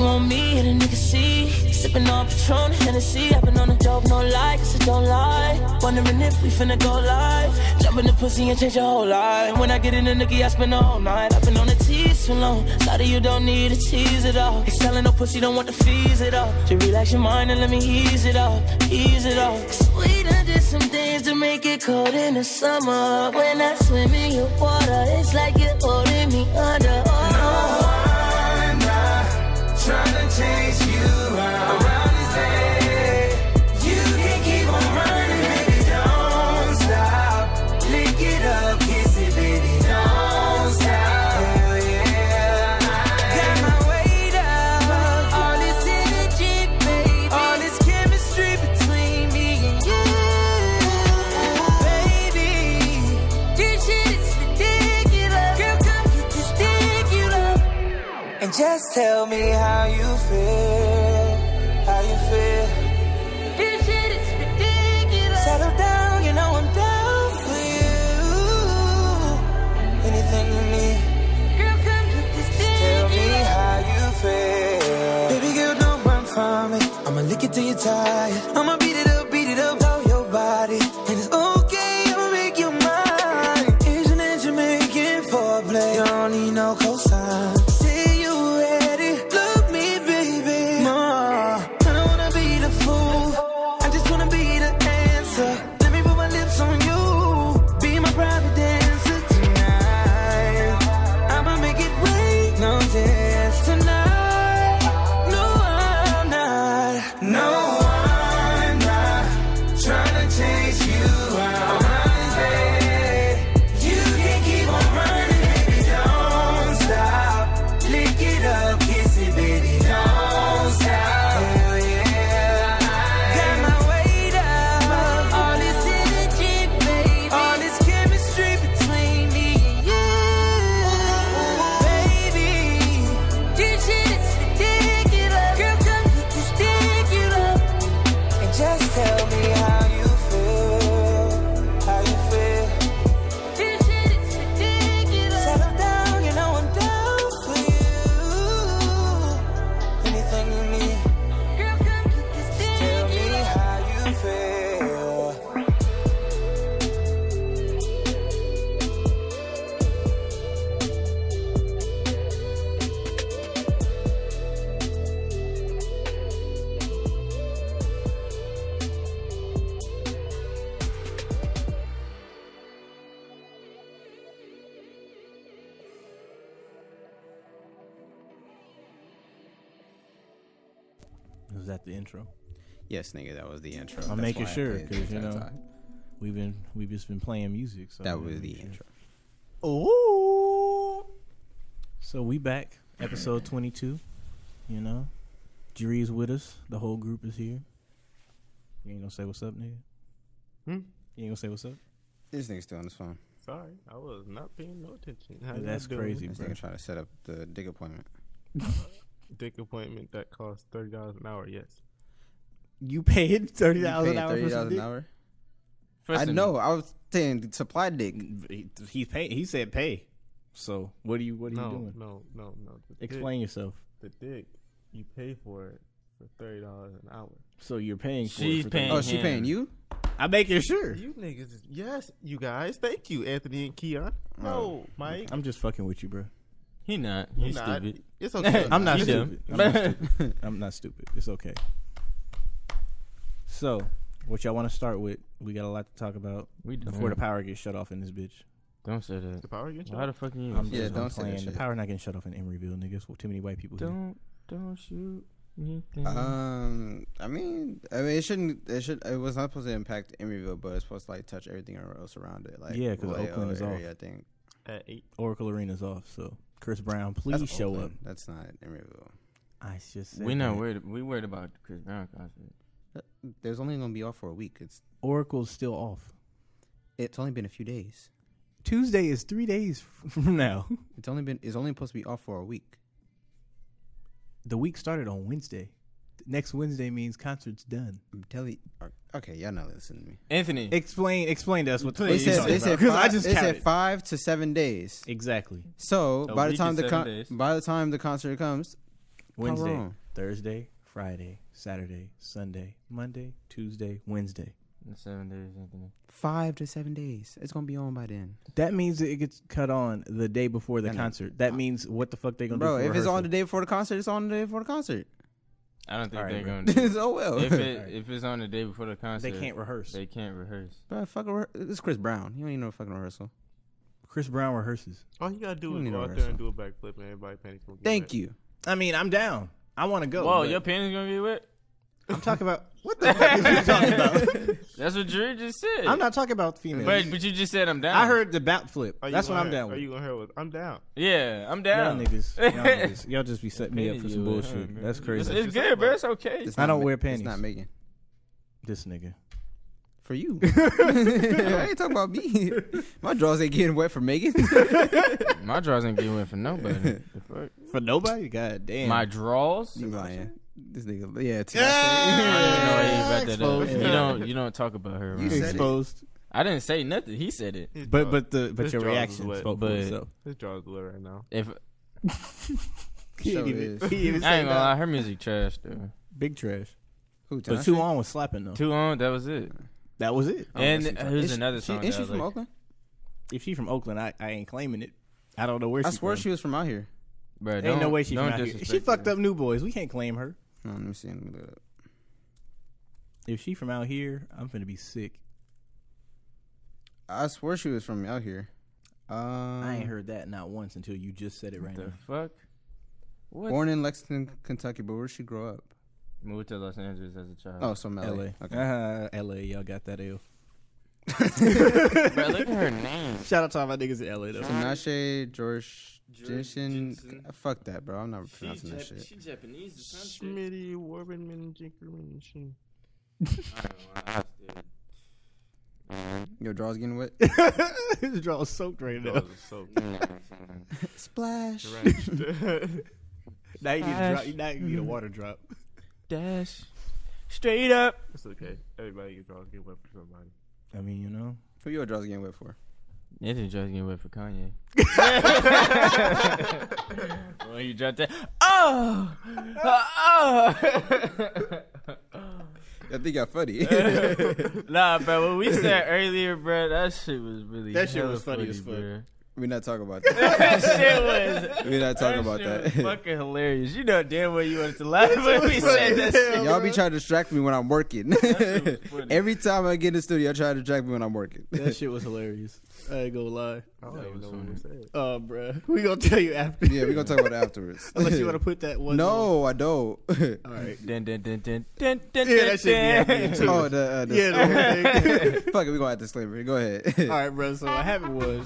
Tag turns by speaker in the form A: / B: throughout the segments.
A: on me, hit a nigga see. Sipping on Patron, Hennessy. I've been on a dope, no lie, cause I don't lie. Wondering if we finna go live. Jumping the pussy and change your whole life. When I get in a nigga, I spend the whole night. I've been on the tease too long. Sorry, you don't need to tease at all. Ain't selling no pussy, don't want the fees at all. Just relax your mind and let me ease it up, ease it up. Sweet, I did some things to make it cold in the summer. When I swim in your water, it's like you're holding me under. Oh, no.
B: I'm not trying to chase you around this day. You can keep on running, baby, don't stop. Lick it up, kiss it, baby, don't stop. Hell yeah. Got my weight up, all this energy, baby, all this chemistry between me and you, baby. This shit is ridiculous. Girl, come get this dick, you love. And just tell me how you feel. How you feel. This shit is ridiculous. Settle down, you know I'm down for you. Anything you need. Girl, come get this just Tell me how you feel. Baby girl, don't run from it. I'ma lick it till you're tired. I'ma beat it up, beat it up, all your body. And it's okay, I'ma make you mine. Asian and Jamaican foreplay. You don't need no cosign. Say you ready, love me, baby. Ma, I don't wanna be the fool. I just wanna be the answer. Let me put my lips on you. Be my private dancer tonight. I'ma make it wait, no dance tonight. No, I'm not. No, I'm not tryna chase you out. You can keep on running, baby, don't stop. Lick it up, kiss it, baby, don't stop. Hell yeah. Got my weight up, all this energy, baby, all this chemistry between me and you, baby. This shit is ridiculous. Girl, come get this dick, you love. And just tell me how you feel, how you feel. This shit is ridiculous. Settle down, you know I'm down for you. Anything you need. Girl, come get this dick, Tell me how you feel.
C: Was that the intro?
D: Yes, nigga, that was the intro.
C: I'm
D: That's
C: making
D: why I
C: sure,
D: played it
C: 'cause,
D: the
C: you
D: entire
C: know,
D: time.
C: We've been we've just been playing music. So
D: that
C: we
D: was
C: gotta
D: the
C: make
D: intro.
C: sure. Ooh. So we back, episode 22. You know, jury's with us. The whole group is here. You ain't gonna say what's up, nigga.
E: Hmm?
C: You ain't gonna say what's up.
D: This nigga still on his phone.
E: Sorry, I was not paying no attention. How y'all
C: That's
E: doing?
C: crazy,
D: This
C: bro.
D: nigga trying to set up the dick appointment.
E: Dick appointment that costs thirty dollars an hour. Yes.
C: You paid thirty
D: You
C: dollars an
D: paying
C: hour for
D: $30
C: some
D: an
C: dick?
D: hour? I know. I was saying supply dick.
C: He, he paid. He said pay. So what are you? What are
E: No,
C: you doing?
E: no, no, no. The
C: Explain yourself.
E: Dick, the dick, you pay for it for thirty dollars an hour.
C: So you're paying. For
F: She's
C: it for
F: paying.
D: Oh, she paying you?
C: I'm making sure.
E: You niggas, is- yes, you guys. Thank you, Anthony and Keon.
D: Oh.
E: No, Mike.
C: I'm just fucking with you, bro.
F: He not.
E: you
F: He
E: not.
F: stupid.
E: It's okay.
F: I'm not
C: I'm
F: stupid.
C: stupid. I'm not stupid. I'm not stupid. It's okay. So, what y'all want to start with? We got a lot to talk about
F: we
C: before the
F: don't.
C: power gets shut off in this bitch.
F: Don't say that.
E: The power against
F: Why the fuck you?
C: I'm
D: Yeah,
C: just
D: don't
C: I'm
D: say that
C: playing.
D: shit.
C: The power not getting shut off in Emeryville, niggas. Well, too many white people. Here.
F: don't don't shoot anything.
D: Um, I mean, I mean, it shouldn't. It should. It was not supposed to impact Emeryville, but it's supposed to like touch everything else around it. Like
C: Yeah, 'cause
D: Vallejo
C: Oakland is off.
D: area, I think
E: at eight.
C: Oracle Arena's off, so Chris Brown, please
D: That's
C: show
D: Oakland. That's not Emeryville.
C: up. I just said
F: we not
C: that.
F: worried. We worried about the Chris Brown concert.
D: Uh, There's only gonna be off for a week. It's
C: Oracle's still off.
D: it's only been a few days.
C: Tuesday is three days from now.
D: It's only been. It's only supposed to be off for a week.
C: The week started on Wednesday. Next Wednesday means concert's done.
D: I'm telling. You, uh, okay, y'all not listening to me.
F: Anthony,
C: Explain, explain to us what the
D: They
F: Please.
D: said,
C: fuck
D: they
C: you're talking
D: said,
C: about. 'Cause I
D: five,
C: just
D: they
C: counted.
D: said five to seven days.
C: Exactly.
D: So
F: A
D: by the
F: week
D: time
F: is
D: the
F: seven
D: con-
F: days.
D: by the time the concert comes,
C: Wednesday.
D: wrong?
C: Thursday, Friday, Saturday, Sunday, Monday, Tuesday, Wednesday.
F: In seven days, Anthony.
D: Five to seven days. It's gonna be on by then,
C: That means that it gets cut on the day before the
D: I know.
C: concert. That means what the fuck they gonna
D: bro.
C: do?
D: If
C: for
D: it's on the
C: rehearsal.
D: day before the concert, it's on the day before the concert.
F: I don't think
C: Alright,
F: they're
C: bro.
F: going to.
D: oh well.
F: if, it, if it's on the day before the concert,
C: they can't rehearse.
F: They can't rehearse.
D: Bro, fuck a rehe- it's Chris Brown. You don't need no fucking rehearsal.
C: Chris Brown rehearses.
E: All you gotta do
D: You
E: is
D: need
E: go
D: a
E: out there and
D: rehearsal.
E: do a backflip and everybody panic. gonna get
D: Thank
E: mad.
D: you.
C: I mean, I'm down. I want to go.
F: Whoa,
C: but
F: your panties gonna be wet?
C: I'm talking about.
E: What the fuck?
F: That's what Drew just said.
C: I'm not talking about females.
F: But but you just said I'm down.
C: I heard the bat flip.
E: Are you
C: That's what
E: gonna
C: I'm
E: have-
C: down
E: Are
C: with.
E: you gonna hear what? I'm down.
F: Yeah, I'm
C: Y'all
F: down.
C: niggas, y'all niggas, y'all just be setting me up for
F: Panties
C: some
F: you wet, huh,
C: bullshit.
F: man?
C: That's
F: It's,
C: crazy.
F: it's good, bro. It's okay.
D: It's
C: I
D: not
C: don't wear
D: It's
C: panties.
D: not Megan.
C: this nigga.
D: For you. I ain't talking about me. My drawers ain't getting wet for Megan.
F: My drawers ain't getting wet for nobody. The fuck?
D: for nobody?
C: Uh,
D: God damn.
F: My draws?
D: you lying. This nigga. Yeah. T-
F: I didn't know why you brought that up.
C: Exposed.
F: You don't you don't talk about her.
D: You
F: Around.
D: said it.
C: Exposed,
F: I didn't say nothing. He said it.
E: His
C: but
E: jaw-
C: but the but
E: His
C: your
E: jaws is
C: reaction
E: wet,
C: spoke for
F: but-
C: itself.
E: his jaw's lit right now.
F: If
C: He
D: Sure
C: ain't even,
D: is.
C: he ain't even
F: I
C: say
F: ain't gonna
C: that.
F: lie, her music trash though.
C: Big trash.
D: Who?
C: But
D: Tinashe?
C: two on was slapping though.
F: Too on, that was it.
C: That was it.
D: I don't
F: and
D: listen to her.
F: here's
D: Is she-
F: another
D: she-
F: song.
D: Ain't
F: that
D: she
F: I
D: from
F: like.
D: Oakland?
C: If she from Oakland, I, I ain't claiming it. I don't know where
D: I
C: she
D: swear
C: from.
D: she was from out here.
F: Bruh,
C: ain't no
F: don't-
C: way she from
F: don't
C: out here. She
F: disrespect
C: fucked
F: her.
C: up new boys. We can't claim her.
D: Hold on, let me see. Let me look it up.
C: If she from out here, I'm finna be sick.
D: I swear she was from out here. Um,
C: I ain't heard that not once until you just said it right
F: The
C: now.
F: fuck? What?
D: Born in Lexington, Kentucky, but where'd she grow up?
F: Moved to Los Angeles as a child.
D: Oh, so LA.
C: LA.
D: Okay.
C: Uh, LA, y'all got that L.
F: Bruh, look at her name.
C: Shout out to all my niggas in LA though.
D: Tinashe, George Jensen. Uh,
F: Jensen.
D: Fuck that, bro. I'm not pronouncing that shit.
F: Japanese.
E: Schmitty, Warren, and Jinkerman, and shit.
D: Your draw's getting wet.
C: His jaw is soaked right now.
E: Jaws is so
D: Splash.
E: trashed.
C: Now you need a drop.
F: Trash.
C: Now you need a water drop.
F: Dash. Straight up.
E: It's okay. Everybody gets draws get wet for somebody.
C: I mean, you know.
D: Who your draw's getting wet for?
F: Nathan Jones getting wet for Kanye. well, you dropped that. Oh, oh.
D: I think got funny.
F: nah, bro. What we said earlier, bro, that shit was really
C: That shit
F: hella
C: was funny as fuck.
F: bruh.
D: We're not talking about that.
F: That shit was.
D: We're not talking about
F: shit
D: that.
F: was fucking hilarious. You know damn well you wanted to laugh when we said that shit.
D: Y'all be trying to distract me when I'm working.
F: shit was funny.
D: Every time I get in the studio, I try to distract me when I'm working.
C: That shit was hilarious. I ain't gonna lie.
E: I don't even know what we said.
C: Oh, bruh. We gonna tell you after.
D: yeah, we're gonna talk about it afterwards.
C: Unless you wanna put that one.
D: No, I don't.
C: on. All right.
F: Dun, dun, dun, dun, dun, dun,
C: Yeah, that shit be
F: dun,
C: happening
F: dun.
C: too.
D: oh, the, uh, the
C: Yeah. The whole thing.
D: Fuck it, we gonna have disclaimer. Go ahead.
C: All right, bro. So what happened was.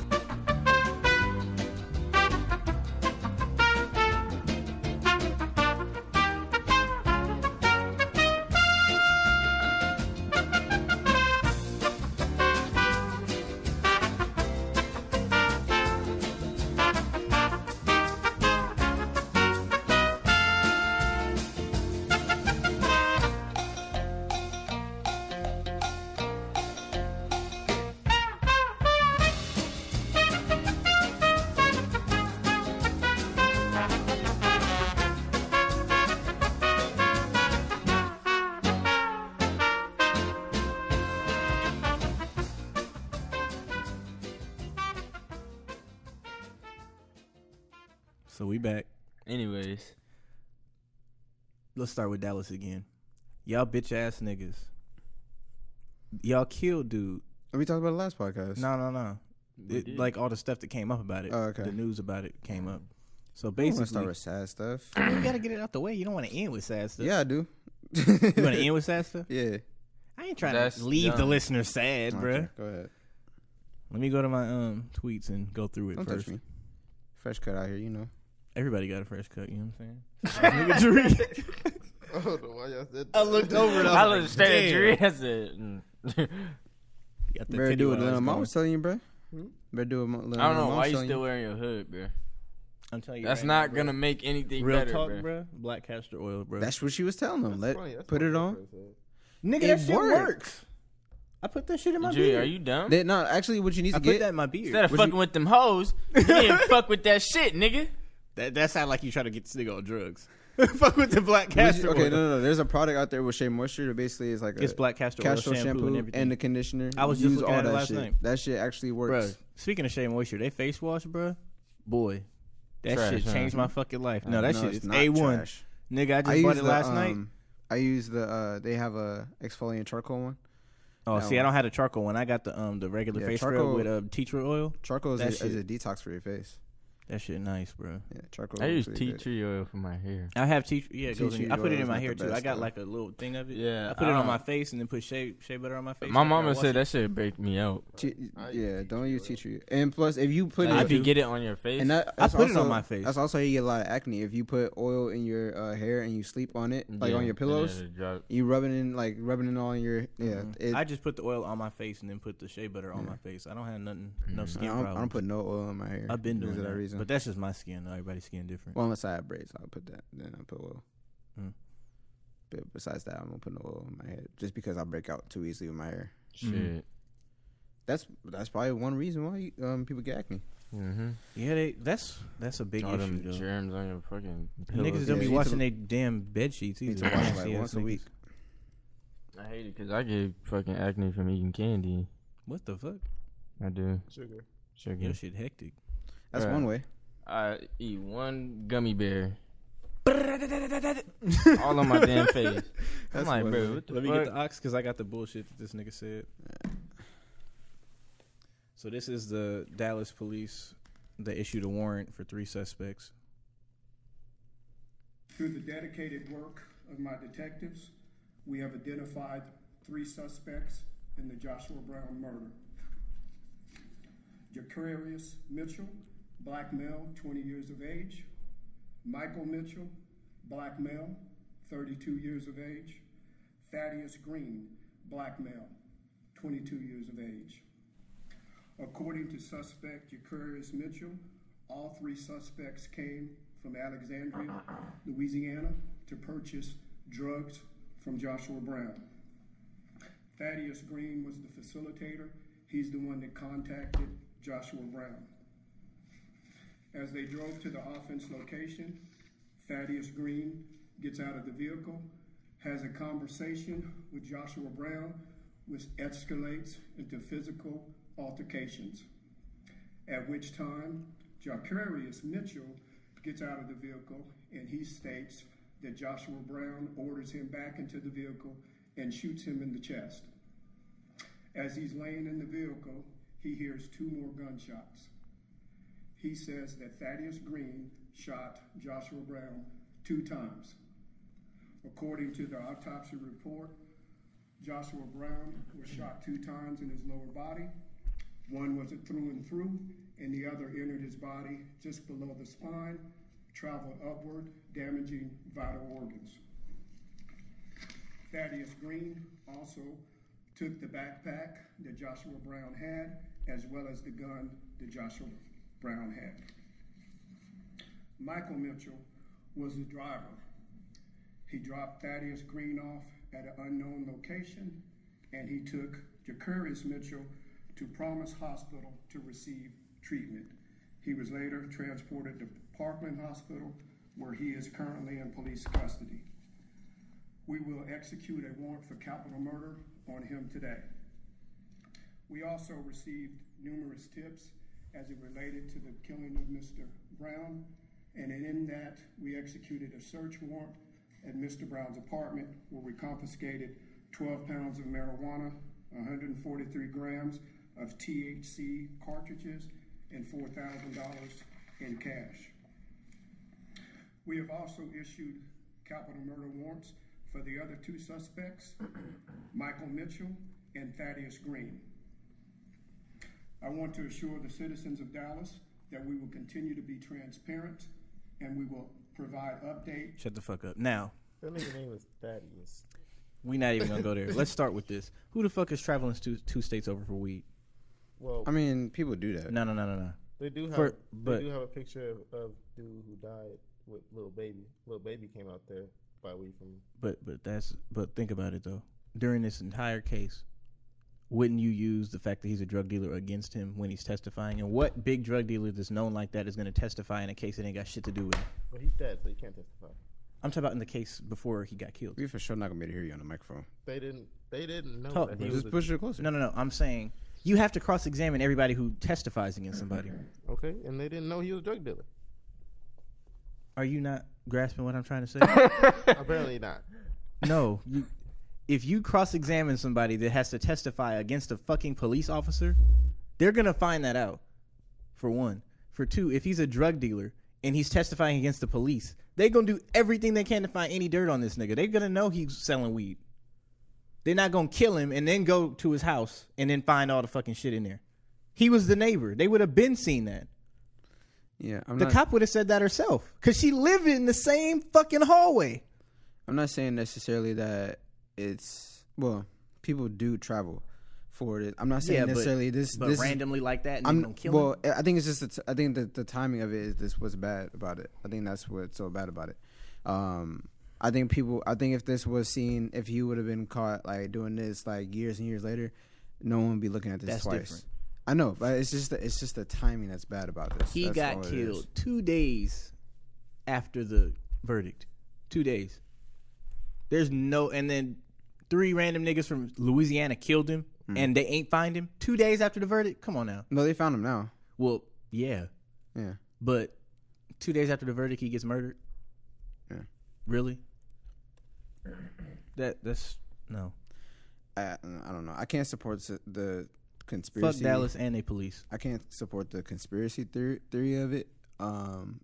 C: So we back.
F: Anyways,
C: Let's start with Dallas again. Y'all bitch ass niggas. Y'all killed dude.
D: We talked about the last podcast.
C: No, no, no.
F: We
C: It,
F: did.
C: like all the stuff that came up about it.
D: Oh, okay.
C: The news about it came up.
D: I
C: So
D: want to
C: basically,
D: start with sad stuff.
C: you gotta get it out the way. You don't want to end with sad stuff.
D: yeah, I do.
C: You want to end with sad stuff?
D: Yeah.
C: I ain't trying
F: That's
C: to leave the
F: dumb.
C: listener sad, bruh.
D: Okay, go ahead.
C: Let me go to my um tweets and go through it
D: Don't
C: first.
D: touch me. Fresh cut out here, you know.
C: Everybody got a fresh cut. You know what I'm
E: I don't know why y'all said
C: saying? I looked over. And
F: I looked straight at Dre. I said, mm.
D: Better do what Lil Mom was telling you, bruh. Better do what Mo- Lil
F: Hmm? I don't know
D: Mom
F: why
D: was
F: you
D: telling
F: still wearing your hood, bro.
C: I'm telling you,
F: That's
C: right
F: not
C: now,
F: gonna make anything
C: bruh. real
F: better,
C: talk,
F: bro.
C: bruh. Black castor oil, bro.
D: That's what she was telling them. Let
E: Funny, that's
D: put
E: what
D: it
E: my
D: on.
E: friend said.
C: Nigga,
D: It
C: that shit
D: works.
C: works. I put that shit in my
F: Dre,
C: beard.
F: are you dumb?
D: They, no, actually, what you need
C: I
D: to
C: put
D: get.
C: that in my beard.
F: Instead of fucking with them hoes, you didn't fuck with that shit, nigga.
C: That that sound like you trying to get this nigga on drugs.
E: Fuck with the black
D: Would
E: castor.
D: you- okay, no,
E: oil.
D: no, no. There's a product out there with Shea Moisture. That basically is like
C: It's
D: a
C: black castor oil shampoo, and everything.
D: the conditioner.
C: I was just
D: Use
C: looking
D: all
C: at it
D: that
C: last
D: shit.
C: night.
D: That shit actually
C: Bro,
D: works.
C: speaking of Shea Moisture, they face wash, bro. Boy, that
F: Trash,
C: shit
F: huh?
C: changed my fucking life. No,
D: Uh,
C: that
D: no,
C: shit
D: it's
C: is
D: not
C: a one,
D: trash.
C: nigga. I just
D: I
C: bought
D: used
C: it
D: the,
C: last night.
D: um, I use the. uh They have a exfoliant charcoal one.
C: Oh,
D: that
C: see, I
D: one.
C: don't have the charcoal one. I got the um the regular
D: Yeah,
C: face
D: charcoal-
C: oil with um, tea tree oil.
D: Charcoal is
C: That
D: a, is a
C: shit-
D: detox for your face.
C: That shit nice, bro.
D: Yeah, charcoal.
F: I
D: works
F: use
D: really
F: tea
D: good.
F: tree oil for my hair.
C: I have tea. Yeah, it
D: Tea
C: goes in,
D: tree
C: I put
D: oil
C: it in
D: is
C: my
D: not
C: hair
D: the
C: too. I
D: best, uh-huh.
C: got
D: though.
C: like a little thing of it.
F: Yeah,
C: I put
F: I
C: it on
F: don't-
C: my face and then put shea shea butter on my face.
F: My
C: after I
F: mama
C: wash
F: said
C: it.
F: that shit baked me out.
D: Tea-
E: I use
D: yeah,
E: tea
D: don't
E: tree
D: use
E: oil.
D: tea tree. And plus, if you put
C: I
D: it,
F: If you
C: do.
F: get it on your face,
D: and that,
C: I
D: that's
C: put it on
D: also-
C: my face.
D: That's also how you get a lot of acne. If you put oil in your uh, hair and you sleep on it, like
F: yeah,
D: on your
F: and
D: pillows,
F: it'll drop.
D: you rubbing it in like rubbing it on your yeah.
F: Mm-hmm.
D: It,
C: I
D: I,
C: just put the oil on my face and then put the shea butter on my face. I don't have nothing, no skin
D: don't, Mm-hmm. I
C: problems.
D: don't put no oil in my hair.
C: I've been
D: because
C: doing
D: of
C: that,
D: reason.
C: but that's just my skin. though. Everybody's skin different.
D: Well, unless I have braids, I'll put that. Then I put oil.
C: Hmm.
D: But besides that, I'm gonna put no oil in my head just because I break out too easily with my hair.
F: Shit.
D: That's that's probably one reason why um, people get acne.
F: Mm-hmm.
C: yeah, they, that's that's a big
F: All
C: issue
F: them
C: though.
F: germs on your fucking
C: And
F: pillows.
C: Niggas don't
D: Yeah,
C: be
D: you need
C: washing
D: to-
C: their damn bed sheets
D: need
C: either.
D: to wash, like,
C: Nasty ass
D: once a week.
F: I hate it because I get fucking acne from eating candy.
C: What the fuck?
F: I do.
E: Sugar.
F: Sugar.
C: Your shit hectic.
D: That's
F: Right.
D: one way.
F: I eat one gummy bear. all on my damn face. I'm
D: That's
F: like,
D: one
F: bro,
D: way.
F: what the
C: Let me
F: fuck?
C: get the ox because I got the bullshit that this nigga said. So this is the Dallas police that issued a warrant for three suspects.
G: Through the dedicated work of my detectives, we have identified three suspects in the Joshua Brown murder. Jacarius Mitchell, black male, 20 years of age. Michael Mitchell, black male, 32 years of age. Thaddeus Green, black male, 22 years of age. According to suspect Jacarius Mitchell, all three suspects came from Alexandria, Louisiana, to purchase drugs from Joshua Brown. Thaddeus Green was the facilitator. He's the one that contacted Joshua Brown. As they drove to the offense location, Thaddeus Green gets out of the vehicle, has a conversation with Joshua Brown, which escalates into physical altercations. At which time, Jacarius Mitchell gets out of the vehicle and he states that Joshua Brown orders him back into the vehicle and shoots him in the chest. As he's laying in the vehicle, he hears two more gunshots he says that Thaddeus Green shot Joshua Brown two times. According to the autopsy report, Joshua Brown was shot two times in his lower body. One was a through and through, and the other entered his body just below the spine, traveled upward, damaging vital organs. Thaddeus Green also took the backpack that Joshua Brown had, as well as the gun that Joshua Brown had. Michael Mitchell was the driver. He dropped Thaddeus Green off at an unknown location, and he took Jacarius Mitchell to Promise Hospital to receive treatment. He was later transported to Parkland Hospital, where he is currently in police custody. We will execute a warrant for capital murder on him today. We also received numerous tips as it related to the killing of Mr. Brown, and in that, we executed a search warrant at Mr. Brown's apartment where we confiscated 12 pounds of marijuana, 143 grams of THC cartridges, and $4,000 in cash. We have also issued capital murder warrants for the other two suspects, Michael Mitchell and Thaddeus Green. I want to assure the citizens of Dallas that we will continue to be transparent and we will provide updates
C: Shut the fuck up. Now
E: That nigga name is Thaddeus.
C: we not even gonna go there. Let's start with this. Who the fuck is traveling two two states over for weed?
E: Well,
D: I mean, people do that.
C: No, no, no, no, no.
E: they do have
C: for- but-
E: they do have a picture of, of dude who died with little baby. Little baby came out there by weed from
C: But but that's but think about it though. During this entire case, wouldn't you use the fact that he's a drug dealer against him when he's testifying? And what big drug dealer that's known like that is going to testify in a case that ain't got shit to do with? It?
E: Well, he's dead, so he can't testify.
C: I'm talking about in the case before he got killed.
D: We for sure not gonna be able to hear you on the microphone.
E: They didn't. They didn't know
C: Talk,
E: that
C: bro.
E: he was.
D: Just push it closer.
C: No, no, no. I'm saying you have to cross-examine everybody who testifies against somebody.
E: A, okay, and they didn't know he was a drug dealer.
C: Are you not grasping what I'm trying to say?
E: Apparently not.
C: no. You, if you cross-examine somebody that has to testify against a fucking police officer, they're gonna find that out. For one. For two, if he's a drug dealer and he's testifying against the police, they're gonna do everything they can to find any dirt on this nigga. They're gonna know he's selling weed. They're not gonna kill him and then go to his house and then find all the fucking shit in there. He was the neighbor. They would have been seen that.
D: Yeah, I'm
C: The
D: not.
C: cop would have said that herself because she lived in the same fucking hallway.
D: I'm not saying necessarily that it's well, people do travel for it. I'm not saying
C: Yeah, but-
D: necessarily this.
C: But
D: this is-
C: randomly like that, and
D: I'm
C: then gonna kill
D: well.
C: him.
D: I think it's just the t- I think that the timing of it is this what's bad about it. I think that's what's so bad about it. Um, I think people. I think if this was seen, if he would have been caught like doing this like years and years later, no one would be looking at this
C: That's
D: twice.
C: different.
D: I know, but it's just the, it's just the timing that's bad about this.
C: He
D: That's all
C: got
D: it is.
C: killed two days after the verdict. Two days. There's no, and then three random niggas from Louisiana killed him, and they ain't find him two days after the verdict. Come on now.
D: Hmm. No, they found him now.
C: Well, yeah,
D: Yeah.
C: but two days after the verdict, he gets murdered.
D: Yeah.
C: Really? That that's no.
D: I, I don't know. I can't support s- the
C: Fuck
D: conspiracy.
C: Dallas and they police.
D: I can't support the conspiracy theory theory of it. Um,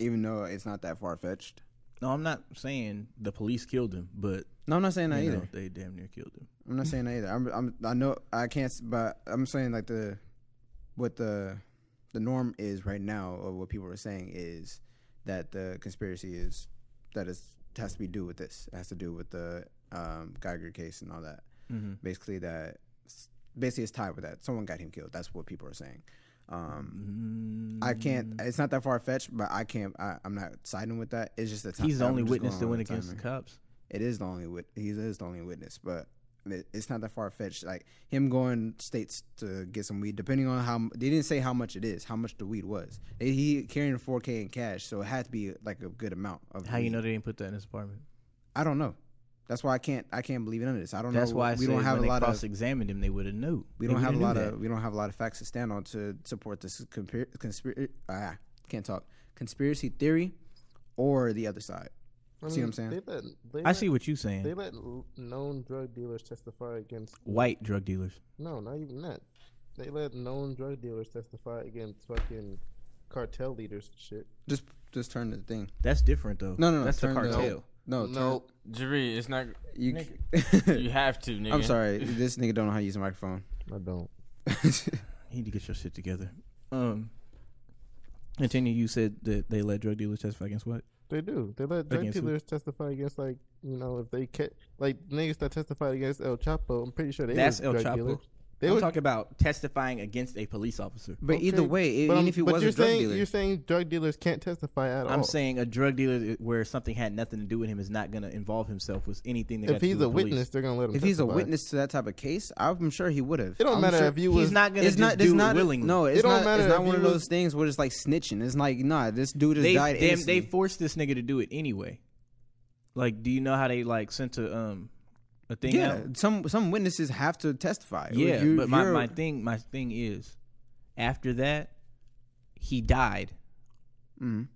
D: even though it's not that far fetched.
C: No, I'm not saying the police killed him, but
D: No, I'm not saying that
C: you
D: either.
C: know, they damn near killed him.
D: I'm not saying that either. I'm, I'm I know I can't, s- but I'm saying like the what the the norm is right now of what people are saying is that the conspiracy is that is has to be do with this. It has to do with the um, Geiger case and all that.
C: Mm-hmm.
D: Basically, that basically it's tied with that. Someone got him killed. That's what people are saying. Um,
C: Mm.
D: I can't. It's not that far fetched, but I can't. I, I'm not siding with that. It's just the time.
C: He's the
D: I'm
C: only
D: just
C: witness
D: going
C: that
D: on
C: went
D: the
C: against the
D: timing
C: cops.
D: it is the only wit- he is the only witness, but it- it's not that far fetched. Like him going states to get some weed, depending on how m- they didn't say how much it is, how much the weed was. They- He carrying 4K in cash, so it had to be like a good amount of.
C: How you
D: weed.
C: know they didn't put that in his apartment?
D: I don't know. That's why I can't. I can't believe none of this. I don't
C: That's
D: know.
C: why I
D: we
C: said
D: don't have
C: when
D: a
C: they
D: lot of.
C: cross-examined him, they would have knew.
D: We
C: They
D: don't have a
C: would've knew
D: lot
C: that.
D: of. We don't have a lot of facts to stand on to support this conspiracy. Ah, can't talk. Conspiracy theory, or the other side.
E: I
D: See what I'm
E: mean,
D: saying?
E: They let, they
C: I see
E: let-
C: what you're
E: They
C: saying.
E: let l- known drug dealers testify against.
C: White drug dealers.
E: No, not even that. They let known drug dealers testify against fucking cartel leaders. and Shit.
D: Just, just turn to the thing.
C: That's different though.
D: No, no, no.
C: That's the
D: turn
C: cartel.
D: No, turn-
E: Nope.
F: Jeree, it's not.
D: You,
F: You have to, nigga.
D: I'm sorry. This nigga don't know how to use a microphone.
E: I don't.
C: You need to get your shit together. Um, continue. You said that they let drug dealers testify against what?
E: They do. They let drug
C: Against who?
E: dealers testify against like you know if they catch like niggas that testified against El Chapo. I'm pretty sure they
C: That's
E: was
C: El
E: drug
C: Chapo.
E: dealers.
C: They
E: They
C: I'm
E: were
C: talking about testifying against a police officer.
D: but either
E: Okay,
C: e-
D: way, e-
E: but
D: even
E: I'm-
D: if he
E: but
D: was
E: you're
D: a drug
E: saying,
D: dealer,
E: You're saying drug dealers can't testify at all.
C: I'm saying a drug dealer that- where something had nothing to do with him is not going to involve himself with anything. That got
E: if
C: to do
E: he's
C: with
E: a
C: police.
E: witness, they're gonna let him.
D: if he's a
E: testify.
D: witness to that type of case, I'm sure he would have.
E: it don't
D: I'm
E: matter
D: sure-
E: if you was.
C: he's not going to
D: It's
C: just
D: not.
C: do
D: It's
C: it
D: not
C: willingly.
D: No, it's
E: don't
D: not.
E: matter
D: It's not
E: if he
D: one of
E: was-
D: those things where it's like snitching. It's like, nah, this dude just
C: they
D: died.
C: they, they
D: innocently.
C: forced this nigga to do it anyway. Like, do you know how they like sent a um a thing
D: yeah.
C: out?
D: Some some witnesses have to testify.
C: Yeah,
D: You-
C: but my,
D: you're-
C: my thing my thing is, after that, he died.
D: Mm.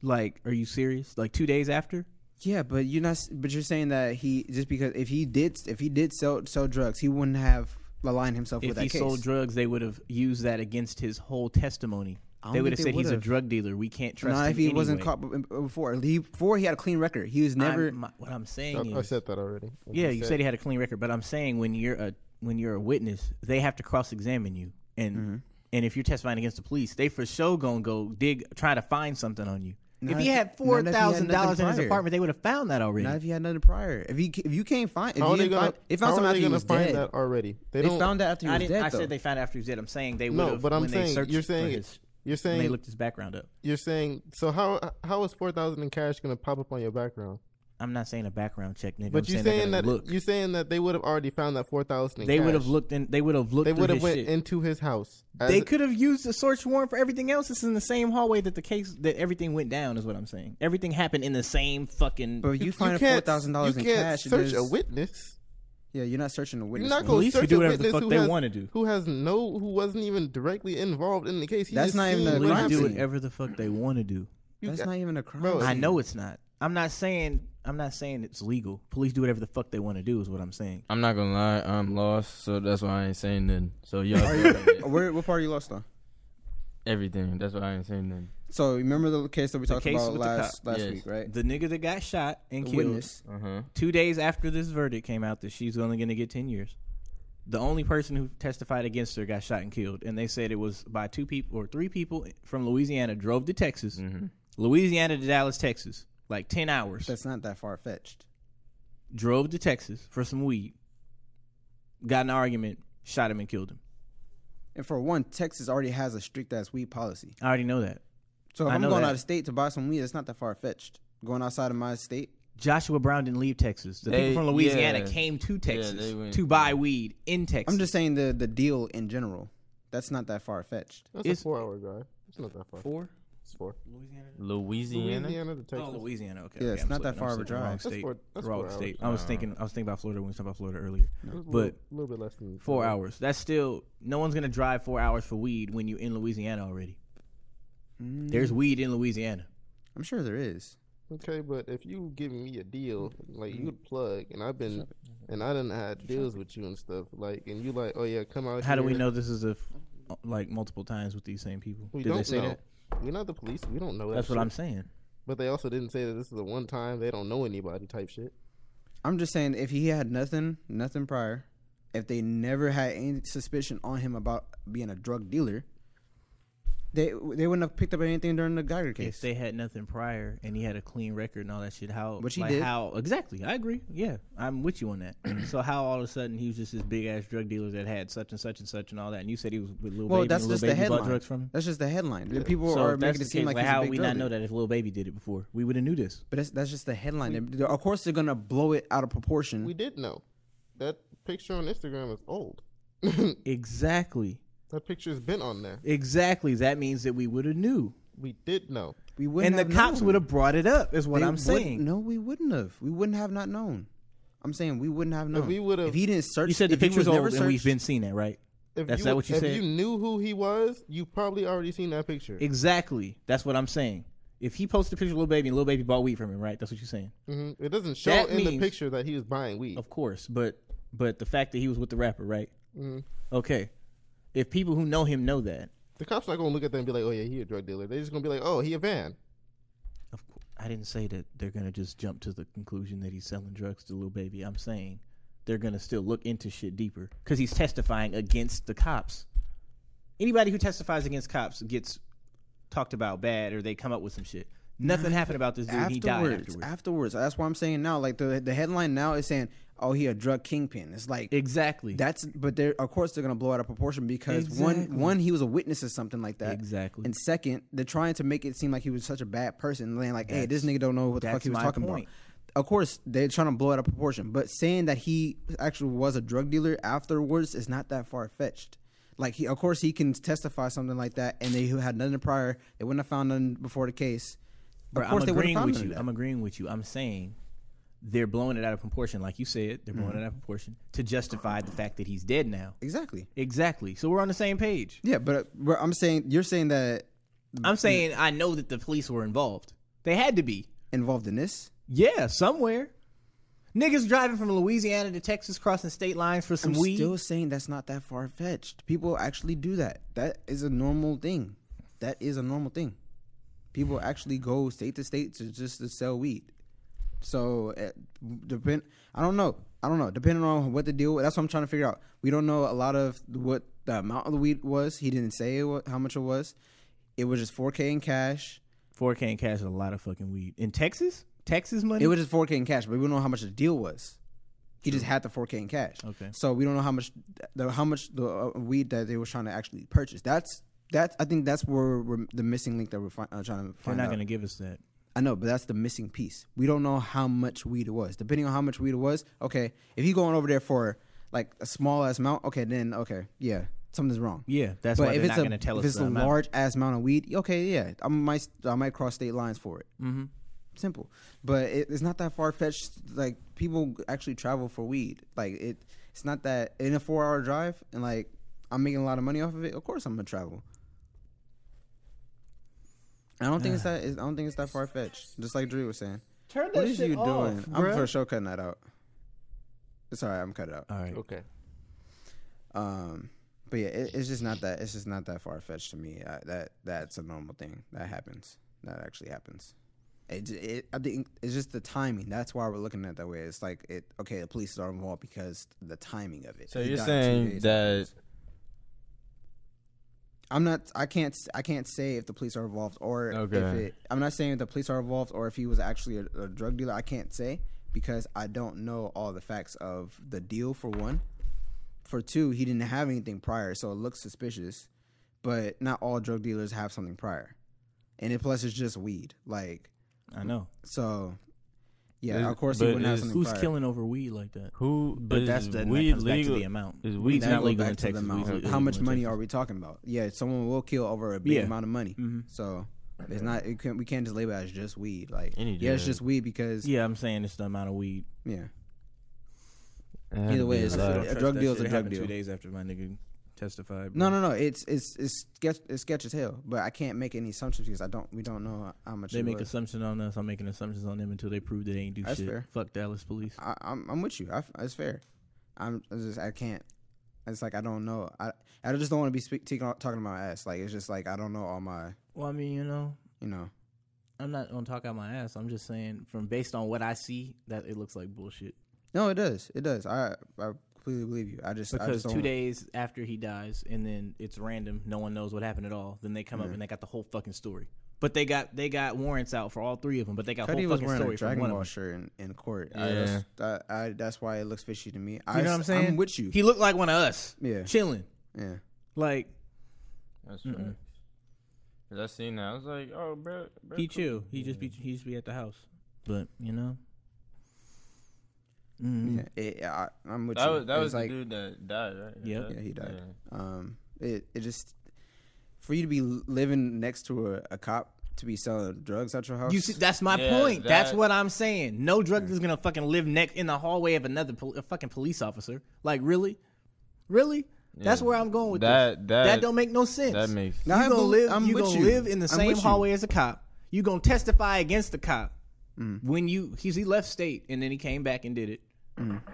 C: Like, are you serious? Like two days after?
D: Yeah, but you're not. s- But you're saying that he just because if he did if he did sell sell drugs, he wouldn't have aligned himself
C: If
D: with that
C: he
D: case.
C: sold drugs, they would have used that against his whole testimony.
D: I don't
C: They would
D: think
C: have
D: they
C: said he's a
D: would've.
C: drug dealer. We can't trust
D: Not
C: him.
D: if he wasn't
C: anyway."
D: caught b- b- before. He, before he had a clean record. He was
C: I'm-
D: never.
C: my- what I'm
E: I,
C: saying
E: I
C: is,
E: said that already. I
C: yeah,
E: just
C: you said he had a clean record, but I'm saying when you're a when you're a witness, they have to cross examine you, and and if you're testifying against the police, they for sure gonna go dig try to find something on you. if
D: Not
C: he
D: if-
C: had
D: not if he
C: four
D: had
C: thousand dollars
D: nothing
C: in his
D: prior.
C: apartment, they would have found that already.
D: Not if you had nothing prior. If you if you can't find if
E: How
D: you
E: are they
D: didn't
E: gonna?
D: find, they found
E: how are
D: something
E: they
D: after he
E: gonna
D: was
E: find
D: dead.
E: that already? They
D: they
E: don't.
D: found out after he
C: I
D: was
C: didn't.
D: dead.
C: I
D: though.
C: said they found after he was dead. I'm saying they would
E: No,
C: have.
E: but I'm
C: when they
E: saying-
C: searched
E: you're
C: for
E: saying-
C: his-
E: You're
C: when they
E: saying.
C: looked his background up.
E: You're saying. So how how is four thousand in cash gonna pop up on your background?
C: I'm not saying a background check, nigga.
E: But
C: I'm
E: you
C: they
E: saying
C: gotta
E: that
C: look.
E: you saying that they would have already found that four thousand.
C: they would have looked in. They would have looked.
E: They would
C: would
E: have went
C: shit.
E: into his house. As-
C: They could have used a search warrant for everything else. It's in the same hallway that the case that everything went down. Is what I'm saying. Everything happened in the same fucking.
D: But you, find four
E: can't-
D: thousand dollars
E: you
D: in
E: can't
D: cash.
E: Search
D: there's-
E: a witness.
D: Yeah, you're not searching a
E: You're
D: witness.
E: not
D: one.
E: going to
C: police
E: search
C: can do
E: a
C: whatever the
E: witness
C: fuck
E: who
C: they
E: has-
C: wanna do.
E: Who has no, who wasn't even directly involved in the case. He
D: That's
E: just
D: not even
E: seen
D: a
E: what
C: Police
D: crime
E: happened.
C: do
D: scene.
C: whatever the fuck they want to do.
E: You
D: That's
E: got-
D: not even a crime.
E: Bro,
C: I know it's not. I'm not saying. I'm not saying it's legal. Police do whatever the fuck they want to do. Is what I'm saying.
F: I'm not gonna lie, I'm lost, so that's why I ain't saying nothing. So y'all
D: Are
F: do
D: you, where, what part are you lost on?
F: everything. That's why I ain't saying nothing.
D: So remember the case that we talked
C: case
D: about
C: with the
D: last
C: cop.
D: last
F: Yes.
D: week, right?
C: The nigga that got shot and
D: The
C: killed.
D: witness.
F: Uh huh.
C: two days after this verdict came out that she's only going to get 10 years the only person who testified against her got shot and killed and they said it was by two people or three people from louisiana drove to texas
F: Mm-hmm.
C: louisiana to dallas texas like 10 hours
D: That's not that far fetched.
C: drove to texas for some weed got in an argument shot him and killed him
D: And for one, Texas already has a strict ass weed policy.
C: i already know that
D: So if
C: I
D: I'm
C: know
D: going
C: that.
D: out of state to buy some weed, it's not that far fetched. Going outside of my state,
C: joshua brown didn't leave texas the
F: They-
C: people from louisiana
F: yeah.
C: came to texas
F: they went-
C: to buy weed in texas
D: I'm just saying the the deal in general. That's not that far fetched.
E: That's a
C: It's-
E: four-hour drive. It's not that far.
C: four
E: It's four.
C: louisiana
F: Louisiana?
E: Louisiana to Texas.
C: Oh, Louisiana. Okay.
D: Yeah,
C: okay,
D: it's
C: I'm
D: not
C: slipping,
D: that
C: I'm
D: far of a
C: slipping. Wrong
D: drive.
C: state.
E: four- that's
C: wrong
E: four hours.
C: state. I was thinking. I was thinking about Florida when we talking about Florida earlier. But
E: a little bit less than
C: four hours. That's still no one's gonna drive four hours for weed when you in Louisiana already. There's weed in Louisiana.
D: Mm-hmm. I'm sure there is.
E: Okay, but if you give me a deal, like
C: Mm.
E: you plug, and I've been, and I done had deals with you and stuff, like, and you like, oh yeah, come out.
C: How do we
E: here."
C: know this is a f- like multiple times with these same people?
E: We
C: Did
E: don't
C: they say
E: know.
C: that?
E: We're not the police. We don't know.
C: That's
E: that
C: what I'm
E: shit.
C: saying.
E: But they also didn't say that this is the one time they don't know anybody type shit.
D: I'm just saying if he had nothing, nothing prior, if they never had any suspicion on him about being a drug dealer, they they wouldn't have picked up anything during the Geiger
C: If
D: case.
C: they had nothing prior and he had a clean record and all that shit, how?
D: Which he
C: like,
D: did.
C: How exactly? I agree. Yeah, I'm with you on that. so how all of a sudden he was just this big ass drug dealer that had such and such and such and all that, and you said he was with little
D: well,
C: baby.
D: that's
C: and Lil
D: just the
C: Baby bought
D: headline.
C: drugs from him.
D: That's just the headline. The people
C: So
D: are
C: if that's
D: making
C: the
D: it seem
C: case,
D: like,
C: like
D: he's a
C: how
D: big
C: we
D: drug
C: not know
D: dealer.
C: that if Lil Baby did it before? We would have knew this.
D: But that's, that's just the headline. They- of course, they're gonna blow it out of
C: Mm.
D: proportion.
E: We did know. That picture on Instagram is old. that
C: Exactly.
E: picture's been on there.
C: Exactly. That means that we would have knew.
E: We did know.
D: We wouldn't
C: and the
D: have
C: cops
D: known.
C: would have brought it up, is what
D: They
C: I'm
D: would-
C: saying.
D: No, we wouldn't have. We wouldn't have not known. I'm saying we wouldn't have known.
E: we would've-
D: If he didn't search,
C: You said the
D: if he was
C: picture's old
D: never
C: and we've
D: searched-
C: been seeing that, right?
E: If
C: That's
E: you,
C: not what you
E: if
C: said?
E: you knew who he was, you probably already seen that picture.
C: Exactly. That's what I'm saying. If he posted a picture of Lil Baby and Lil Baby bought weed from him, right? That's what you're saying.
E: Mhm. It doesn't show
C: That
E: in the
C: means-
E: picture that he was buying weed.
C: Of course. But but the fact that he was with the rapper, right?
E: Mm-hmm.
C: Okay. If people who know him know that,
E: The cops not gonna look at them and be like, "Oh yeah, he a drug dealer." They're just gonna be like, "Oh, he a van."
C: Of course, I didn't say that they're gonna just jump to the conclusion that he's selling drugs to Lil Baby. I'm saying they're gonna still look into shit deeper because he's testifying against the cops. Anybody who testifies against cops gets talked about bad, or they come up with some shit. Nothing happened about this dude. he died
D: afterwards.
C: afterwards.
D: Afterwards, that's what I'm saying now. Like the the headline now is saying, "Oh, he a drug kingpin." It's like
C: exactly.
D: that's, but they're of course they're gonna blow out of proportion because one
C: Exactly.
D: one he was a witness to something like that.
C: Exactly.
D: And second, they're trying to make it seem like he was such a bad person. They're like, "Hey, this nigga don't know what the fuck
C: that's
D: he was
C: my
D: talking
C: point.
D: about." Of course, they're trying to blow it out of proportion, but saying that he actually was a drug dealer afterwards is not that far fetched. Like he, of course, he can testify something like that, and they had nothing prior. They wouldn't have found nothing before the case.
C: Bro,
D: of course,
C: I'm
D: they wouldn't
C: agreeing
D: have found
C: with
D: none of
C: you.
D: that.
C: I'm agreeing with you. I'm saying they're blowing it out of proportion, like you said. They're
D: Mm-hmm.
C: blowing it out of proportion to justify the fact that he's dead now.
D: Exactly.
C: Exactly. So we're on the same page.
D: Yeah, but uh, but I'm saying you're saying that
C: I'm saying I know that the police were involved. They had to be.
D: involved in this.
C: Yeah, somewhere. Niggas driving from Louisiana to Texas crossing state lines for
D: I'm
C: some weed.
D: still saying that's not that far fetched. People actually do that. That is a normal thing. That is a normal thing. People actually go state to state to just to sell weed. So uh, depend. I don't know. I don't know. Depending on what the deal. That's what I'm trying to figure out. We don't know a lot of what the amount of the weed was. He didn't say it, wa- how much it was. It was just 4K in cash.
C: 4K and cash is a lot of fucking weed. In Texas? Texas money?
D: It was just 4K in cash, but we don't know how much the deal was. He just had the 4K in cash.
C: Okay.
D: So we don't know how much the how much the uh, weed that they were trying to actually purchase. That's that I think that's where we're, the missing link that we're fi- uh, trying to
C: They're
D: find
C: not
D: out.
C: going to give us that.
D: I know, but that's the missing piece. We don't know how much weed it was. Depending on how much weed it was, okay. If you going over there for like a small ass amount, okay, then okay, yeah, something's wrong.
C: Yeah, that's why they're not
D: a,
C: gonna tell
D: if
C: us
D: it's
C: the
D: a
C: amount.
D: large ass amount of weed, okay, yeah, I might I might cross state lines for it. Mm-hmm. Simple, but it, it's not that far fetched. Like people actually travel for weed. Like it, it's not that in a four hour drive, and like I'm making a lot of money off of it. Of course, I'm gonna travel. I don't think it's that. It's, I don't think it's that far fetched. Just like Drew was saying.
H: Turn that
D: What is
H: shit
D: you
H: off,
D: doing? I'm
H: bruh.
D: for sure cutting that out. It's alright. I'm cutting it out.
C: All right.
E: Okay.
D: Um, but yeah, it, it's just not that. It's just not that far fetched to me. I, that that's a normal thing that happens. That actually happens. It, j- it, I think it's just the timing. That's why we're looking at it that way. It's like it. Okay, the police are involved because the timing of it.
F: So
D: He
F: you're
D: died two
F: saying
D: days
F: that
D: I'm not. I can't. I can't say if the police are involved or if
F: Okay.
D: it. I'm not saying if the police are involved or if he was actually a, a drug dealer. I can't say because I don't know all the facts of the deal. For one, for two, he didn't have anything prior, so it looks suspicious. But not all drug dealers have something prior, and it, plus it's just weed. Like
C: I know.
D: so, yeah.
F: Is-
D: of course, he
F: but
D: wouldn't have
F: is-
D: something
C: Who's
D: prior.
C: killing over weed like that?
F: who?
C: But
F: is
C: that's the
F: weed
C: weed that comes back to
F: legal?
C: the amount.
F: Is weed
D: That
F: not
D: go
F: legal
D: back
F: in
D: to the
F: Texas?
D: amount.
F: Weed's illegal
D: How much
F: in
D: money
F: Texas.
D: are we talking about? Yeah, someone will kill over a big
C: Yeah. Mm-hmm.
D: amount of money. So it's not. It can, we can't just label it as just weed. Like
F: Any
D: yeah, it's
F: drug.
D: just weed because yeah.
C: Yeah, I'm saying it's the amount of weed.
F: It had to
D: Either way,
F: be
D: it's
C: I
F: a lot.
C: still
D: a
C: don't trust
D: drug
C: that
D: deal's a
C: shit. It
D: drug
C: happened
D: deal.
C: Two days after my nigga testified.
D: No,
C: bro.
D: no, no. It's it's it's sketch it's sketch as hell. But I can't make any assumptions because I don't. We don't know how much
C: They
D: it
C: make
D: was.
C: assumptions on us. I'm making assumptions on them until they prove they ain't do
D: That's
C: shit.
D: fair.
C: Fuck Dallas police.
D: I, I'm I'm with you. I, it's fair. I'm I just I can't. It's like I don't know. I I just don't want to be speak, taking, talking about my ass. Like it's just like I don't know all my
C: Well, I mean, you know,
D: you know.
C: I'm not gonna talk out my ass. I'm just saying from based on what I see that it looks like bullshit.
D: No, it does. It does. I I completely believe you. I just I
C: Because
D: just don't
C: two
D: wanna-
C: days after he dies, and then it's random. No one knows what happened at all. Then they come up and they got the whole fucking story. But they got they got warrants out for all three of them. But they got
D: Cuddy
C: whole
D: was
C: fucking
D: wearing
C: story
D: a
C: from
D: Dragon
C: one
D: Ball
C: of them.
D: shirt in, in court. I,
F: Yeah.
D: that's, that- I, that's why it looks fishy to me. I,
C: You know what I'm saying?
D: am with you.
C: He looked like one of us.
D: Yeah.
C: chilling.
D: yeah.
C: Like
F: That's right. 'Cause I seen that. I was like, oh, bro. bro
C: he
F: cool.
C: chill. He just be he just be at the house. But you know, Mm-hmm.
D: yeah. It, I, I'm with
F: That
D: you.
F: was that
D: It
F: was the
D: like,
F: dude that died, right?
C: Yep.
D: yeah, he died. Um, it, it just, for you to be living next to a, a cop to be selling drugs at your house.
C: you see, that's my
F: Yeah,
C: point. that's
F: that-
C: what I'm saying. No drug is gonna fucking live next in the hallway of another pol- a fucking police officer. Like really, really. That's where I'm going with
F: That-
C: this.
F: that-
C: don't make no sense.
F: That makes.
D: Nah, I
C: you gonna
D: bel-
C: live.
D: I'm
C: you
D: with
C: gonna
D: you.
C: live in the
D: I'm
C: same
D: with you.
C: hallway as a cop. You gonna testify against the cop
D: Mm.
C: when you he's he left state and then he came back and did it.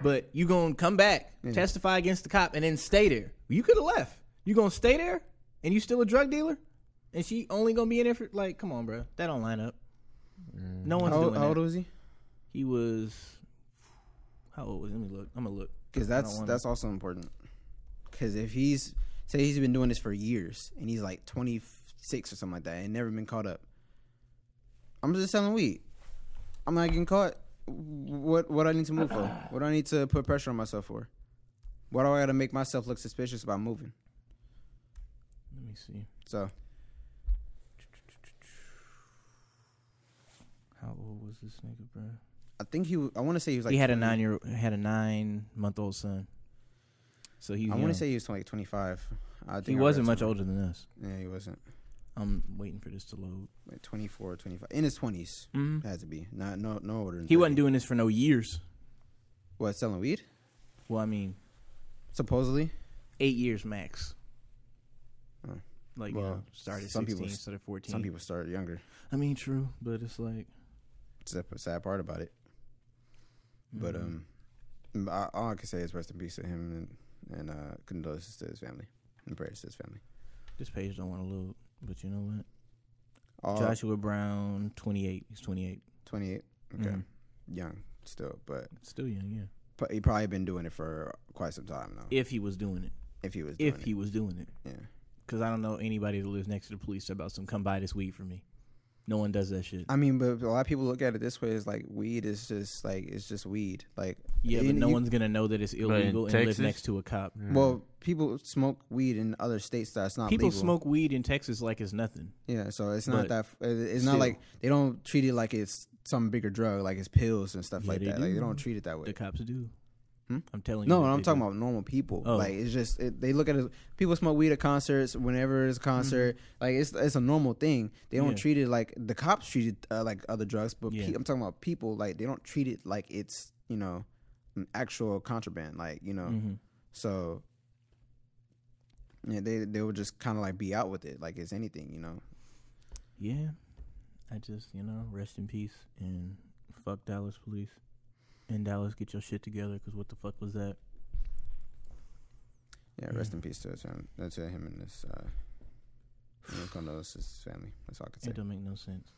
C: But you gonna come back, testify against the cop, and then stay there. You could have left. You gonna stay there, and you still a drug dealer, and she only gonna be in there for like, come on, bro, that don't line up. No one's
D: How,
C: doing
D: how old
C: that.
D: was he?
C: He was how old was? Let me look. I'm gonna look.
D: Because that's that's also important. Because if he's say he's been doing this for years and he's like 26 or something like that and never been caught up, I'm just selling weed. I'm not getting caught. What what I need to move for? What I need to put pressure on myself for? Why do I gotta make myself look suspicious about moving?
C: Let me see.
D: So
C: How old was this nigga, bro?
D: I think he. w- I want to say he was like
C: he had a
D: 20
C: nine year had a nine month old son. So he's
D: I
C: young.
D: want to say he was like 25. I think
C: he
D: I
C: wasn't
D: read
C: much
D: something.
C: older than us.
D: Yeah, he wasn't.
C: I'm waiting for this to load. Mm-hmm.
D: Like 24, 25, in his 20s. Has to be not no no older. Than
C: He wasn't
D: 30.
C: doing this for no years.
D: what selling weed
C: Well, I mean,
D: supposedly.
C: eight years max. Like you
D: Well,
C: know, started
D: some people
C: sixteen,
D: s-
C: started fourteen.
D: Some people start younger.
C: I mean, true, but it's like
D: It's the sad part about it. But
C: mm, Mm-hmm.
D: um, m- I- all I can say is rest in peace to him and and uh, condolences to his family and prayers to his family.
C: this page don't want to load. But you know what?
D: All
C: Joshua Brown, twenty eight. He's twenty eight.
D: 28. Okay, young still, but
C: Still young, yeah.
D: but he probably been doing it for quite some time now.
C: If he was doing it,
D: If he was, doing
C: if he
D: it.
C: was doing it,
D: yeah.
C: because I don't know anybody that lives next to the police about some come buy this weed for me. No one does that shit.
D: I mean, but a lot of people look at it this way: is like weed is just like it's just weed. Like
C: yeah,
D: you-
C: but no
D: you-
C: one's gonna know that it's illegal and live
F: Texas?
C: next to a cop.
D: Well, people smoke weed in other states that's not
C: People
D: legal.
C: smoke weed in Texas like it's nothing.
D: Yeah, so it's not
C: But
D: that. It's not
C: still.
D: like they don't treat it like it's some bigger drug, like it's pills and stuff
C: Yeah,
D: like
C: they
D: that. Like they
C: do.
D: don't treat it that way. Hmm?
C: The cops do. I'm telling you.
D: No,
C: that
D: I'm
C: they
D: talking
C: do.
D: about normal people.
C: Oh.
D: Like it's just it, they look at it. People smoke weed at concerts whenever it's a concert. Like it's it's a normal thing. They don't
C: Mm-hmm. Yeah.
D: treat it like the cops treat it uh, like other drugs, but
C: Yeah.
D: pe- I'm talking about people. Like they don't treat it like it's you know an actual contraband. Like you know,
C: Mm-hmm.
D: so yeah, they they would just kind of like be out with it, like it's anything. You know,
C: Yeah, I just you know rest in peace and fuck Dallas police. And Dallas, get your shit together, cause what the fuck was that?
D: yeah.
C: Mm.
D: Rest in peace to his fam- uh, to him and his uh, you know, condolences to his family. That's all I can say.
C: It don't make no sense.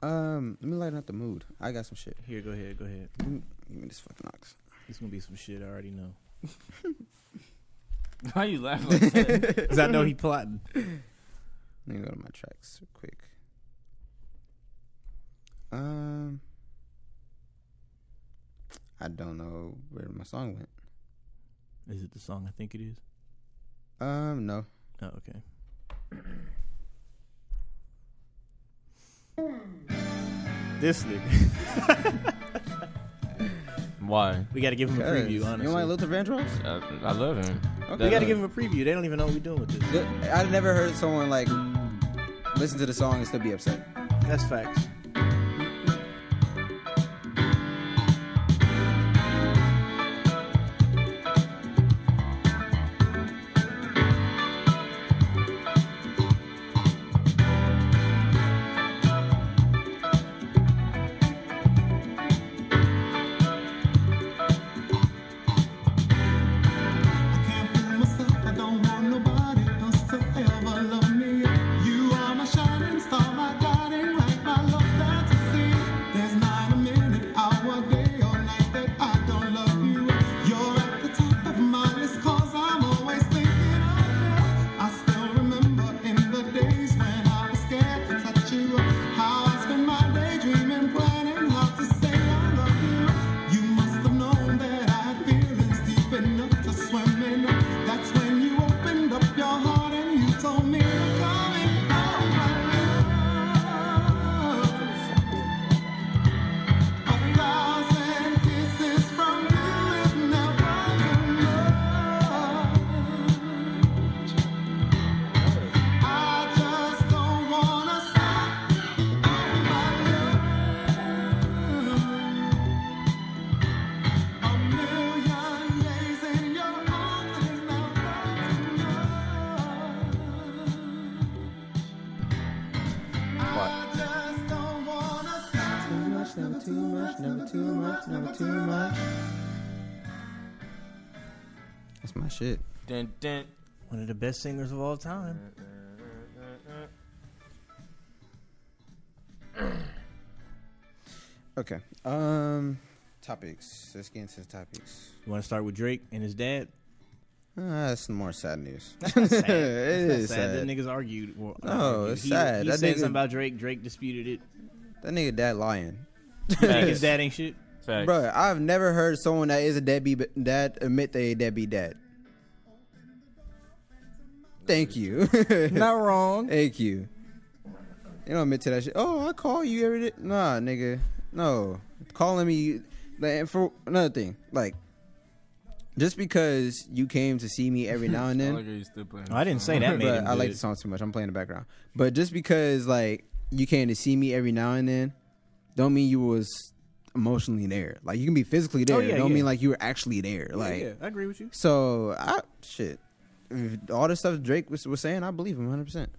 D: Um, let me lighten up the mood. I got some shit.
C: Here, go ahead, go ahead.
D: Give me, give me this fucking ox.
C: It's gonna be some shit I already know.
F: Why you laughing like that?
C: Cause I know he plotting.
D: Let me go to my tracks real quick. Um, I don't know where my song went.
C: Is it the song I think it is?
D: Um, no.
C: Oh, okay. this nigga.
F: Why?
C: We gotta give him a preview,
D: Cuz,
C: honestly.
D: You know, like Luther Vandross.
F: I, I love him.
D: Okay.
C: we gotta give him a preview. They don't even know what we're doing with this.
D: Good- I've never heard someone like listen to the song and still be upset.
C: That's facts.
B: That's when you opened up your heart and you told me you're coming home, my love. A thousand kisses from you is never much. I just don't wanna stop, oh my love. A million days in your arms is never too much. Too much, never too much, never too much, never too much.
D: That's my shit.
F: Dun, dun.
C: One of the best singers of all time.
D: Okay. Um, topics. Let's get into the topics.
C: You wanna start with Drake and his dad?
D: Uh, that's more sad news.
C: Sad.
D: It
C: That's
D: is
C: not sad.
D: sad.
C: Them niggas argued. Well, not
D: No,
C: argued.
D: it's
C: he,
D: sad.
C: He
D: That
C: said
D: nigga-
C: something about Drake. Drake disputed it.
D: that nigga dad lying.
C: Niggas, that ain't shit.
F: Facts.
D: Bro, I've never heard someone that is a deadbeat b- dad admit they a deadbeat dad. Thank you.
C: Not wrong.
D: Thank you. You don't admit to that shit. Oh, I call you every day. Nah, nigga. No. Calling me. like, and for another thing, like, just because you came to see me every now and
F: I
D: then,
F: like how you still playing.
C: I didn't say that. Made
D: but
C: him
D: I like
C: good.
D: the song too much. I'm playing in the background. But just because like you came to see me every now and then, don't mean you was emotionally there. Like you can be physically there.
C: Oh, yeah,
D: don't
C: yeah.
D: mean like you were actually there.
C: Yeah,
D: like
C: yeah, I agree with you.
D: so, I shit. If all the stuff Drake was, was saying, I believe him 100. percent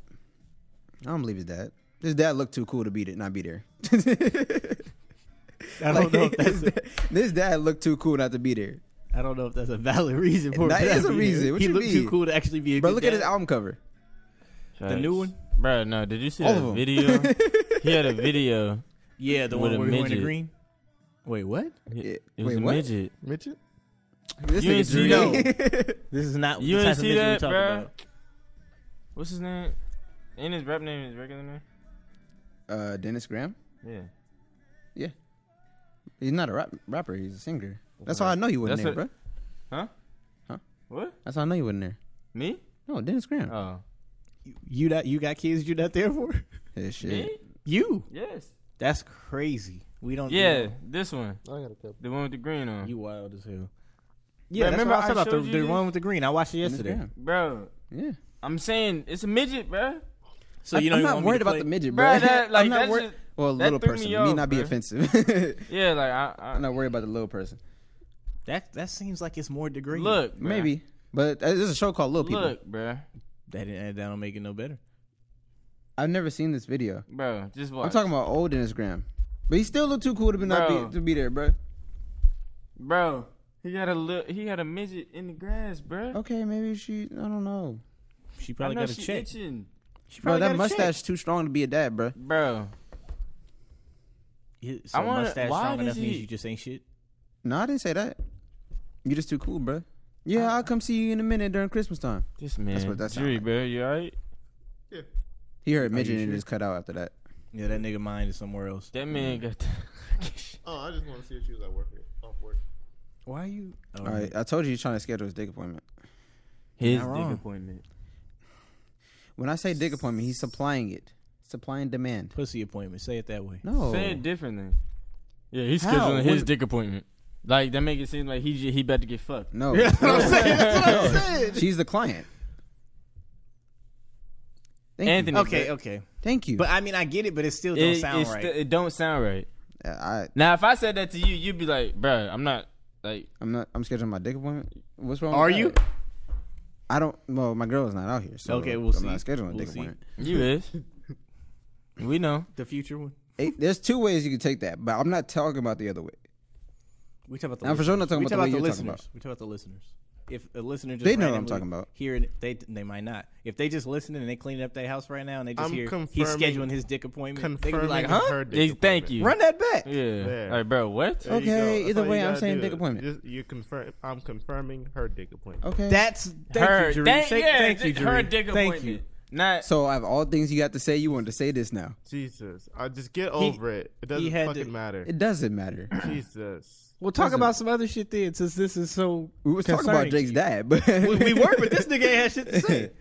D: I don't believe his dad. His dad looked too cool to be there, not be there.
C: I
D: Like,
C: don't know. If that's
D: his,
C: a,
D: dad, his dad looked too cool not to be there.
C: I don't know if that's a valid reason for.
D: That
C: it, but
D: is
C: I
D: a
C: mean,
D: reason. What
C: he
D: you
C: looked
D: mean?
C: too cool to actually be a.
D: But
C: good
D: look at
C: dad.
D: his album cover.
C: The new one?
F: Bro, no. Did you see
D: All
F: that
D: of 'em.
F: video? he had a video.
C: Yeah, the
F: with
C: one
F: a
C: where he wearing the
F: midget.
C: green. Wait, what?
D: Yeah.
F: It was
D: Wait,
F: a
D: what?
F: midget.
I: Midget?
D: This
F: You
D: nigga
F: ain't see
D: Drake.
C: This is not
F: You
C: the type of
F: didn't see
C: midget we
F: that,
C: talk
F: bro?
C: about.
F: What's his name? Ain't his rap name his regular name?
D: uh, Dennis Graham?
F: Yeah.
D: Yeah. He's not a rap- rapper. He's a singer. That's how I know you wasn't
F: That's
D: there,
F: what-
D: bro.
F: Huh?
D: Huh?
F: What?
D: That's how I know you wasn't there.
F: Me?
D: No, Dennis Graham.
F: Oh.
C: You that you got kids you not there for?
D: His shit.
F: Me?
C: You.
F: Yes.
C: That's crazy. We don't.
F: Yeah,
C: know.
F: this one.
E: I got a couple.
F: The one with the green on.
C: You wild as hell. Yeah,
F: Bruh,
C: remember I said about the,
F: showed you
C: the
F: this?
C: one with the green. I watched it
D: Dennis
C: yesterday.
D: Graham.
F: Bro,
D: Yeah.
F: I'm saying it's a midget, bro.
C: So
D: I-
C: you know
D: I'm
C: you
D: not
C: want me
D: worried
C: to
D: about
C: play-
D: the midget, bro.
F: Bruh, that- like,
D: I'm not
F: that
D: worried.
F: shit-
D: Well,
F: that
D: little
F: threw me
D: person.
F: off,
D: not be
F: bruh.
D: offensive.
F: Yeah, like I, I
D: I'm not worried about the little person.
C: That that seems like it's more degrading.
F: look, bruh.
D: Maybe, but uh, there's a show called Little People.
F: look, bro,
C: that didn't, that don't make it no better.
D: I've never seen this video.
F: bro, just watch.
D: I'm talking about old Dennis Graham, but he still looked too cool to be not
F: Bro.
D: be, to be there, bro.
F: bro. He got a little, he got a midget in the grass, bro.
D: Okay, maybe she. I don't know,
C: She
F: I
C: probably
F: know
C: got a
F: she
C: check.
F: itching,
C: She
D: bro.
C: probably
D: That
C: got a check.
D: mustache too strong to be a dad, bro.
F: bro.
C: Yeah, So
F: I wanna-
C: mustache
F: why
C: strong
F: does
C: enough means
F: he-
C: you just ain't shit.
D: No, I didn't say that. You just too cool, bro. Yeah, I'll come see you in a minute during Christmas time.
F: Ah. This man,
D: what that sound
F: Jury,
D: like.
F: bro. You alright?
D: He heard midget and just cut out after that.
C: Yeah, that nigga mind is somewhere else.
F: That man got. The
I: Oh, I just want to see if she was at work here. Off work.
C: Why are you? Oh,
D: All right, I told you he's trying to schedule his dick appointment.
F: His
C: not
F: dick
C: wrong.
F: appointment.
D: When I say dick appointment, he's supplying it, supply and demand.
C: Pussy appointment. Say it that way.
D: No,
F: Say it differently. Yeah, he's
D: Oh. How?
F: scheduling his
D: What-
F: dick appointment. Like that make it seem like he j- he about to get fucked.
D: no. She's the client. Thank
F: Anthony,
C: Okay,
F: bro.
C: okay.
D: You. Thank you.
C: But I mean, I get it, but it still don't
F: it,
C: sound
F: it's
C: right.
F: the- it don't sound right.
D: Uh, I,
F: Now, if I said that to you, you'd be like, bro, I'm not like.
D: I'm not. I'm scheduling my dick appointment. What's wrong?
C: Are
D: with
C: you?
D: That? I don't. Well, my girl is not out here, so
C: Okay, we'll
D: I'm
C: see.
D: not scheduling a
C: We'll
D: dick
C: see.
D: appointment.
F: You is. We know.
C: The future one.
D: Hey, there's two ways you can take that, but I'm not talking about the other way.
C: We talk about the.
D: I'm for sure not talking
C: we
D: about the
C: talk
D: way
C: about
D: you're
C: the
D: talking
C: listeners.
D: about.
C: We talk about the listeners. If a listener just
D: They know what I'm
C: randomly
D: talking about.
C: Hear it, they they might not. If they just listening and they cleaning up their house right now and they just
I: I'm
C: hear he's
I: confirming-
C: scheduling his dick appointment, they
I: Confirming
C: could be like, huh?
I: her
F: They-
I: dick
F: thank
I: appointment.
F: you.
C: Run that back.
F: Yeah.
I: There.
F: Like, bro, what?
I: There you go.
D: Okay,
I: That's
D: either
I: all you
D: way, I'm
I: gotta
D: saying
I: do.
D: dick appointment.
I: Just- you confirm. I'm confirming her dick appointment.
D: Okay.
C: That's thank
F: her,
C: you, Jareen.
F: thank,
C: Say-
F: yeah,
C: thank you,
F: th- her
C: Jareen.
F: dick
C: Thank you.
F: appointment. Not
D: so I have all things you got to say. You wanted to say this now.
I: Jesus, I just get over it. It doesn't
C: had
I: fucking
C: to-
I: matter.
D: It doesn't matter.
I: Jesus.
C: We'll talk about some other shit then, since this is so.
D: We was talking about
C: concerning
D: Drake's
C: to
D: dad, but
C: you. We, we were, but this nigga ain't had shit to say.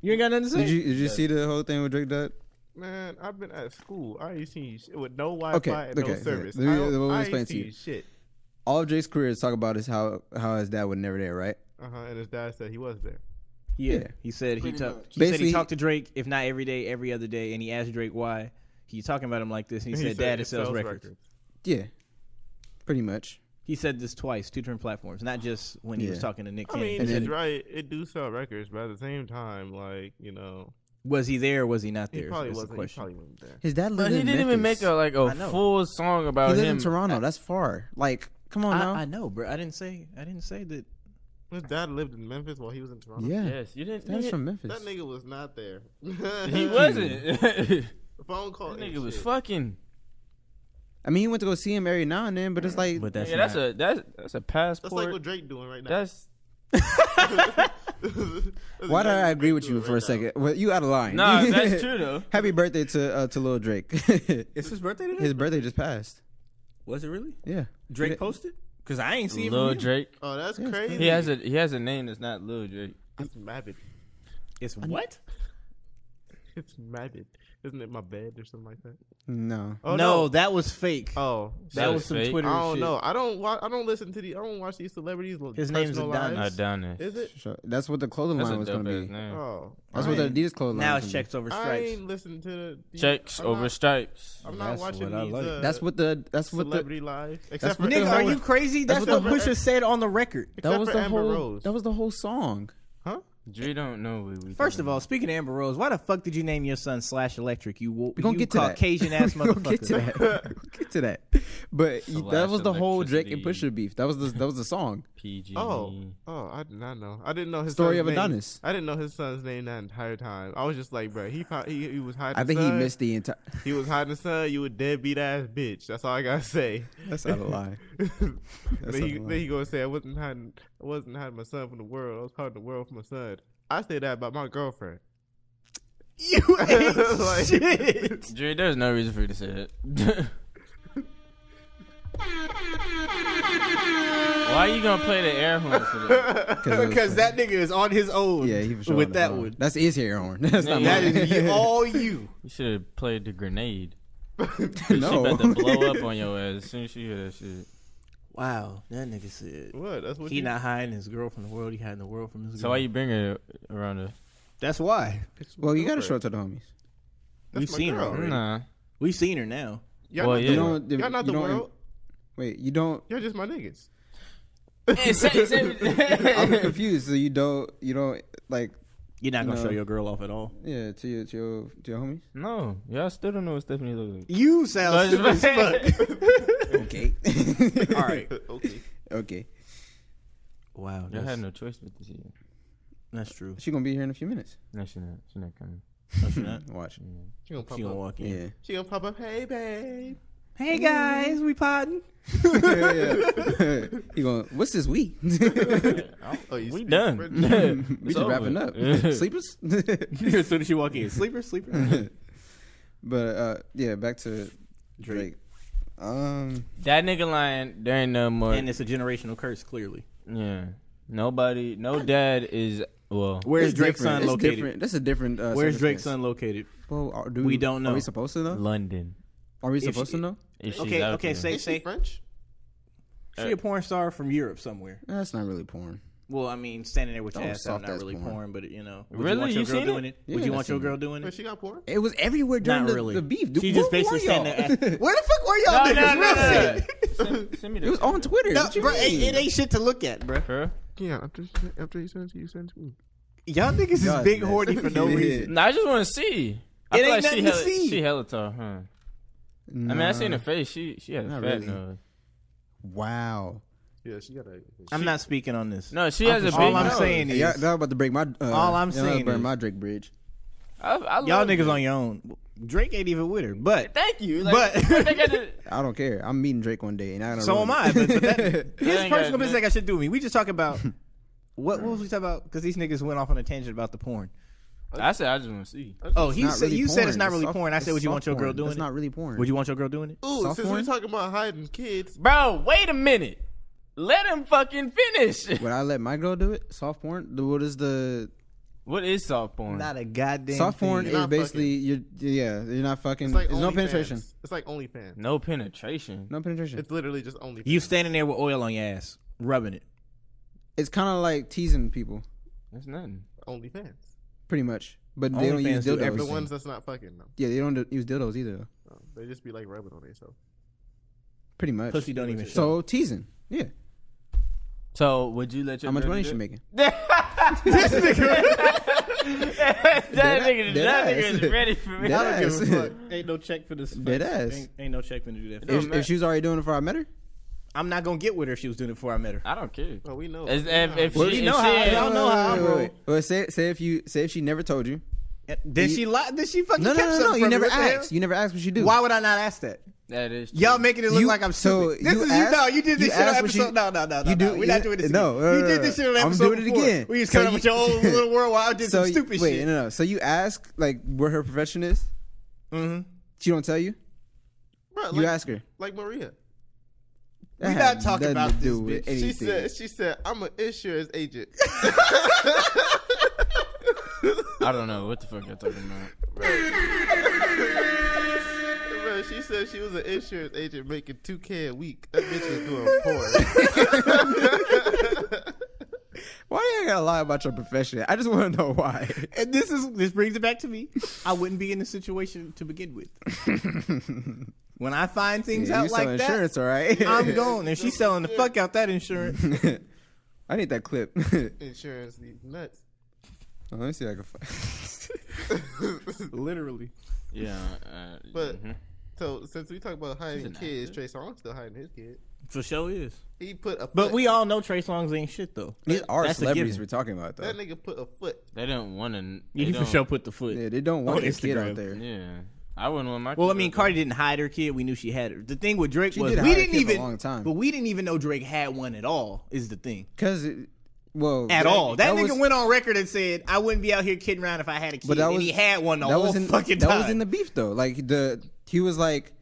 C: You ain't got nothing to say.
D: Did you did you see the whole thing with Drake dad?
I: Man, I've been at school. I ain't seen you shit with no Wi-Fi
D: Okay,
I: and
D: okay,
I: no
D: okay.
I: service.
D: Let me-
I: I, don't-
D: let me
I: I
D: explain
I: ain't
D: to
I: seen
D: you.
I: shit.
D: All Drake's career is talk about is how how his dad was never there, right?
I: Uh huh. And his dad said he was there.
C: Yeah,
D: Yeah.
C: he said he talked. He said
D: Basically-
C: he talked to Drake, if not every day, every other day, and he asked Drake why he talking about him like this, and he, said, "Dad, it sells records."
D: Yeah, pretty much.
C: He said this twice, two different platforms, not just when he was
D: Yeah.
C: talking to Nick
I: I
C: Cannon.
I: mean,
D: And
I: he's
D: then-
I: right. It do sell records, but at the same time, like you know,
C: was he there? or Was he not
I: he
C: there? is-
I: probably
C: is the
I: wasn't. He
C: question.
I: probably wasn't there.
D: His dad lived
F: But he
D: in
F: didn't even make
D: Memphis.
F: a like
C: I
F: a
C: know.
F: full song
D: He
F: about
D: lives
F: him.
D: in Toronto. That's far. Like, come on now.
C: I, I know, bro. I didn't say. I didn't say that.
I: His dad lived in Memphis while he was in Toronto.
D: yeah,
F: Yes, you didn't.
D: that's
F: nigga-
D: from Memphis.
I: That nigga was not there.
F: he wasn't. that
I: Phone call. ain't
F: nigga was
I: shit.
F: fucking.
D: I mean, he went to go see him every now and then, but it's like,
C: But that's
F: yeah, that's
C: not-
F: a that's that's a
I: That's
F: passport.
I: like what Drake doing right now.
F: That's
D: why do I agree with you for a second? Well, you out of line.
F: nah. that's true though.
D: Happy birthday to uh, to Lil Drake.
C: It's his birthday today.
D: His birthday just passed.
C: was it really?
D: Yeah,
C: Drake posted? Cause I ain't seen
F: Lil Drake.
I: Oh, that's crazy.
F: He has a he has a name that's not Lil Drake.
I: It's Mavid.
C: It's what?
I: It's Mavid. Isn't it my bed or something like that?
D: No,
I: Oh
C: no, that was fake.
I: Oh,
C: that
I: shit.
C: was some
F: fake.
C: Twitter.
I: I don't
C: shit.
I: know. I don't watch. I don't listen to the. I don't watch these celebrities. li-
C: His name's
I: personal
C: Adonis.
I: lives.
C: Yes.
F: Adonis.
I: Is it?
D: So that's what the clothing
F: That's
D: line
F: a
D: was
F: dope ass
D: going to be.
F: name.
I: Oh,
D: That's what the Adidas clothing
C: Now
D: line.
C: it's
D: was gonna
C: checks over
I: I
C: stripes.
I: ain't listen to the,
F: Checks
I: I'm
F: over
I: Not,
F: stripes.
I: I'm not
C: That's
I: watching
C: what I
I: these.
C: like.
I: Uh,
D: be. That's what the that's what the
I: celebrity lives.
D: that's
I: Except for
D: what
C: Nigga,
D: the
C: are
D: whole-
C: you crazy?
D: that's
C: That's,
D: what
C: what
I: the-
C: Pusha said on the record.
D: that
I: except
D: was
I: for
D: the
I: Amber
D: whole
I: Rose.
D: that was the whole song.
I: huh?
F: Dre don't know what we.
C: First
F: doing.
C: of all, speaking of Amber Rose, why the fuck did you name your son Slash Electric? You, wo-
D: We gonna
C: you
D: get to that.
C: Caucasian ass
D: We gonna get to
C: motherfucker.
D: that. We gonna get to that. But you- that
F: Slash
D: was the whole Drake and
F: electricity.
D: Pusha beef. That was the that was the song.
F: PG.
I: Oh, oh, I did not know. I didn't know his
D: Story
I: son's
D: of
I: name.
D: Adonis.
I: I didn't know his son's name that entire time. I was just like, bro, he pro- he, he was hiding.
D: I think
I: the
D: he
I: sun.
D: missed the entire.
I: He was hiding the sun. You a deadbeat ass bitch. That's all I gotta say.
D: That's not a lie.
I: then,
D: a
I: he,
D: lie.
I: then he gonna say I wasn't hiding. I wasn't hiding my son from the world. I was hiding the world from my son. I say that about my girlfriend.
C: You ate
I: Like-
C: shit.
F: Drew, there's no reason for you to say it. Why are you gonna play the air horn for that?
D: Because
C: Because that nigga is on his own.
D: Yeah, he was sure
C: with
D: on
C: that
D: the
C: one.
D: That's his hair horn. That's not
F: Yeah,
C: That
D: mine.
C: is you, all you.
F: You should have played the grenade. She
D: no.
F: about to blow up on your ass as soon as she hear that shit.
C: Wow, that nigga said
I: What? That's what
C: he
I: you.
C: not hiding his girl from the world. He hiding the world from his
F: So
C: girl.
F: why you bring her around her?
C: That's why
D: well, you gotta show it to the homies.
I: That's
C: we've
I: my
C: seen her.
I: girl.
C: already.
F: Nah.
C: We've seen her now.
I: Y'all
F: Well,
I: not
F: yeah.
I: the
D: You don't.
I: Y'all not
D: you
I: the
D: don't-
I: world.
D: Wait, you don't.
I: Y'all just my niggas.
D: I'm confused. So you don't. You don't like.
C: You're not gonna
D: No.
C: show your girl off at all.
D: Yeah, to your to your to your homies.
F: no, y'all still don't know what Stephanie looks like.
C: You sound stupid as fuck.
D: Okay.
C: All right.
I: okay.
D: Okay.
C: Wow,
F: Y'all
C: that's,
F: had no choice but to see her.
C: that's true.
D: She gonna be here in a few minutes.
F: No, she not. She not coming.
C: No, she not.
D: Watch.
I: She gonna pop
C: She gonna
I: up.
C: walk in.
D: Yeah.
I: She gonna pop up. Hey, babe.
C: Hey guys, we potting.
D: yeah. you going? What's this we?
I: Oh, you
F: We
I: speak French?
F: done.
D: we just wrapping up. Sleepers.
C: as soon as she walk in, sleeper, sleeper.
D: but uh, yeah, back to Drake.
C: Drake.
D: Um,
F: that nigga lying. There ain't no more.
C: And it's a generational curse, clearly.
F: yeah. Nobody. No dad is. Well.
C: Where's
D: it's
C: Drake's
D: different.
C: son
D: It's
C: located?
D: different. That's a different. Uh,
C: Where's
D: circumstance.
C: Drake's son located?
D: Well, are, do
C: We don't
D: Are
C: know.
D: we supposed to know?
F: London.
D: Are we
C: she-
D: supposed to know?
F: If she's
C: Okay,
F: out
C: okay,
F: there.
C: say
I: Is she
C: say
I: French?
C: she a porn star from Europe somewhere.
D: Nah, That's not really porn.
C: Well, I mean, standing there with your
D: Oh,
C: ass out,
D: soft
C: not
D: ass
C: really
D: porn.
C: porn. but you know, would
F: Really?
C: you want your
F: You
C: girl
F: seen
C: doing
F: it?
C: it? Would
D: Yeah,
C: you
D: I
C: want your
D: seen
C: girl doing
I: Wait,
C: it?
I: she got porn?
D: It was everywhere during
C: Not
D: the,
C: really.
D: the beef. Dude,
C: She
D: where,
C: just basically
D: were y'all?
C: standing there-
D: Where the fuck were y'all?
F: No, no,
D: niggas?
F: no,
D: Real
F: no.
D: shit.
F: Send, send me that.
D: It was on Twitter.
C: No,
D: what you
C: bro, it,
D: mean?
C: it ain't shit to look at, bro.
F: Bruh.
I: Yeah, after after you sent it, you sent it to me.
C: Y'all niggas is
D: God,
C: big
D: man.
C: horny for no
D: Yeah.
C: reason.
F: Nah, I just want to see. I
C: It
F: feel
C: ain't
F: like she
C: nothing to
F: hella,
C: see.
F: She hella tall, huh? I mean, I seen her face. She she had a
D: Not
F: fat
D: really.
F: nose.
D: Wow.
I: Yeah, she got a.
C: I'm not speaking on this.
F: No, she has a big
C: all I'm
F: nose.
C: saying is,
D: Yeah, that was about to break my. Uh,
C: All
D: y'all
C: I'm
D: about to
C: saying
D: burn
C: is-
D: my Drake bridge.
F: I, I
C: y'all
F: love
C: niggas
F: her.
C: on your own. Drake ain't even with her, but
F: Thank you.
C: But-
F: Like, but they got to-
D: I don't care. I'm meeting Drake one day, and I don't.
C: so am I. But, but that, his personal
F: ain't got
C: business
F: nothing-
C: ain't got shit to do with me. We just talk about what, what was we talking about? Because these niggas went off on a tangent about the porn.
F: I said I just want to see.
C: Oh, he said, you said it's not really
D: soft-
C: porn. I
D: it's
C: said, would you
D: soft
C: want your girl
D: porn.
C: doing
D: It's
C: it?
D: not really porn.
C: Would you want your girl doing it?
I: Ooh, since
D: Sophomore?
I: we're talking about hiding kids,
F: Bro, wait a minute. Let him fucking finish.
D: Would I let my girl do it? Soft porn. The- What is the
F: What is soft porn?
C: Not a goddamn
D: soft porn?
C: thing.
D: Is
I: not
D: basically you're yeah you're not fucking.
I: it's like
D: there's no
I: OnlyFans.
D: penetration.
I: It's like OnlyFans.
F: no penetration.
D: No penetration.
I: It's literally just OnlyFans.
C: You standing there with oil on your ass, rubbing it.
D: It's kind of like teasing people,
F: That's nothing.
I: OnlyFans.
D: pretty much. But they don't
C: OnlyFans
D: use
C: do
D: dildos.
I: The
C: everything.
I: ones that's not fucking them.
D: Yeah, they don't do- use dildos either.
I: No, Oh, They just be like rubbing on themselves.
D: Pretty much.
C: Pussy don't even show.
D: So teasing. Yeah.
F: So would you let your
D: How much
F: girl
D: money
F: do
D: she
F: that?
D: making?
F: that
D: dead
F: nigga, that
D: ass.
F: nigga is ready for me.
D: Dead ass.
C: Ain't no check for this.
D: Dead ass.
C: Ain't, ain't no check for me to do that.
D: If, if she was already doing it before I met her,
C: I'm not gonna get with her if she was doing it before I met her.
F: I don't care.
I: Oh, we know.
F: As- if, if
D: Well, we
F: she, if
C: know
F: she
C: how-
F: had-
C: I don't know how I'm
D: Wait, wait,
C: rolling.
D: wait. Well, say say if you say if she never told you.
C: Did she lie? Did she fucking?
D: No, no,
C: kept
D: no, no.
C: something
D: You
C: from me?
D: never
C: What the hell?
D: asked. You never asked what she do.
C: Why would I not ask that?
F: that is true.
C: Y'all making it look
D: You-
C: like I'm
D: so
C: stupid. This
D: you
C: is
D: asked-
C: you know you did this
D: you
C: shit on
D: asked what
C: episode.
D: you-
C: no, no, no, no.
D: you
C: no.
D: do-
C: We're not
D: you-
C: doing this.
D: no,
C: again.
D: no,
C: you
D: no,
C: did
D: no.
C: this shit on
D: I'm
C: episode
D: doing it
C: before.
D: again.
C: We just
D: So
C: coming up
D: you-
C: with your old little world where I did
D: So
C: some
D: you-
C: stupid
D: wait,
C: shit.
D: no, no. So you ask like where her profession is.
C: Mhm.
D: She don't tell you.
I: Bruh, like,
D: You ask her.
I: Like Maria.
D: That
C: We not
D: had nothing
C: talking about
D: to
C: this,
D: do with
C: bitch.
I: She
D: anything.
I: said, she said, I'm an insurance agent.
F: I don't know what the fuck y'all talking about.
I: Bruh, she said she was an insurance agent making 2K a week. That bitch was doing porn.
D: Why do you gotta lie about your profession? I just want to know why.
C: And this is this brings it back to me. I wouldn't be in this situation to begin with. when I find things
D: Yeah, you
C: out
D: sell
C: like
D: insurance, all right?
C: that, I'm gone. And she's selling the fuck out that insurance.
D: I need that clip. Let
I: insurance these nuts.
D: me see if I can. Find.
C: Literally.
F: Yeah, uh,
I: But
F: mhm.
I: so since we talk about hiding
F: an
I: kids,
F: actor.
I: Trey Songz still hiding his kid.
C: For sure is.
I: He put a foot,
C: But we all know Trey Songz ain't shit though.
D: These are
C: That's a
D: celebrities
C: given.
D: we're talking about, though.
I: that nigga put a foot.
F: they don't want to.
C: Yeah, he for sure put the foot.
D: Yeah, they don't want
C: On
D: this kid
C: Instagram.
D: out there.
F: Yeah, I wouldn't want my.
C: Well, I
F: kid
C: mean,
F: out there.
C: Cardi didn't hide her kid. We knew she had her. The thing with Drake
D: She
C: was
D: did
C: we
D: hide her
C: didn't
D: kid for a
C: even
D: long time.
C: but we didn't even know Drake had one at all. Is the thing.
D: Because Well,
C: at all. That, nigga
D: was-
C: went on record and said, "I wouldn't be out here kidding around if I had a kid."
D: But that
C: and
D: was
C: he had one the
D: that
C: whole
D: was in,
C: fucking
D: That
C: time.
D: was in the beef though. Like the he was like,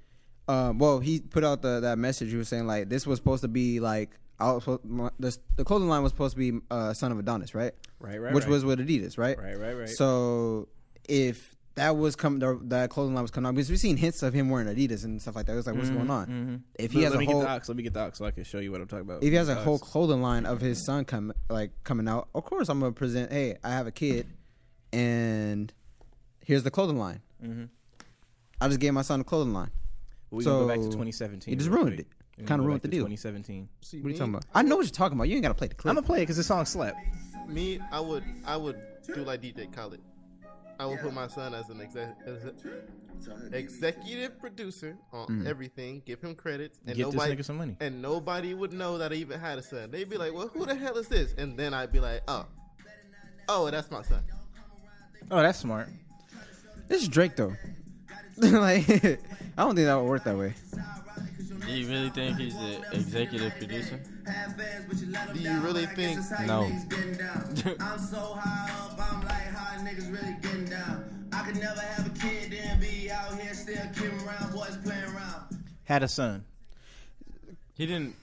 D: um, well, he put out the that message. He was saying like this was supposed to be like I was, supposed- my- the the clothing line was supposed to be uh, son of Adonis, right?
C: Right, right,
D: Which
C: right.
D: was with Adidas, right?
C: Right, right, right.
D: So if that was coming, that clothing line was coming out because we've seen hints of him wearing Adidas and stuff like that. It was like,
C: Mm-hmm,
D: what's going on? If he
C: Look,
D: has
C: let
D: a
C: me
D: whole
C: get the ox. Let me get the ox so I can show you what I'm talking about.
D: if he has a
C: Ox.
D: whole clothing line of his son come like coming out, of course I'm gonna present. Hey, I have a kid, and here's the clothing line. I just gave my son a clothing line.
C: Mm-hmm. we can go back to
D: so-
C: 2017.
D: you just
C: real
D: ruined
C: quick.
D: it.
C: We can
D: Kinda
C: go
D: ruined
C: back
D: the
C: to
D: deal.
C: 2017.
E: See,
D: What are
E: me-
D: you talking about? I know what you're talking about. You ain't gotta play the
C: I'm
D: clip.
C: gonna play it because the song slept.
I: Me, I would, I would do like DJ Khaled. I would put my son as an exec, as a- executive producer on everything. Give him credits, and
C: Get this
I: nobody
C: nigga some money.
I: and nobody would know that I even had a son. They'd be like, "Well, who the hell is this?" And then I'd be like, "Oh, oh, that's my son."
C: Oh, that's smart.
D: This is Drake though. like I don't think that would work that way.
F: Do you really think he's the executive producer?
I: Do you really think?
F: No.
B: I'm so high up, I'm like, how niggas really getting down? I could never have a kid, then be out here still kidding around, boys playing around.
C: Had a son.
F: He didn't.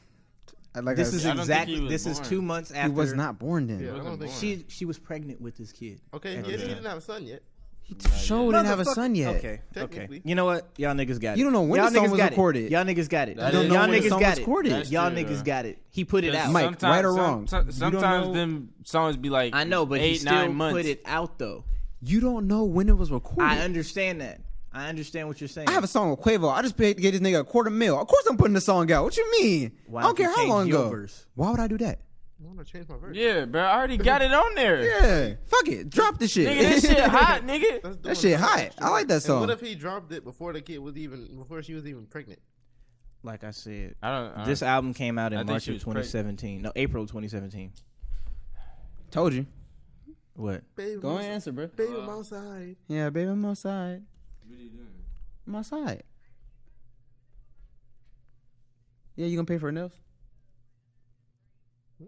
D: I- Like
C: This
D: I,
C: is
F: I don't think
C: exactly.
F: he was
C: This is
F: born.
C: two months
D: he
C: after.
D: was not born then.
I: Yeah, I don't think.
C: She she was pregnant with this kid.
I: Okay, yeah, he didn't have a son yet.
D: He sure didn't have a
C: Motherfuck-
D: son yet.
C: Okay. Okay.
I: Technically.
C: You know what? Y'all niggas got it.
D: You don't know when
C: Y'all
D: the song
C: niggas
D: was
C: got it.
D: recorded.
C: Y'all niggas got it.
F: That
C: Y'all
F: is- You don't know when
D: the
C: niggas
D: song
C: got
D: was
C: it.
D: recorded.
F: That's
C: Y'all
F: true, though.
C: niggas got it. He put it out.
D: Mike,
F: Sometimes-
D: right or
F: some-
D: wrong?
F: so-
D: You don't
F: sometimes
D: know-
F: them songs be like
C: I know, but
F: eight
C: he still
F: nine months.
C: put it out though.
D: You don't know when it was recorded.
C: I
D: I,
C: understand that. I understand what you're saying.
D: have a song with Quavo. I just paid to get this nigga a quarter mil. Of course I'm putting the song out. What you mean?
C: Why
D: I don't
C: don't you
D: care how
C: change
D: long
C: your
D: ago.
C: verse?
D: Why would I do that?
I: I want to change my verse.
F: Yeah, bro. I already got it on there.
D: Yeah, fuck it. Drop the shit.
F: Nigga, this shit hot,
I: That's
F: nigga.
D: That
I: doing
D: shit
I: nothing
D: hot.
I: extra
D: I like
I: work.
D: that
I: And
D: song.
I: what if he dropped it before the kid was even before she was even pregnant?
C: like I said,
F: I don't. I
C: this
F: don't-
C: album came out in
F: I think
C: March
F: she
C: of
F: was pregnant.
C: 2017. No, April 2017.
D: Told you.
C: What?
I: Baby,
D: Go
I: I'm-
D: ahead, answer, bro.
I: baby, I'm outside.
D: Yeah, baby, I'm outside. I'm outside. Yeah, you gonna pay for her nails? You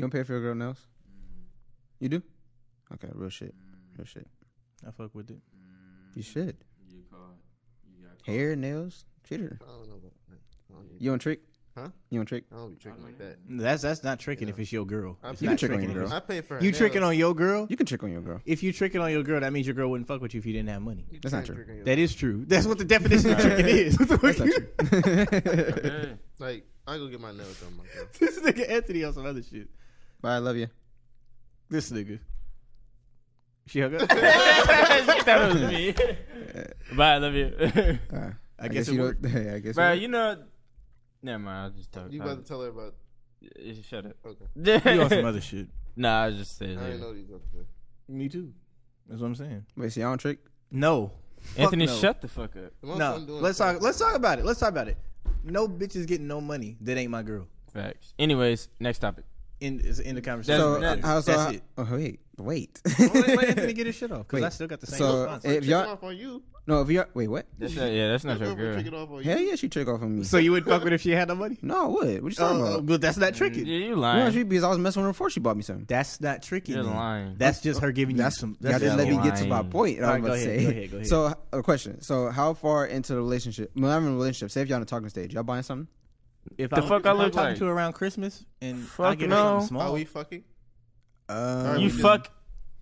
D: gonna pay for your girl nails?
C: Mm-hmm.
D: You do? Okay, real shit. Real shit.
C: I fuck with it.
D: You should. Hair, nails, treat her.
I: I don't know about that. I don't, need,
D: You on trick?
I: Huh?
D: You on trick?
I: I don't be tricking like that.
C: That's that's not tricking if it's your girl.
I: I
C: It's
I: pay
D: You can
C: not
D: trick on
C: tricking
D: your
C: if
D: girl.
I: I pay for her
C: it's- You
I: nails.
C: tricking on your girl?
D: You can trick on your girl.
C: If you tricking on your girl, that means your girl wouldn't fuck with you if you didn't have money.
I: You
D: That's not
I: can't
D: true.
I: trick on your-
C: That is true. That's what the definition of tricking is. What the fuck you-
F: Yeah.
I: Like I go get my nails done. My girl.
C: this nigga Anthony on some other shit.
D: Bye, I love you.
C: This nigga. She hung up.
F: that was me. Bye, I love you.
D: Uh, I,
C: guess it
D: you
C: worked.
D: don't. Yeah, I guess.
F: bro,
D: it
F: you know. Never mind. I'll just talk.
I: You
F: I'll-
I: about to tell her about?
F: Yeah, Shut up.
I: Okay.
C: You on some other shit.
F: nah, I just said.
I: I didn't know these other things.
C: Me too. That's what I'm saying.
D: worked. Wait, so y'all on trick?
C: No.
F: Anthony,
C: Fuck no.
F: shut the fuck up.
I: The most
C: No.
I: I'm doing
C: Let's
I: is
C: talk let's talk about it. Let's talk about it. No bitch is getting no money that ain't my girl.
F: Facts. Anyways, next topic.
C: In is in the conversation.
F: So,
C: right
F: uh,
C: there.
D: How so?
C: That's
D: how-
C: it.
D: Oh wait, wait.
C: Don't let Anthony get his shit off because I
D: Wait,
C: still got the same
D: so
C: response.
D: if
I: tricking
D: y'all
I: off on you.
D: no, if y'all wait, what?
F: That's not, yeah, that's not your
I: Your girl
F: girl.
I: tricking off on you.
D: Hell yeah, she trick off on me.
C: so you would fuck with if she had no money?
D: no, I would. What you talking
C: Oh,
D: about?
C: but that's not
F: Yeah,
C: tricking.
F: you
D: You know,
F: lying.
D: she because I was messing with her before she bought me something.
C: That's not tricking.
F: You're
C: then.
F: lying.
C: That's just her giving you
D: That's
C: some.
D: y'all
C: That's
D: didn't let
C: just
D: me get to my
F: lying.
D: point.
C: All
D: I
C: right,
D: was
C: go
D: about to
C: ahead,
D: say.
C: go ahead, go ahead.
D: So a question. So how far into the relationship? Well, I'm in a relationship. Say if y'all on a talking stage, y'all buying something?
C: If
F: The
C: I'm,
F: fuck I
C: if I'm
F: look
C: talking
F: like?
C: to her around Christmas and I
F: Fuck
C: get her
F: no.
C: something
I: Are
C: small.
I: we fucking?
D: Um,
F: you
I: we
F: fuck.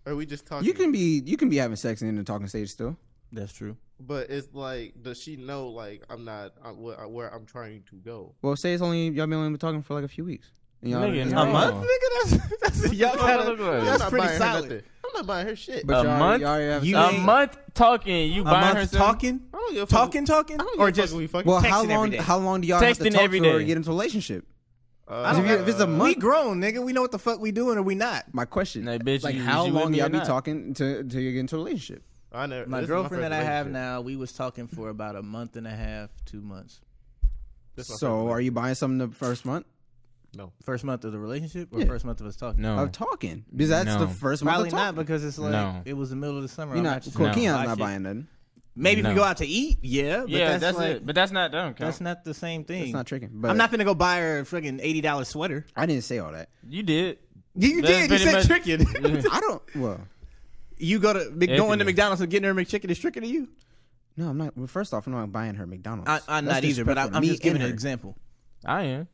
I: Or are we just talking?
D: you can be you can be having sex in the talking stage still.
C: that's true.
I: But it's like, does she know? Like, I'm not uh, where, where I'm trying to go.
D: Well, say it's only y'all been only been talking for like a few weeks. And y'all-
F: Nigga,
D: y'all-
F: no.
C: A month, nigga. That's that's y'all
F: fuck I
C: gotta,
F: look like?
I: I'm
C: That's
I: not
C: pretty
I: buying her
C: solid.
I: nothing. I'm not buying her shit.
D: But
F: A
D: y'all,
F: month?
D: y'all already have
C: You
D: sex.
F: A
C: ain't-
F: month talking. You
C: A
F: buying her
C: month
F: something?
C: talking,
I: I don't give a fuck.
C: talking, talking,
I: I don't give a
C: or
I: fuck
C: just
I: if we fucking.
D: Well, how
C: texting every
D: long?
C: day.
D: How long do y'all have to
F: Texting
D: talk
F: every
D: to her to
F: day.
D: get into a relationship?
I: Uh,
D: If, you- if it's a
C: we
D: month,
C: grown, nigga. We know what the fuck we doing or we not.
D: my question,
F: Like, bitch,
D: like
F: you-
D: how
F: you with
D: long
F: me
D: y'all
F: or
D: be
F: not?
D: talking to until you get into a relationship?
I: I never,
C: My
I: this is
C: girlfriend
I: first
C: that I have
I: relationship.
C: now, we was talking for about a month and a half, two months.
I: This is my first
D: So are you buying something the first month
C: First month of the relationship or
D: Yeah.
C: first month of us talking?
F: No.
D: of talking? Because that's
F: No.
D: the first
C: Probably
D: month.
C: not because it's like
F: No.
C: it was the middle of the summer.
D: you're
C: I'm
D: not.
C: just
D: Cool,
C: gonna
D: Keon's
C: buy
D: not
C: shit.
D: buying nothing.
C: Maybe if we
F: No.
C: go out to eat, yeah, but
F: yeah,
C: that's,
F: that's,
C: like,
F: it. But that's not done.
C: That's not the same thing.
D: It's not tricking. But
C: I'm not gonna go buy her a friggin' eighty dollar sweater.
D: I didn't say all that.
F: You did.
C: Yeah, you
F: That's
C: did. You
F: pretty
C: said
F: much-
C: chicken.
D: I don't. Well,
C: you go to Mc- going to
F: Anthony.
C: McDonald's and getting her McChicken is tricking to you.
D: no, I'm not. Well, first off, I'm not buying her McDonald's.
C: I, I'm
D: That's
C: not either, but I,
D: disrespectful.
C: I'm
D: Me
C: just giving
D: and
C: an
D: her.
C: example.
F: I am.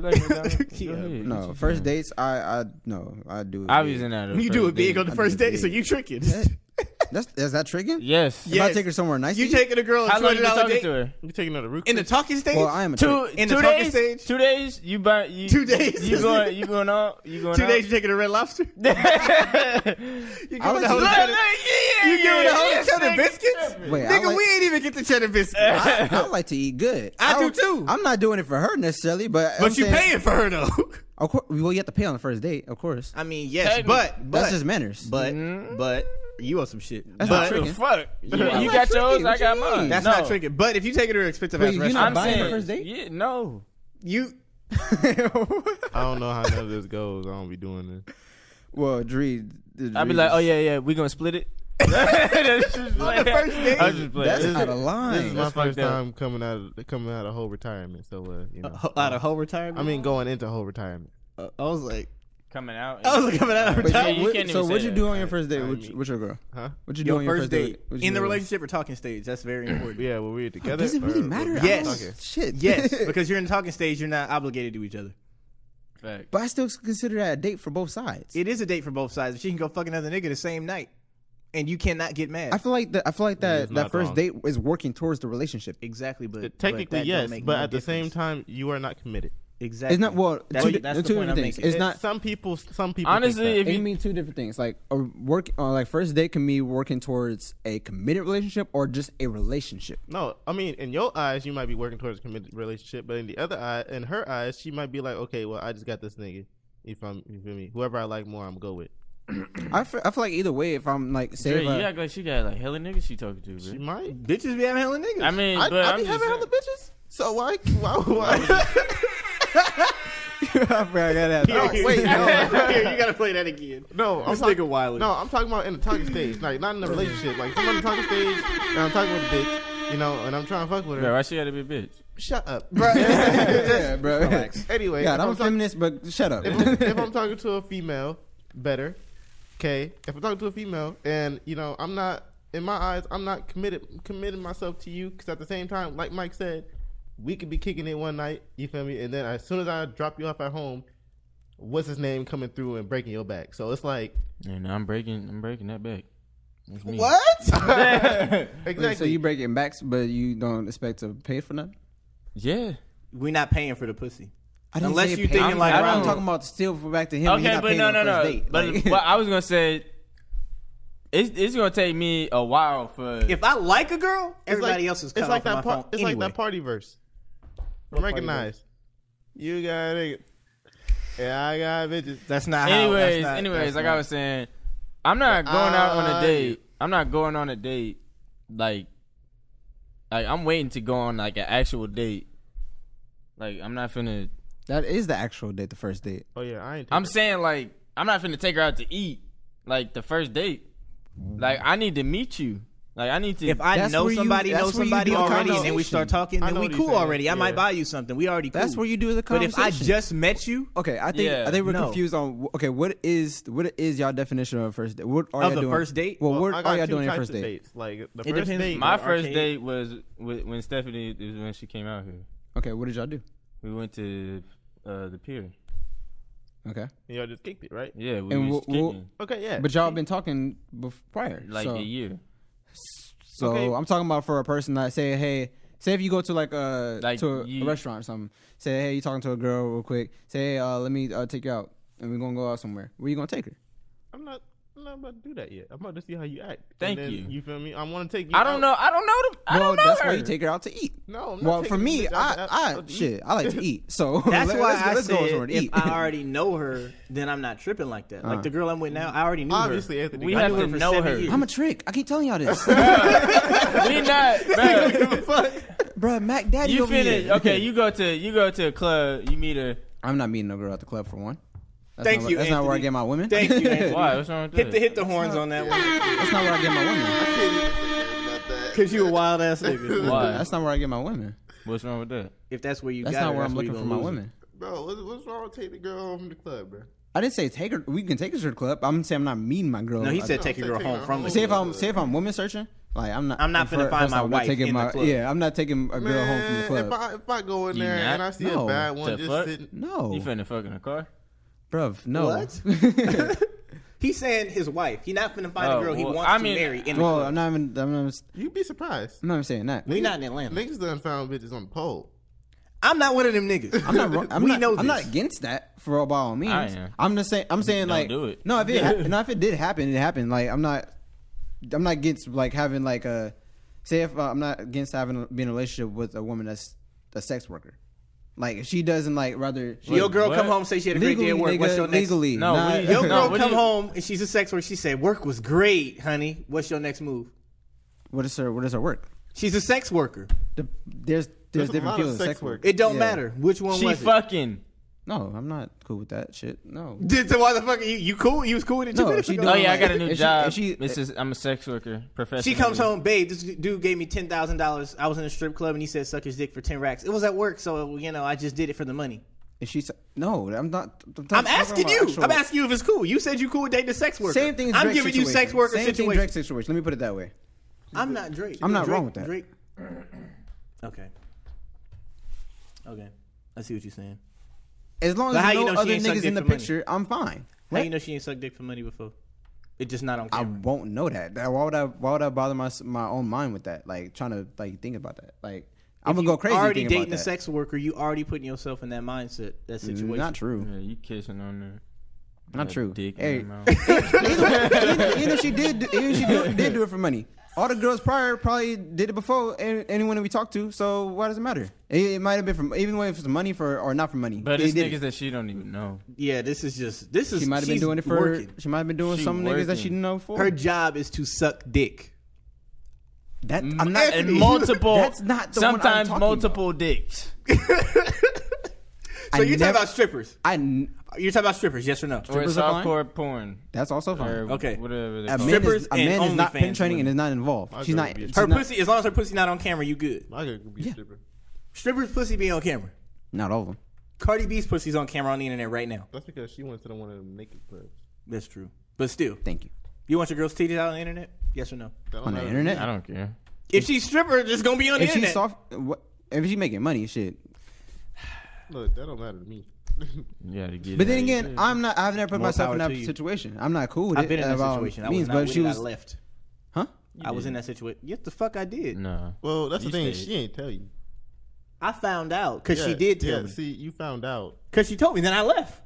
F: like McDonald's.
C: Yeah,
F: Go ahead.
D: No, first dates, I, I no, I do. it
F: I
D: big.
F: was in that.
C: You do it big on the
D: I
C: first
D: do it
C: date, so
D: big.
C: you tricking.
D: That's is that tricking?
F: Yes.
C: Yeah.
D: If I
C: Yes.
D: take her somewhere nice,
C: You taking a girl
F: How
C: on two
F: long
C: hundred
F: you been
C: dollar
F: talking
C: date
F: to her?
I: You taking another root?
C: in the talking stage?
D: Well, I am a
F: Two
C: In the
F: two
C: talking
F: days.
C: stage?
F: Two days. You buy. You,
C: Two days.
F: You going? You going out? You going
C: Two
F: out?
C: days you taking a red lobster? You
D: I
C: giving the
D: like
C: whole
D: to-
C: cheddar,
F: you
C: giving the whole cheddar biscuits?
D: Wait, I
C: Nigga,
D: like,
C: we ain't even get the cheddar biscuits.
D: I, I like to eat good.
C: I do
D: don't-
C: too.
D: I'm not doing it for her necessarily, but I'm
C: But you
D: saying-
C: paying for her though.
D: Of course, well, you have to pay on the first date, of course.
C: I mean, yes, but but
D: That's just manners.
C: but
I: Mm-hmm.
C: but you on some shit.
D: That's not
C: but
D: tricking.
F: Fuck. You,
C: I'm
F: you
D: not
F: got yours.
D: tricking.
F: I
D: What
F: got
D: you
F: mine.
D: mean?
C: that's
F: no.
C: not tricking. But if you take her to an expensive
D: Wait,
C: ass
D: you
C: restaurant,
D: not
F: I'm
D: buying
F: saying.
D: her first date?
F: Yeah. No.
C: you
I: I don't know how none of this goes. I don't be doing this.
D: well, Dree, the
F: I'd
D: Dree
F: be like,
D: is-
F: oh yeah, yeah, we gonna split it. That's just like-
C: first date?
F: I was just playing.
D: that's
F: This is-
D: out of line.
I: This is my
F: That's
I: first
F: fucked up.
I: time coming out of coming out of whole retirement. So uh, you know,
C: out of whole retirement.
I: I mean, going into whole retirement.
C: Uh, I was like,
F: coming out.
C: I was like, coming out of
D: Wait, so
F: Yeah,
C: retirement.
F: you
D: what,
F: can't
D: so
F: even
D: what'd
F: say
D: you
F: that.
D: do on your first date
I: I
D: with,
I: mean-
D: with your girl?
I: Huh?
D: What'd you do
C: Your
D: on your
C: first
D: first date?
C: date
D: What'd you
C: in the
D: do?
C: relationship or talking stage. That's very important.
I: Yeah, when we were together.
D: Does it really
I: or-
D: matter? I
C: Yes.
D: don't- Shit.
C: yes, because you're in the talking stage, you're not obligated to each other.
F: Fact.
D: but I still consider that a date for both sides.
C: It is a date for both sides. She can go fuck another nigga the same night, and you cannot get mad.
D: I feel like that. I feel like that.
I: it's
D: That
I: not
D: first
I: wrong.
D: date is working towards the relationship.
C: exactly, but but
I: Technically,
C: that don't
I: yes,
C: make
I: but
C: no
I: at the same
C: difference.
I: time, you are not committed.
C: exactly.
D: It's not well.
C: That's-
D: two,
C: that's
D: that's
C: the
D: two
C: point
D: different
C: I'm
D: things.
C: making.
D: It's not.
I: Some people, some people. think
F: Honestly,
I: that.
F: if
D: It can
F: you
D: mean two different things. Like a work, or like first date can be working towards a committed relationship or just a relationship.
I: no, I mean, in your eyes, you might be working towards a committed relationship, but in the other eye, in her eyes, she might be like, okay, well, I just got this nigga. If I'm, you feel me? Whoever I like more, I'm go with.
D: I feel, I feel like either way, if I'm like
F: Dre,
D: say, if
F: you
D: I-
F: act like she got like hella niggas she talking to, bro.
I: She might.
C: bitches be having hella niggas.
F: I mean,
I: I,
F: but
I: I
F: am
I: be
F: just
I: having
F: saying-
I: hella bitches. So why, why, why?
D: I forgot I gotta have-
B: Oh,
I: no, wait, no,
C: Here, you gotta play that again.
I: no. I'm
C: This
I: talk-
C: nigga wild.
I: No, I'm talking about in the talking stage, like not in the relationship. Like if I'm on the talking stage, and I'm talking with a bitch, you know, and I'm trying to fuck with her.
F: Bro, why she gotta be a bitch?
I: Shut up.
D: yeah, bro.
I: anyway,
D: God,
I: if
D: I'm
I: I'm
D: a
I: talking-
D: feminist, but shut up.
I: if, I'm- if I'm talking to a female, better. Okay, if I'm talking to a female, and you know, I'm not in my eyes, I'm not committed committing myself to you because at the same time, like Mike said, we could be kicking it one night. You feel me? And then as soon as I drop you off at home, what's his name coming through and breaking your back? So it's like
F: And I'm breaking, I'm breaking that back. That's me.
D: what?
I: exactly.
D: Wait, so you breaking backs, but you don't expect to pay for nothing.
F: Yeah.
C: We're not paying for the pussy.
D: I didn't
C: Unless
D: say
C: you
D: pay.
C: thinking
D: I'm,
C: like,
D: I'm
C: oh.
D: talking about steal for back to him.
F: okay, but no, no, no. But,
D: Like,
F: but I was gonna say, it's it's gonna take me a while for.
C: If I like a girl, everybody else is cut
I: it's like
C: off
I: that
C: my
I: par-
C: phone
I: It's
C: anyway.
I: like that party verse. Recognize, you got it. Yeah, I got bitches.
C: that's not. how- that's
F: anyways,
C: not-
F: anyways,
C: that's
F: like
C: not-
F: I was saying, I'm not going out on
I: I-
F: a date. I'm not going on a date. Like, like I'm waiting to go on like an actual date. Like I'm not finna.
D: that is the actual date, the first date.
I: Oh yeah, I ain't.
F: I'm saying like I'm not finna take her out to eat. Like the first date. Like I need to meet you. Like I need to.
C: If I
D: That's
C: know
D: where you-
C: somebody,
D: that's
C: know
D: where you
C: somebody
D: do the
C: already, and then we start talking,
I: I
C: then
I: know
C: we
I: what he's
C: cool
I: saying.
C: already. I might
I: Yeah.
C: buy you something. We already. Cool.
D: That's where you do the
C: But if I
D: conversation.
C: just met you,
D: Okay, I think
F: Yeah.
D: I think we're
C: No.
D: confused on wh- okay. What is what is y'all definition of a first date? What are
C: Of
D: y'all
C: the
D: doing?
C: first date?
D: Well,
I: Well,
D: what
I: I
D: are
I: got
D: y'all
I: two
D: doing your
I: types
D: first
I: of
D: date?
I: dates. Like the
C: It
I: first
C: depends-
I: date,
F: my
C: Arcade.
F: first date was with, when Stephanie it was when she came out here.
D: Okay, what did y'all do?
F: We went to uh, the pier.
D: Okay,
I: y'all just kicked it, right?
F: Yeah, we
D: And
F: was
D: wh- wh-
F: kicking,
I: Okay, yeah.
D: but y'all been talking bef- prior,
F: like
D: so,
F: a year.
D: So
I: Okay.
D: I'm talking about for a person that say, hey, say if you go to like a
F: Like
D: to a,
F: you-
D: restaurant or something, say hey, you talking to a girl real quick, say hey, uh, let me uh, take you out and we're gonna go out somewhere. Where you gonna take her?
I: I'm not. I'm not about to do that yet. I'm about to see how you act. And
F: Thank
I: then,
F: you.
I: You feel me? I want to take you.
F: I don't
I: out.
F: know. I don't know. The, I
D: well,
F: don't know
D: that's
F: her. Oh,
D: why you take her out to eat.
I: No, I'm not
D: well,
I: taking this
D: for me,
I: bitch out Oh,
D: I,
I: to-
D: I,
I: out to eat.
D: shit, I like to eat, so
C: That's
D: let-
C: why
D: let's,
C: I
D: let's
C: said
D: go somewhere to
C: if
D: eat.
C: I already know her, then I'm not tripping like that. Like the girl I'm with now, I already knew
I: Obviously,
C: her.
I: Anthony.
F: We
I: got
F: have
I: it.
C: knew
F: to
C: for
F: know
C: seven
F: her.
C: years.
D: I'm a trick. I keep telling y'all this,
F: we not, bruh.
D: bro. Mac Daddy
F: You
D: over
F: finish.
D: here.
F: Okay, you go to you go to a club. You meet her.
D: I'm not meeting no girl at the club for one. That's
C: Thank
D: not, where-
C: you,
D: That's not where I
C: Anthony.
D: get my women.
C: Thank you, Anthony.
F: Why? What's wrong with
C: Hit the
F: that?
C: hit the horns on that one
D: that's not where I get my women.
C: because you a wild ass nigga.
F: Why?
D: That's not where I get my women.
F: What's wrong with that?
C: If that's where you
D: That's
C: got
D: not
C: her,
D: where I'm
C: that's
D: looking
C: you
D: for my
C: gonna lose her.
D: women.
I: Bro, what's, what's wrong with taking the girl home from the club, bro?
D: I didn't say take her. We can take her to the club. I'm saying I'm not meeting my girl.
C: No, he
D: I-
C: said take your girl home from the
D: Say if
C: club.
D: I'm say if I'm woman searching, like I'm not.
C: I'm not
D: for-
C: finna
D: first
C: find my
D: off, I'm not
C: wife
D: taking
C: in the
D: my-
C: club.
D: Yeah, I'm not taking a girl home from the
I: Man,
D: club,
I: If I, if I go in
F: You
I: there
F: not?
I: and I see
D: No.
I: a bad one
F: To
I: just
F: fuck?
I: sitting,
F: You
D: No,
F: finna fuck in a car?
D: bruv, no.
C: What? He's saying his wife. He not finna find
F: Oh,
C: a girl he
F: well,
C: wants
F: I
C: to
F: mean-
C: marry in the
D: well,
C: club.
D: I'm not even. I'm not. Even,
I: you'd be surprised.
D: I'm not even saying that.
C: we not in Atlanta.
I: Niggas done found bitches on the pole.
C: I'm not one of them niggas.
D: I'm not. wrong- I'm
C: we
D: not,
C: know
D: I'm
C: this.
D: not against that for all by all means.
F: I am.
D: I'm just saying. I'm saying
F: Don't
D: like
F: do it.
D: no. If it hap- no, if it did happen, it happened. Like I'm not. I'm not against like having like a say if uh, I'm not against having being in a relationship with a woman that's a sex worker. Like if she doesn't like rather she
C: your girl come
F: what?
C: home say she had a great
D: legally,
C: day at work. What's
D: nigga,
C: your next?
D: legally
F: No,
D: not-
F: we-
C: Your
F: No,
C: girl
F: what
C: come
F: do you-
C: home and she's a sex worker. She said work was great, honey. What's your next move?
D: what is her what is her work?
C: She's a sex worker.
D: The, there's there's,
I: There's a
D: different
I: lot of
D: people in
I: sex
D: sex work.
I: work.
C: It don't
D: Yeah.
C: matter which one
F: She
C: was it.
F: fucking.
D: No, I'm not cool with that shit. No.
C: Did so why the fuck are you you cool? You was cool with it two
D: No,
C: minutes
D: she
C: ago.
D: doing,
F: Oh yeah, I
D: like,
F: got a new
D: if she-
F: job.
D: if she-
F: Mrs. I'm a sex worker, professional.
C: She comes home, babe. This dude gave me ten thousand dollars. I was in a strip club and he said suck his dick for ten racks. It was at work, so you know I just did it for the money.
D: If she's no, I'm not. I'm,
C: I'm
D: talking
C: asking
D: about
C: you.
D: actual-
C: I'm asking you if it's cool. You said you cool with dating a sex worker.
D: Same thing. As
C: I'm
D: Drake
C: giving you
D: situation.
C: sex worker
D: Same
C: situation.
D: Thing Drake situation. Let me put it that way.
C: I'm not Drake.
D: I'm not
C: Drake-
D: wrong with that.
C: Drake. Okay. Okay. I see what you're saying.
D: As long
C: But
D: as
C: how
D: no
C: you know she
D: other
C: ain't sucked
D: niggas
C: dick
D: in the
C: for money?
D: picture, I'm fine.
C: How
D: What?
C: you know she ain't sucked dick for money before? It's just not on
D: I
C: camera.
D: won't know that. That- Why would I? Why would I bother my my own mind with that? Like trying to like think about that. Like I'm gonna
C: You
D: go crazy.
C: Already
D: thinking
C: dating a
D: about that.
C: sex worker, you already putting yourself in that mindset, that situation.
D: Not true.
F: Yeah, you kissing on her.
D: Not
F: Got a
D: true.
F: Dick
D: Hey,
F: in her mouth.
D: even, even if she did, do- even if she do, did do it for money, all the girls prior probably did it before a- anyone that we talked to. So why does it matter? It, it might have been from even if it's money for or not for money.
F: But
D: they
F: it's
D: did
F: niggas
D: it.
F: that she don't even know.
C: Yeah, this is just this is
D: She might have been
C: she's
D: doing it for.
C: working.
D: She might have been doing
F: She
D: some niggas that she
F: working.
D: didn't know before.
C: Her job is to suck dick. Mm,
D: that I'm not.
F: and multiple.
D: That's not the one I'm
F: sometimes
D: talking
F: multiple dicks.
C: So
D: I
C: you're
D: never-
C: talking about strippers.
D: I. n-
C: You're talking about strippers, yes or no?
F: Or
D: Strippers are
F: softcore porn.
D: That's also fine.
F: Or
C: Okay.
F: Whatever. they're
D: A
F: called.
D: man is,
C: Strippers
D: a
C: and
D: man is not
C: OnlyFans
D: penetrated and
C: women.
D: is not involved.
I: My
D: She's
I: girl
D: not.
I: would be a
D: she's
C: Her
D: not,
C: pussy, as long as her pussy not on camera, you good.
I: I could be a stripper.
C: Strippers' pussy be on camera.
D: Not all of them.
C: Cardi B's pussy's on camera on the internet right now.
I: That's because she went to the one of them naked clubs.
C: That's true. But still,
D: Thank you.
C: you want your girl's titties out on the internet? Yes or no?
I: That don't
D: On the
I: matter.
D: internet,
F: I don't care.
C: If she's stripper, it's gonna be on the
D: if she's
C: internet.
D: soft, what, if she's making money, shit.
I: Look, that don't matter to me.
F: You gotta get.
D: But
F: it
D: then
F: how you
D: again,
F: feel.
D: I'm not. I've never put
C: More
D: myself in
C: power
D: that
C: to you.
D: situation. I'm not cool with
C: I've
D: it.
C: been in that
D: by all
C: situation. I
D: means,
C: was not
D: but
C: with
D: she
C: it.
D: was.
C: I left.
D: Huh?
C: I was in that situation. Yes, the fuck I did.
F: no.
I: Well, that's
F: You
I: the thing.
F: stayed.
I: She ain't tell you.
C: I found out because she
I: Yeah,
C: did tell
I: yeah,
C: me.
I: See, you found out.
C: Because she told me, then I left.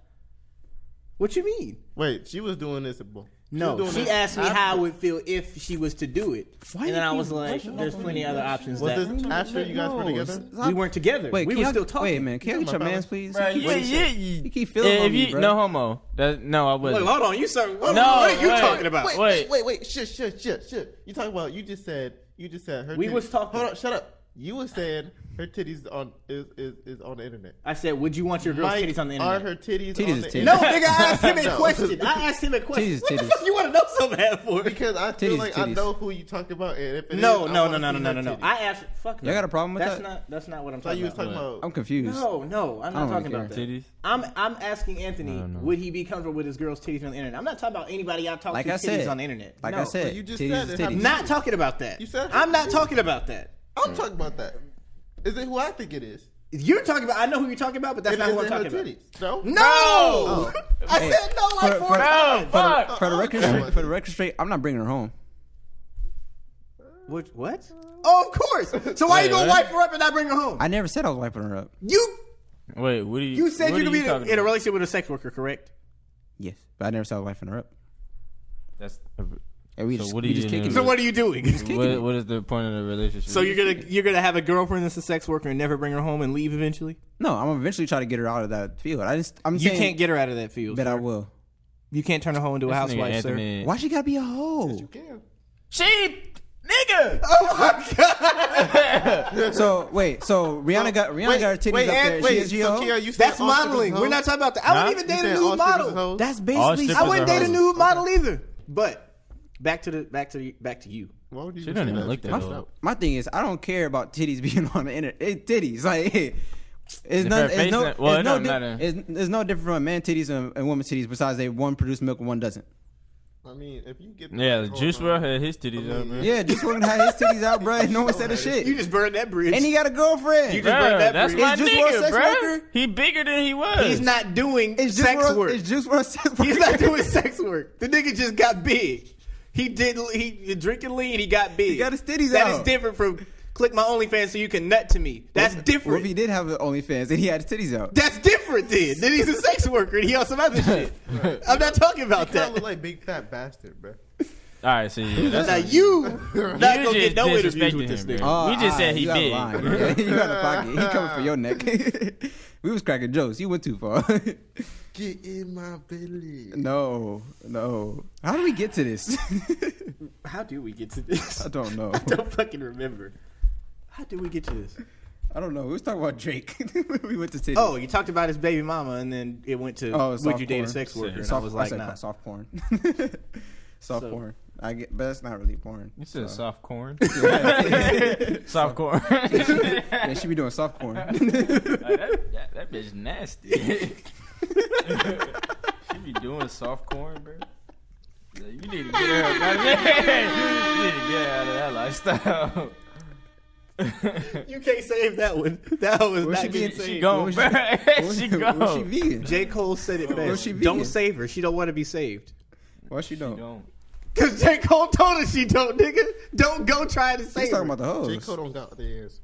C: What you mean?
I: Wait, she was doing this. before.
C: No,
I: was doing this
C: she asked me
I: after-
C: how I would feel if she was to do it, and then I was like, "There's plenty other options
I: Was
C: that
I: this after you guys were together?
C: we weren't together.
D: Wait,
C: we
D: can
C: were
D: y'all-
C: still talking."
D: Wait, man, can you get your
I: about
D: man's
I: that?
D: please?
F: Bruh,
D: You keep-
F: yeah, yeah, you,
D: You keep feeling
F: if
D: on me,
F: you-
D: bruh.
F: No homo. That no, I wasn't.
C: Look, hold on, you sir. What,
F: No,
C: what are you
F: wait.
C: talking about?
I: Wait, wait,
F: Wait.
I: wait, wait. Shit, shit, shit, shit. You talking about? You just said. You just said her.
C: We
I: titties-
C: was talking.
I: Hold on. Shut up. You was saying her titties on is is, is on the internet.
C: I said, "Would you want your girl's
I: Mike,
C: titties on the
I: Are
C: internet?"
I: her titties?
D: Titties
I: on
D: is
I: the
D: titties.
I: internet?
C: no, nigga, I asked him a
I: No.
C: question. I asked him a question.
D: Titties,
C: what the
D: titties.
C: fuck you want to know so bad for?
I: Because I feel
D: Titties,
I: like I
D: titties.
I: know who you talking about, and if it is, I
C: no, no, no,
I: wanna
C: no, no,
I: see
C: no,
I: her
C: no, no.
I: titties.
C: I asked. Fuck. No.
D: Y'all got a problem with
C: that's
D: that?
C: Not, that's not what I'm
I: thought Oh,
C: talking
I: you was
C: about.
I: talking about.
D: I'm confused.
C: No, no, I'm
D: I don't
C: not talking
D: really
C: about
D: care.
C: that.
F: Titties?
C: I'm I'm asking Anthony,
F: don't know.
C: would he be comfortable with his girl's titties on the internet? I'm not talking about anybody I talk
D: Like
C: to
D: I
C: titties
D: said,
C: on the internet.
D: Like
C: No.
D: I said,
I: you just
D: titties
I: said
D: is
I: it. How-
D: titties.
C: not talking about that.
I: You said-
C: I'm not talking about that.
I: I'm talking about that. Is it who I think it is?
C: You're talking about. I know who you're talking about, but that's
I: It-
C: not
I: is
C: who I'm
I: it her
C: talking about.
I: titties? Oh. No.
C: No, I
D: Hey,
C: said no like
D: for-
C: four
D: for-
C: times. Uh-uh.
D: For
F: Oh, Fuck.
D: the, for the record,
I: Okay.
D: straight, for the record straight, I'm not bringing her home.
C: What? What? Oh, of course. So why you gonna
F: what?
C: wipe her up and not bring her home?
D: I never said I was wiping her up.
C: you
F: Wait, what do you?
C: you said
F: what
C: you
F: are
C: could be in a,
F: talking
C: in a
F: about?
C: relationship with a sex worker, correct?
D: Yes, but I never said I was wiping her up.
F: That's.
D: And we
F: So
D: just
F: what do
D: we
F: you
D: just
F: do?
D: kicking.
C: So what are you doing?
F: What, what is the point of the relationship?
C: so you're gonna you're gonna have a girlfriend that's a sex worker and never bring her home and leave eventually?
D: No, I'm gonna eventually try to get her out of that field. I just I'm
C: You
D: saying,
C: can't get her out of that field.
D: but I
C: sir.
D: will.
C: You can't turn her home into a
F: This nigga
C: housewife, sir.
F: Anthony-
D: Why she gotta be a hoe?
I: Damn.
F: She, nigga.
C: Oh,
D: So wait, so Rihanna got Rihanna got her titties
I: wait,
D: up there.
I: and-
D: she
I: Wait,
D: is she a
I: so
D: hoe?
I: Kiara, you
C: That's
I: said all strippers
C: modeling.
I: is
C: We're not
I: hoes?
C: talking about that. I
F: Huh?
C: wouldn't
I: You
C: even date
I: said
C: a
I: all
C: nude
I: strippers is
C: model.
I: hoes?
D: That's
F: All
D: basically.
F: strippers
C: I wouldn't
F: are
C: date a
F: hoes.
C: nude model either. But back to the back to the, back to you.
I: Why would you
F: She
I: even
F: don't
I: say
F: even
I: that?
F: look
I: She
F: that
I: touched
F: old.
I: out.
D: My thing is, I don't care about titties being on the internet. It, titties, eh, like It's,
F: If
D: none,
F: her
D: it's,
F: face
D: no,
F: not- well,
D: it's,
F: it
D: no
F: don't
D: di-
F: matter.
D: it's, it's no different from a man titties and, and woman titties besides they one produce milk and one doesn't.
I: I mean, if you get
F: Yeah,
I: hold
F: Juice
I: on.
F: WRLD had his titties out, bro.
D: Yeah, just wouldn't have his titties out, bro. and No one said a
C: You
D: shit.
C: just burned that bridge.
D: And he got a girlfriend.
C: You just- burned
F: Bruh,
C: that
F: that's
C: bridge.
F: my
D: Is Juice WRLD
F: nigga,
D: sex
F: bro.
D: worker?
F: He bigger than he was.
C: He's not doing
D: it's just
C: sex
D: world,
C: work.
D: It's just world sex work.
C: He's not doing sex work. The nigga just got big. He did. He drinking lean. He got big. He
D: got his titties
C: That is
D: out.
C: different from click my OnlyFans so you can nut to me. That's
D: What if
C: different.
D: he did have an OnlyFans and he had his titties out?
C: That's different. Then then he's a sex worker and he on some other shit. I'm not talking about
I: That
C: that.
I: look like big fat bastard, bro.
F: All right, see. So yeah, that's
C: Now you not gonna
F: you just
C: get no interviews
F: disrespected
C: with this
F: him, bro.
C: nigga.
D: Oh,
F: we just said
D: ah,
F: he
D: you out of
F: big.
D: line, bro. you out of pocket. He coming for your neck. we was cracking jokes. You went too far.
I: Get in my belly.
D: no, no. How do we get to this?
C: How do we get to this?
D: I don't know.
C: I don't fucking remember. How did we get to this?
D: I don't know. We was talking about Drake. we went to titties.
C: Oh, you talked about his baby mama, and then it went to
D: Oh,
C: would
D: it's
C: you
D: soft
C: date a
D: porn.
C: sex worker? And I
D: Soft-
C: was like,
D: said
C: nah.
D: soft porn. soft
C: So-
D: porn. I get, but that's not really porn.
F: This is
D: so.
F: soft corn.
D: yeah,
F: soft corn.
D: she be doing soft porn.
F: that, that, that bitch nasty. she be doing soft corn, bro. Yeah, You need to get her out of that. You need to get her out of that lifestyle.
C: You can't save that one. That
D: Was
C: was not
D: she being-
C: good.
F: she
C: saved.
F: gone,
D: was
F: bro.
D: Was she,
F: she gone.
D: was she vegan?
C: J. Cole said it best.
D: she
C: don't
D: vegan?
C: save her. She don't want to be saved.
D: Why she don't?
F: Gone.
C: Cause J. Cole told her she don't, nigga. Don't go try to
D: She's
C: save her.
D: talking about the
I: J.
D: hoes.
I: Cole don't got the answer.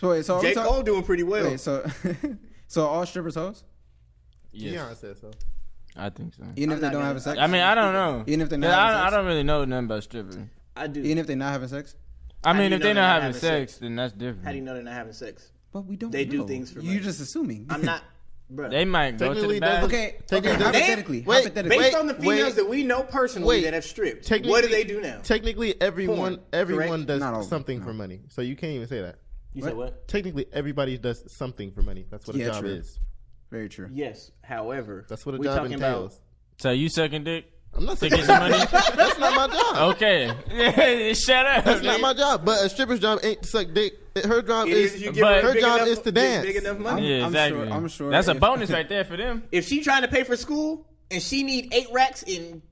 D: So wait, so are we
C: J.
D: talk-
C: Cole doing pretty well.
D: wait, so so all strippers hoes,
F: Yes,
I: Beyonce said so.
F: I think so.
D: even
C: I'm
D: if they don't
C: not gonna-
D: have sex.
F: I mean, I don't know.
D: Even if they're
F: Yeah,
D: not
F: I,
D: having
F: don't, I
D: sex?
F: don't really know nothing about stripping.
C: I do.
D: even if they're not having sex.
F: I mean,
C: do
F: if
C: you
F: they
C: know they're
F: not
C: not
F: having
C: having
F: sex,
C: sex?
F: then that's different.
C: How do you know they're not having sex?
D: But we don't.
C: They do
D: know.
C: things for
D: You're
C: money.
D: just assuming.
C: I'm not, bro.
F: They might go to
I: Technically,
F: the bathroom.
D: okay.
I: Take
D: Okay.
I: it down.
D: Hypothetically,
I: Wait,
D: hypothetically,
C: Based
I: wait,
C: on the females
I: wait.
C: that we know personally
I: Wait.
C: that have stripped,
I: Technically-
C: what do they do now?
I: Technically, everyone
C: Porn,
I: everyone
C: correct?
I: does
D: Not all of them,
I: something
D: no.
I: for money, so you can't even say that.
C: you said what?
I: Technically, everybody does something for money. That's what a
D: Yeah,
I: job
D: true.
I: is.
D: very true.
C: Yes. However,
I: That's what a
C: we're
I: job
C: talking about-
I: entails.
F: So you sucking dick
I: I'm not
F: to
I: saying
F: get some money?
I: that's not my job.
F: Okay. Shut up.
I: That's not my job. But a stripper's job ain't to suck dick. Her job
C: It
I: is
C: is if you give
F: But-
C: her,
I: her
C: big
I: job
C: enough-
I: is to
C: big-
I: dance.
C: Big enough money.
F: yeah,
D: I'm
F: exactly.
D: sure- I'm sure
F: That's a
D: if-
F: bonus right there for them.
C: If she trying to pay for school and she need eight racks in,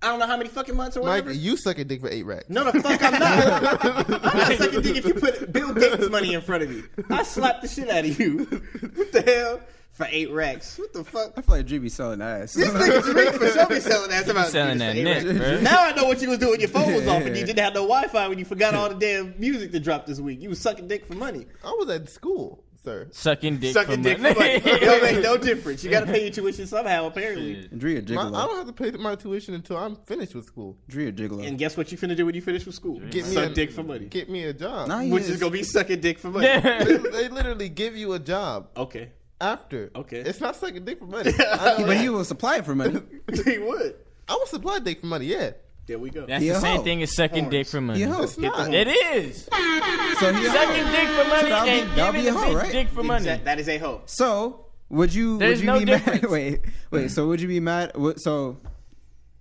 C: I don't know how many fucking months or
I: Mike,
C: whatever.
I: you suck a dick for eight racks.
C: no, the fuck I'm not. I'm not sucking dick if you put Bill Gates money in front of me. I slap the shit out of you. What the hell? For eight racks. What the fuck?
D: I feel like Drew be selling ass.
C: This nigga Drake for sure be selling ass about
F: Selling
C: for
F: that
C: eight
F: neck,
C: racks.
F: bro.
C: Now I know what you was doing. Your phone was off and you didn't have no Wi-Fi when you forgot all the damn music to drop this week. You was sucking dick for money.
I: I was at school, sir.
F: Sucking dick for
C: Sucking dick for
F: money.
C: money. It make no difference. You got to pay your tuition somehow, apparently.
D: Drew
I: My,
D: a
I: I
D: gigolo.
I: don't have to pay my tuition until I'm finished with school.
D: Drew a
C: And
D: gigolo.
C: guess what you finna do when you finish with school?
I: Get me
C: Suck
I: a-
C: dick for money.
I: Get me a job.
D: Nah, he
C: Which is gonna be sucking dick for money.
I: They- they literally give you a job
C: Okay.
I: after.
C: Okay.
I: It's not sucking dick for money. I, know
D: But
I: that.
D: he will supply it for money.
C: he would.
I: I was supplied dick for money, yeah.
C: There we go.
F: That's
D: He a
F: the same
D: hoe.
F: thing as sucking dick for money.
D: He a hoe.
I: It's not.
F: It is
D: So he a
F: sucking
D: hoe.
F: dick for money
D: that'll be-
F: and
D: that'll be
F: giving a
D: a hoe,
F: bitch
D: right?
F: dick for money.
C: Exact- that is a hoe.
D: So would you? would
F: There's
D: you
F: no
D: be
F: difference.
D: mad? Wait, wait. So would you be mad? would- So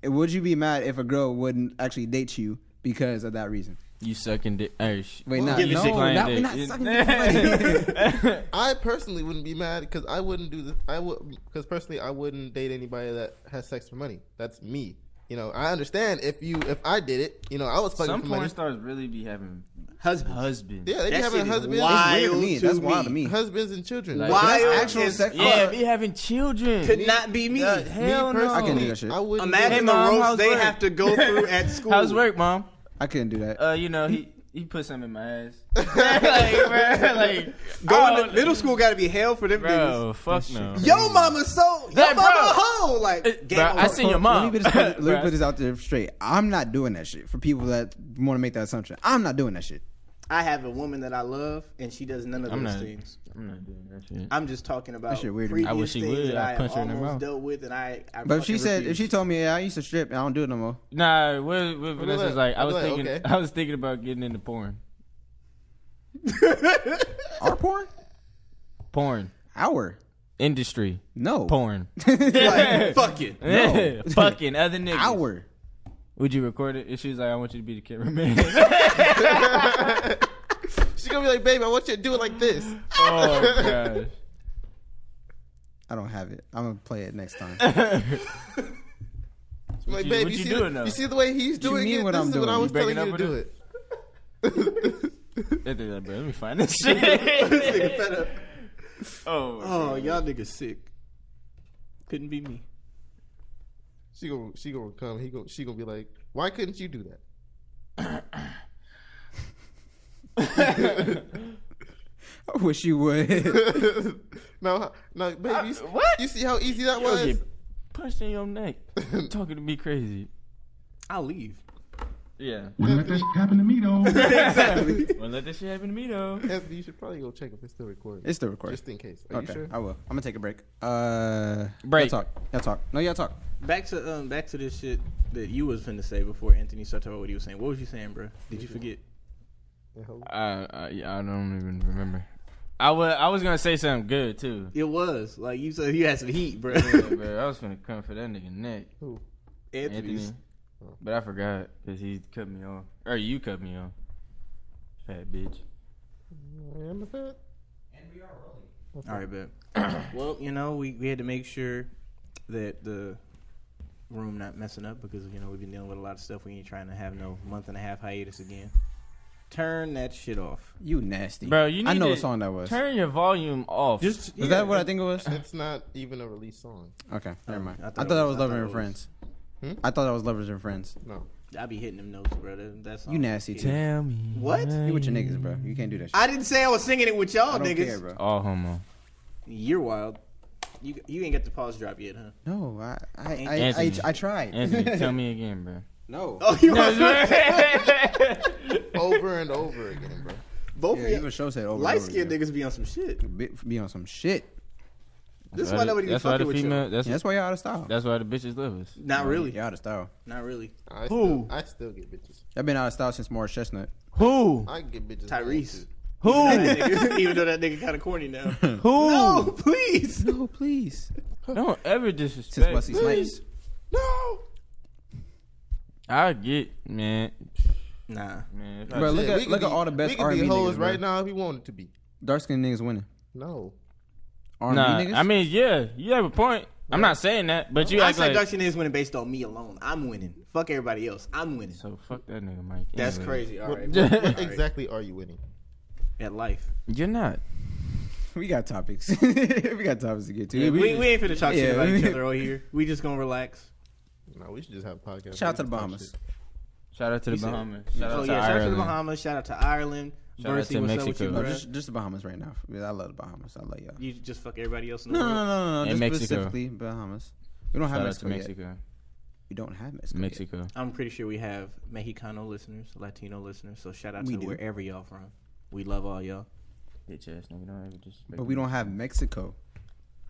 D: would you be mad if a girl wouldn't actually date you because of that reason?
F: You sucking dick. Hey, sh-
D: Wait, not,
C: Give me
D: no,
C: six line
D: not, we're not sucking dick for money.
I: I personally wouldn't be mad because I wouldn't do this. I would because personally I wouldn't date anybody that has sex for money. That's me. You know, I understand if you if I did it. You know, I was fucking
F: Some
I: for
F: porn
I: money.
F: stars really be having
C: Husband.
F: husbands.
I: yeah, they be
C: That
I: having
C: shit is
I: husbands,
C: wild.
D: Weird to me.
C: to
D: That's wild to
C: me.
D: me.
I: husbands and children.
F: Like-
C: Why
D: That's
C: is-
D: actual sex.
F: Yeah,
D: Uh,
F: be having children.
C: Could not be me.
F: Yeah, hell no.
D: I can't do that shit.
I: I wouldn't.
C: Imagine
I: do it.
C: the
F: Mom,
C: ropes
F: how's
C: they
F: work?
C: have to go through at school.
F: How's work, mom?
D: I couldn't do that.
F: Uh, you know he he put some in my ass. like, bro, like
C: Going
F: oh,
C: to middle school got to be hell for them niggas.
F: Bro, fuck no.
C: Yo, mama, so yo,
F: That,
C: mama,
F: bro.
C: a hoe. Like,
F: Uh,
C: game
F: bro,
C: over.
F: I seen your mom.
D: Let me, just put, let me
F: Bruh.
D: put this out there straight. I'm not doing that shit for people that want to make that assumption. I'm not doing that shit.
C: I have a woman that I love, and she does none of
F: I'm
C: those
F: not.
C: things.
F: I'm not doing that shit.
C: I'm just talking about
D: shit weird to me.
C: previous
F: I wish she
C: things
F: would.
C: that
F: I'd
C: I have
F: punch her in the
C: almost
F: mouth.
C: dealt with, and I. I
D: But if she
C: fucking
D: said, if
C: refuse.
D: she told me, yeah, I used to strip and I don't do it no more.
F: Nah, what, what Vanessa's
I: like-
F: like, I
I: I'd
F: was
I: be like,
F: thinking,
I: okay.
F: I was thinking about getting into porn.
D: Our porn?
F: Porn
D: Our.
F: industry,
D: No.
F: porn,
C: like, fuck it.
D: No.
F: fucking other niggas.
D: Our.
F: Would you record it? And she was like, I want you to be the cameraman.
I: She gonna be like, babe, I want you to do it like this.
D: Oh, gosh. I don't have it. I'm gonna play it next time.
I: Like,
D: you-
I: babe,
D: what
I: you,
D: you
I: see
D: doing
I: the,
D: now?
I: you see the way he's
D: What you
I: doing
D: mean
I: it.
D: what
I: this
D: I'm
I: is what I
D: doing?
I: was
D: You
I: telling you
D: breaking
I: to
D: up
I: do
D: with
I: it.
F: That dude like, bro, let me find this shit. Oh,
J: oh, y'all niggas sick. Couldn't be me.
I: She gonna she gonna come. He gonna she gonna be like, why couldn't you do that?
D: I wish you would.
I: no, no, babe. you, s-
F: Uh, what?
I: You see how easy that
F: You don't
I: was?
F: get punched in your neck. Talking to me crazy.
J: I'll leave.
F: Yeah.
H: Wouldn't let that shit happen to me though.
F: exactly. Wouldn't let this shit happen to me though.
I: Anthony, you should probably go check if it's still recording.
D: It's still recording.
I: Just in case. Are
D: okay,
I: you sure?
D: I will. I'm gonna take a break. Uh,
F: Break.
D: Y'all talk. Y'all talk. No, y'all talk.
C: Back to um, back to this shit that you was finna say before Anthony started talking about what he was saying. What was you saying, bro? Did you forget?
F: I, I yeah, I don't even remember. I was I was gonna say something good too.
C: It was like you said you had some heat, bro.
F: Yeah, bro, I was gonna come for that nigga neck,
I: Who?
C: Anthony's.
F: Anthony.
D: Oh.
F: But I forgot because he cut me off, or you cut me off. Fat bitch.
I: Am I fat?
C: All right, bet. well, you know, we, we had to make sure that the room not messing up because you know we've been dealing with a lot of stuff. We ain't trying to have no month and a half hiatus again. Turn that shit off.
D: You nasty,
F: Bro, you need
D: I know
F: to
D: what song that was.
F: Turn your volume off.
C: Just
D: was that what I think it was?
I: It's not even a release song.
D: Okay, never mind.
C: I
D: I
C: thought
D: thought,
C: it
D: that was
C: was- I thought
D: Lovers
C: it
D: and
C: was-
D: Friends.
I: Hmm?
D: I thought that was Lovers and Friends.
I: No.
C: I be hitting them notes, bro. That- That's all.
D: You nasty too.
F: Tell me.
J: What?
D: You with your niggas, bro. You can't do that. Shit.
J: I didn't say I was singing it with y'all
D: I don't
J: niggas.
D: care, bro.
F: All homo.
C: You're wild. You you ain't got the pause drop yet, huh?
D: No, Oh, I I I, I,
F: Anthony.
D: I tried.
F: Anthony, tell me again, bro.
D: no.
J: Oh, you are
I: Over and over again, bro.
J: both
D: Yeah,
J: of
D: even
J: you
D: show said over. and
J: light
D: over
J: skinned
D: again.
J: niggas be on some shit.
D: Be, be on some shit.
J: This is
F: That's
J: why nobody be
F: that's why
J: fucking
F: the
J: with you.
F: female. That's
D: Yeah, that's why y'all out of style.
F: that's why the bitches love us.
C: Not really.
D: Y'all out of style.
C: Not really.
I: I still, I still get bitches.
D: I've been out of style since Morris Chestnut.
F: Who?
I: I get bitches. now,
C: Tyrese.
I: too.
C: That nigga- Even though that nigga kind of corny now.
F: Who?
C: No, please.
D: No, please.
F: Don't ever
D: Since
F: disrespect.
D: Wesley Snipes.
I: No.
F: I get man,
C: Nah.
F: man. if I-
D: Bro, look
I: Yeah, we
D: at
I: could
D: look at
I: be-
D: all the
I: We
D: best
I: could
D: R&B
I: be hoes
D: niggas.
I: right
D: Right now.
I: now if we wanted to be.
D: Dark skinned niggas winning.
I: No.
D: R&B
F: nah,
D: niggas.
F: I mean, yeah, you have a point. I'm not saying that, but you
C: I
F: act
C: said
F: like
C: Dutch is winning based on me alone. I'm winning. Fuck everybody else. I'm winning.
F: so. Fuck that nigga, Mike.
C: That's
F: Anyway.
C: crazy. All right.
I: What,
C: All
I: what
C: right.
I: exactly are you winning?
C: At life.
F: You're not.
D: we got topics. we got topics to get to.
C: Yeah, we, we ain't finna talk shit
D: Yeah,
C: about
D: we-
C: each other over here. We just gonna relax.
I: No, we should just have a podcast.
D: Shout out to the
I: We can
D: Bahamas.
I: talk
F: Shout out to the
C: said-
F: Bahamas. Shout
C: oh
F: out to
C: yeah, shout out to the
F: Ireland.
C: Bahamas. Shout out to Ireland.
F: Shout out
C: Mercy,
F: to
C: what's up
F: Mexico.
C: with
D: No,
C: you, bro?
D: just just the Bahamas right now. Yeah, I love the Bahamas. I love y'all.
C: you just fuck everybody else in the
D: No, no,
C: world.
D: no, no, no.
F: And
D: Just
F: Mexico.
D: specifically Bahamas. We don't have
F: Shout out to
D: Mexico, yet.
F: Mexico.
D: We don't have Mexico. yet.
F: Mexico.
C: I'm pretty sure we have Mexicano listeners, Latino listeners. So shout out
D: We
C: to
D: do.
C: wherever y'all from. We love all y'all.
F: Bitch ass nigga. Don't ever disrespect.
D: But we
F: me.
D: don't have Mexico.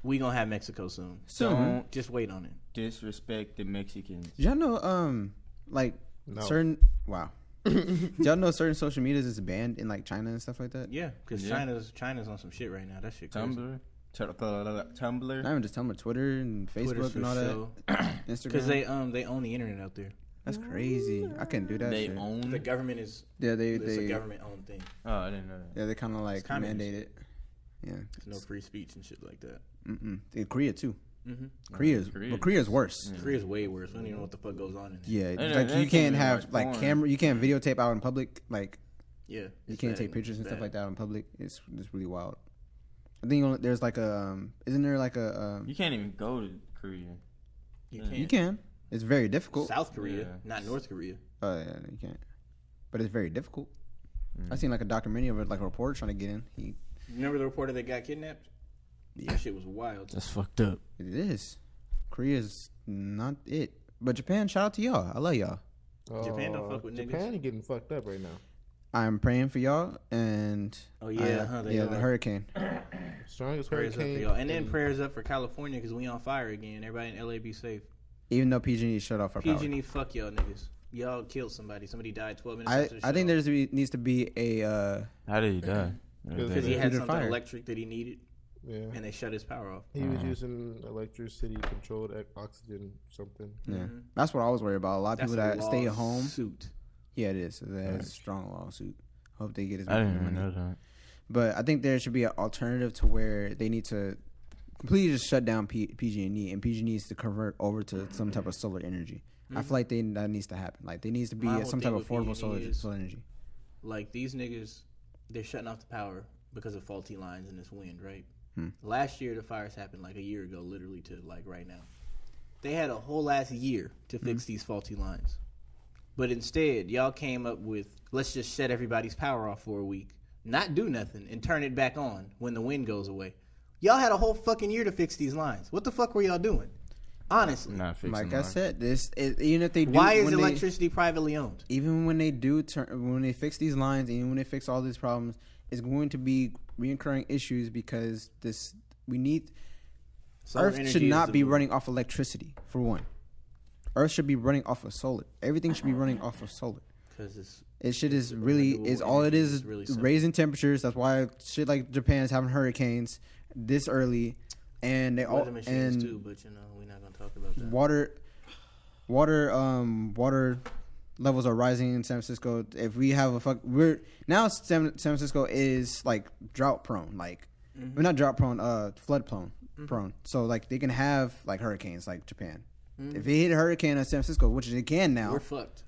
C: We gonna have Mexico soon.
D: So
C: Just wait on it.
F: disrespect the Mexicans.
D: did y'all know um like
I: No.
D: certain wow. Did y'all know certain social medias is banned in like China and stuff like that?
C: Yeah, because
F: Yeah.
C: China's China's on some shit right now. That shit. Crazy.
F: Tumblr. Tumblr.
D: Not even just Tumblr, Twitter and Facebook
C: Twitter's
D: and all that.
C: for
D: Instagram.
C: Because they um they own the internet out there.
D: That's crazy. I couldn't do that.
F: They
D: shit.
C: The
F: own.
C: government is
D: Yeah, they
C: it's a
D: they yeah
C: government owned thing.
F: Oh, I didn't know that.
D: they kind of like
C: communist.
D: mandate it. Yeah,
C: There's no free speech and shit like that.
D: Mm-mm. in Korea too.
C: Mhm.
D: Korea's
F: Mm-hmm. Korea
D: but Korea's worse.
C: Korea's way worse. We don't even know what the fuck goes on in there.
D: Yeah,
F: They don't-
D: like
F: they
D: you
F: can't
D: can't
F: even
D: have
F: watch
D: like
F: porn.
D: camera. You can't videotape out in public. Like
C: Yeah,
D: you can't take pictures and stuff like that in public. It's it's really wild. I think only- there's like a um, isn't there like a um,
F: You can't even go to Korea.
C: You
F: Yeah.
C: can't.
D: you can. It's very difficult.
C: South Korea,
F: Yeah.
C: not North Korea.
D: Oh yeah, you can't. But it's very difficult.
F: Mm.
D: I seen like a documentary of it, like a reporter trying to get in. He
C: Remember the reporter that got kidnapped? That shit was wild.
F: That's fucked up.
D: It is. Korea's not it. But Japan, shout out to y'all. I love y'all.
I: shit.
C: Japan don't
I: Uh,
C: fuck with niggas.
I: Japan getting fucked up right now.
D: I'm praying for y'all and
C: Oh, yeah,
D: I-
C: huh, they
D: yeah,
C: are.
D: the hurricane.
I: Strongest
C: Prayers up for
I: hurricane.
C: y'all, and then
I: in-
C: prayers up for California because we on fire again. Everybody in LA be safe.
D: Even though PG&E shut off our power,
C: PG&E, E, fuck y'all niggas. Y'all killed somebody. Somebody died 12 minutes
D: I
C: after the
D: I think
C: show.
D: there's be, needs to be a uh,
F: How did he die?
C: because he
I: Yeah.
C: had
D: Through the
C: something
D: fire.
C: electric that he needed,
I: Yeah.
C: and they shut his power off.
I: He was using electricity controlled e- oxygen something.
D: yeah. That's what I was worried about. A lot of
C: Mm-hmm. That's
D: people that
C: a
D: stay at home.
C: lawsuit.
D: Yeah, it is. That's a strong lawsuit. Hope they get as much
F: I didn't
D: money.
F: even know that.
D: But I think there should be an alternative to where they need to completely just shut down P- PG&E, and PG&E needs to convert over to some type of solar energy. I
C: Mhm.
D: feel like they, that needs to happen. Like there needs to be
C: My whole
D: some
C: thing
D: type of
C: with
D: affordable
C: PG&E
D: solar,
C: is-
D: solar energy.
C: Like these niggas, they're shutting off the power because of faulty lines and this wind, right?
D: Hmm.
C: Last year the fires happened like a year ago, literally to like right now. They had a whole last year to fix
F: Hmm.
C: these faulty lines. But instead, y'all came up with let's just shut everybody's power off for a week, not do nothing, and turn it back on when the wind goes away. Y'all had a whole fucking year to fix these lines. What the fuck were y'all doing? Honestly.
F: Not fixing
D: Like I
F: mine.
D: said, this it, even if they do,
C: Why is
D: when they-
C: electricity privately owned?
D: even when they do turn when they fix these lines and when they fix all these problems it's going to be reoccurring issues because this we need
C: Solar
D: earth should
C: energy is
D: not
C: the
D: be
C: move.
D: running off electricity for one earth should be running off of solar everything should be running off of solar
C: Because it's
D: it shit is really is all it
C: energy
D: is
C: is
D: is
C: really simple.
D: raising temperatures that's why shit like japan is having hurricanes this early and they all
C: weather machines
D: and
C: too, but you know we're not gonna talk about that.
D: water water um water levels are rising in San Francisco. If we have a fuck we're now San, San Francisco is like drought prone, like
C: Mhm.
D: we're not drought prone, uh flood prone
C: Mhm.
D: prone. So like they can have like hurricanes like Japan.
C: Mhm.
D: If it hit a hurricane on San Francisco, which it can now,
C: We're fucked.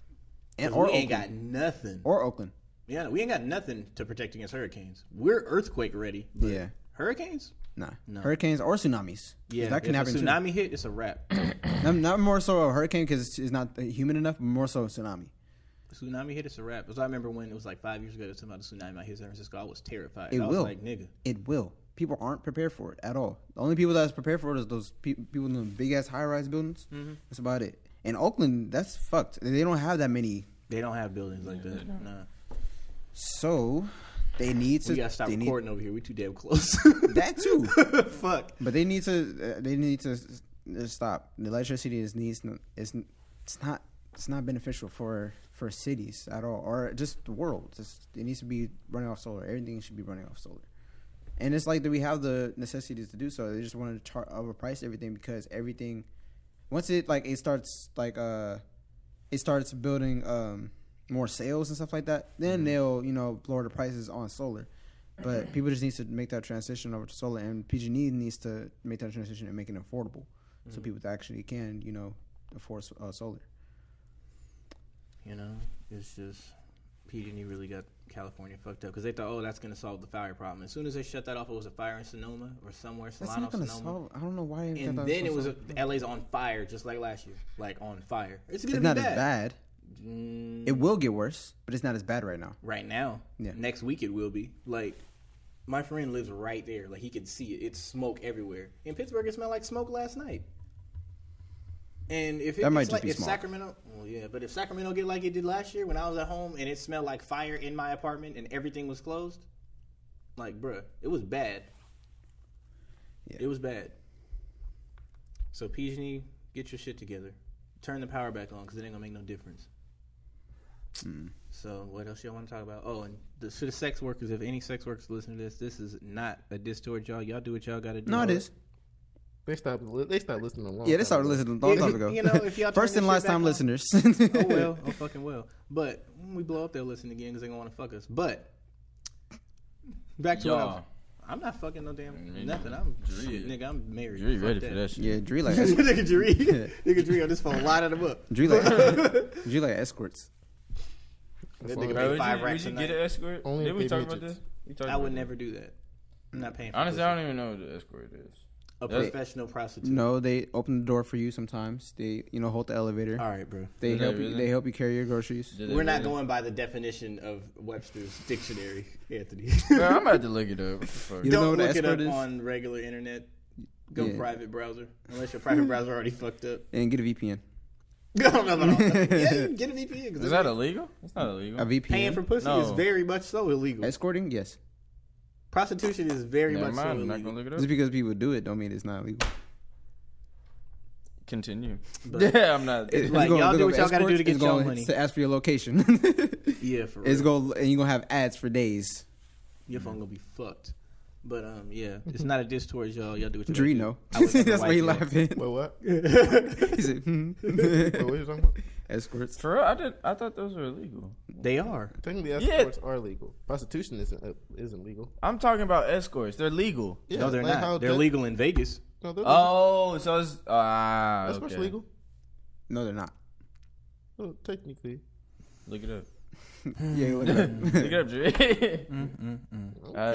D: and
C: 'Cause
D: or
C: we ain't got
D: Oakland,
C: nothing.
D: or Oakland.
C: yeah, we ain't got nothing to protect against hurricanes. We're earthquake ready. But
D: Yeah.
C: Hurricanes?
D: Nah.
C: No.
D: Hurricanes or tsunamis. 'Cause
C: Yeah.
D: That can
C: if
D: happen
C: a
D: too.
C: tsunami hit, it's a wrap.
D: Not, not more so a hurricane because it's, it's not human enough, but more so a tsunami.
C: If a tsunami hit, it's a wrap. Because I remember when it was like five years ago, there was something about a tsunami out here in San Francisco. I was terrified.
D: It
C: I was
D: will.
C: like, nigga.
D: It will. People aren't prepared for it at all. The only people that's prepared for it is those pe- people in the big ass high rise buildings.
C: Mhm.
D: That's about it. In Oakland, that's fucked. They don't have that many,
C: They don't have buildings like that. Nah.
D: so they need to.
C: We gotta stop
D: they need-
C: recording over here. We too damn close.
D: that too.
C: Fuck.
D: But they need to. Uh, they need to s- s- stop. The electricity is needs. It's it's not. It's not beneficial for for cities at all, or just the world. Just it needs to be running off solar. Everything should be running off solar. And it's like that we have the necessities to do so. They just want to char- overprice everything because everything, once it like it starts like uh, it starts building um more sales and stuff like that. Then
C: Mm-hmm.
D: they'll you know lower the prices on solar. But people just need to make that transition over to solar, and PG&E needs to make that transition and make it affordable, so
C: Mm-hmm.
D: people that actually can, you know, afford uh, solar.
C: You know, it's just PG&E really got California fucked up because they thought, oh, that's gonna solve the fire problem. As soon as they shut that off, it was a fire in Sonoma or somewhere,
D: That's
C: Solano,
D: not gonna
C: Sonoma.
D: solve. I don't know why. they
C: And
D: thought
C: then it
D: that
C: was
D: solve-
C: a, LA's on fire, just like last year, like on fire. It's gonna
D: It's
C: be
D: not as
C: bad.
D: bad.
C: Mm,
D: It will get worse, but it's not as bad right now.
C: right now.
D: Yeah.
C: Next week it will be. Like my friend lives right there. Like he can see it. It's smoke everywhere. In Pittsburgh, it smelled like smoke last night. And if it
D: That might
C: gets
D: just
C: like,
D: be
C: if
D: smog.
C: Sacramento, well, yeah, but if Sacramento get like it did last year when I was at home and it smelled like fire in my apartment and everything was closed, like bruh, it was bad.
D: Yeah.
C: It was bad. So PG&E, get your shit together. Turn the power back on because it ain't gonna make no difference. So what else y'all want to talk about? Oh, and the, to the sex workers, if any sex workers listen to this, this is not a diss towards y'all. Y'all do what y'all gotta do.
D: No, it is.
I: They stopped. li- They stopped listening. A long
D: Yeah, they
I: time
D: started
I: ago.
D: listening a long time ago.
C: You know, if y'all turn
D: first
C: this
D: and
C: shit
D: last
C: back
D: time
C: on-
D: listeners.
C: Oh well, oh fucking well. But mm, we blow up their listen again because they gonna want to fuck us. But back to what I was,
F: Y'all.
C: I'm not fucking no damn
F: Mm,
C: nothing. I'm
F: Dre-
C: nigga. I'm married.
F: You
C: Fuck
F: ready for that shit?
D: Yeah, Dre like esc-
C: nigga Dree, nigga Dree on this phone, lining them up.
D: Dre like Dre like escorts.
C: That
I: Would
C: nigga
F: Bro,
C: paid
F: would
C: five
F: you, would
C: racks
F: you
C: a
F: get
C: night.
F: an escort?
I: Only
F: Did we
I: if
F: talk
I: they
F: about
I: midgets.
F: this? We talked
C: I would
F: about
C: never do that. I'm not paying.
F: this.
C: For
F: Honestly,
C: pussy.
F: I don't even know what an escort is.
C: a
F: that's-
C: professional prostitute.
D: No, they open the door for you sometimes. They you know hold the elevator.
C: All right, bro.
D: They
F: Is that
D: help you.
F: really?
D: They help you carry your groceries.
F: Did they
C: We're not
F: really-
C: going by the definition of Webster's dictionary, Anthony.
F: Bro, I'm about to look it up. What the fuck?
D: You don't know
C: Don't
D: what an
C: look it
D: escort
C: up
D: is?
C: on regular internet. Go
D: Yeah.
C: private browser, unless your private browser already fucked up.
D: and get a VPN.
C: I don't know about all that. Yeah, you can get a VPN
F: Is
C: because
F: that illegal? It's not illegal.
D: A VPN.
C: paying for pussy
F: No.
C: is very much so illegal.
D: Escorting, yes.
C: Prostitution is very
F: Never
C: much
F: mind. I'm
C: so
F: not gonna
C: illegal.
F: look it
D: Just
F: up.
D: because people do it, don't mean it's not legal.
F: Continue.
C: But-
F: yeah, I'm not.
D: It's
C: Like,
D: gonna
C: y'all
D: look
C: do
D: up
C: what y'all gotta do to
D: escorts,
C: get
D: it's
C: y'all
D: gonna
C: money.
D: To ask for your location.
C: Yeah, for real.
D: it's going and you're gonna have ads for days.
C: your phone gonna be fucked. But um, yeah, it's not a diss towards y'all. Y'all do what you
D: Drino.
C: like to do. I would never
D: That's why he
C: wife
D: laughing.
I: Wait, what?
D: he said, hmm.
I: Wait, what you talking about?
D: Escorts.
F: For real, I did. I thought those were illegal.
K: They are.
I: Technically,
F: Yeah.
I: escorts are legal. Prostitution isn't uh, isn't legal.
F: I'm talking about escorts. They're legal.
I: Yeah,
K: no, they're
I: like how
K: not. They're
I: dead-
K: legal in Vegas.
I: No, they're legal.
F: Oh, so it's ah.
I: escorts
F: okay.
I: legal.
D: No, they're not.
I: Well, technically,
F: Look it up.
D: yeah, look it up.
F: Look it up, Dre.
I: don't
F: I,
I: care-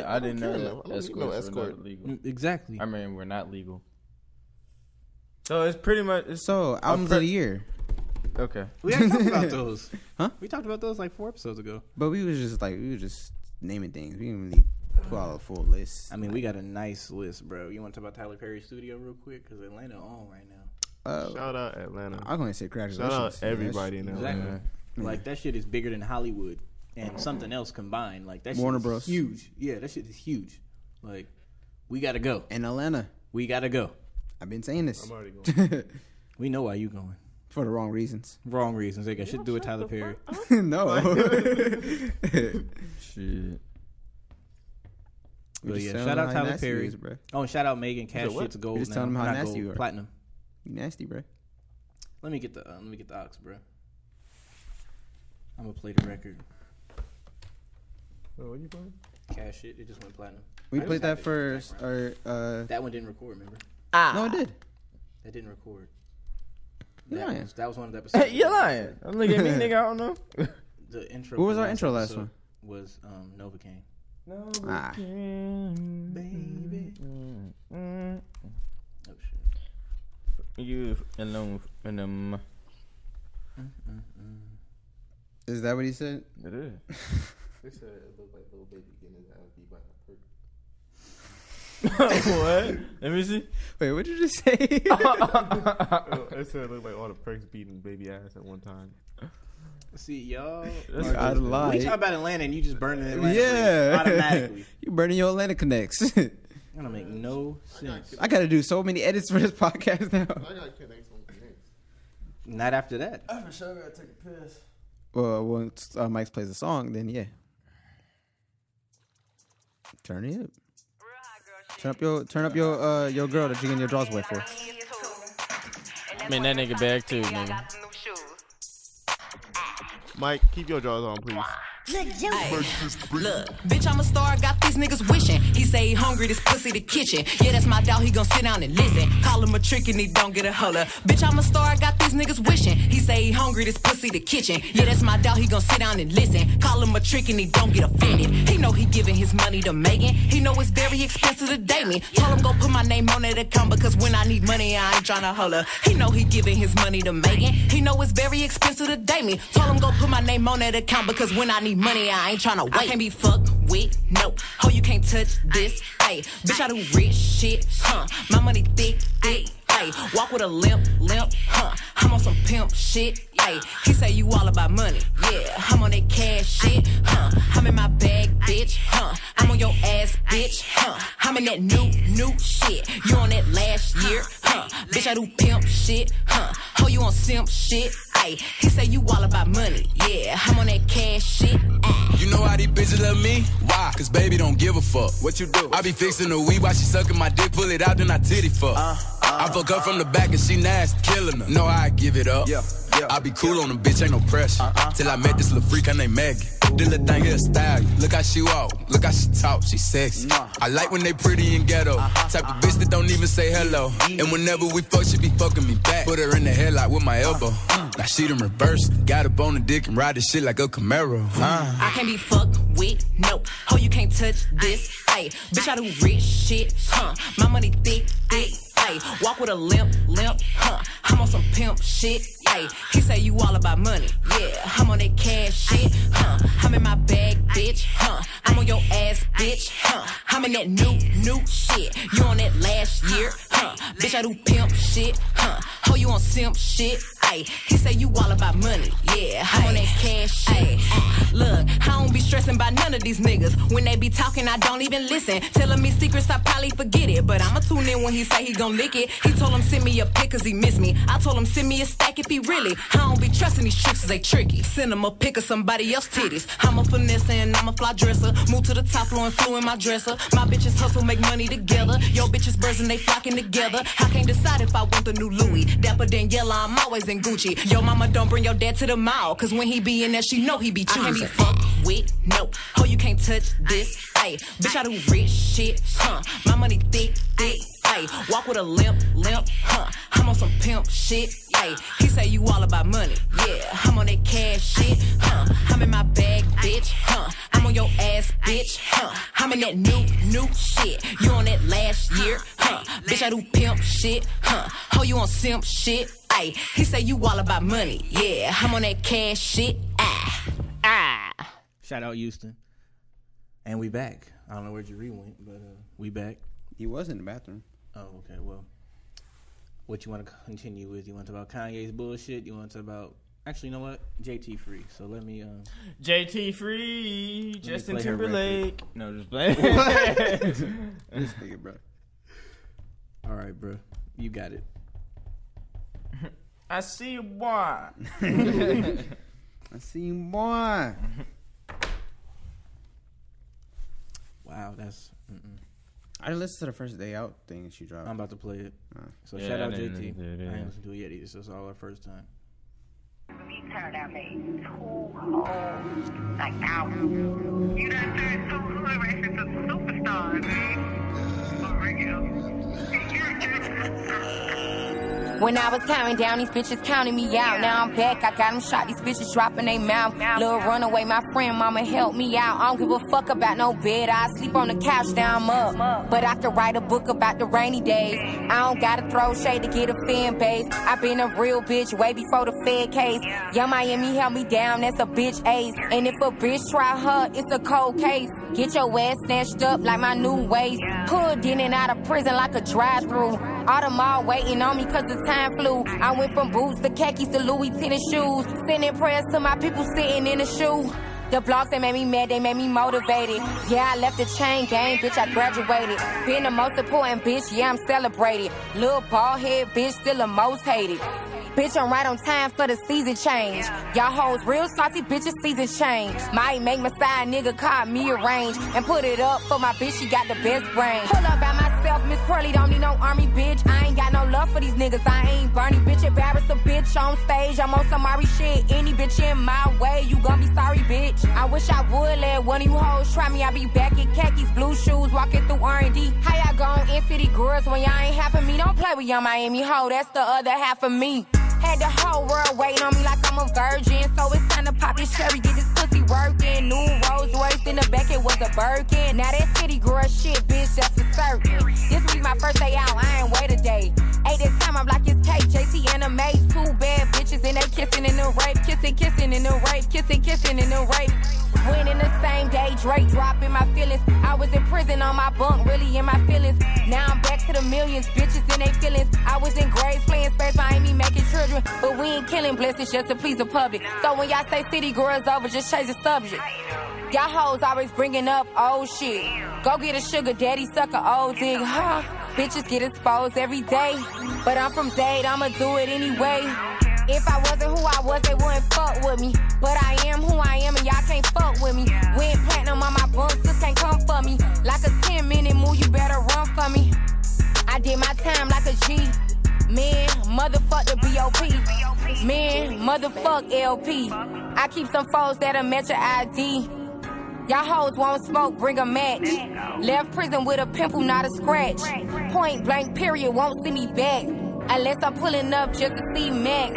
F: I
I: don't
F: didn't
I: care enough.
F: know
I: I don't need
F: that
I: no
F: escorts were
I: escort.
F: not legal.
K: Mm, Exactly.
F: I mean, we're not legal. So it's pretty much it's
D: So, albums
F: pre-
D: of the year.
F: okay.
C: We already talked about those.
D: Huh?
C: We talked about those like four episodes ago.
D: But we was just like, we was just naming things. We didn't really pull out a full list.
C: I mean, we got a nice list, bro. You want to talk about Tyler Perry's studio real quick? Because Atlanta on right now.
D: Uh,
I: shout out Atlanta.
D: I'm going to say congratulations.
I: Shout out
D: Yeah, that's-
I: everybody in Atlanta.
C: Exactly. Like that shit is bigger than Hollywood and something else combined. Like that shit
D: Warner
C: is
D: Bros.
C: huge. Yeah, that shit is huge. Like we gotta go.
D: In Atlanta.
C: We gotta go.
D: I've been saying this.
I: I'm already going.
C: We know why you going.
D: For the wrong reasons.
C: Wrong reasons. They got shit to do with Tyler Perry.
D: no. We
F: Shit.
C: But
D: just telling
C: yeah, shout
D: them
C: out
D: how
C: Tyler
D: nasty
C: Perry.
D: you is, bruh.
C: Oh, and shout out Megan Cash.
I: what?
C: It's gold
D: You just
C: now.
D: tell them how
C: Not
D: nasty
C: gold,
D: you are.
C: Platinum.
D: You nasty, bro.
C: Let me get the uh, let me get the ox, bro. I'm gonna play the record.
I: Wait, what you playing?
C: Cash it. It just went platinum.
D: We
C: I just
D: played that
C: have it in the
D: first.
C: background.
D: Or uh,
C: That one Ah, didn't record. Remember?
D: no, it did.
C: That didn't record.
D: You're
C: That
D: lying.
C: was, that was one of the
F: Hey,
C: episodes.
F: you're lying. Don't Look at me, nigga. I don't know.
C: The intro.
D: What
C: for
D: was
C: the
D: our intro last
C: episode
D: one?
C: Was um, Novocaine.
D: Ah,
C: Baby. Oh shit.
F: You alone in them.
D: is that what he said?
F: It is.
I: They said it looked like little baby getting his ass beat by a perk.
F: what? Let me see.
D: Wait, what did you just say?
I: Oh, they said it looked like all the perks beating baby ass at one time.
C: See y'all.
F: That's
D: I
C: We talk
D: lied.
C: about Atlanta and you just burn it.
D: Yeah.
C: Automatically.
D: You burning your Atlanta connects.
C: That don't make no sense.
D: I gotta do so many edits for this podcast now.
I: I got connects on connects.
C: Not after that.
F: I for sure gotta take a piss.
D: Well, once uh, Mike plays a song, then yeah. Turn it up. Turn up your turn up your uh your girl that you getting your draws wet for.
F: Man, that nigga back too, nigga.
I: Mike, keep your jaws on, please.
L: Look, bitch, I'm a star. Got these niggas wishing. He say he hungry. This pussy the kitchen. Yeah, that's my doubt. He gon' sit down and listen. Call him a trick and he don't get a holler. Bitch, I'm a star. Got these niggas wishing. He say he hungry. This pussy the kitchen. Yeah, that's my doubt. He gon' sit down and listen. Call him a trick and he don't get offended. He know he giving his money to Megan. He know it's very expensive to date me. Told him go put my name on that account because when I need money, I ain't tryna holler. He know he giving his money to Megan. He know it's very expensive to date me. Told him go put my name on that account because when I need money, I ain't tryna wait. I can't be fucked with, no. Ho, you can't touch this. Hey, bitch, I do rich shit, huh? My money thick, thick. Hey, walk with a limp, limp, huh? I'm on some pimp shit. Hey, he say you all about money. Yeah, I'm on that cash shit, huh? I'm in my bag, bitch, huh? I'm on your ass, bitch, huh? I'm in that new, new shit. You on that last year, huh? Bitch, I do pimp shit, huh? Oh, you on simp shit? Hey, he say you all about money. Yeah, I'm on that cash shit. ah.
M: You know how these bitches love me? Why? Cause baby don't give a fuck. What you do? I be fixing the weed while she sucking my dick, pull it out, then I titty fuck. I fuck up from the back and she nasty, killing her. No, I give it up. Yeah, yeah. Uh, I be cool on them, bitch, ain't no pressure. Till I met this little freak, her name Maggie. This little thing here style. Look how she walk, look how she talk, she sexy. I like when they pretty and ghetto. Type of bitch that don't even say hello. And whenever we fuck, she be fucking me back. Put her in the headlock with my elbow. Now she done reversed. Got a bone and dick and ride this shit like a Camaro. Uh.
L: I can't be fucked with, no. Ho, you can't touch this. Hey, bitch, I do rich shit, huh? My money thick, thick. Hey, walk with a limp, limp, huh? I'm on some pimp shit. Hey, he say you all about money. Yeah, I'm on that cash shit, huh? I'm in my bag, bitch, huh? I'm on your ass, bitch, huh? I'm in that new, new shit. You on that last year, huh? Bitch, I do pimp shit, huh? Oh, you on simp shit? Ayy, he say you all about money. Yeah, I on that cash shit. uh. Ay, Look, I don't be stressing by none of these niggas. When they be talking, I don't even listen. Telling me secrets, I probably forget it. But I'ma tune in when he say he gon' lick it. He told him send me a pic cause he miss me. I told him send me a stack if he really. I don't be trusting these tricks cause they tricky. Send him a pic of somebody else titties. I'm a finesse and I'm a fly dresser. Move to the top floor and flew in my dresser. My bitches hustle, make money together. Yo bitches birds and they flocking together. I can't decide if I want the new Louis. Dapper Daniela, I'm always in Gucci. Yo mama don't bring your dad to the mall. Cause when he be in there, she know he be choosing. I can't be fucked with, no. Oh, you can't touch this. Ayy, bitch, I do rich shit, huh? My money thick, thick. Ayy, walk with a limp, limp, huh? I'm on some pimp shit. Ayy, he say you all about money. Yeah, I'm on that cash shit, huh? I'm in my bag, bitch, huh? I'm on your ass, bitch, huh? I'm in that new, new shit. You on that last year, huh? Bitch, I do pimp shit, huh? Oh, you on simp shit? Ayy, he say you all about money. Yeah, I'm on that cash shit. Ah, ah.
C: Shout out Houston. And we back. I don't know where Jerry went, but uh, we back.
D: He was in the bathroom.
C: Oh, okay. Well, what you want to continue with? You want to talk about Kanye's bullshit? You want to talk about? Actually, you know what? JT free. So let me. Um,
F: JT Free,
C: me
F: Justin
C: play her
F: Timberlake.
C: record.
F: No, just playing.
C: this nigga, bro. All right, bro. You got it.
F: I see why.
D: I see more.
C: Wow, Oh, that's. Mm-mm.
D: I didn't listen to the first day out thing she dropped. Uh.
C: I'm about to play it. So
D: Yeah,
C: shout
D: I
C: out
D: didn't
C: JT.
D: listen to it
C: I
D: either.
C: ain't listened to it yet either. So it's all our first time.
N: turned out they two whole like albums. You done turned two hood rats into superstars, man. For real.
O: When I was counting down, these bitches counting me out. Now I'm back, I got them shot, these bitches dropping they mouth. Little runaway, my friend, mama, help me out. I don't give a fuck about no bed, I sleep on the couch, now I'm up. But I could write a book about the rainy days. I don't gotta throw shade to get a fan base. i been a real bitch way before the Fed case. Young Miami held me down, that's a bitch ace. And if a bitch try her, it's a cold case. Get your ass snatched up like my new ways. Hood in and out of prison like a drive through. All the mall waiting on me cause the time flew. I went from boots to khakis to Louis tennis shoes. Sending prayers to my people sitting in the shoe. The blogs that made me mad, they made me motivated. Yeah, I left the chain gang, bitch, I graduated. Been the most important bitch, yeah, I'm celebrated. Little bald head bitch, still the most hated. Bitch, I'm right on time for the season change. Y'all hoes real salty, bitches season change. Might make my side nigga call me a range and put it up for my bitch, she got the best brain. Pull up by myself, Miss Pearly don't need no army, bitch. I ain't got no love for these niggas, I ain't Bernie, bitch. Embarrass a bitch on stage, I'm on some Ari shit. Any bitch in my way, you gon' be sorry, bitch. I wish I would let one of you hoes try me, I be back in khakis, blue shoes, walking through R&D. How y'all gon' in city girls when y'all ain't half of me? Don't play with your Miami hoe, that's the other half of me. Had the whole world waiting on me like I'm a virgin. So it's time to pop this cherry, get this pussy working. New Rolls Royce in the back, it was a Birkin. Now that city girl shit, bitch, that's for certain. This week my first day out, I ain't wait a day. Eight this time, I'm like it's cake. JC and a maid, two bad bitches, and they kissing in the rape, kissing, kissing in the rape, kissing, kissing in the rape. Winning the same day, Drake dropping my feelings. I was in prison on my bunk, really in my feelings. Now I'm back to the millions, bitches in they feelings. I was in grades playing space, I ain't me making children. But we ain't killing blessings just to please the public. So when y'all say city girls over, just change the subject. Y'all hoes always bringing up old shit. Go get a sugar daddy, suck a old dick, huh? Bitches get exposed every day. But I'm from Dade, I'ma do it anyway. If I wasn't who I was, they wouldn't fuck with me. But I am who I am, and y'all can't fuck with me. Went platinum on my books, sis can't come for me. Like a 10 minute move, you better run for me. I did my time like a G. Man, motherfuck the BOP. Man, motherfuck LP. I keep some foes that'll match your ID. Y'all hoes won't smoke, bring a match. Left prison with a pimple, not a scratch. Point blank, period, won't see me back. Unless I'm pulling up just to see Max.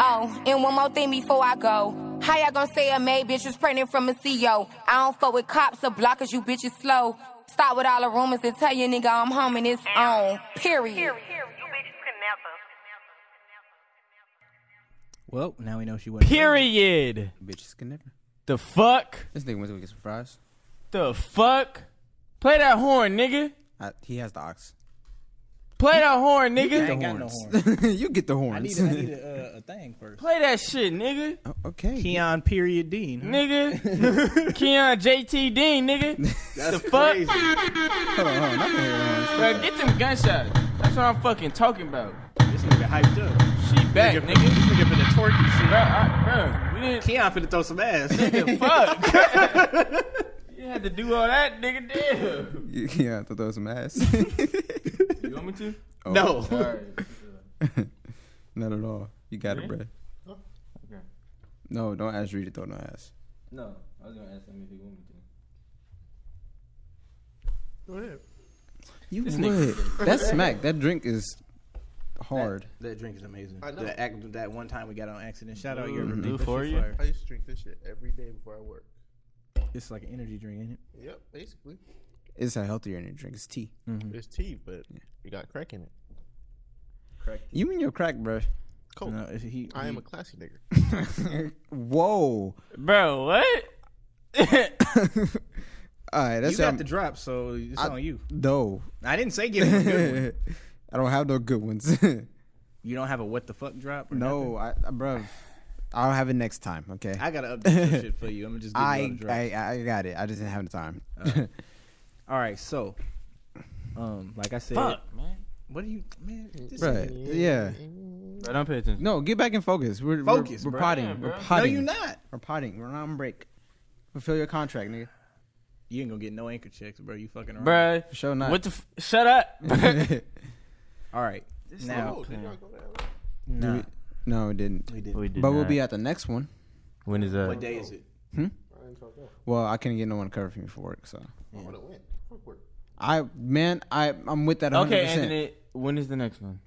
O: Oh, and one more thing before I go. How y'all gonna say a maid bitch was pregnant from a CEO? I don't fuck with cops or blockers, you bitches slow. Stop with all the rumors and tell your nigga I'm home and it's on. Period.
C: Well, now we know she went.
F: Period.
D: Bitches can never.
F: The fuck?
D: This nigga went to get some fries.
F: The fuck? Play that horn, nigga.
D: I, he has the ox.
F: Play that horn,
C: You
F: nigga.
C: ain't got no
D: you get the horns.
C: I need, a, I need a, uh, a thing first.
F: Play that shit, nigga.
D: Oh, Okay.
C: Keon period Dean. huh?
F: Nigga. Keon JT Dean, nigga. the fuck?
D: Hold on, hold on. I can hear the horns.
F: Bro, get them gunshots. That's what I'm fucking talking about.
J: This nigga hyped up.
F: She back,
J: nigga.
F: nigga.
J: This nigga for the twerky shit.
F: Bruh, we didn't.
J: Keon finna throw some ass.
F: Nigga, fuck. you had to do all that, nigga. Damn.
C: uh,
D: Yeah, I have to throw some ass.
F: You want me to?
D: Oh.
J: No.
D: Not at all. You got it, bro.
F: Okay.
D: No, don't ask Reed to throw no ass.
F: No, I was gonna ask him if he wanted to.
I: Go ahead.
D: You
C: This
D: would.
C: nigga-
D: That's smack. That drink is hard.
C: That, that drink is amazing.
I: I know.
C: That, act, that one time we got on accident. Shout
F: Mm,
C: out your
D: Mhm.
C: that
D: Do
C: shit
D: for you?
C: fire.
I: I used to drink this shit every day before I work.
C: It's like an energy drink, ain't it?
I: Yep, basically.
D: It's a healthier energy drink. It's tea.
C: Mm-hmm.
I: It's tea, but you got crack in it.
D: You and your crack, bro.
I: Coke.
C: No, if he,
I: I am a
C: he-
I: classy nigga.
D: Whoa.
F: Bro, what?
D: All right, that's
C: you got
D: I'm-
C: the drop, so it's
D: I-
C: on you.
D: No.
C: I didn't say give him a good one.
D: I don't have no good ones.
C: You don't have a what the fuck drop? Or
D: no, I, I bro. I'll have it next time. Okay.
C: nothing? I gotta update your shit for you. I'm gonna just give you all
D: I,
C: the drop.
D: I I got it. I just didn't have the time.
C: all right, so, um, like I said,
F: Fuck, man.
C: What do you, man? This
D: right.
C: nigga-
D: Yeah.
F: Bro, don't pay attention.
D: No, get back in focus. We're
C: Focus,
D: We're, we're
C: bro.
D: potting.
C: Yeah,
D: we're
C: bro. No,
D: potting.
C: you not.
D: We're potting. We're not on break. Fulfill your contract, nigga.
C: You ain't gonna get no anchor checks, bro. You fucking around.
F: Bruh.
D: For sure not.
F: What the? F- shut up.
C: All right. Now,
D: Do
C: Nah.
D: we- no, it didn't.
C: We didn't. We
F: did
D: but we'll
F: not.
D: be at the next one.
F: When is that?
C: what day is it?
D: Hmm? Well, I couldn't get no one to cover for me for work, so
I: I would have went. Fuck work.
D: I man, I I'm with that. 100%.
F: Okay, Anthony. When is the next one?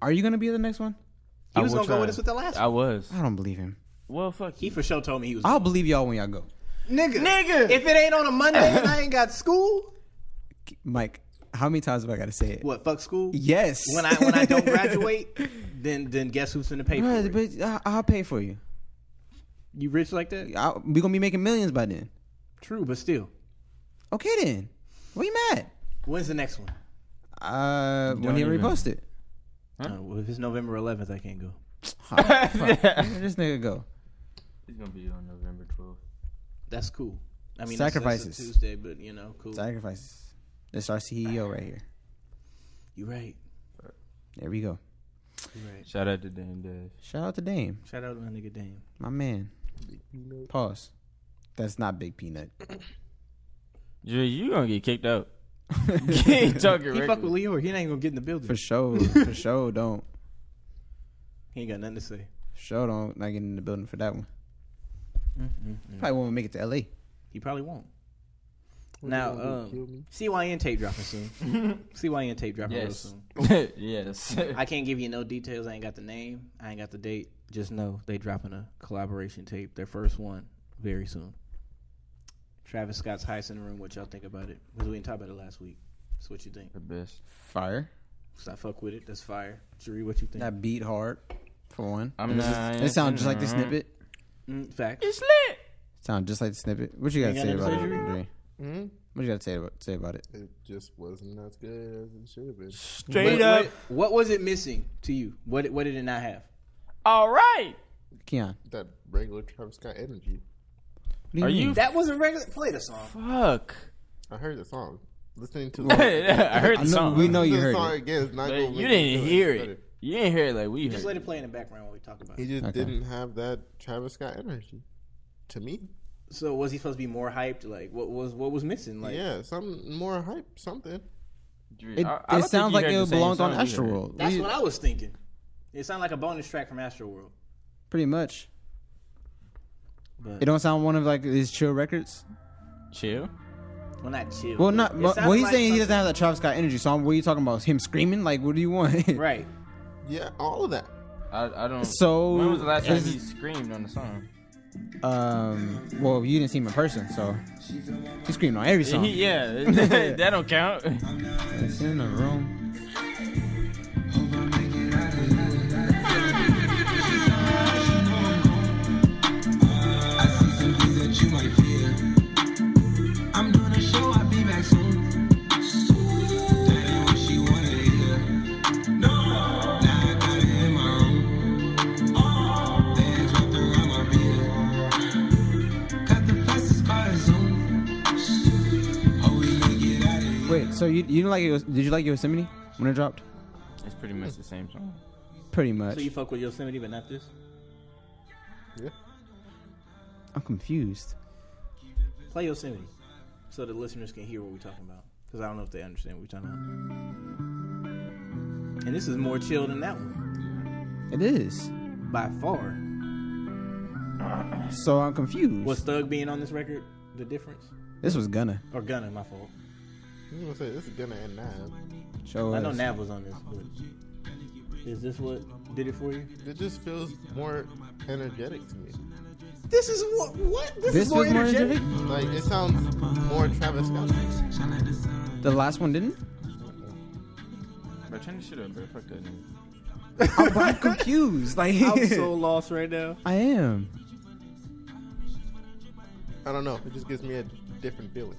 D: Are you gonna be at the next one?
C: He
F: I
C: was
F: will
C: gonna go with
F: try.
C: us with the last
F: I was.
D: I don't believe him.
F: Well, fuck.
C: He for sure told me he was.
D: I'll believe y'all when y'all go.
C: nigga,
F: nigga.
C: If it ain't on a Monday and I ain't got school,
D: Mike, how many times have I got to say it?
C: what? Fuck school.
D: Yes.
C: When I when I don't graduate, then then guess who's gonna pay for
D: Bruh,
C: it?
D: but I, I'll pay for you.
C: You rich like that?
D: I, we gonna be making millions by then.
C: True, but still.
D: Okay then. What you mad?
C: When's the next one?
D: Uh, when
F: don't
D: he
F: even-
D: reposted. Oh,
C: Uh, well, if it's November 11th, I can't go.
D: this nigga go.
F: It's gonna be on November 12th.
C: That's cool. I mean, that's-
D: Sacrifices.
C: That's, a Tuesday, but you know, cool.
D: Sacrifices. That's our CEO E right here.
C: You right.
D: There we go.
C: You right.
F: Shout out to Dan Dash.
D: Shout out to Dame,
C: Shout out to my nigga Dame.
D: my man. Pause. That's not Big Peanut.
F: Drew, you gonna get kicked out. Can't talk
C: He
F: your
C: fuck with Leo, or he ain't gonna get in the building.
D: For sure. For sure. Don't.
C: He ain't got nothing to say.
D: For sure. Don't. Not getting in the building for that one. Probably won't make it to LA.
C: He probably won't.
I: What,
C: now,
I: you gonna do, kill me?
C: um, CYN tape dropping soon. CYN tape dropping
F: Yes.
C: real
F: yes.
C: soon. I can't give you no details. I ain't got the name. I ain't got the date. Just know they dropping a collaboration tape, their first one, very soon. Travis Scott's Heist in the Room. What y'all think about it? Because we didn't talk about it last week. So what you think?
F: the best.
D: Fire.
C: So I fuck with it. That's fire. Jury, what you think?
D: That beat hard. For one.
F: I'm
D: And this is-
F: not-
D: It sounds just like the snippet.
C: Mm, fact.
F: It's lit.
D: Sound just like the snippet. What you got to
C: You got
D: say
C: nothing
D: about
C: to
D: it,
C: say, Drew? Hmm?
D: Dre?
I: Mhm.
D: What you got to say about say about it?
I: It just wasn't as good as it should have been.
F: Straight
C: What-
F: up.
C: What, what was it missing to you? What what did it not have?
F: All right.
D: Keon.
I: That regular Travis Scott energy.
D: What do you
F: Are
D: mean?
F: you
C: Mm-hmm. That was a regular play the song.
F: fuck?
I: I heard the song. Listening to
F: I heard the
D: know-
F: song.
D: we know you
I: the
D: heard
I: song
D: it.
I: again is not
F: but
I: gonna
F: you
I: make
F: didn't
I: feel
F: hear
I: any
F: it.
I: better.
F: You didn't hear it like we
C: Just
F: heard.
C: let
F: it.
C: it play in the background while we talk about
I: He
C: it.
I: just
D: Okay.
I: didn't have that Travis Scott energy. To me,
C: So was he supposed to be more hyped? Like what was what was missing? Like
I: yeah, some more hype, something.
F: Drew,
D: It,
F: I- I don't
D: it
F: think
D: sounds
F: you
D: like
F: heard the
D: it
F: same
D: belonged on
F: song we heard.
D: Astroworld.
C: that's
D: We-
C: what I was thinking. It sounded like a bonus track from Astroworld.
D: Pretty much.
C: But
D: It don't sound one of like his chill records.
F: Chill.
C: well, not chill.
D: Well, not.
C: It
D: Well,
C: sounded
D: he's
C: like
D: saying he doesn't
C: something-
D: have that Travis Scott energy. So I'm, what are you talking about? Him screaming? Like, what do you want?
C: Right.
I: Yeah, all of that.
F: I, I don't.
D: So,
F: when was the last time
D: is-
F: he screamed on the song?
D: Um. Well, you didn't see him in person, so he screamed on every song.
F: He, yeah, that don't count.
D: It's in the room.
H: I'm doing a show, I'll be back soon. That ain't what she wanted to hear.
D: So you you didn't like it? Did you like Yosemite when it dropped?
F: It's pretty much the same song.
D: Pretty much.
C: So you fuck with Yosemite, but not this.
D: I'm confused.
C: Play Yosemite, so the listeners can hear what we're talking about. Because I don't know if they understand what we're talking about. And this is more chill than that one
D: It is.
C: by far.
D: So I'm confused.
C: Was Thug being on this record the difference?
D: This was Gunna.
C: Or Gunna, my fault.
I: You gonna say this is gonna end now?
D: Show
C: I know
D: us.
C: Nav was on this. But is this what did it for you?
I: It just feels more energetic to me.
C: This is what what
D: This more was more energetic?
I: Like it sounds more Travis Scott.
D: The last one didn't.
F: Bro, turn this shit up, bro. Fuck that nigga.
D: I'm, I'm confused. Like
C: I'm so lost right now.
D: I am.
I: I don't know. It just gives me a different feeling.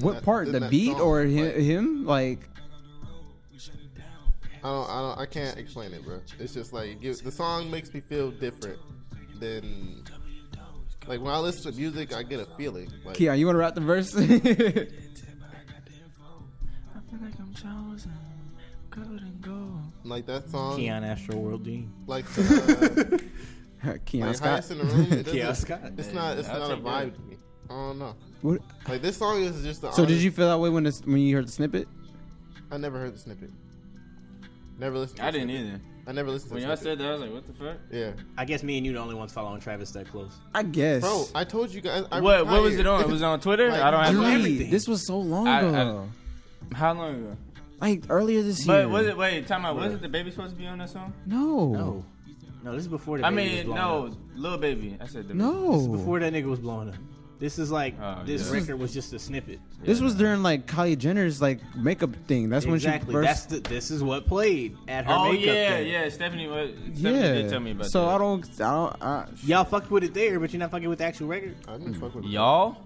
D: What
I: That-
D: part?
I: then
D: The
I: that
D: beat
I: song,
D: or hi- him? Like
I: I don't. I don't. I can't explain it, bro. It's just like it gives, the song makes me feel different than like when I listen to music, I get a feeling. Like,
D: Keon, you want to rap the verse?
I: like that song.
C: Keon Astro World Dean.
I: Like uh,
D: Keon
I: like
D: Scott.
I: Highest in the room. It doesn't-
C: Keon Scott.
I: It's not. It's
C: I'll
I: not a
C: take
I: vibe
C: that.
I: to me. I don't know.
D: What-
I: Like this song is just. The
D: so did
I: honest-
D: you feel that way when it's, when you heard the snippet?
I: I never heard the snippet. Never listened. To
F: I
I: the
F: didn't
I: snippet.
F: either.
I: I never listened.
F: When
I: to the
F: y'all
I: snippet.
F: said that, I was like, what the fuck?
I: Yeah.
C: I guess me and you the only ones following Travis that close.
D: I guess.
I: Bro, I told you guys. I
F: What- what was
I: retired.
F: it on? It was on Twitter?
I: Like,
F: I don't have
D: Dude,
F: everything.
D: this was so long
F: I- I-
D: ago.
F: How long ago?
D: like earlier this year.
F: But was it? Wait, time out. Was
D: Bruh.
F: it the baby supposed to be on that song?
D: No.
C: No. No, this is before the
F: I
C: baby was
F: mean,
C: blown
F: no,
C: up.
F: little baby. I said the
C: This is
D: No.
C: before that nigga was blowing up. This is like
F: Oh,
C: this
D: yeah.
C: record was just a snippet.
D: This was during like Kylie Jenner's like makeup thing. That's
C: exactly.
D: when she
C: That's
D: first.
C: the, this is what played at her
F: oh
C: makeup.
F: yeah,
C: thing.
F: yeah. Stephanie, was, Stephanie
D: yeah.
F: did tell me about
D: so
F: that.
D: I don't. I don't. I,
C: Y'all fucked with it there, but you're not fucking with the actual record.
I: I didn't fuck with
F: Y'all?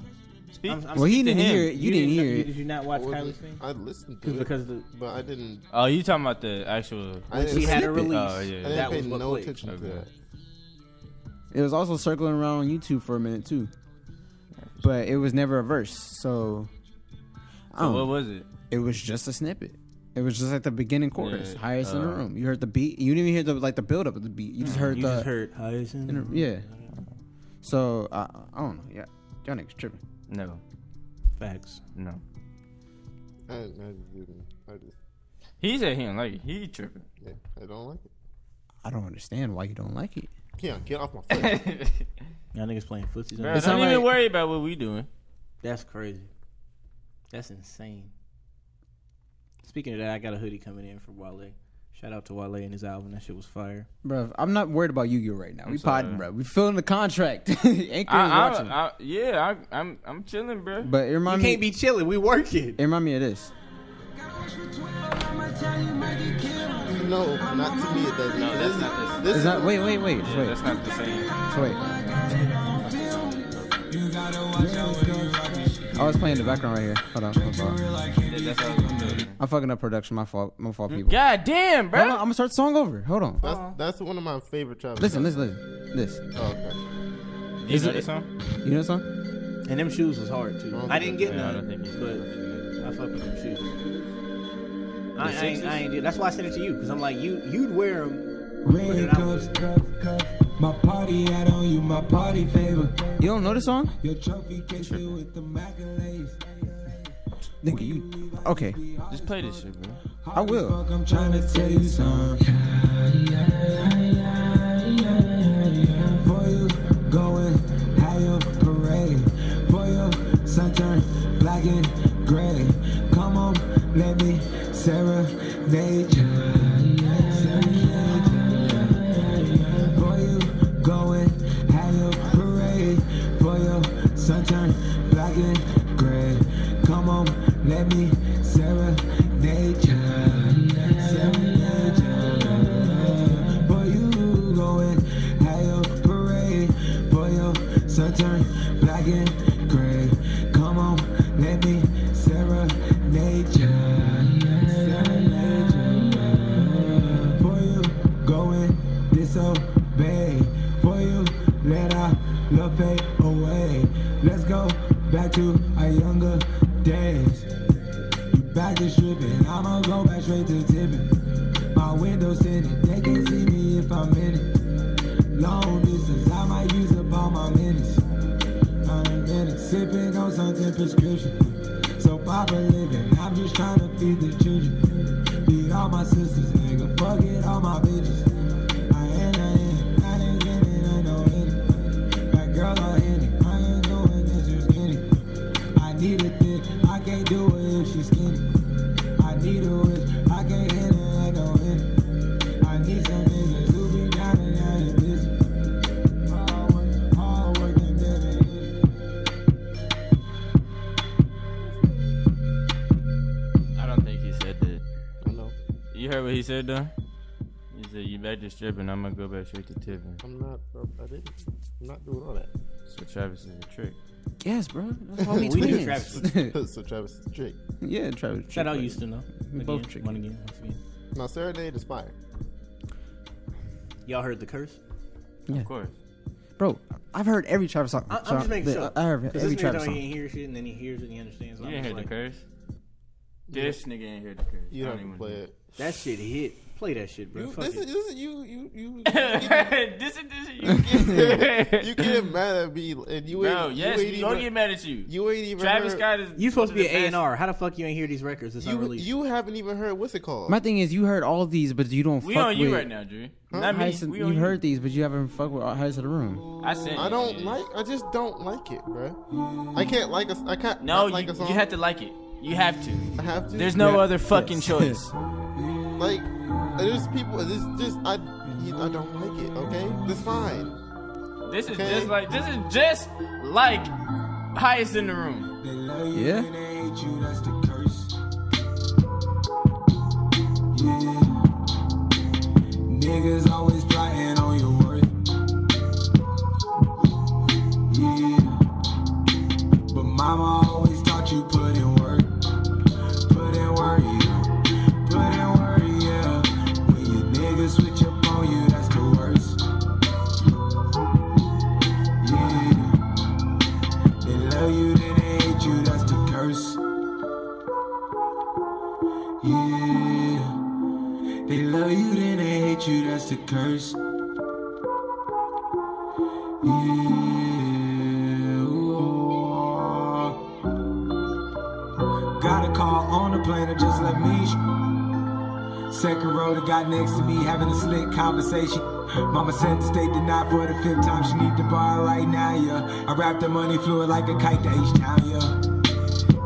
F: Speak.
C: I'm, I'm
D: Well, he
C: speaking to
D: didn't
C: him.
D: hear it. You didn't
C: know-
D: hear
C: you-
D: it.
C: Did you not watch
I: I wasn't-
C: Kylie's thing?
I: I listened to
C: Because
I: it
C: because the
I: but I didn't.
F: Oh, you talking about the actual?
I: I didn't
C: she had
I: skip
C: a
I: it.
C: release.
F: Oh, yeah.
I: I
F: yeah.
I: didn't
C: That
I: pay
C: was what
I: no
C: played.
I: attention to that.
D: It was also circling around on YouTube for a minute too, but it was never a verse. So, I
F: So
D: don't
F: what
D: know.
F: was it?
D: It was just a snippet. It was just like the beginning chorus,
F: Yeah,
D: highest in the
F: uh,
D: room. You heard the beat. You didn't even hear the like the build up of the beat. You just heard
C: you
D: the
C: just heard highest in the room.
D: yeah. So I I don't know. Yeah, y'all niggas tripping.
F: No,
C: Facts.
F: no.
I: I, didn't- I just didn't. I just.
F: He said he didn't like it. He tripping.
I: Yeah, I don't like it.
D: I don't understand why you don't like it.
I: Keon, get off my face.
C: Y'all niggas playing footsies.
F: Bro,
C: on
F: don't even worry about what we doing.
C: That's crazy. That's insane. Speaking of that, I got a hoodie coming in for Wale. Shout out to Wale and his album. That shit was fire.
D: Bruh, I'm not worried about Yu Gi Oh right now. we
F: sorry.
D: podding, bro. We filling the contract. Anchor is
F: I, I,
D: watching.
F: I, yeah, I, I'm I'm chilling, bro.
D: but it remind me,
C: be chilling. We working.
D: it remind me of this.
I: no, not to me. It doesn't.
F: No, that's not this.
I: This
D: Is
I: is
D: that wait, wait, wait,
F: Yeah,
D: wait,
F: that's not the same.
D: so wait. I was playing the background right here. Hold on, my fault.
F: Yeah, that's how it's gonna be.
D: I'm fucking up production. My fault. My fault, people.
F: God damn,
D: Hold on,
F: bro.
D: I'm gonna start the song over. Hold on.
I: That's, that's one of my favorite Travis.
D: Listen,
I: songs.
D: listen, listen. This.
I: Oh, okay.
F: Do you
D: Is
F: know
D: it-
F: this song?
D: You know the song?
C: And them shoes was hard too.
I: Oh,
C: I didn't get
F: Yeah, I
C: none,
F: don't think
C: but I fuck with them shoes.
F: The
C: I, I, ain't,
F: sixes?
C: I ain't did. That's why I sent it to you because I'm like you. You'd wear them.
H: Red cups, cup, cup. My party hat on you, my party favor.
D: You don't know the song?
H: Your trophy case filled with the accolades.
D: Nigga, you. Okay,
F: Just play this shit, bro.
D: I will.
H: Fuck, I'm trying to tell you something. For you going higher parade. For your sun turn black and gray. Come on, let me serenade you. For you going higher parade. For your sun turn black and gray. Come on, let me serenade you. Serenade you. For you going higher parade. For your sun turn black and gray. Come on, let me serenade you. Serenade you. For you going disobey. For you let our love fade away. Let's go back to our younger days. back to stripping. I'ma go back straight to tipping. My windows tinted, they can see me if I'm in it. Long distance, I might use up all my minutes. I'm in it, sipping on something prescription. So proper living, I'm just trying to feed the children. Feed all my sisters, nigga, fuck it, all my bitches. I ain't, I ain't, I ain't in it, I know it. That girl, I ain't it, I ain't doing this, you skinny. I need a dick, I can't do it if she's skinny. I need a wish, I can't hit it, I don't hit it. I need some niggas who be down and out is busy. Hard work, hard work and dedication.
F: I don't think he said that.
I: I know.
F: You heard what he said though? He said you back to stripping, I'm gonna go back straight to tipping.
I: I'm not. I didn't. I'm not doing all that.
F: So Travis is a trick.
D: Yes, bro.
I: That's why we We knew twins. Travis. So Travis is a trick.
D: Yeah, Travis.
I: Shout out
D: used to
I: Houston,
D: know.
I: though.
D: We
I: Again,
D: both trick.
I: one again, once again. Now Serenade is fire.
J: Y'all heard the curse?
D: Yeah. Of
F: course.
D: Bro, I've heard every Travis song.
J: I, I'm
D: So
J: just making
D: the-
J: sure.
D: I heard
J: 'Cause
D: every
J: this nigga
D: Travis
J: don't
D: song.
J: even hear shit, and then he hears it and he understands.
F: You didn't hear the curse? This nigga ain't hear the curse.
J: You
F: I
J: haven't
F: don't even
J: played
F: know.
J: That shit hit. Play that shit, bro.
I: You,
J: Fuck
I: this,
J: it.
I: is, this is you. You you.
F: this is this is
I: you. you get mad at me, and you.
F: Bro,
I: ain't,
F: yes,
I: you ain't
F: we gonna
I: even,
F: get mad at you.
I: You ain't even.
F: Travis
I: heard,
F: Scott is
J: You supposed to be
F: the
J: an A and R. How the fuck you ain't hear these records that's not
I: You,
J: released?
I: you haven't even heard what's it called?
D: My thing is, you heard all these, but you don't
I: We
D: fuck
I: on
D: with.
I: you right now, Dre.
D: Huh?
I: Not me,
D: Highest-
I: we
D: you
I: on you.
D: heard these, but you haven't fucked with highest of the room.
F: I said
I: I don't like. I just don't like it, bro. I can't like a. I can't.
F: No,
I: not like
F: you,
I: a song.
F: you have to like it. You have to.
I: I have to.
F: There's no
I: Yeah.
F: other fucking
I: Yes.
F: choice.
I: Like, there's people. This just I. I don't like it. Okay, that's fine.
F: This is
I: Okay.
F: just like this is just like highest in the room.
D: Yeah.
H: Niggas always plotting on your worth. Yeah. But mama always taught you put in work. Put in work, yeah. Put in work, yeah. When your niggas switch up on you, that's the worst. Yeah. They love you, then they hate you, that's the curse. Yeah. They love you, then they hate you, that's the curse. Yeah. Got a call on the plane to just let me. sh- Second row, the guy next to me having a slick conversation. Mama said to stay denied for the fifth time. She need to borrow right now, yeah. I wrapped the money fluid like a kite to H town, yeah.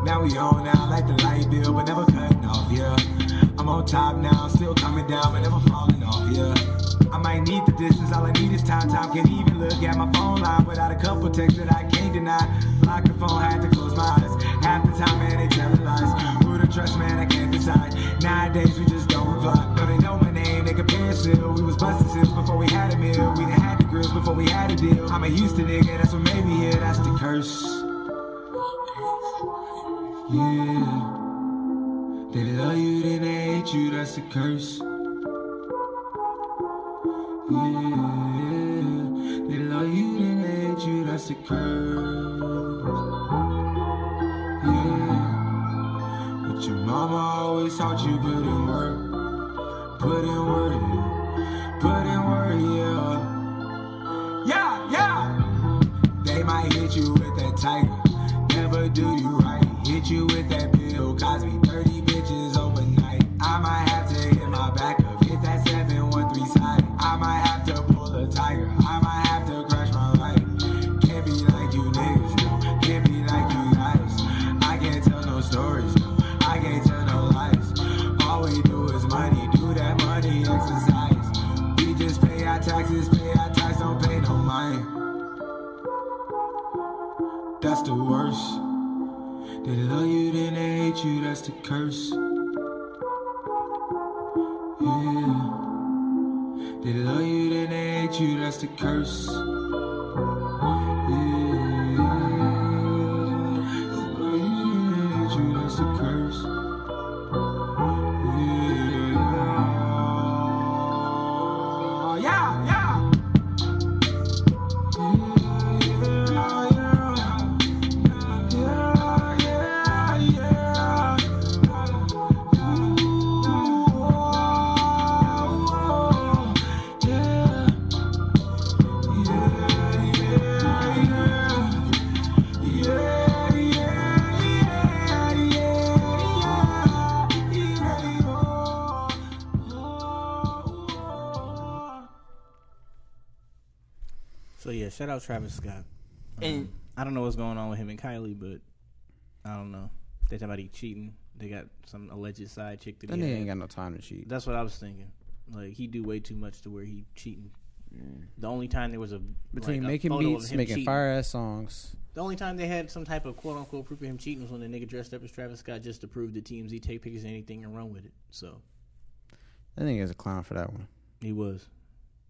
H: Now we on now, like the light bill, but never cutting off, yeah. I'm on top now, still coming down, but never falling off, yeah. I might need the distance, all I need is time. Time can't even look at my phone line without a couple texts that I can't deny. Lock the phone, had to close my eyes. Half the time, man, they telling lies. Who to trust, man, I can't decide. Nowadays, we just don't reply. Though they know my name, they compare still. We was busting since before we had a meal. We done had the grills before we had a deal. I'm a Houston nigga, that's what made me here, that's the curse. Yeah. They love you, then they hate you, that's a curse. Yeah. They love you, then they hate you, that's a curse. Yeah. But your mama always taught you put in work. Put in work, yeah. Put in work, yeah. Yeah, yeah. They might hit you with that tiger. Never do you right. Hit you with that bill. Cosby 30 bitches overnight. I might have to hit my back up. Hit that 713 side. I might have to pull a tiger. I might have to crash my life. Can't be like you niggas, no. Can't be like you guys. I can't tell no stories, no. I can't tell no lies. All we do is money. Do that money exercise. We just pay our taxes, pay our tax, don't pay no mind. That's the worst. They love you, then they hate you. That's the curse. Yeah. They love you, then they hate you. That's the curse. Yeah. They love you, then they hate you. That's the curse. Yeah. Yeah, yeah. Yeah, yeah. Yeah, yeah, yeah.
C: Shout out Travis Scott.
F: And-
C: Um, I don't know what's going on with him and Kylie, but I don't know. They talking about he cheating. They got some alleged side chick that
D: That
C: he
D: nigga
C: had.
D: ain't got no time to cheat.
C: That's what I was thinking. Like he do way too much to where he cheating. The only time there was a
D: Between
C: like, a
D: making
C: photo of
D: beats,
C: him
D: making
C: cheating.
D: fire ass songs.
C: The only time they had some type of quote unquote proof of him cheating was when the nigga dressed up as Travis Scott just to prove that TMZ take pictures of anything and run with it. So
D: That nigga's a clown for that one.
C: He was.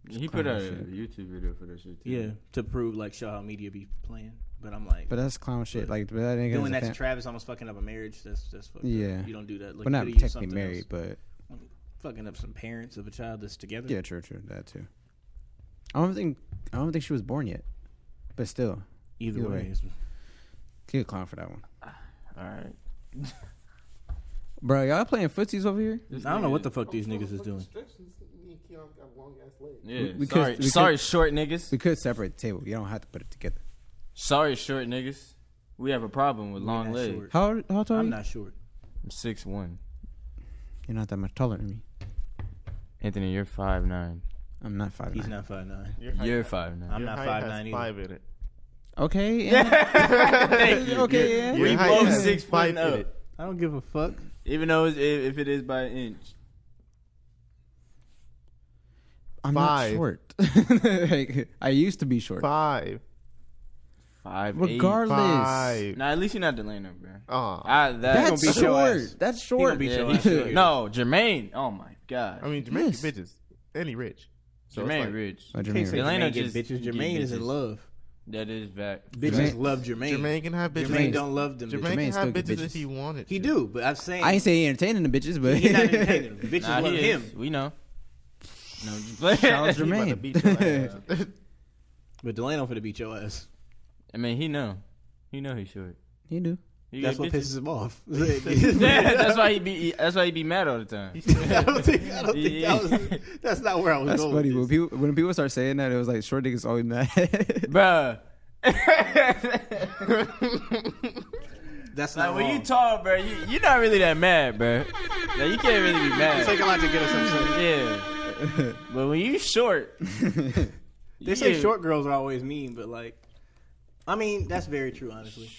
F: He put out a YouTube video for that shit too.
C: yeah, to prove like show how media be playing. But I'm like,
D: But that's clown shit. Like but that nigga
C: doing
D: is a
C: that to
D: fan-
C: Travis almost fucking up a marriage. That's that's fucked up.
D: Yeah.
C: you don't do that.
D: We're
C: Like, you
D: not
C: could've used
D: technically
C: something
D: married,
C: else. fucking up some parents of a child that's together.
D: Yeah, true, true, that too. I don't think I don't think she was born yet, but still.
C: Either way, it's-
D: he a clown for that one.
F: All right.
D: Bro, y'all playing footsies over here?
C: I don't know what the fuck these niggas is doing.
F: Yeah, sorry- sorry, short niggas.
D: We could separate the table. You don't have to put it together.
F: Sorry, short niggas. We have a problem with long legs.
D: How how tall?
F: I'm
D: you?
F: not
C: short.
F: I'm six one.
D: You're not that much taller than me.
F: Anthony, you're five nine.
D: I'm not five.
C: He's not five nine.
F: You're five nine.
C: I'm not five nine either.
I: five in it.
D: Okay.
F: Thank you.
D: Okay,
F: Your-
D: yeah.
F: your
D: We
F: height
D: both
F: is six
D: five
F: foot and
D: foot.
F: up.
C: I don't give a fuck.
F: Even though it's, if, if it is by an inch.
D: I'm
F: Five.
D: not short. Like, I used to be short.
I: Five.
F: Five. eight.
D: Regardless.
F: Nah, at least you're not Delano, bro.
I: Oh,
F: I, that,
D: That's He gonna beat your short. ass. That's
F: He gonna
D: short.
F: beat
D: Yeah,
F: your
D: he
F: ass.
D: should.
F: No, Jermaine. Oh my god.
I: I mean, Jamaican bitches, and he rich. So it's
F: Jermaine
I: like-
F: rich.
D: Oh, Jermaine Can't say rich.
F: Delano
C: Jermaine get
F: just
C: bitches.
F: get
C: Jermaine is in
F: bitches.
C: love.
F: That is back.
C: Bitches love Jermaine.
I: Jermaine can have bitches.
C: Jermaine don't love them.
I: Jermaine
C: bitches.
I: can have bitches, if he wanted.
C: He do, but I'm saying
D: I ain't say he entertaining the bitches, but
C: He not entertaining them. Bitches
F: Nah,
C: love
F: he
C: him.
F: is. We know. No, I'm just
D: Shout out
F: He about to
D: Jermaine.
F: beat your ass.
C: but Delano for the beat your ass.
F: I mean, he know. He know he's short.
D: He do.
F: He
C: That's
F: got
C: what
F: bitches.
C: pisses him off.
F: yeah, that's why he be. That's why he be mad all the time.
C: I don't think- I don't think that was- that's not where I was
D: That's
C: going.
D: funny. When people, when people start saying that, it was like short niggas always mad.
F: Bruh.
C: That's
F: like when you tall, bro. You, you're not really that mad, bro. Like you can't really be mad.
C: It take a lot to get us upset.
F: Yeah, but when you short,
C: They say
F: Yeah.
C: short girls are always mean, but like, I mean, that's very true, honestly.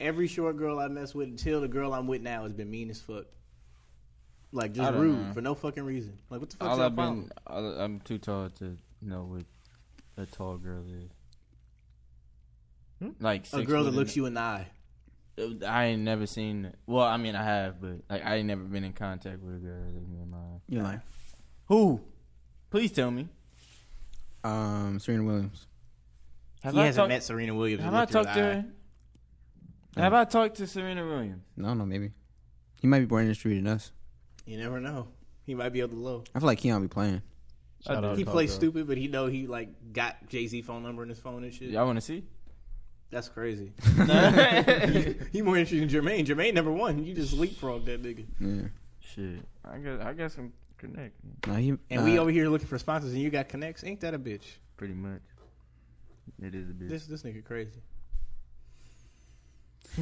C: Every short girl I mess with until the girl I'm with now has been mean as fuck. Like,
F: I
C: just
F: don't
C: rude
F: know.
C: for no fucking reason. Like, what the fuck's
F: all
C: y'all
F: I've
C: problem?
F: been, all- I'm too tall to know what a tall girl is. Like
C: A
F: six
C: girl that
F: foot
C: looks
F: and-
C: you in the eye.
F: I ain't never seen. that. Well, I mean, I have, but like I ain't never been in contact with a girl that looked me in my eye.
D: You're lying.
F: Who? Please tell me.
D: um, Serena Williams.
F: Have
C: he
F: I
C: hasn't
F: talked-
C: met Serena Williams.
F: Have I talked to her? Have I talked to Serena Williams?
D: No, no, maybe. He might be more industry than us.
C: You never know. He might be able to low.
D: I feel like he don't be playing.
C: he plays stupid, but he know he like got Jay Z phone number in his phone and shit.
F: Y'all want to see?
C: That's crazy. he more interested in Jermaine. Jermaine number one. You just leapfrog that nigga.
D: Yeah.
F: Shit. I guess I guess I'm connect.
D: No, he,
C: And
D: uh,
C: we over here looking for sponsors, and you got connects. Ain't that a bitch?
F: Pretty much. It is a bitch.
C: This this nigga crazy.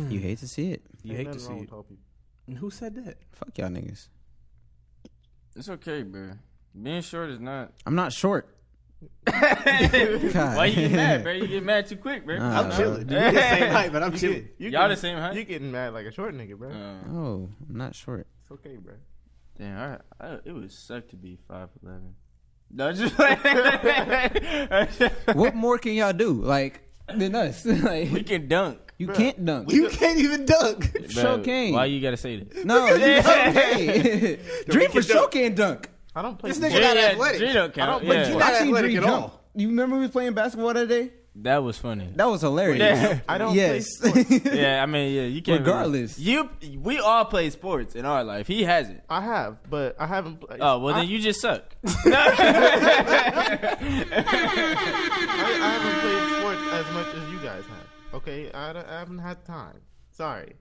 D: You hate to see it.
C: You hate to see it. And who said that?
D: Fuck y'all niggas.
F: It's okay, bro. Being short is not.
D: I'm not short.
F: Why you get mad, bro? You get mad too quick, bro.
D: Nah, I'm
F: Nah.
D: chilling. We the same height, but I'm
I: You
D: chilling.
I: you
F: Y'all the same Uh. height?
I: You getting mad like a short nigga, bro?
D: Oh, I'm not short.
I: It's okay, bro.
F: Damn, I, I, it would suck to be five eleven. No, I'm just like
D: what more can y'all do? Like than us? like
F: we can dunk.
D: You can't dunk.
C: You can't even dunk.
D: Sure can.
F: Why you gotta say that?
D: No,
F: Because
D: you
F: you
D: don't.
F: don't.
D: Hey. Dream for sure can dunk.
I: I don't play.
F: This nigga not Yeah, athletic. Drew don't count, yeah.
D: But you
F: Not
D: not seen
F: athletic
D: Dream
F: at
D: jump. You remember we was playing basketball that day?
F: that was funny.
D: That was hilarious.
F: Yeah.
D: I don't Yes. play
F: yeah, I mean, yeah, you can't. really-
D: Regardless.
F: you we all play sports in our life. He hasn't.
I: I have, but I haven't. Played.
F: Oh well,
I: I,
F: then you just suck.
I: I, I haven't played sports as much as you guys have. Okay, I, don't- I haven't had time. Sorry,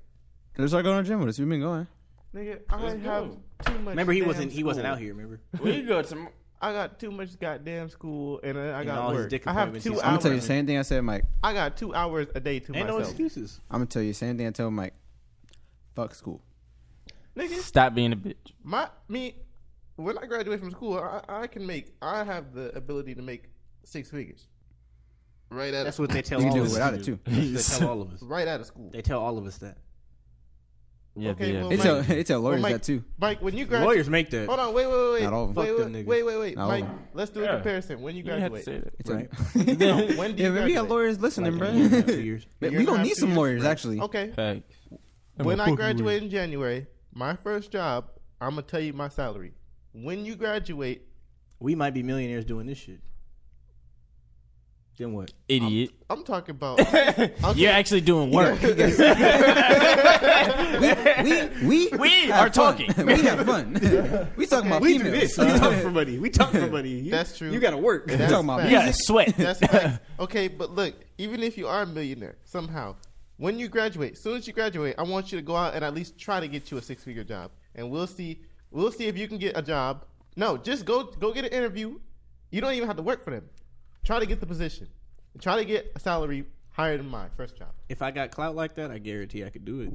D: Let's start going to the gym with us. We've been going.
I: nigga. I
F: Let's
I: have
F: go.
I: too much.
C: Remember, he
I: damn
C: wasn't- he wasn't
I: school.
C: out here, remember?
F: We go to.
I: I got too much goddamn school, Oh, and then I
D: And
I: got
D: all his
I: work.
D: dick
I: I have
D: appointments
I: two
D: he's-
I: hours.
D: I'm gonna tell you the same thing I said, Mike.
I: I got two hours a day to
C: Ain't no
I: myself.
C: excuses.
D: I'm gonna tell you the same thing I told Mike. Fuck school.
F: Stop being a bitch.
I: My me, when I graduate from school, I, I can make. I have the ability to make six figures. Right at
C: That's
I: it.
C: what they tell
D: You can
C: all
D: do
C: of
D: it
C: us.
D: without
C: to
D: it,
C: do.
D: too.
C: That's what they tell all of us.
I: Right out of school.
C: They tell all of us that.
F: Yeah,
I: Okay, well,
D: They
I: Mike-
D: tell- they tell
I: well,
D: lawyers
I: Mike-
D: that, too.
I: Mike, when you graduate,
C: Lawyers make that.
I: Hold on, wait, wait, wait, wait.
C: Not all of 'em.
I: Wait,
C: Fuck
I: wait,
C: them niggas.
I: wait, wait, wait.
C: Not all
I: Mike,
C: of 'em.
I: let's do a
C: Yeah.
I: comparison. When you
C: You didn't have to
I: graduate,
D: say that.
I: right?
D: Right.
I: when do
D: Yeah,
I: you
D: maybe our
I: graduate?
D: lawyers listening,
I: Like,
D: bro.
I: a year and a half, two years. A year and
D: we
I: a
D: don't
I: half,
D: need
I: two
D: some
I: years,
D: lawyers
I: bro.
D: actually.
I: Okay.
F: Facts.
D: I'm
I: When
D: a
I: I
D: fucking
I: graduate in January, my first job, I'm gonna tell you my salary. When you graduate,
C: we might be millionaires doing this shit. Then what?
F: Idiot.
I: I'm talking about. I'm
F: You're actually doing work.
D: we
F: we
D: have
F: are talking.
D: we have fun. we talking about
C: we do
D: females.
C: this. We talk for money. We talk for money. You-
I: That's true.
C: You gotta work.
I: That's facts.
F: sweat.
I: That's facts. Okay, but look, even if you are a millionaire, somehow, when you graduate, soon as you graduate, I want you to go out and at least try to get you a six figure job, and we'll see. We'll see if you can get a job. No, just go go get an interview. You don't even have to work for them. Try to get the position. Try to get a salary higher than my first job.
C: If I got clout like that, I guarantee I could do it.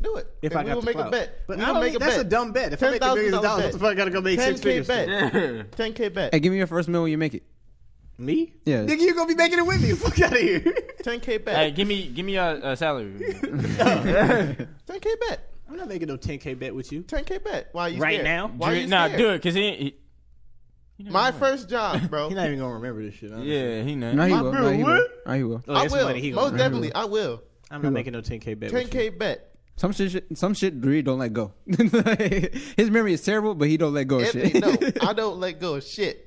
I: Do it.
C: If
I: And
C: I
I: we
C: got
I: will
C: the
I: make a
C: clout.
I: bet.
C: But
I: we
C: I
I: will
C: don't
I: make
C: think-
I: a
C: that's
I: bet.
C: a dumb bet. If I make a million
I: $10,000
C: dollars, what the fuck I gotta go make six
I: 10K
C: figures for?
I: Bet. 10k bet.
D: Hey, give me your first meal when you make it.
C: Me?
D: Yeah.
C: Nigga, you gonna be making it with me. Fuck out of here.
I: 10k bet.
F: Hey, give me give me a, a salary.
I: 10k bet.
C: I'm not making no 10k bet with you.
I: 10k bet. Why you
C: Right
I: scared?
C: now?
I: Why you
F: nah,
I: scared?
F: do it, cause he. he
I: My first job, bro.
C: He's not even gonna remember this shit. Honestly.
F: yeah, he know.
D: No, he
I: My
D: will.
I: bro,
D: No, he will.
I: what?
D: No, he will.
C: Oh,
I: I
C: that's
I: will.
C: money he gonna
I: Most
C: remember.
I: definitely, I will.
C: I'm
D: He
C: not
D: will.
C: making no 10k bet. with you.
I: 10k bet.
D: Some shit, some shit, really don't let go. His memory is terrible, but he don't let go of shit.
I: Anthony, no, I don't let go of shit.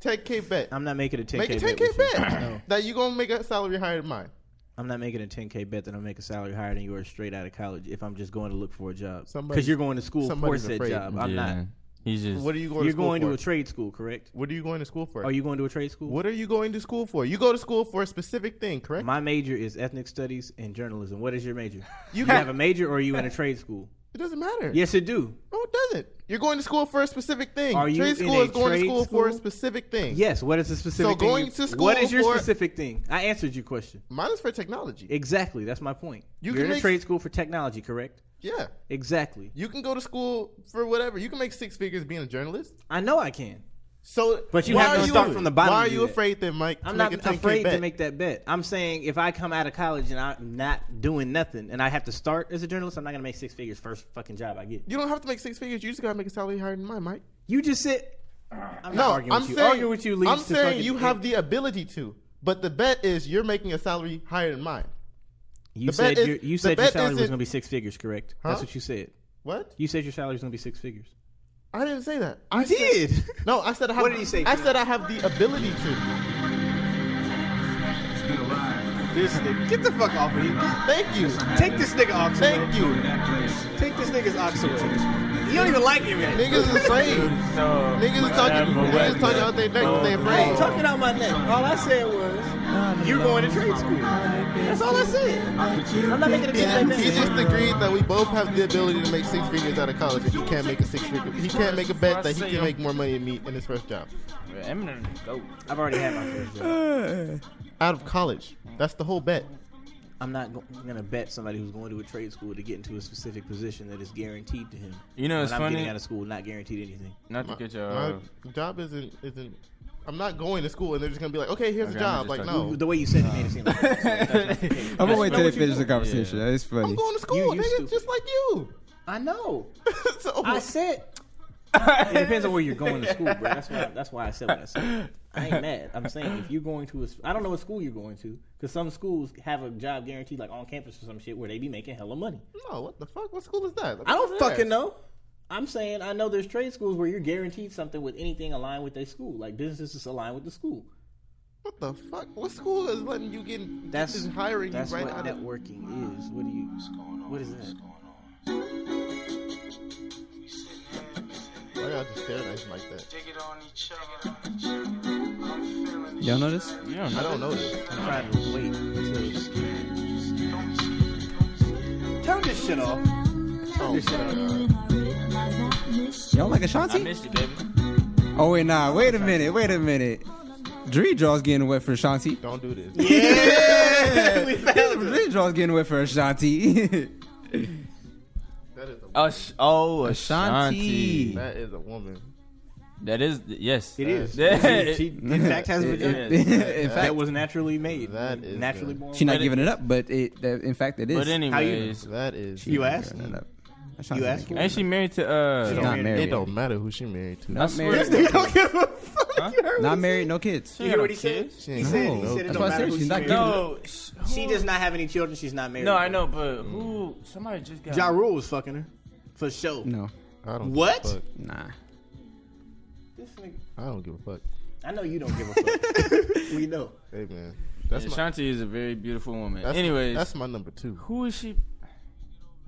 I: 10k bet.
C: I'm not making a 10k
I: Make a
C: bet.
I: 10k
C: with you.
I: bet.
C: No,
I: That you gonna make a salary higher than mine.
C: I'm not making a 10k bet that I'll make a salary higher than yours straight out of college if I'm just going to look for a job. Because
I: Somebody's-
C: you're going to school for
I: somebody's
C: said
I: afraid.
C: job. I'm
F: Yeah.
C: not.
F: He's just.
I: What are you going?
C: You're
I: to school
C: going
I: for?
C: to a trade school, correct?
I: What are you going to school for?
C: Are you going to a trade school?
I: What are you going to school for? You go to school for a specific thing, correct?
C: My major is ethnic studies and journalism. What is your major? You
I: got-
C: have a major or are you in a trade school?
I: It doesn't matter.
C: Yes, it do.
I: No, it doesn't. You're going to school for a specific thing.
C: Are you
I: trade
C: in
I: school
C: a
I: is going
C: trade
I: to school, for a
C: school?
I: specific thing.
C: Yes. What is the specific? thing
I: going
C: you-
I: to school
C: What is your
I: for-
C: specific thing? I answered your question.
I: Mine is for technology.
C: Exactly. That's my point.
I: You
C: You are
I: can
C: in a
I: make-
C: trade school for technology, correct?
I: Yeah.
C: Exactly.
I: You can go to school for whatever. You can make six figures being a journalist.
C: I know I can.
I: So,
C: But you
I: why
C: have
I: are
C: to start from the bottom
I: Why
C: to
I: are
C: do
I: you
C: that.
I: afraid then, Mike? to
C: I'm
I: make
C: not
I: a 10K
C: afraid to
I: bet?
C: make that bet. I'm saying if I come out of college and I'm not doing nothing and I have to start as a journalist, I'm not gonna make six figures first fucking job I get.
I: You don't have to make six figures. You just gotta make a salary higher than mine, Mike.
C: You just sit. I'm
I: no,
C: not arguing
I: I'm
C: with you.
I: saying
C: Arguing with you leads
I: I'm
C: to
I: saying
C: fucking-
I: you have the ability to, but the bet is you're making a salary higher than mine.
C: You
I: the bet
C: said
I: is-
C: your, you
I: the
C: said your
I: bet
C: salary was
I: isn't-
C: gonna be six figures, correct? That's
I: Huh?
C: what you said.
I: What?
C: You said your salary was gonna be six figures.
I: I didn't say that.
C: I did.
I: No, I said I have.
C: What did he say,
I: I
C: Keith?
I: said I have the ability to.
C: This nigga, get the fuck off of here.
I: Thank you.
C: Take this nigga ox away.
I: Thank you.
C: Take this nigga's ox away. You don't even like him, man.
I: Niggas is afraid. Niggas is talking. Niggas is talking out their neck. 'cause They
J: Hey,
I: afraid.
J: tuck it out my neck. All I said was, you're going to trade school. That's all I said. I'm not making a big
I: He
J: bet.
I: just agreed that we both have the ability to make six figures out of college, and he can't make a six figure. He can't make a bet that he can make more money than me in his first job
F: Eminem, go.
C: I've already had my first job.
I: out of college. That's the whole bet.
C: I'm not go- gonna bet somebody who's going to a trade school to get into a specific position that is guaranteed to him.
F: You know,
C: When
F: it's
C: I'm
F: funny-
C: getting out of school, not guaranteed anything.
F: Not to get your.
I: My job isn't isn't. I'm not going to school, and they're just gonna be like, okay, here's
F: Okay,
I: a job.
F: I'm just
I: Like,
F: talking-
I: no,
C: The way you said it made it seem. Like
D: I'm gonna wait till they finish the conversation. It's
I: I'm
D: funny.
I: going to school,
C: you
I: nigga,
C: stupid.
I: just like you.
C: I know.
I: so,
C: I said. it depends on where you're going to school, bro. That's why. That's why I said what I said. I ain't mad. I'm saying if you're going to a, s- I don't know what school you're going to, because some schools have a job guaranteed, like on campus or some shit, where they be making hella money.
I: no, what the fuck? What school is that?
C: I don't fucking know. I'm saying I know there's trade schools where you're guaranteed something with anything aligned with their school, like businesses is aligned with the school.
I: What the fuck? What school is letting you get?
C: That's
I: is hiring you
C: That's
I: right
C: what
I: out of.
C: networking is. What do you? What is that?
I: Why y'all just staring at you like that?
D: Y'all know this?
F: Yeah,
I: I don't know this.
C: I'm trying to wait. Until,
J: Turn this shit off.
I: Oh,
D: Y'all like
F: I
D: Ashanti?
F: missed you, baby.
D: Oh wait, nah. Wait a minute. Wait a minute. Dree draw's getting wet for Ashanti.
I: don't do this.
D: Dree draw's getting wet for Ashanti.
I: That is a
F: Ash- oh, Ashanti.
D: Ashanti.
I: that is a woman.
F: That is yes.
P: It is.
F: Yeah.
P: She, in fact, has a
F: It-
P: vagina.
F: it- it-
P: in
F: in
P: fact, that
F: fact-
P: was naturally made. naturally born.
D: She's not giving it up, but it. That, in fact, it is.
F: But anyways,
D: She
F: You
D: not
F: asked?
D: giving it up. I'm trying
F: You
D: to
F: asked?
D: think.
F: Ain't she married to uh?
D: She's not married.
I: It don't matter who she married to.
D: Not married. Not married. No kids.
C: You hear what he said? He said, he said it
D: That's
C: don't
D: why I
C: matter
D: said
C: who
D: she's not
C: she
D: giving it
C: married.
D: up.
C: She does not have any children. She's not married.
F: No, I know, but who? Somebody just got.
C: Ja Rule was fucking her. For sure.
D: No.
I: I don't.
C: What?
I: Give a fuck.
D: Nah.
C: This nigga-
I: I don't give a fuck.
C: I know you don't give a fuck. we know.
I: Hey man, that's
F: That's yeah,
I: my.
F: Shanti is a very beautiful woman.
I: That's my-
F: Anyways,
I: that's my number two.
F: Who is she?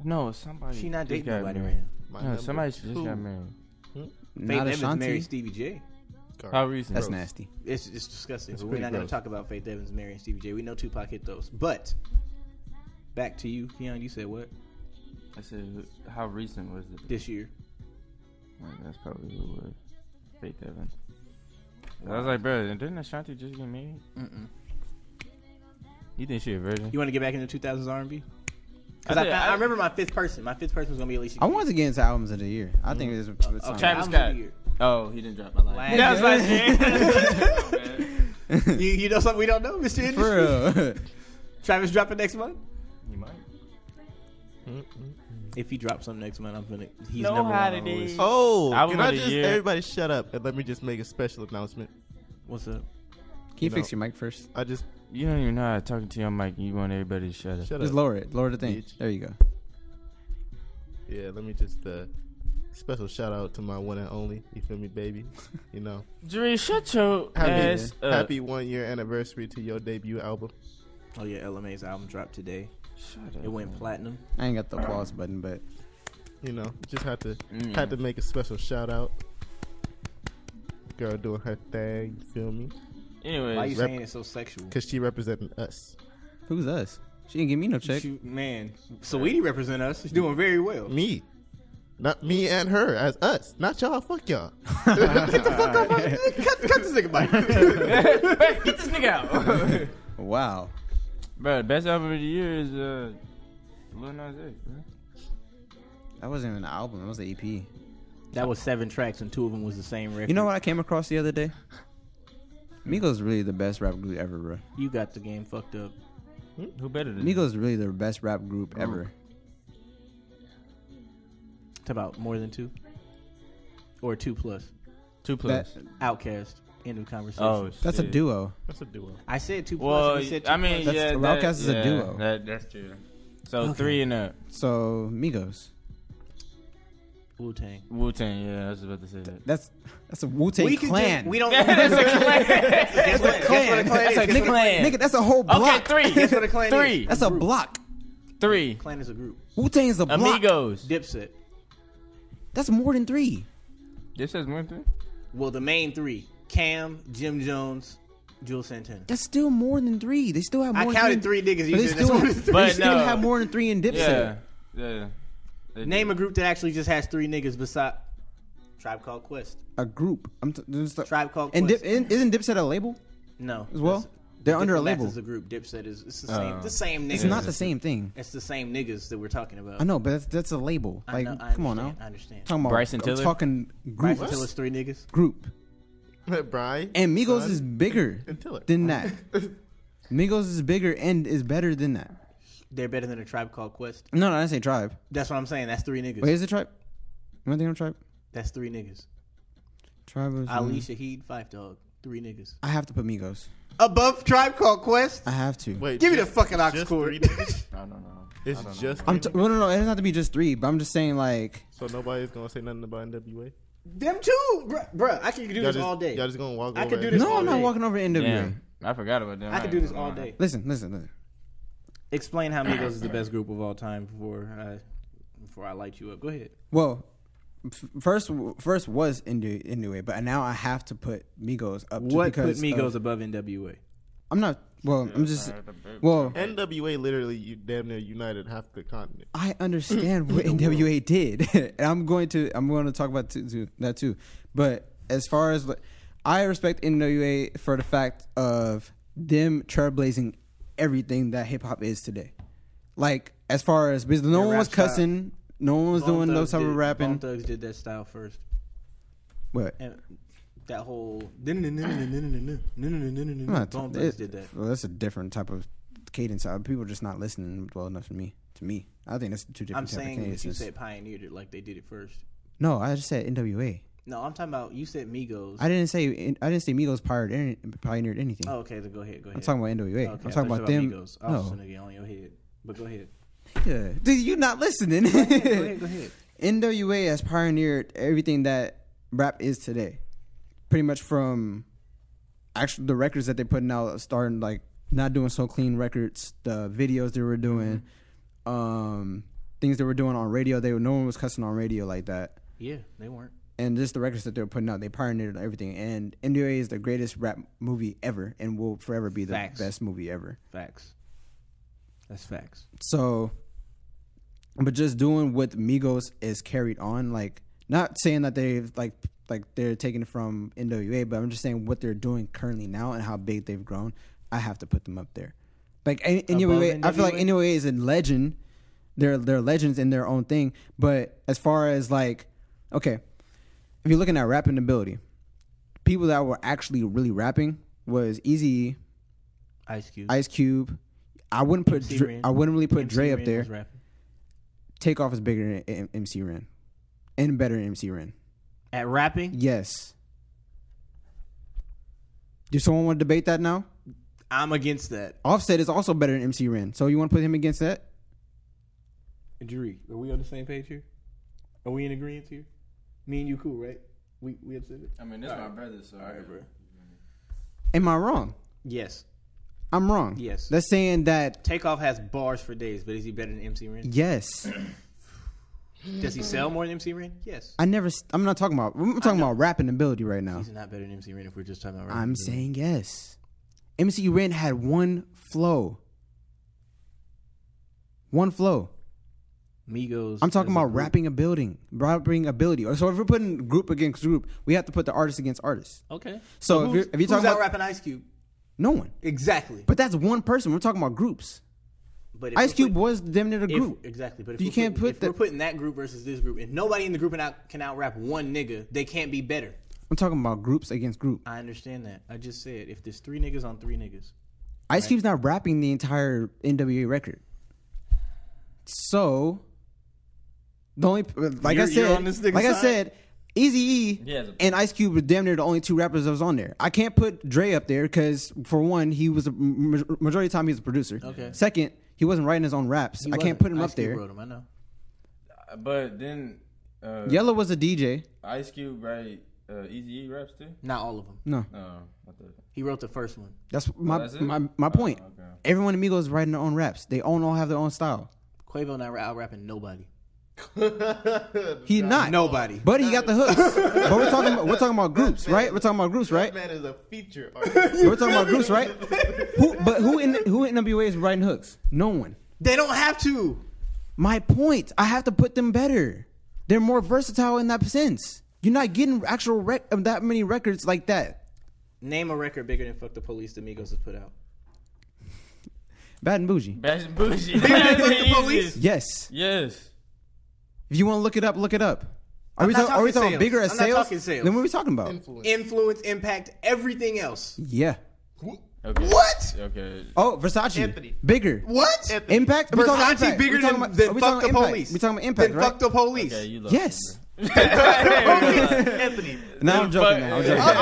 F: No, somebody.
C: She not
F: just
C: dating
F: got
C: nobody
F: married.
C: right now. My
F: No,
C: number
F: somebody just
C: two.
F: got married.
C: Hmm?
D: Not
C: Faith Evans
D: Ashanti.
C: married Stevie J.
F: How recent? That's
D: nasty.
C: It's it's disgusting.
D: That's
C: but we're
D: pretty
C: not going to
D: gross.
C: talk about Faith Evans marrying Stevie J. We know Tupac hit those. But back to you, Keon. You said what?
F: I said, how recent was it?
C: This year.
F: Like, that's probably who it was. Faith Evans. I was like, bro, didn't Ashanti just get married?
C: Mm-mm.
F: You think she a virgin?
C: You want to get back into 2000s R&B?
F: I
C: Because I,
F: did-
C: found-
F: I-
C: I remember my fifth person. My fifth person was going to be Alicia.
D: I wanted to get into albums of the year. I think it's. it's
C: Oh,
D: on-
C: Travis Scott. Albums of
F: Oh, he didn't drop my line.
C: Last-
F: That was last
C: year.
F: year.
C: you, you know something we don't know, Mr. Industry?
D: For real.
C: Travis dropping next month?
F: You might.
C: If he drops something next month, I'm going to. He's
F: No
C: number one. on
F: holidays.
C: the list.
I: Oh,
F: Album
I: can I
F: of the
I: just
F: year.
I: everybody shut up and let me just make a special announcement?
C: What's up?
D: Can you fix your mic first?
I: I just
F: You don't even know how to talk to your mic. You want everybody to shut up.
I: Shut
D: Just
I: up.
D: lower it. Lower the thing.
I: Bitch.
D: There you go.
I: Yeah, let me just uh special shout out to my one and only. You feel me, baby? You know,
F: Dre, shut your
I: happy,
F: ass up.
I: happy one year anniversary to your debut album.
C: Oh, yeah. LMA's album dropped today.
F: Shut
C: It went platinum.
D: I ain't got the applause button, but
I: You know, just had to
F: Mm.
I: had to make a special shout out. Girl doing her thing. You feel me?
F: Anyways,
C: Why you
I: Rep-
C: saying it's so sexual?
I: Cause she representing us.
D: who's us? She didn't give me no check.
C: She- man, Saweetie represent us. She's doing very well.
I: Me. Not me and her as us. Not y'all. Fuck y'all. Get the fuck up.
C: cut, cut this nigga mic.
F: Hey, get this nigga out.
D: Wow.
F: bro, best album of the year is uh, Lil Nas X. Bro.
D: That wasn't even an album. That was an E EP.
C: That was seven tracks, and two of them was the same record.
D: You know what I came across the other day? Migos really the best rap group ever, bro.
C: You got the game fucked up.
F: Who better than
D: Migos really the best rap group
F: Oh.
D: ever.
C: It's about more than two, or two plus.
F: Two plus?
C: Outcast. End of conversation.
F: Oh,
D: That's a
F: shit.
D: duo.
I: That's a duo.
C: I said two plus.
F: Well,
C: and you said two
F: I mean,
C: plus.
F: yeah,
D: Outkast
F: that,
D: is a
F: yeah,
D: duo.
F: That, that's true. So
D: Okay.
F: three and up.
D: So Migos.
C: Wu Tang.
F: Wu Tang. Yeah, I was about to say that.
D: That's that's a Wu Tang Clan.
C: we don't.
F: that's a clan.
C: Guess what- guess what a
D: Clan.
C: clan
D: That's
C: is.
D: a
C: Guess what
D: nigga- nigga, that's a whole
F: Okay,
D: block.
F: three.
C: Guess what a clan
F: three.
C: is?
D: That's a block.
F: Three.
C: Clan is a group.
D: Wu Tang is a block.
F: Amigos.
C: Dipset.
D: That's more than three.
F: This is one thing.
C: Well, the main three: Cam, Jim Jones, Jules Santana.
D: That's still more than three. They still have.
C: I
D: More
C: counted
D: than
C: three niggas.
D: But
C: You
D: they
C: said that's
D: still,
C: more than three.
D: they
F: But
D: still
F: no.
D: have more than three in Dipset.
F: Yeah. Yeah. They do.
C: Name a group that actually just has three niggas beside Tribe Called Quest.
D: A group. I'm t- there's like-
C: Tribe Called
D: and
C: Quest.
D: Dip, isn't isn't Dipset a label?
C: no.
D: as well? They're under a label.
C: Is a group. Dipset is it's the same.
D: Oh.
C: The same niggas.
D: It's not the same thing.
C: It's the same niggas that we're talking about.
D: I know, but that's, that's a label.
C: I
D: Like,
C: know, I
D: come on now.
C: understand, I understand.
D: Talking about
F: Bryson
D: I'm
F: Tiller?
D: talking group.
C: Bryson Tiller's three niggas.
D: Group.
I: Bry.
D: And Migos
I: Son,
D: is bigger
I: and Tiller.
D: than that. Migos is bigger and is better than that.
C: They're better than a Tribe Called Quest.
D: No, no, I didn't say tribe.
C: That's what I'm saying. That's three niggas.
D: Wait, is it tribe? You want to think I'm tribe?
C: That's three niggas.
D: Tribe was.
C: Ali Shaheed, Five Dog, three niggas.
D: I have to put Migos.
C: Above Tribe Called Quest.
D: I have to.
I: Wait,
C: Give me the
I: just-
C: fucking ox
I: just
C: cord.
I: three niggas?
F: I don't know.
I: It's just.
D: I'm
I: three
D: t- well, no, no, it doesn't have to be just three, but I'm just saying, like,
I: So nobody's gonna say nothing about NWA.
C: Them too, bruh. bruh I can do
I: Y'all
C: this
I: just-
C: all day.
I: Y'all just gonna walk
C: I
I: over.
C: could do this.
D: No,
C: all
D: I'm not
C: day.
D: walking over NWA.
F: Damn. I forgot about them.
C: I could do this all day.
D: Listen, listen, listen.
C: Explain how Migos is the best group of all time before I before I light you up. Go ahead.
D: Well, f- first, first was Indu- NWA, but now I have to put Migos up. just
C: What put
D: because
C: Migos
D: Of,
C: above NWA?
D: I'm not. Well, I'm just. Well,
I: NWA literally you damn near united half the continent.
D: I understand what NWA did, and I'm going to I'm going to talk about t- t- that too. But as far as like, I respect NWA for the fact of them trailblazing everything that hip hop is today. Like as far as because no
C: Their
D: one
C: rap
D: was
C: style.
D: cussing, no one was
C: Bone
D: doing no
C: Thugs
D: type
C: did-
D: of
C: Bone
D: rapping.
C: Thugs did that style first.
D: What?
C: And That whole.
D: I'm not-
C: Bone Thugs
D: it-
C: did that.
D: Well, that's a different type of cadence. Uh, People are just not listening well enough to me. To me, I think that's two
C: I'm
D: different type of
C: saying that you
D: cadences.
C: said pioneered it like they did it first.
D: No, I just said NWA.
C: No, I'm talking about you said Migos.
D: I didn't say I didn't say Migos pioneered, pioneered anything.
C: Oh, okay. Then go ahead. Go ahead.
D: I'm talking about NWA.
C: Okay,
D: I'm
C: I
D: talking
C: thought
D: about
C: you
D: them.
C: were Migos. Oh, I was just
D: no,
C: gonna get on your head, but go ahead.
D: yeah. Dude, you not listening.
C: Go ahead. Go ahead.
D: NWA has pioneered everything that rap is today. Pretty much from actual the records that they're putting out, starting like not doing so clean records, the videos they were doing,
C: Mm-hmm.
D: um, things they were doing on radio. They were, no one was cussing on radio like that.
C: Yeah, they weren't.
D: And just the records that they were putting out, they pioneered everything. And NWA is the greatest rap movie ever, and will forever be the
C: Facts.
D: best movie ever.
C: Facts. That's facts.
D: So, but just doing what Migos is carried on, like not saying that they've like like they're taken from NWA, but I'm just saying what they're doing currently now and how big they've grown. I have to put them up there. Like N- NWA, I feel like NWA is a legend. They're they're legends in their own thing. But as far as like, okay, if you're looking at rapping ability, people that were actually really rapping was Easy,
C: Ice Cube.
D: Ice Cube. I wouldn't put
C: MC
D: Dre,
C: Ren.
D: I wouldn't really put
C: MC
D: Dre up
C: Ren was
D: there.
C: rapping.
D: Takeoff is bigger than M- MC Ren, and better than MC Ren.
C: At rapping,
D: yes. Do someone want to debate that now?
C: I'm against that.
D: Offset is also better than MC Ren, so you want to put him against that?
C: Dree, are we on the same page here? Are we in agreement here? Me and you, cool, right? We we upset it.
F: I mean, this my brother, so. All right,
C: bro.
D: Am I wrong?
C: Yes.
D: I'm wrong.
C: Yes.
D: That's saying that
C: Takeoff has bars for days, but is he better than MC Ren?
D: yes.
C: Does
D: Mm-hmm.
C: he sell more than MC Ren? Yes.
D: I never. s- I'm not talking about. I'm talking about rapping ability right now.
C: He's not better than MC Ren if we're just talking about.
D: I'm saying yes.
C: Mm-hmm.
D: MC Ren had one flow. One flow.
C: Migos.
D: I'm talking
C: as a
D: about
C: group.
D: rapping ability, rapping ability. So if we're putting group against group, we have to put the artist against artist.
C: Okay.
D: So if
C: who's-
D: you're, if you're
C: who's
D: talking about
C: out rapping Ice Cube,
D: no one,
C: exactly.
D: But that's one person. We're talking about groups.
C: But if
D: Ice
C: we're
D: Cube was damn near the
C: If-
D: group.
C: exactly, but if
D: you
C: we're
D: can't
C: putting,
D: put
C: if
D: that.
C: we're putting that group versus this group, and nobody in the group can out can out rap one nigga, they can't be better.
D: I'm talking about groups against group.
C: I understand that. I just said if there's three niggas on three niggas,
D: Ice Cube's not rapping the entire NWA record. So the only like I
F: You're- you're
D: said,
F: on this nigga's
D: like I
F: side?
D: said, Easy E
F: He has a-
D: and Ice Cube were damn near the only two rappers that was on there. I can't put Dre up there because for one, he was a ma- majority of the time he was a producer.
F: Okay.
D: Second, he wasn't writing his own raps.
F: He
D: I can't
F: wasn't.
D: put him
F: Ice
D: up
F: Cube
D: there.
F: wrote
C: him, I know.
F: But then. Uh,
D: Yellow was a DJ.
F: Ice Cube, right? Uh, Easy E raps too?
C: Not all of them.
D: No.
F: Oh, I thought-
C: he wrote the first one.
D: That's
F: Oh,
D: my
F: that's it?
D: my, my point. Everyone in Migos is writing their own raps. They all all have their own style.
C: Quavo not out rapping nobody.
D: He not
C: nobody,
D: but he got the hooks. but we're talking about, we're talking about groups, right? We're talking about groups, right?
B: That is a feature
D: We're talking about groups, right? Who, but who in who in NWA is writing hooks? No one.
C: They don't have to.
D: My point. I have to put them better. They're more versatile in that sense. You're not getting actual rec- um, that many records like that.
C: Name a record bigger than "Fuck the Police" the Migos has put out.
D: Bad and bougie.
F: Bash and Bougie.
D: Yes.
F: Yes.
D: If you want to look it up, look it up. Are
C: I'm
D: we
C: not
D: talking? Are we
C: talking
D: talking
C: sales.
D: bigger as
C: I'm not
D: sales?
C: talking sales.
D: Then what are we talking about?
C: Influence. impact, everything else.
D: Yeah.
F: Okay.
C: What?
F: Okay.
D: Oh, Versace.
C: Anthony.
D: Bigger.
C: What? Anthony.
D: Impact? Are we talking
C: Versace
D: impact?
C: bigger
D: We talking
C: than-
D: about-
C: than
D: are we
C: fuck
D: talking
C: the
D: impact?
C: police.
D: We talking about impact,
C: Than
D: right?
C: fuck the police. Okay,
F: you
D: Yes.
B: Anthony.
D: No, I'm joking. Now. I'm joking. But-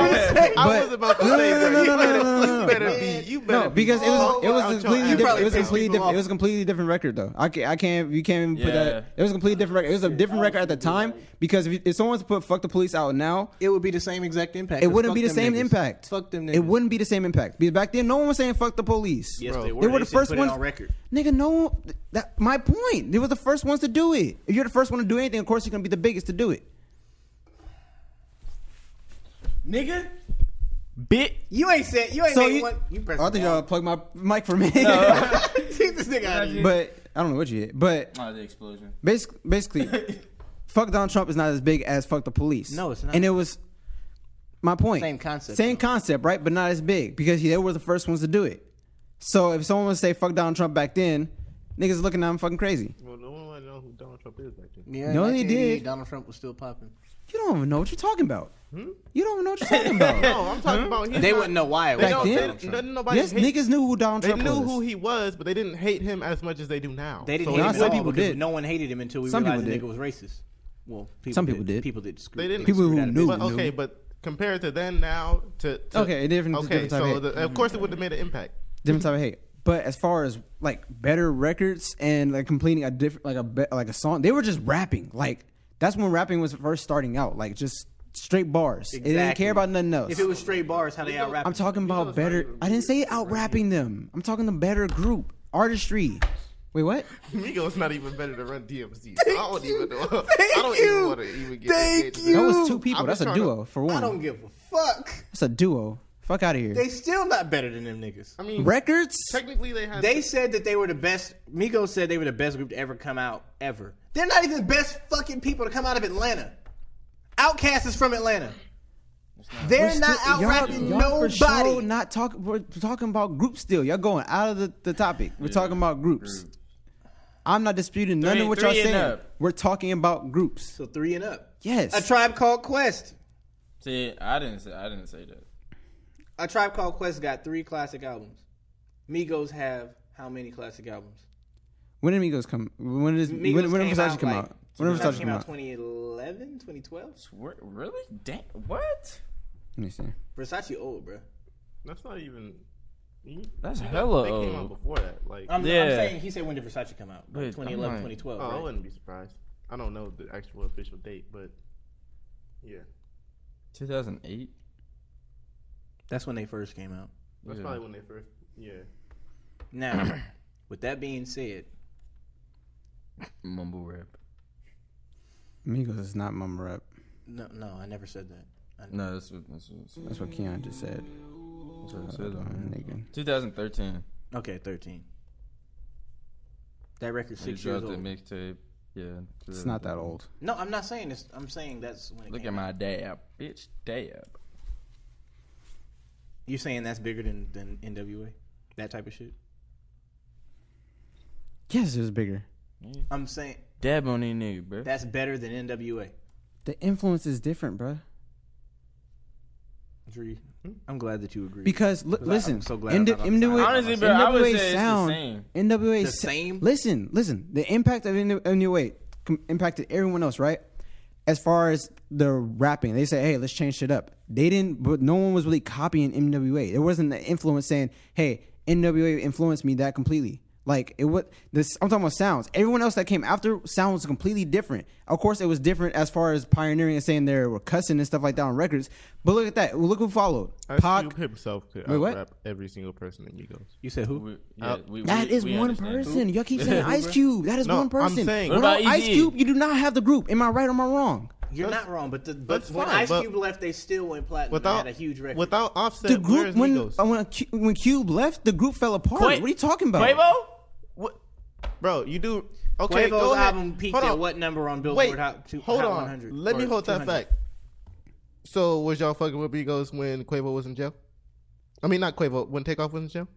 B: about to
D: no,
B: say,
D: no,
B: bro,
D: no,
B: you
D: no, no,
B: better-
D: no, no,
B: you
D: no.
B: better be- you better
D: no,
B: be
D: because it
C: Oh,
D: was it
B: all
D: was
B: out
D: a
B: your
D: completely
B: ass.
D: different. It
B: You
D: was
B: probably pissed
D: a completely different.
B: people
D: It was a completely different record though. I can't. I can't. You can't put
F: Yeah.
D: that. It was a completely different record. It was a different record at the time because if, you- if someone's put "fuck the police" out now,
C: it would be the same exact impact.
D: It
C: Just
D: wouldn't
C: fuck
D: be the
C: them
D: same
C: niggas.
D: impact.
C: Fuck them
D: It
C: niggas.
D: wouldn't be the same impact because back then no one was saying "fuck the police."
C: Yes, they were.
D: They were the
C: They said
D: first
C: put it
D: ones.
C: on record.
D: Nigga, no. That my point. They were the first ones to do it. If you're the first one to do anything, of course you're gonna be the biggest to do it.
C: Nigga. Bit. You ain't said. You ain't
D: So
C: made
D: you-
C: one. You pressed
D: Oh, I think y'all plug my mic for me.
C: Take this nigga out of here.
D: But I don't know what you did. But
F: Oh, the explosion.
D: basically, basically fuck Donald Trump is not as big as fuck the police.
C: No, it's not.
D: And it was my point.
C: Same concept,
D: Same concept, right? But not as big because they were the first ones to do it. So if someone was to say fuck Donald Trump back then, niggas looking at him fucking crazy.
B: Well, no one wanna know
I: know who Donald Trump is back then.
D: No, they
C: 1988,
D: did.
C: Donald Trump was still popping.
D: You don't even know what you're talking about.
I: Hmm?
D: You don't know what you're talking about.
I: no, I'm talking about Oh, he's
D: They
I: not-
D: wouldn't know why it was
I: They don't-
D: Donald
I: they-
D: Trump.
I: no- nobody
D: Yes,
I: hate-
D: niggas knew who Donald Trump
I: They knew
D: was.
I: who he was, but they didn't hate him as much as they do now.
C: They didn't
I: So
C: hate
I: it
C: him at
I: wasn't-
C: all because No one hated him until we
I: Some
C: realized the
I: people
C: nigga
I: did.
C: was racist. Well, people
D: Some people did.
C: People did. Screw,
I: They didn't.
C: people
D: who knew
I: But,
D: knew.
I: okay, but compared to then, now to, to
D: Okay, a different-
I: Okay,
D: different type of
I: so
D: hate.
I: the, of course it would have made an impact.
D: different type of hate. But as far as like better records and like completing a different like a be- like a song, they were just rapping. Like that's when rapping was first starting out. Like just straight bars. They didn't
C: Exactly.
D: care about nothing else.
C: If it was straight bars, how they out rap?
D: I'm talking about better. I didn't say out rapping them. I'm talking the better group artistry. Wait, what?
I: Migos not even better than Run DMC. So I don't even know. I don't even want to even get.
D: Thank
I: get-
D: you. That was two
I: I'm just
D: people. That's a
I: trying to-
D: duo, for one.
C: I don't give a fuck.
D: That's a duo. Fuck out of here.
C: They still not better than them niggas. I
I: mean,
D: Records?
I: Technically, they had.
C: They said that they were the best. Migos said they were the best group to ever come out ever. They're not even the best fucking people to come out of Atlanta. Outkast is from Atlanta. They're
D: We're
C: not
D: still-
C: out
D: y'all-
C: rapping
D: y'all for
C: nobody.
D: sure not talk, we're talking about groups still. Y'all going out of the, the topic. We're talking about groups. I'm not disputing none
C: Three-
D: of what y'all
C: three and
D: saying.
C: up.
D: We're talking about groups.
C: So three and up.
D: Yes.
C: A tribe called Quest.
F: See, I didn't say I didn't say that.
C: A tribe called Quest got three classic albums. Migos have how many classic albums?
D: When did Migos come? When did
C: Migos
D: when, when
C: came
D: did Versace come
C: like-
D: out? When did
C: Versace
D: Versace come out?
C: 2011, 2012?
F: really? Damn. What?
D: Let me see.
C: Versace old, bro.
I: That's not even.
F: That's
I: They
F: hella
I: came out
F: old.
I: before that. Like
C: I'm, I'm saying he said when did Versace come out? Like
F: Wait,
C: 2011,
F: I'm like-
C: 2012.
I: Oh, I
C: right?
I: wouldn't be surprised. I don't know the actual official date, but yeah,
F: 2008.
C: That's when they first came out.
I: that's probably when they first. Yeah,
C: Now, with that being said,
F: mumble rap.
D: Migos is not mum rap.
C: No, no, I never said that. I,
F: No, that's what that's what,
D: That's what Keon just said.
F: that's what it says on
D: Uh,
F: it.
D: nigga.
F: 2013.
C: Okay, 13. That record
F: When he
C: six years
F: dropped
C: old.
F: the mixtape. Yeah,
D: It's not that old.
C: No, I'm not saying this. I'm saying that's when it
F: Look
C: came
F: at
C: out.
F: my dab, bitch, dab.
C: You saying that's bigger than than NWA? That type of shit.
D: Yes, it was bigger.
C: I'm saying
F: Dab on these niggas, bro.
C: that's better than NWA.
D: The influence is different, bruh.
C: Dree, I'm glad that you agree.
D: Because li-
C: 'Cause I-
D: listen,
C: I'm so glad.
D: NW-
C: I'm not on the side.
D: NWA,
F: Honestly, bro, I would say it's the
D: sound,
F: same.
D: NWA
C: The
D: sa-
C: same?
D: Listen, listen. The impact of NW- NWA com- impacted everyone else, right? As far as the rapping, they say, "Hey, let's change shit up." They didn't, but no one was really copying NWA. There wasn't an influence saying, "Hey, NWA influenced me that completely." Like it was this. I'm talking about sounds. Everyone else that came after sounds completely different. Of course, it was different as far as pioneering and saying they were cussing and stuff like that on records. But look at that. Look who followed.
I: Ice
D: Pac,
I: Cube himself could
D: Wait, what?
I: rap every single person in Migos.
C: You said who?
F: yeah,
I: That
F: we-
I: is
D: That is one person. Y'all keep saying Ice Cube. That is
I: No,
D: one person.
I: I'm saying E
D: Without Ice Cube, you do not have the group. Am I right or am I wrong?
C: You're not wrong, but the, but
I: that's
C: when
I: fine,
C: Ice
I: but-
C: Cube left, they still went platinum.
I: without
C: and had a huge record.
I: Without Offset,
D: The group
I: where's
D: when
I: Migos?
D: uh, when, Cu- when Cube left, the group fell apart.
I: Quavo?
D: what are you talking about?
F: Quavo?
I: What? Bro, you do. Okay,
C: Okay,
I: go
C: Quavo's
I: ahead.
C: album peaked
I: Hold
C: at
I: on.
C: what number on Billboard
I: Wait,
C: Hot, two,
I: hold
C: Hot
I: on.
C: 100?
I: Let me
C: Or
I: hold that
C: 200?
I: fact. So, was y'all fucking with Migos when Quavo was in jail? I mean, not Quavo. When Takeoff was in jail?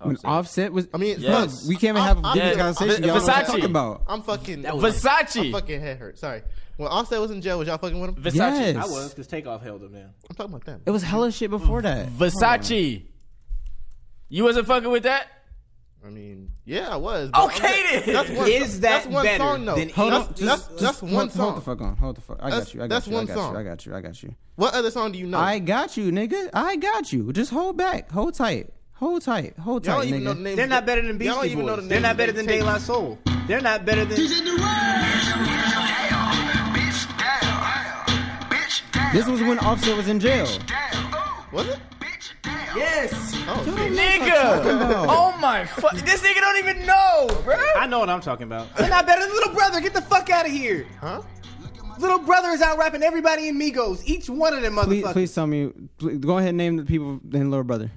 D: When Offset was, I
I: mean,
D: look, we can't even have a
I: I'm-
D: different
I: I'm-
D: conversation. Y'all don't know what I'm talking about.
I: I'm fucking
D: That was- Versace.
I: I'm fucking head hurt. Sorry. When Offset was in jail, was y'all fucking with him?
D: Versace. Yes.
C: I was because Takeoff held them down.
I: I'm talking about that.
D: It was hella shit before that.
F: Versace. You wasn't fucking with that.
I: I mean, yeah, I was. but
F: Okay,
I: I'm just-
F: then.
I: That's one,
F: Is that
I: that's one
F: better
I: song though?
F: than
I: Hold
F: any-
I: on, that's, that's,
F: Just- just
I: that's one
D: hold,
I: song.
D: Hold the fuck on. Hold the fuck. I
I: That's-
D: got you. I got
I: that's
D: you.
I: one
D: I got
I: song.
D: you. I got you. I got you.
I: What other song do you know?
D: I got you, nigga. I got you. Just hold back. Hold tight. Hold tight. Hold
I: Y'all don't
D: tight,
I: even know the
D: nigga.
I: names.
C: They're not better than
I: Y'all don't
C: Beastie
I: even know the
C: Boys. They're
I: names
C: not better
I: they
C: than
I: take.
C: De La Soul. They're not better than.
D: This was when Offset was in jail.
I: Was it?
F: Yes.
I: Oh,
F: nigga. Oh my fuck. This nigga don't even know, bro.
C: I know what I'm talking about. They're not better than Little Brother. Get the fuck out of here.
I: Huh?
C: Little Brother is out rapping everybody in Migos. Each one of them
D: Please,
C: motherfuckers.
D: please tell me. Please, go ahead and name the people in Little Brother.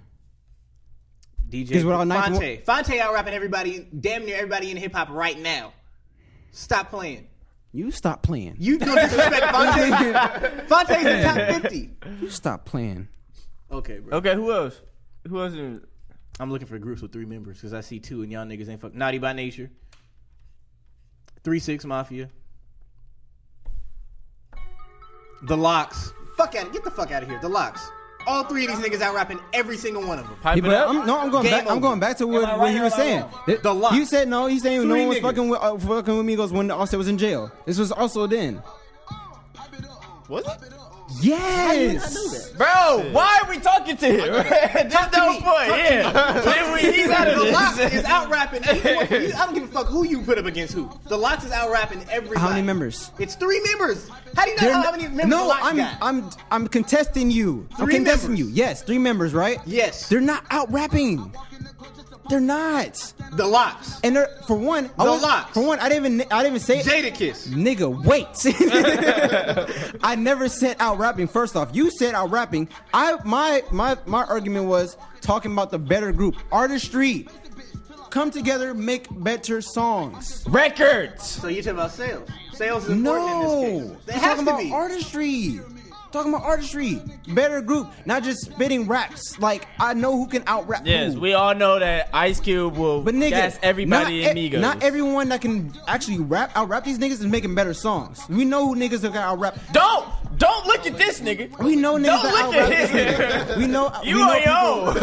C: DJ
D: Because we're all ninth and
C: Fonte. Fonte out rapping everybody, damn near everybody in hip hop right now. Stop playing.
D: You stop playing.
C: You don't disrespect Fonte. Fonte's in top 50.
D: You stop playing.
C: Okay, bro.
F: Okay, who else? Who else? In,
C: I'm looking for groups with three members because I see two and y'all niggas ain't fuck. Naughty by Nature.
B: Three Six Mafia. The Locks.
C: Fuck out! Get the fuck out of here. The locks. All three of these niggas out rapping every single one of them.
D: Yeah, but I'm, no, I'm going
C: Game
D: back. I'm
C: over.
D: going back to what,
C: Am I
D: what
C: right
D: he
C: or
D: was
C: am I
D: saying.
C: wrong?
D: Th-
C: The lock.
D: You said no. He's saying no
C: Three
D: one was
C: niggas.
D: fucking with uh, fucking with Migos when Offset was in jail. This was also then.
I: Was it?
D: Yes,
F: bro. Why are we talking to him? Just don't point. Yeah, Then we- he's out of
C: the
F: this.
C: locks is out rapping. I don't give a fuck who you put up against who. The locks is out rapping everybody.
D: How many members?
C: It's three members. How do you not
D: They're
C: know how
D: not-
C: many members the
D: no,
C: locks
D: I'm
C: got?
D: I'm I'm contesting you. I'm
C: Three
D: contesting you. Yes, three members, right?
C: Yes.
D: They're not out rapping. They're not.
C: The locks.
D: And they're for one. The I was, locks. For one, I didn't even I didn't even say
C: Jada Kiss.
D: Nigga, wait. I never said out rapping. First off, you said out rapping. I my my my argument was talking about the better group artistry. Come together, make better songs.
F: Records.
C: So you talking about sales? Sales is important in this
D: No,
C: case. They
D: we're
C: have
D: talking
C: to
D: about
C: be.
D: artistry. Talking about artistry, better group, not just spitting raps. Like I know who can out rap.
F: Yes,
D: who.
F: we all know that Ice Cube will
D: But nigga,
F: gas everybody
D: not,
F: in
D: e-
F: Migos.
D: Not everyone that can actually rap out rap these niggas is making better songs. We know who niggas that can out rap.
F: Don't don't look at this nigga.
D: We know niggas
F: Don't
D: that
F: look
D: out
F: at
D: rap.
F: him.
D: We know
F: You
D: we know
F: on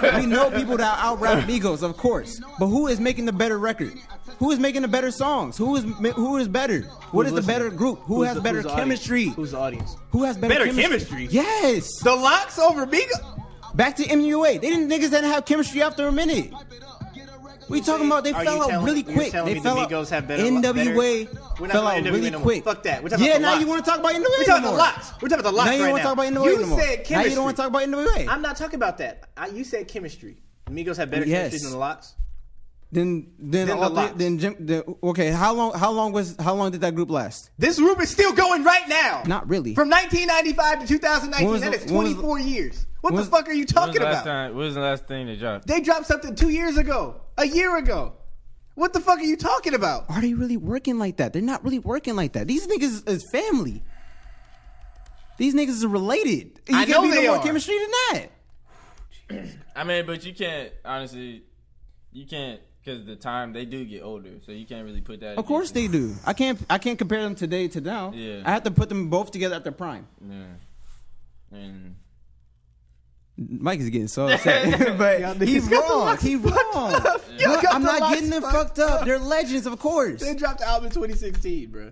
D: people, We know people that out rap Migos, of course. But who is making the better record? Who is making the better songs? Who is ma- who is better? What is the
C: Who's listening?
D: better group? Who
C: Who's
D: has
C: the-
D: better
C: who's the audience?
D: chemistry?
C: Who's the audience?
D: Who has better,
C: Better
D: chemistry?
C: chemistry?
D: Yes.
C: The locks over Migos.
D: Back to MUA. They didn't niggas didn't have chemistry after a minute. We talking about they
C: Are
D: fell
C: you
D: out
C: telling-
D: really
C: you're
D: quick.
C: telling
D: They
C: me the
D: fell out.
C: Migos have better-
D: NWA
C: better- We're not
D: fell
C: talking
D: out
C: NWA
D: really
C: no more.
D: quick.
C: Fuck that. We're talking
D: yeah,
C: about the
D: now you
C: Locks.
D: want to talk about NWA
C: We're talking
D: no
C: about
D: more.
C: locks. We're talking about the locks
D: Now you
C: right
D: wanna talk
C: now.
D: about NWA
C: you
D: no more.
C: said chemistry.
D: Now you don't want to talk about NWA.
C: I'm not talking about that. I, you said chemistry. Migos have better
D: Yes.
C: chemistry than the locks.
D: Then then
C: Then
D: all
C: the
D: three-
C: Locks.
D: then Jim then, okay. How long how long was how long did that group last?
C: This group is still going right now.
D: Not really.
C: From 1995 to 2019,
D: When was
C: that
D: the-
C: is
D: when was the-
C: 24 years. What
D: when
C: the
D: was-
C: fuck are you
F: What was
C: talking
F: the last
C: about?
F: Time, what was the last thing they dropped?
C: They dropped something two years ago, a year ago. What the fuck are you talking about?
D: Are they really working like that? They're not really working like that. These niggas is family. These niggas is related. You
F: I
D: can't
F: know
D: be no
F: they
D: more
F: are.
D: chemistry than that.
F: I mean, but you can't honestly, you can't because the time they do get older, so you can't really put that.
D: Of course they do. I can't I can't compare them today to now.
F: Yeah.
D: I have to put them both together at their prime.
F: Yeah. And
D: Mike is getting so upset, but he's wrong. He's wrong.
C: Y'all
D: No,
C: got
D: I'm
C: the
D: not
C: locks
D: getting them
C: fucked
D: fucked up. They're legends, of course.
C: They dropped the album in 2016, bro.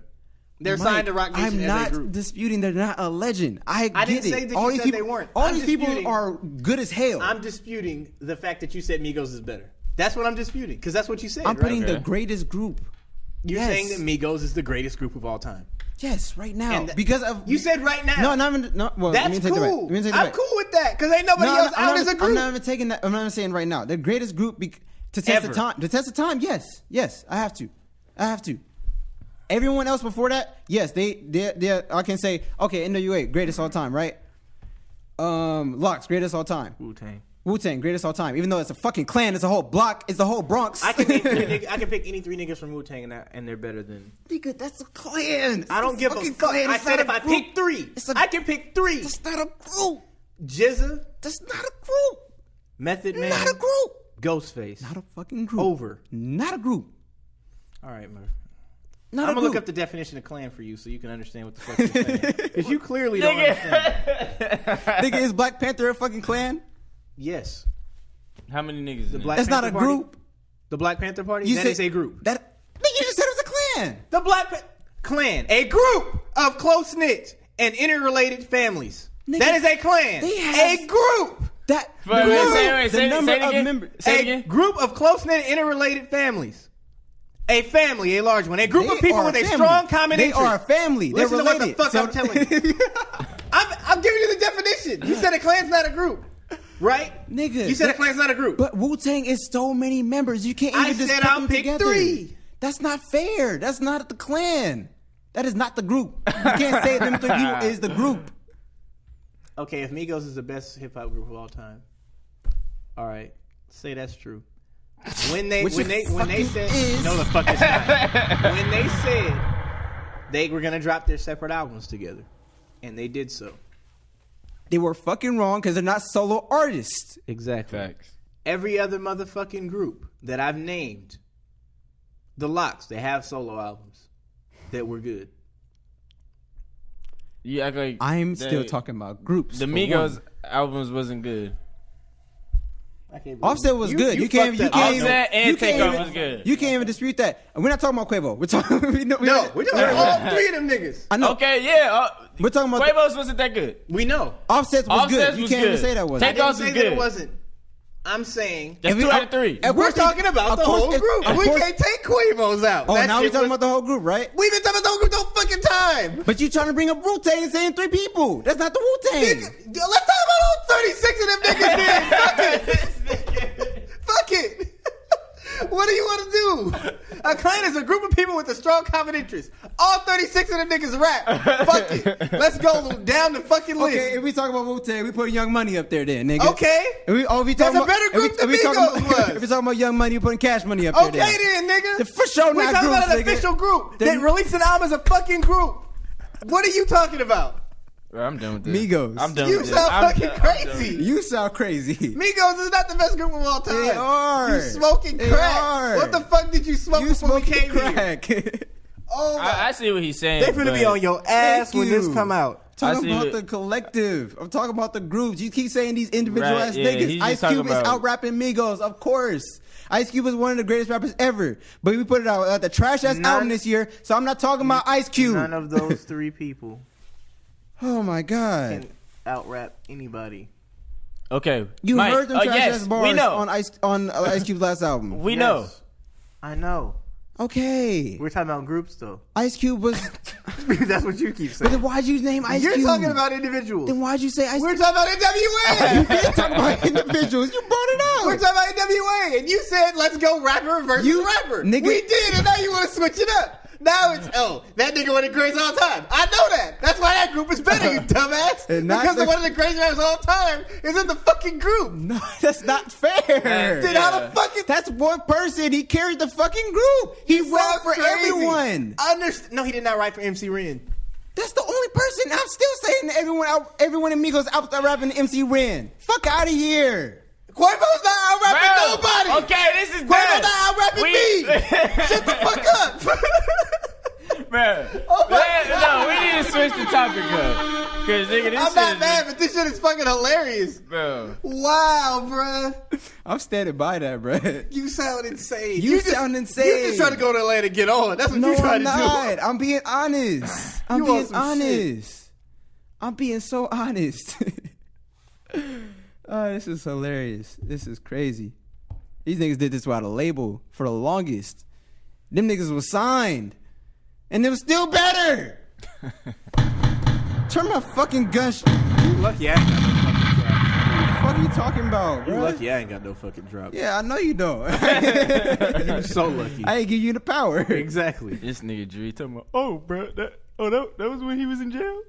C: They're
D: Mike,
C: signed to Rock Nation
D: I'm
C: as a
D: not
C: group.
D: disputing they're not a legend. I,
C: I
D: get
C: didn't
D: it.
C: say that
D: all
C: you
D: these
C: said
D: people,
C: they weren't.
D: All
C: I'm
D: these people
C: disputing-
D: are good as hell.
C: I'm disputing the fact that you said Migos is better. That's what I'm disputing because that's what you said.
D: I'm
C: right?
D: putting the greatest group.
C: You're
D: Yes.
C: saying that Migos is the greatest group of all time.
D: Yes, right now
C: And th-
D: because of
C: You said right now.
D: No, not even. No, well,
C: That's
D: let me take
C: cool.
D: that back. Let me take that
C: I'm
D: back.
C: cool with that because ain't nobody
D: No,
C: else
D: I'm
C: out
D: not,
C: as a
D: I'm
C: group.
D: not even taking that. I'm not even saying right now. The greatest group bec to test
C: Ever.
D: the time. To test the time, yes, yes, I have to, I have to. Everyone else before that, yes, they, they, they. I can say, okay, NWA, greatest all time, right? Um, Locks, greatest all time.
B: Wu Tang.
D: Wu Tang, greatest all time. Even though it's a fucking clan, it's a whole block, it's the whole Bronx.
B: I can pick three nigg- I can pick any three niggas from Wu Tang and, I- and they're better than.
D: Nigga, that's a clan.
C: I don't give a
D: fucking
C: fuck.
D: clan.
C: I
D: It's
C: said
D: not
C: if
D: a
C: I
D: group.
C: pick three, I can pick three. That's
D: not a group.
C: Jizza.
D: That's not a group.
B: Method Man.
D: Not a group.
B: Ghostface. Not
D: a fucking group.
B: Over.
D: Not a group.
B: All right, Murph.
D: Not
B: I'm
D: a
B: gonna look
D: group.
B: up the definition of clan for you so you can understand what the fuck you're saying. Because you clearly don't
D: Nigga.
B: understand.
D: Nigga, is Black Panther a fucking clan?
B: Yes.
F: how many niggas?
B: The
F: in
B: Black
F: it?
D: That's not a
B: Panther Party?
D: group.
B: The Black Panther Party?
D: You
B: That
D: said-
B: is a group.
D: That Nigga, you just said it was a clan.
C: The Black Pa- Clan, a group of close knit and interrelated families. that is a clan.
D: they have-
C: a group.
D: That
F: Wait, wait, say it, wait, say it, say it again. Say it
C: a
F: again.
C: group of close knit interrelated families. A family, a large one. A group
D: They
C: of people
D: are
C: with a
D: family.
C: strong common
D: They
C: interest.
D: are a family. They're
C: Listen
D: related.
C: to what the fuck
D: So-
C: I'm telling you. I'm, I'm giving you the definition. You said a clan's not a group, right?
D: Nigga.
C: You said a
D: that-
C: clan's not a group.
D: But Wu Tang is so many members. You can't even
C: I
D: just
C: said
D: put
C: I'll
D: them
C: pick
D: together.
C: three.
D: That's not fair. That's not the clan. That is not the group. You can't say them three people is the group.
B: Okay, if Migos is the best hip hop group of all time, all right, say that's true. When they
C: Which
B: when they
C: it
B: when they
C: fucking
B: said
C: is.
B: no, the fuck it's not. when they said they were gonna drop their separate albums together, and they did so.
D: They were fucking wrong because they're not solo artists.
B: Exactly. Every other motherfucking group that I've named
C: the locks. They have solo albums that were good.
F: You act like
D: I'm
F: they-
D: still talking about groups,
F: The
D: for
F: Migos
D: one.
F: albums wasn't good.
D: Offset was good. You, can't. You
F: fucked up.
D: can't. even-
F: Offset and
D: you can't
F: Takeoff
D: even-
F: was good.
D: You can't even dispute that. And we're not talking about Quavo. We're talking. We know,
C: No, we're talking about all three of them niggas.
D: I know.
F: Okay, yeah. Uh,
D: we're talking about.
F: Quavo's wasn't that good.
C: We know.
D: Offset was
F: Offsets
D: good. You
F: was
D: can't even
F: good.
D: say that
C: I
D: wasn't.
C: didn't say that it wasn't. I'm saying
F: That's two out of three.
C: We're talking about the whole group. We can't take Quavo's out.
D: Oh,
C: That
D: now we're
C: shit
D: talking
C: was-
D: about the whole group, right?
C: We've been talking about the whole group the whole fucking time.
D: But you trying to bring up Wu Tang and saying three people. That's not the Wu Tang.
C: Let's talk about all 36 of them niggas then. Fuck it. Fuck it. What do you want to do? A clan is a group of people with a strong common interest. All 36 of them niggas rap. Fuck it. Let's go down the fucking list.
D: Okay, if we talk about Wu Tang, we put Young Money up there then, nigga.
C: Okay.
D: And we, oh, we
C: That's
D: talking
C: a
D: about,
C: better
D: if
C: group
D: we,
C: than
D: if we talking
C: Migos
D: about-
C: was.
D: If we talking about Young Money, we putting Cash Money up
C: Okay
D: there.
C: then, nigga.
D: The for sure
C: we
D: not
C: talking
D: groups,
C: about an
D: nigga.
C: official group
D: Then-
C: that released an album as a fucking group. What are you talking about?
F: Bro, I'm done with this.
D: Migos.
F: I'm done
C: You
F: with this.
C: sound
F: I'm
C: fucking
F: done- I'm done.
C: crazy.
D: You sound crazy.
C: Migos is not the best group of all time.
D: They are.
C: You smoking
D: They
C: crack.
D: are.
C: What the fuck did you smoke before we came here?
D: crack.
C: Oh my
F: I, I see what he's saying.
C: They finna be
F: but-
C: on your ass
D: Thank
C: when this
D: you.
C: come out.
F: I
D: Talking
F: see
D: about
F: what-
D: the collective. I'm talking about the groups. You keep saying these individual
F: Right,
D: ass
F: yeah, he's
D: niggas.
F: just
D: Ice
F: talking
D: Cube
F: about-
D: is out rapping Migos, of course. Ice Cube is one of the greatest rappers ever. But we put it out at the trash ass
B: None-
D: album this year, so I'm not talking about Ice Cube.
B: None of those three people
D: oh my god.
B: can out rap anybody.
F: Okay.
D: You
F: Mike,
D: heard them
F: uh,
D: trash
F: yes,
D: ass bars
F: We know.
D: on Ice on uh, Ice Cube's last album.
F: we know.
B: I know.
D: Okay.
B: We're talking about groups though.
D: Ice Cube was
B: That's what you keep
D: But
B: saying.
D: then why'd you name Ice
C: You're
D: Cube?
C: talking about individuals.
D: Then why'd you say Ice
C: We're talking about NWA.
D: You're talking about individuals. You brought it up.
C: We're talking about NWA, and you said let's go rapper versus
D: You-
C: rapper.
D: nigga-
C: We did, and now you want to switch it up. Now it's oh that nigga one of the greatest all time. I know that. That's why that group is better, you dumbass.
D: And not
C: Because
D: the-
C: the one of the greatest rappers of all time is in the fucking group.
D: No, that's not fair.
C: Then how the fuck is
D: That's one person. He carried the fucking group. He
C: Sounds
D: wrote for
C: crazy.
D: everyone.
C: I understand. No, he did not write for MC Ren.
D: That's the only person. I'm still saying that everyone, out, everyone in Migos out there rapping MC Ren. Fuck out of here.
C: Quavo's not out rapping
F: Bro,
C: nobody.
F: Okay, this is
C: Quavo's
F: bad.
C: not out rapping me. Shut the fuck up.
F: Bro.
C: Oh my
F: Man,
C: God.
F: No, we need to switch the topic up. Cause nigga, this
C: I'm
F: shit
C: not
F: is-
C: mad, but this shit is fucking hilarious.
F: Bro.
C: Wow, bruh.
D: I'm standing by that, bro.
C: You sound insane.
D: You sound insane.
C: You just trying to go to Atlanta and get on. That's what
D: No,
C: you trying
D: I'm
C: to
D: not. I'm being honest. I'm
C: You on
D: being
C: some
D: honest. I'm being so honest. oh, this is hilarious. This is crazy. These niggas did this without a label for the longest. Them niggas was signed, and it was still better. Turn my fucking gun. Sh-
B: You lucky I ain't got no fucking drop.
D: fuck you talking about,
B: You
D: bro?
B: lucky I ain't got no fucking drop.
D: Yeah, I know you don't. I
B: You so lucky.
D: ain't give you the power.
B: Exactly.
F: This nigga Dre talking about, oh, bro, that, oh, that, that was when he was in jail?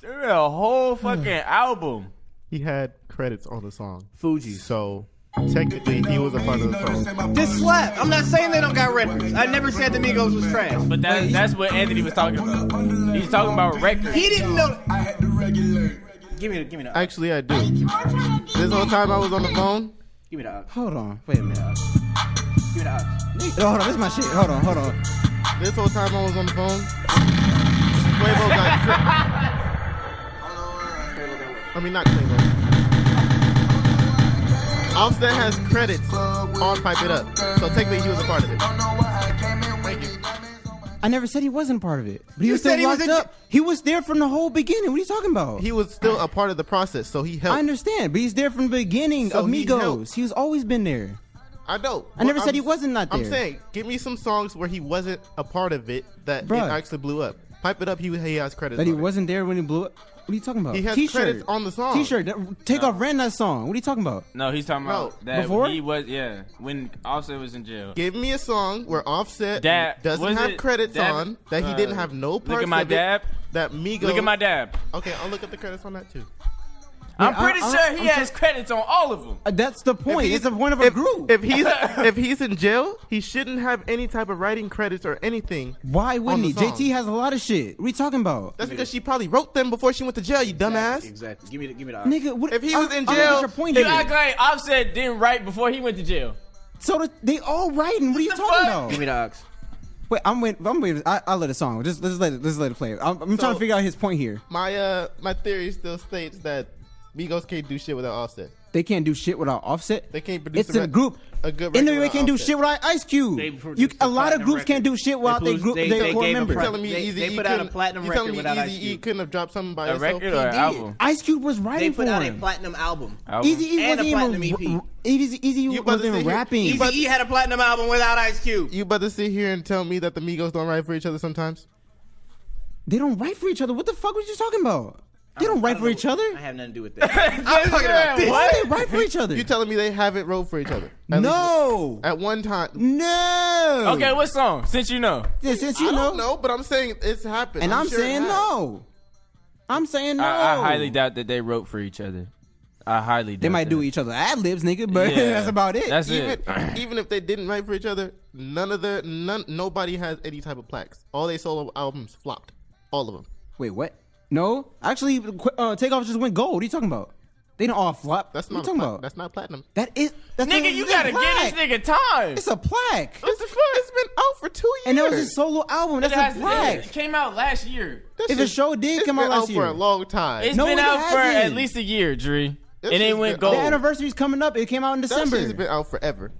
F: They made a whole fucking album.
I: He had credits on the song,
B: Fuji.
I: so technically he was a part of the song.
C: This slap. I'm not saying they don't got records. I never said the Migos was trash.
F: But that, that's what Anthony was talking about. He's talking about records.
C: He didn't know.
Q: I had to regulate.
B: Give me the give me the
I: Actually, I do. This whole time I was on the phone.
B: give me the ox.
D: Hold on. Wait a minute.
B: Give me the ox.
D: Oh, hold on. This is my shit. Hold on. Hold on.
I: This whole time I was on the phone. Quavo got. Cre- I mean, not Quavo. Offset has credits on Pipe It Up, so technically he was a part of it. Thank you.
D: I never said he wasn't part of it. But he
C: You
D: was still
C: said he was
D: locked
C: in-
D: up. He was there from the whole beginning. What are you talking about?
I: He was still a part of the process, so he helped.
D: I understand, but he's there from the beginning
I: So
D: of
I: he
D: Migos.
I: helped.
D: He's always been there.
I: I know.
D: I never
I: but
D: said he wasn't not
I: I'm
D: there.
I: saying, give me some songs where he wasn't a part of it that
D: Bruh.
I: it actually blew up. Pipe it up. He, he has credits.
D: That he
I: on it.
D: wasn't there when he blew up. What are you talking about?
I: He has
D: T-shirt.
I: credits on the song.
D: T-shirt. That- Take off ran that song. What are you talking about?
F: No, he's talking
I: No.
F: about that
D: Before?
F: he was, yeah, when Offset was in jail.
I: Give me a song where Offset
F: Dab-
I: doesn't
F: was
I: have
F: it
I: credits
F: Dab-
I: on that he
F: uh,
I: didn't have no
F: Look at
I: parts
F: my
I: of it,
F: dab.
I: That Migos.
F: Look at my dab.
I: Okay, I'll look at the credits on that too.
F: I'm
D: I-
F: pretty
D: I-
F: sure
D: I'm
F: he has credits on all of them.
D: Uh, That's the point.
I: he's-
D: It's the point of a
I: if,
D: group.
I: If he's if he's in jail, he shouldn't have any type of writing credits or anything.
D: Why
I: on
D: wouldn't
I: the
D: he?
I: song.
D: JT has a lot of shit. What are you talking about?
I: That's because she probably wrote them before she went to jail. You dumbass.
B: Exactly. Give me the give me the ox.
D: Nigga, what,
I: If he
D: I-
I: was in
D: I don't get
I: jail,
D: your point
F: You
D: is.
F: act like Offset didn't write before he went to jail.
D: So the, they all writing. What are you
F: the
D: talking
F: fuck?
D: about?
B: Give me the ox.
D: Wait, I'm wait. I'm wait. I, I'll let a song. Just let's let it. Let's let it play. I'm, I'm trying
I: So-
D: to figure out his point here.
I: My uh, my theory still states that Migos can't do shit without Offset.
D: They can't do shit without Offset.
I: They can't produce.
D: It's in a
I: rec-
D: group.
I: A good.
D: And
I: record
D: they
I: without
D: can't do
I: Offset.
D: shit without Ice Cube. You, a lot of groups can't do shit without their group, their core members.
I: You telling me Eazy-E couldn't- you telling me Eazy-E couldn't have dropped something by
F: A
I: himself?
F: record or an
I: He did.
F: album?
D: Ice Cube was writing
I: put
D: for
I: out a
D: him.
J: platinum album.
D: Easy E
J: and
D: wasn't
J: a platinm
D: even.
J: EP.
D: Easy Easy wasn't even rapping.
J: Easy E had a platinum album without Ice Cube.
I: You about to sit here and tell me that the Migos don't write for each other sometimes?
D: They don't write for each other. What the fuck was you talking about? They don't write for each other.
J: I have nothing to do with that.
I: I'm talking about this.
D: Why they write for each other?
I: You telling me they haven't wrote for each other?
D: no.
I: At one time.
D: No.
F: Okay, what song? Since you know.
D: Yeah, since you
I: I
D: know.
I: don't know, but I'm saying it's happened.
D: And I'm,
I: sure it
D: saying
I: has.
D: no. I'm saying no.
F: I, I highly doubt that they wrote for each other. I highly doubt
D: They might
F: that.
D: do each other ad libs, nigga, but
F: Yeah.
D: that's about it.
F: That's
I: even,
F: it.
I: even if they didn't write for each other, none of their none nobody has any type of plaques. All they solo albums flopped. All of them.
D: Wait, what? No, actually, Qu- uh, Takeoff just went gold. What are you talking about? They didn't all flop.
I: That's
D: what
I: not
D: you talking
I: plat-
D: about.
I: That's not platinum.
D: That is. That's
F: Nigga,
D: not-
F: you
D: that's
F: gotta give
D: plaque.
F: this nigga time.
D: It's a plaque.
I: What the fuck? It's been out for two years.
D: And that was his solo album. That's
F: It
D: a
F: has-
D: plaque.
F: It came out last year.
D: If a show did
I: It's
D: come out
I: been
D: last
I: out
D: year,
I: for a long time.
F: It's
D: No,
F: been
D: it
F: out for at
D: hasn't.
F: least a year, Dre.
I: This
F: and it
I: shit's been
F: went
D: the
F: gold.
I: out.
D: anniversary's coming up. It came out in
I: That
D: December.
I: shit's been out forever.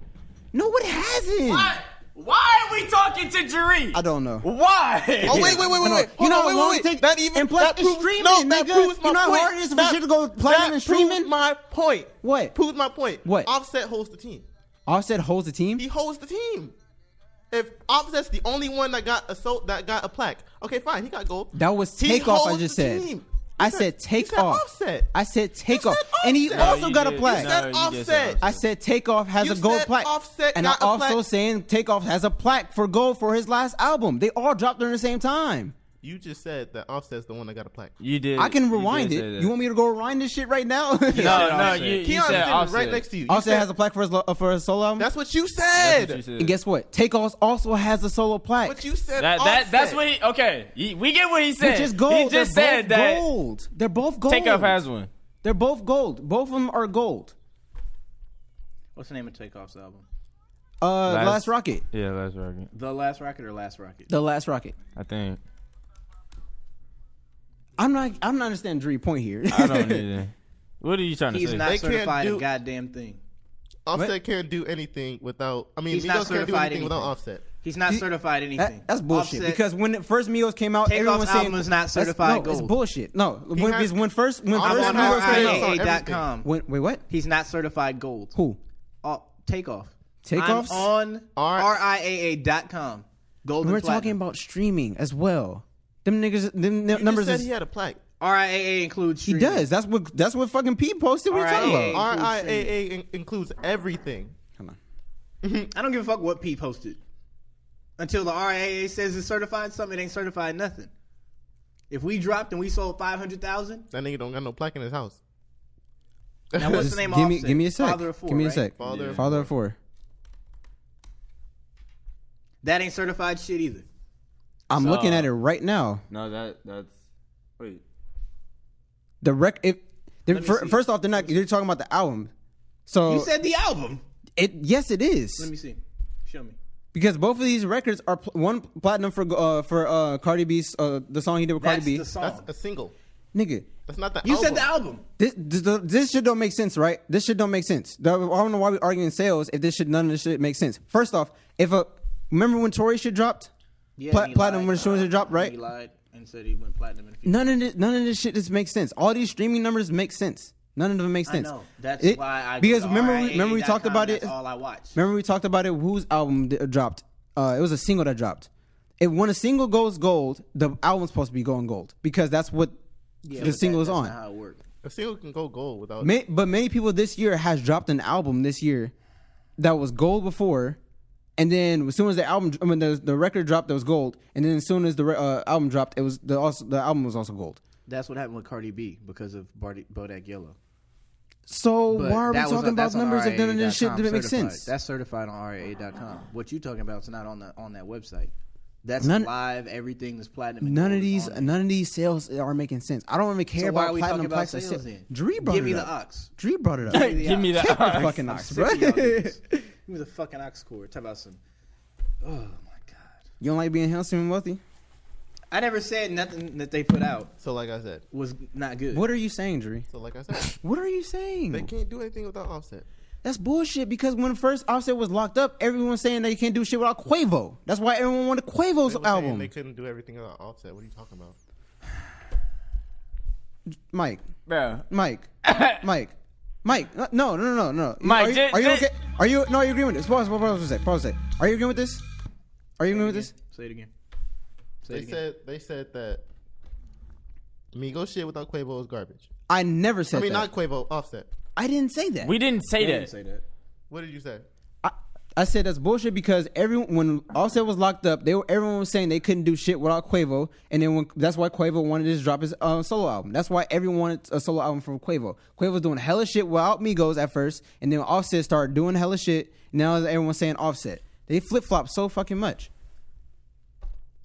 D: no, it hasn't.
F: Why, why are we talking to Dre?
D: I don't know.
F: Why?
I: Oh wait, wait, wait, wait, wait.
D: You
I: Hold
D: know
I: on,
D: how
I: wait,
D: long
I: wait,
D: it
I: wait.
D: takes-
I: That even
D: and plus
I: that
D: it's
I: proves,
D: streaming,
I: no, that
D: nigga.
I: proves my
D: You know how
I: point.
D: hard it is for
I: That-
D: shit to go platinum
I: that
D: and streaming?
I: proves My point
D: What?
I: proves my point.
D: What?
I: Offset holds the team.
D: Offset holds the team.
I: He holds the team. If Offset's the only one that got a so that got a plaque, okay, fine, he got gold.
D: That was
I: He
D: takeoff. I
I: holds
D: just
I: the
D: said.
I: team.
D: I
I: You
D: said
I: you said
D: takeoff.
I: Offset.
D: I said takeoff,
I: said
D: and he
I: Offset.
D: also
I: No,
D: got a
I: you did.
D: plaque.
I: You said No, you did say Offset. Offset.
D: I said takeoff has
I: You
D: a gold
I: said
D: plaque,
I: Offset
D: and
I: got
D: I
I: a
D: also
I: plaque.
D: saying takeoff has a plaque for gold for his last album. They all dropped during the same time.
I: You just said that Offset's the one that got a plaque.
F: You did.
D: I can
F: you did
D: rewind
F: say
D: it.
F: that.
D: You want me to go rewind this shit right now?
F: no, no, you, you
I: Keon's
F: said
I: sitting
F: offset.
I: right next to you. you
D: Offset
I: said,
D: has a plaque for his lo- uh, for his solo album.
I: That's what you
F: That's
I: said.
F: what you said.
D: and guess what? Takeoff also has a solo plaque.
I: But you said
F: That, that, that's
I: Offset.
F: what he. Okay, he, we get what he said.
D: Which is gold.
F: He just
D: They're both
F: said that
D: gold. They're both gold.
F: Takeoff has one.
D: They're both gold. Both of them are gold.
C: What's the name of Takeoff's album?
D: Uh, last, rocket.
F: Yeah, last rocket.
C: The Last Rocket or Last Rocket?
D: The last rocket.
F: I think.
D: I'm not. I'm not understanding Dre's point here.
F: I don't either. What are you trying
C: He's
F: to say?
C: not
I: They can't
C: certified a
I: do-
C: goddamn thing.
I: Offset can't do anything without. I mean,
C: He's
I: Migos
C: not
I: can't do anything,
C: certified
I: without
C: anything.
I: Offset.
C: He's not
D: He-
C: certified
D: That-
C: anything.
D: that's bullshit.
C: Offset-
D: because when it first Migos came out,
C: Takeoff's
D: everyone was saying
C: album is not
D: that's-
C: certified
D: no, It's
C: gold.
D: bullshit. No, when
I: has-
D: it's when first when
I: I'm
D: first
C: I'm
I: on
D: Migos
I: RIAA.
D: came out.
I: everything.
C: RIAA.com.
D: When, wait, what?
C: He's not certified gold.
D: Who?
C: Oh, takeoff.
D: Takeoffs?
C: I'm on
I: R-
C: RIAA.com. Golden
D: We're
C: Platinum.
D: talking about streaming as well. Them niggas, them
I: You
D: numbers.
I: just said
D: is-
I: he had a plaque.
C: RIAA includes
D: he
C: streaming.
D: does. That's what. That's what fucking P posted. We talking
C: RIAA.
D: about.
I: RIAA in- includes everything.
D: Come on.
C: I don't give a fuck what P posted. Until the RIAA says it's certified something, it ain't certified nothing. If we dropped and we sold 500,000,
I: That nigga don't got no plaque in his house.
C: now what's the
D: Just
C: name
D: give
C: of
D: me,
C: Offset?
D: give me a sec.
C: Father of four,
D: give me a
C: right?
D: sec.
I: Father of
D: of four.
C: That ain't certified shit either.
D: I'm
F: So-
D: looking at it right now.
F: No, that that's. Wait.
D: The rec. If, they're,
C: me
D: fir-
C: see.
D: first off, they're not. You're talking about the album. So
C: You said the album.
D: it. Yes, it is.
C: Let me see. Show me.
D: Because both of these records are pl- one platinum for uh, for uh, Cardi B's uh, the song he did with
C: That's
D: Cardi
C: the
D: B.
C: song.
I: That's a single.
D: Nigga,
I: That's not the
C: you
I: album.
C: said the album.
D: this, this this shit don't make sense, right? This shit don't make sense. The- I don't know why we arguing sales if this shit none of this shit makes sense. First off, if a remember when Tory shit dropped,
C: Yeah,
D: Pla-
C: and he
D: platinum
C: lied.
D: when as soon as it dropped,
C: And
D: right?
C: He lied and said he went platinum. In a few
D: None of this, none of this shit just makes sense. All these streaming numbers make sense. None of them make sense.
C: I know. That's
D: It-
C: why I go
D: because
C: to
D: remember we,
C: RIAA.com,
D: remember we talked about
C: that's
D: it.
C: All I watch.
D: Remember we talked about it. Whose album d- dropped? Uh, it was a single that dropped. If when a single goes gold, the album's supposed to be going gold because that's what
C: Yeah,
D: the
C: but
D: single
C: that-
D: is
C: that's
D: on.
C: not how it worked.
I: A single can go gold without.
D: Ma- but many people this year has dropped an album this year that was gold before, and then as soon as the album, I mean the, the record dropped, that was gold, and then as soon as the re- uh, album dropped, it was the also the album was also gold.
C: That's what happened with Cardi B because of Bardi- Bodak Yellow.
D: So
C: But
D: why are we
C: that was
D: talking
C: on-
D: about
C: that's on
D: numbers if none of this shit
C: RIAA.com
D: didn't make
C: certified.
D: sense?
C: That's certified on RIAA.com. What you talking about is not on the on that website. That's
D: None-
C: live. Everything is platinum. and
D: None of
C: gold is
D: these,
C: on it.
D: none of these sales are making sense. I don't even care
C: So why are
D: about
C: we
D: platinum
C: talking about
D: plaques. or
C: sales
D: sa-
C: then?
D: Dree brought
C: Give
D: it
C: me the
D: up.
C: ox.
D: Dree brought it up.
F: Give me
D: Take the
F: that.
D: fucking ox,
C: Sick
D: bro.
C: of y'all niggas. Give me the fucking ox cord. Talk about some. Oh my god.
D: You don't like being handsome and wealthy?
C: I never said nothing that they put out.
I: So like I said,
C: was not good.
D: What are you saying, Dre?
I: So like I said,
D: What are you saying?
I: they can't do anything without Offset.
D: That's bullshit because when first Offset was locked up, everyone was saying they can't do shit without Quavo. That's why everyone wanted Quavo's
I: They were saying
D: album.
I: They couldn't do everything without Offset. What are you talking about?
D: Mike.
F: Bro.
D: Mike. Mike. Mike. No, no, no, no, no.
F: Mike,
D: are you,
F: ju-
D: are you
F: ju-
D: okay? Are you no? Are you agreeing with this? Pause. Pause. Pause. Pause. Pause. pause. Are you agreeing with this? Are you agreeing with this?
C: Say it again. Say
I: They
C: it again.
I: said they said that Migos shit without Quavo is garbage.
D: I never said
I: I mean,
D: that.
I: not Quavo, Offset.
D: I didn't say that.
F: We didn't
I: say
F: that.
I: What did you say?
D: I said that's bullshit because everyone when Offset was locked up, they were everyone was saying they couldn't do shit without Quavo, and then when, that's why Quavo wanted to drop his uh, solo album. That's why everyone wanted a solo album from Quavo. Quavo was doing hella shit without Migos at first, and then Offset started doing hella shit. Now everyone's saying Offset. They flip flop so fucking much.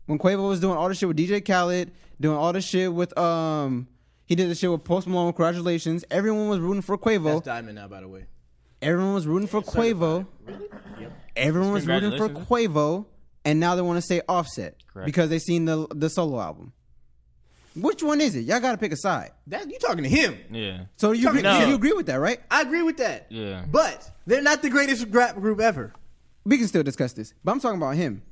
D: When Quavo was doing all this shit with DJ Khaled, doing all this shit with um, he did the shit with Post Malone. Congratulations, everyone was rooting for Quavo.
C: That's Diamond now, by the way.
D: Everyone was rooting for Quavo.
C: Yep.
D: Everyone was rooting for
C: Congratulations.
D: Quavo, and now they want to say Offset
C: Correct.
D: because they seen the the solo album. Which one is it? Y'all got to pick a side.
C: That you talking to him?
F: Yeah.
D: So you agree,
C: Talking to
D: so
C: him.
D: you agree with that, right?
C: I agree with that.
F: Yeah.
C: But they're not the greatest rap group ever.
D: We can still discuss this, but I'm talking about him.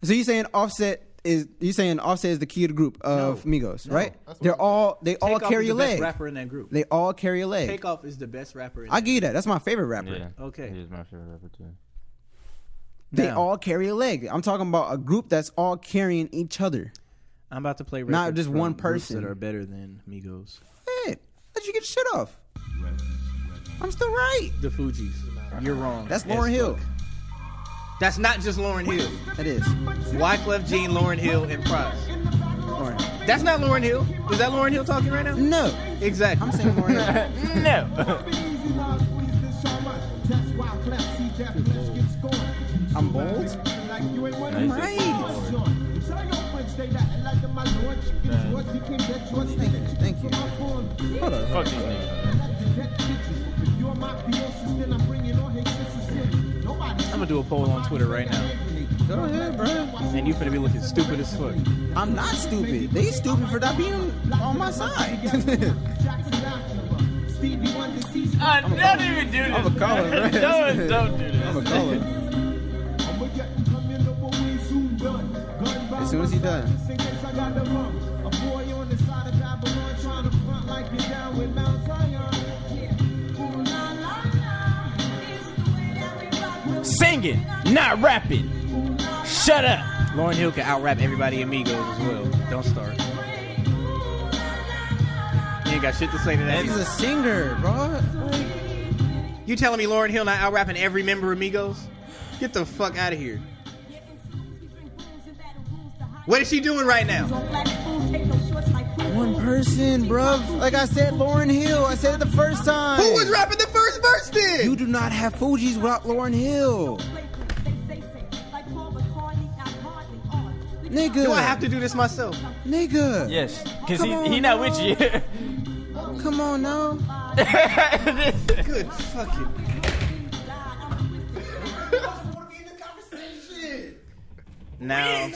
D: So you saying Offset is you saying Offset is the key to the group of Migos, right? They're all they all
C: Takeoff is
D: carry a
C: the best
D: leg.
C: rapper in that group.
D: They all carry a leg.
C: Takeoff is the best rapper. In
D: I give you that. That's my favorite rapper.
F: Yeah.
C: Okay.
F: He is my favorite rapper too.
D: They all carry a leg. I'm talking about a group that's all carrying each other.
C: I'm about to play.
D: Not
C: records
D: just
C: from
D: one
C: groups
D: person.
C: that are better than Migos.
D: Hey, let you get shit off. I'm still right.
C: The Fugees. You're wrong.
D: That's
C: Yes,
D: Lauren Hill.
C: fuck. That's not just Lauren Hill.
D: That is.
C: Wyclef Jean, Lauren Hill, and Price. That's not Lauren Hill. Is that Lauren Hill talking right now?
D: No.
C: Exactly. I'm
D: saying Lauren
F: Hill. no.
D: I'm bold.
H: I'm
D: Thank you. Hold on.
F: Fuck these niggas.
C: I'm gonna do a poll on Twitter right now.
D: Go ahead, bro.
C: And you finna be looking stupid as fuck.
D: I'm not stupid. They stupid for not being on my side.
F: I don't even do this.
D: I'm a caller,
F: bro.
D: bro.
F: don't, don't do this.
D: I'm a caller. As soon as he done.
F: Singing, not rapping. Shut up.
C: Lauren Hill can out rap everybody in Migos as well. Don't start. You ain't got shit to say to that.
D: He's
C: either.
D: a singer, bro.
C: You telling me Lauren Hill not out rapping every member of Migos? Get the fuck out of here. What is she doing right now?
D: One person, bruv. Like I said, Lauren Hill. I said it the first time.
J: Who was rapping the first verse then?
D: You do not have Fuji's without Lauren Hill. Nigga.
C: Do I have to do this myself?
D: Nigga.
F: Yes, cause
D: Come
F: he, he
D: on,
F: not with you.
D: Come on now.
C: Good fucking. Now,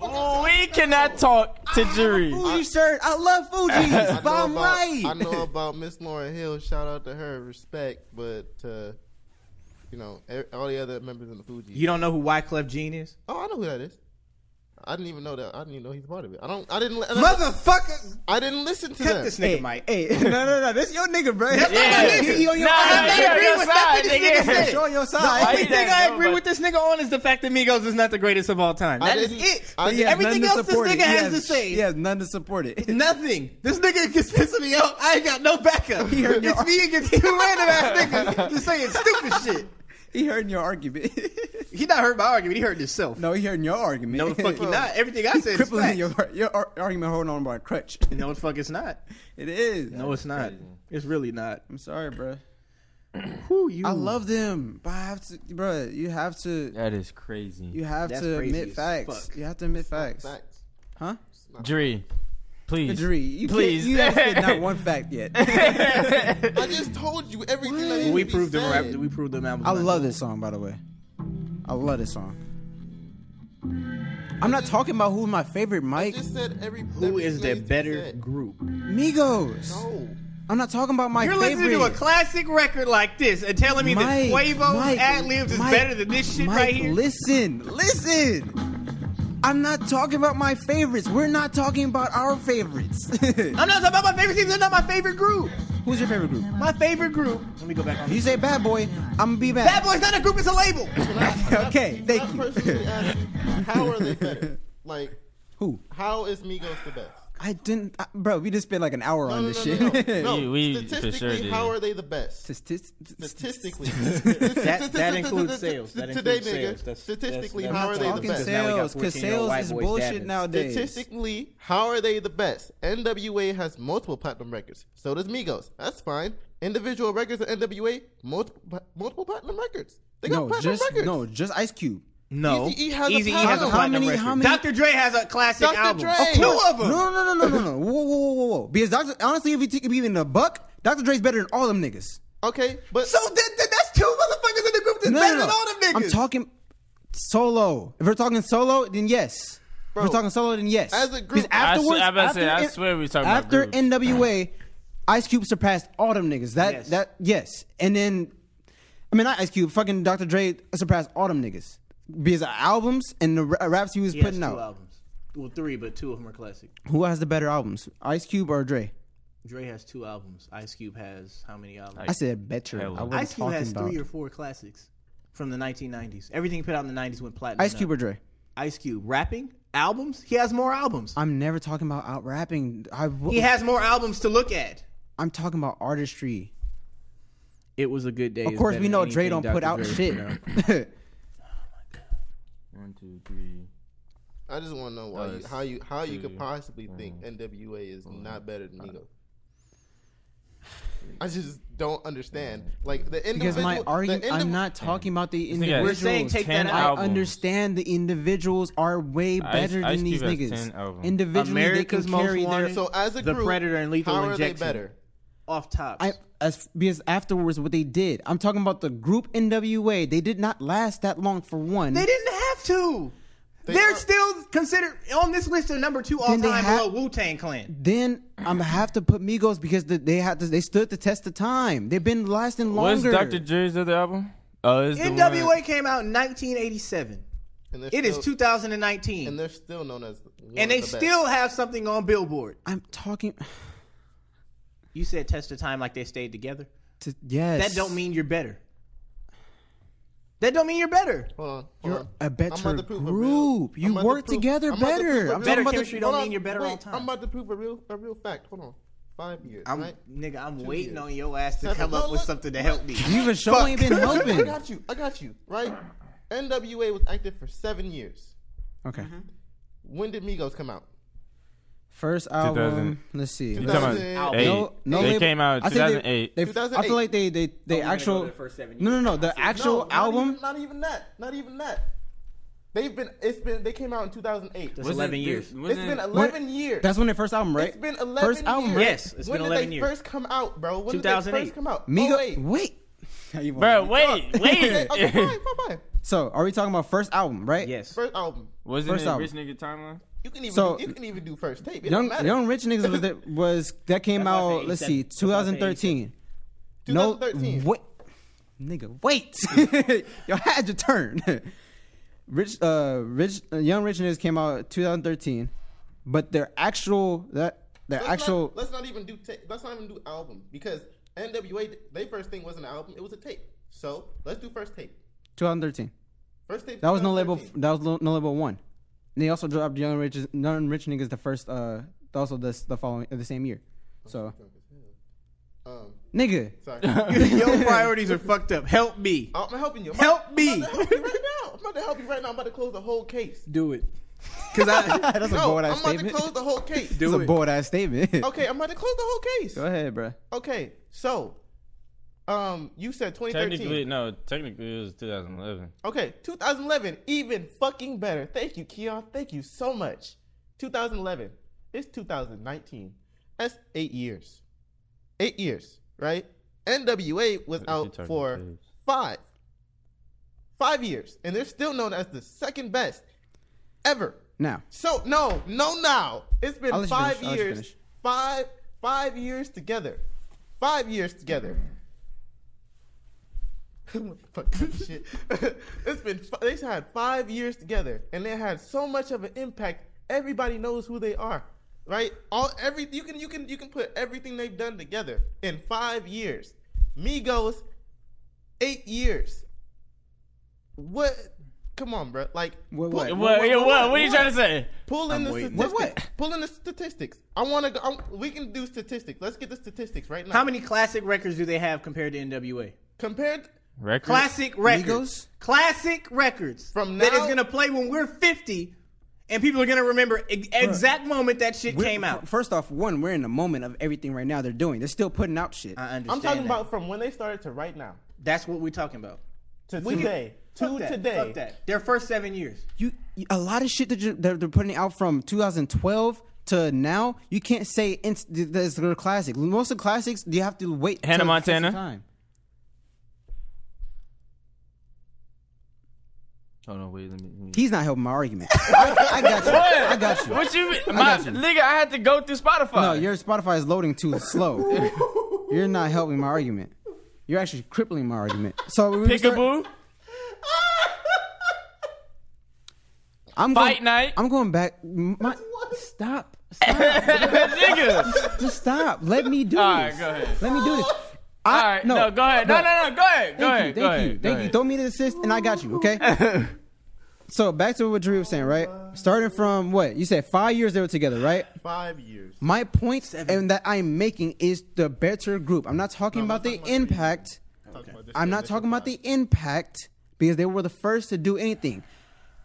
F: Oh, we cannot talk to Jury.
D: Fuji shirt. I love Fuji's, but I'm
I: about,
D: right.
I: I know about Miss Lauren Hill. Shout out to her, respect, but uh, you know e- all the other members in the Fuji.
C: you don't know who Wyclef Jean is?
I: Oh, I know who that is. I didn't even know that. I didn't even know he's part of it. I don't. I didn't.
J: Motherfucker!
I: I didn't listen to
C: Cut
I: them.
C: this nigga, Mike.
D: Hey, no, no, no. This your nigga, bro.
C: That's not my
D: He-
C: nigga.
D: he on your
C: Nah,
D: side.
C: I agree
F: your
C: with nothing
F: side,
C: this nigga
F: nigga.
C: said.
D: Show on your
C: The
D: side.
C: only
F: you
C: thing
F: not
C: I
F: know,
C: agree
F: but-
C: with this nigga on is the fact that Migos is not the greatest of all time.
I: I
C: That is
I: didn't-
C: it.
I: I
C: But
I: didn't-
D: None
C: Everything
D: to
C: else this
D: support it.
C: nigga
D: He
C: has to say
D: He has none to support it.
C: is nothing. This nigga is pissing me off. I ain't got no backup.
D: He heard your-
C: it's me against two random ass niggas just saying stupid shit.
D: He heard your argument.
C: He not hurt my argument. He hurt himself.
D: no, he heard your argument.
C: No, the fuck he not. Everything I
D: He
C: said is
D: crippling
C: facts.
D: your your ar- argument holding on by a crutch.
C: No, the fuck it's not.
D: It is.
C: No, it's not. It's really not.
D: I'm sorry, bro.
C: Who you?
D: I love them, but I have to, bro. You have to.
F: That is crazy.
D: You have
C: That's
D: to
C: crazy
D: admit
C: as
D: facts.
C: fuck.
D: You have to admit facts.
I: Facts.
D: Huh?
F: Jury, please.
D: Dree, you
F: please.
D: Please. You haven't said not one fact yet.
I: I just told you everything. That
C: We
I: needed to be
C: proved them.
I: said.
C: Rap, we proved them.
D: I love this song, by the way. I love this song. I'm not talking about who's my favorite, Mike.
I: just said every
C: Who is the better group?
D: Migos. No. I'm not talking about my
J: You're
D: favorite.
J: listening to a classic record like this and telling me
D: Mike,
J: that Quavo's
D: Mike,
J: ad libs is
D: Mike,
J: better than this shit
D: Mike,
J: right here.
D: Listen, listen. I'm not talking about my favorites. We're not talking about our favorites.
J: I'm not talking about my favorite team. They're not my favorite group.
D: Who's your favorite group?
J: My favorite group. Let
C: me go back.
D: You say Bad Boy, I'm gonna be back.
J: Bad Boy's not a group. It's a label.
D: okay, thank you.
I: How are they better? Like
D: who?
I: How is Migos the best?
D: I didn't, I, bro. We just spent like an hour on
I: no,
D: this
I: no,
D: shit.
I: No, statistically, how are they the best?
D: Statis-
I: Statistically,
D: That- that includes
C: sales. That
I: Today,
C: includes
I: nigga,
C: sales. That's-
I: statistically,
C: that's-
I: how are
C: that's
I: they
C: not
I: the
C: talking
I: best?
C: sales, 'cause 14-year-old white sales is boys bullshit dabbing. nowadays.
I: Statistically, how are they the best? NWA has multiple platinum records. So does Migos. That's fine. Individual records at NWA, multiple, multiple platinum records. They got
D: no,
I: platinum
D: just
I: records.
D: no, just Ice Cube.
C: No,
I: Eazy-E has a
J: Easy E
I: platinum.
J: has a
I: How
J: platinum
I: many-
J: record.
D: how many-
J: Dr. Dre has a classic
I: Dr.
J: album.
I: Dre.
J: Two of them.
D: No, no, no, no, no, no. Whoa, whoa, whoa, whoa, whoa. Because Dr. honestly, if you take me in a buck, Dr. Dre's better than all them niggas.
I: Okay, but
J: so that, that- that's two motherfuckers in the group that's better than all them niggas.
D: I'm talking solo. If we're talking solo, then yes. if we're talking solo, then yes.
I: as a group-
D: Because afterwards,
F: I, swear, I, about to
D: after,
F: say, I
D: N-
F: swear we talking
D: after
F: about groups.
D: NWA, Ice Cube surpassed all them niggas. That
F: Yes.
D: that yes, and then I mean not Ice Cube, fucking Dr. Dre surpassed all them niggas because of albums and the ra- raps he was
C: He has
D: putting
C: two
D: out.
C: albums. Well, three, but two of them are classic.
D: Who has the better albums, Ice Cube or Dre?
C: Dre has two albums. Ice Cube has how many albums?
D: I said better. I wasn't
C: Ice Cube has
D: talking
C: three
D: about-
C: or four classics from the 1990s. Everything he put out in the 90s went platinum.
D: Ice Cube or Dre?
C: Ice Cube rapping albums. He has more albums.
D: I'm never talking about out rapping. I w-
J: He has more albums to look at.
D: I'm talking about artistry.
C: It was a good day.
D: Of course, we know Dre don't put out shit.
F: One, two, three.
I: I just want to know why
F: Oh,
I: you,
F: it's
I: how you how you could
F: two,
I: possibly
C: mm.
I: think NWA is not better than Migos. I just don't
C: Mm.
I: understand. Like the
D: because
I: individual,
D: my argument,
I: the
D: I'm not talking about the
F: This nigga has
D: individuals.
F: We're saying take 10 that out.
D: I
F: albums.
D: understand the individuals are way
F: Ice-
D: better
F: Ice
D: than these
F: Cube has 10
D: niggas.
F: albums.
D: Individually,
C: America's
D: they
C: Most
D: can carry their.
C: Wanted. The Predator and Lethal Injection. Off top.
D: I, as because afterwards, what they did, I'm talking about the group NWA. They did not last that long for one.
J: They didn't have to. They are still considered on this list of number two all
D: Then they
J: time
D: ha-
J: below Wu Tang Clan.
D: Then I'm gonna have to put Migos because the, they had to, they stood the test of time. They've been lasting
F: What's
D: longer.
F: Dr. Dre's other album? Oh, it's the
J: NWA came out in 1987.
I: And they're
J: It is
I: still-
J: 2019, and,
I: they're still known as one of
J: they
I: the best.
J: still have something on Billboard.
D: I'm talking.
C: You said test of time like they stayed together.
D: To, yes.
C: That don't mean you're better. That don't mean you're better.
I: Hold on.
D: You're a better
I: about to prove a real-
D: group. You
I: I'm about to
D: work
I: prove-
D: together
I: I'm about to prove
D: better.
I: a
D: I'm
I: real-
D: talking about the-
C: chemistry don't
I: Hold
C: mean you're better
I: wait,
C: all the time.
I: I'm about to prove a real a real fact. Hold on. Five years.
C: I'm,
I: right?
C: nigga, I'm
I: Two
C: waiting
I: years.
C: on your ass to
I: Seven.
C: come
I: No,
C: up with
I: look,
C: something to help me.
D: You even show ain't been
I: I
D: helping.
I: got you. I got you. Right. NWA was active for seven years.
D: Okay.
C: Mm-hmm.
I: When did Migos come out?
D: First
F: 2000.
D: album. Let's see.
I: You talking about eight.
F: They came out in
D: I think they-
F: 2008.
D: they- I
I: 2008.
D: feel like they they they
I: Oh, gonna
D: actual.
I: go to the first seven
D: no, no, no. The actual
I: No, Not
D: album.
I: even, not even that. Not even that. They've been. It's been. They came out in 2008.
C: That's Wasn't 11 years.
I: It's
C: this- wasn't-
I: been
C: What-
I: 11 years.
D: That's when their first album, right?
I: It's been 11
D: First album,
I: years.
D: right?
C: Yes, it's
I: when
C: been
I: did
C: 11
I: they
C: years.
I: first come out, bro? When did they
C: 2008.
I: first come out?
D: Migo,
I: Oh, wait.
D: wait.
F: Bro, wait, wait.
I: Okay, fine, fine, fine.
D: So, are we talking about first album, right?
C: Yes.
I: First album.
F: Wasn't
D: First
F: it
D: album.
F: Rich Nigga Timeline?
I: You can even.
D: So-
I: do, you can even do first tape. It don't
D: Young
I: matter.
D: Young Rich Niggas was that, was that came
C: That's why I said
D: out. Let's see,
C: 87. That's why I said
D: 2013. No,
I: 2013.
D: wait, nigga, wait. Y'all had your turn. Rich, uh, Rich, uh, Young Rich Niggas came out 2013, but their actual that their
I: Let's
D: actual
I: Not, let's not even do. Ta- let's not even do album because NWA. They first thing wasn't an album. It was a tape. So let's do first tape.
D: 2013.
I: First tape.
D: That was no label.
I: 2013.
D: That was no, no label one. And they also dropped Young Rich, Young Rich Niggas the first. Uh, also this the following the same year. So,
I: Um,
D: nigga,
I: sorry.
J: Your priorities are fucked up. Help me.
C: Oh,
I: I'm helping you. I'm
J: Help
I: about,
J: me.
I: I'm about to help you right now. I'm about to help you right now. I'm about to close the whole case.
D: do it.
J: Cause I,
D: That's a
I: no,
D: bold
I: I'm
D: ass
I: about to
D: statement.
I: close the whole case.
D: That's
J: do
D: a
J: it.
D: bold ass statement.
I: Okay, I'm about to close the whole case.
D: Go ahead, bruh.
I: Okay, so, um, you said 2013.
F: Technically, no. Technically, it was 2011.
I: Okay, 2011, even fucking better. Thank you, Keon. Thank you so much. 2011. It's 2019. That's eight years. Eight years, right? NWA was
F: What is he
I: out
F: talking
I: for
F: to?
I: five. Five years. And they're still known as the second best ever.
D: Now,
I: So no, no, now it's
D: I'll
I: been
D: let you
I: five
D: finish, I'll let you
I: years,
D: finish.
I: five five years together, five years together. What the fuck kind of shit? it's been fi- they had five years together, and they had so much of an impact. Everybody knows who they are, right? All every you can you can you can put everything they've done together in five years. Migos, eight years. What? Come on, bro. Like
D: what?
F: what? What- yeah, what? What are you trying to say?
I: Pull in
F: I'm
I: the
F: waiting.
I: statistics.
F: What-
I: Pull in the statistics. I want to go. i we can do statistics. Let's get the statistics right now.
C: How many classic records do they have compared to NWA?
I: Compared
F: Records?
C: classic records, classic records
I: from
C: that is gonna play when we're fifty, and people are gonna remember ex- exact moment that shit
D: We're-
C: came out.
D: f- First off, one, we're in the moment of everything right now. They're doing. They're still putting out shit.
C: I
I: I'm talking about from when they started to right now.
C: That's what we're talking about.
I: To
C: We can-
I: today.
C: Fuck
I: to
C: that.
I: today.
C: Fuck that. Their first seven years.
D: you, you- a lot of shit that, you, that they're putting out from 2012 to now. You can't say inst- th- that it's their classic. Most of the classics, you have to wait. till
F: Hannah
D: it's
F: Montana?
D: Time.
F: Hold on, wait. Let me.
D: He's not helping my argument. I, I got you. I got you.
F: What you mean?
D: I
F: My,
D: got you.
F: nigga, I had to go through Spotify.
D: No, your Spotify is loading too slow. You're not helping my argument. You're actually crippling my argument. So we we start-
F: Peekaboo.
D: I'm
F: Fight
D: going,
F: night.
D: I'm going back. My, stop. Stop.
F: Nigga.
D: Just stop. Let me do
F: All
D: this.
F: right, go ahead.
D: Let me do this.
F: All right, no, go ahead. No, no, no, go ahead, go ahead,
D: Thank you. Thank
F: go
D: you.
F: ahead, go
D: Thank you.
F: ahead.
D: Throw me the assist, and I got you. Okay. so back to what Drew was saying, right? Starting from what you said, five years they were together, right?
I: Five years.
D: My point and that I'm making is the better group. I'm not talking about the impact. I'm not talking about the impact because they were the first to do anything.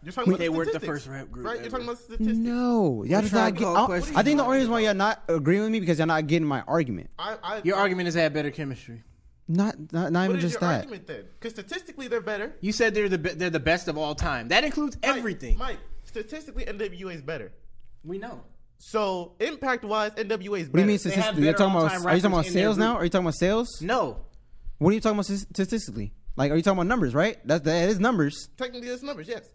I: You're
D: We-
I: talking about
D: They
I: the
D: weren't the
I: statistics,
D: first rap group
I: Right? You're talking about statistics.
D: No, y'all
I: We're
D: just
I: trying
D: not
I: to
D: get.
I: go
D: I-
I: question.
D: I think the only reason why y'all not agreeing with me because y'all not getting my argument.
I: I, I,
C: Your argument is they have better chemistry.
D: Not not, not even
I: is
D: just
I: your
D: that.
I: argument then? Because statistically, they're better.
C: You said they're the be- they're the best of all time. That includes everything.
I: Mike, statistically, NWA is better.
C: We know.
I: So impact wise, NWA is better.
D: What do you mean statistically? You're talking about, are you talking about sales now? Are you talking about sales?
C: No.
D: What are you talking about sis- statistically? Like, are you talking about numbers, right? That's, that is numbers.
I: Technically, it's numbers. Yes.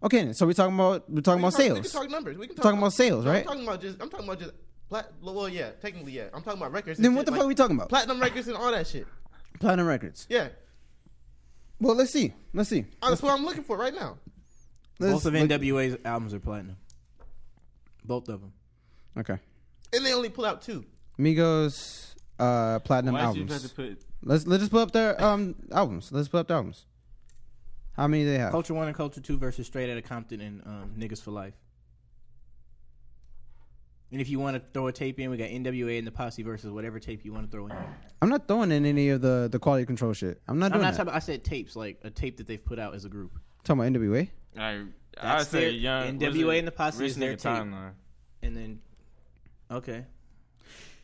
D: Okay, then, so we're talking about we're talking
I: We
D: about
I: can talk- We
D: sales.
I: can talk numbers. We can
D: We're
I: talk
D: talking about sales,
I: I'm
D: right?
I: talking about just. I'm talking about just. Plat- well, yeah, technically, yeah. I'm talking about records. and
D: Then
I: shit,
D: what the
I: like
D: fuck are we talking about?
I: Platinum records and all that shit.
D: Platinum records.
I: Yeah,
D: Well, let's see. Let's see.
I: Oh, that's what I'm looking for right now.
C: Both of NWA's albums are platinum. Both of them.
D: Okay.
I: And they only pull out two.
D: Migos uh platinum
F: Why'd you
D: albums.
F: have to put-
D: Let's let's just pull up their um albums. Let's pull up their albums. How many they have?
C: Culture One and Culture Two versus Straight Outta Compton and um, Niggas for Life. And if you want to throw a tape in, we got NWA and the Posse versus whatever tape you want to throw in.
D: I'm not throwing in any of the the quality control shit. I'm not
C: I'm
D: doing
C: not
D: that.
C: talking. About, I said tapes, like a tape that they've put out as a group.
D: talking about NWA.
F: I, I
C: That's
F: say
C: their-
F: young. what is
C: NWA
F: it?
C: and the Posse
F: Rich
C: is their
F: nigga
C: tape.
F: timeline.
C: And then, okay,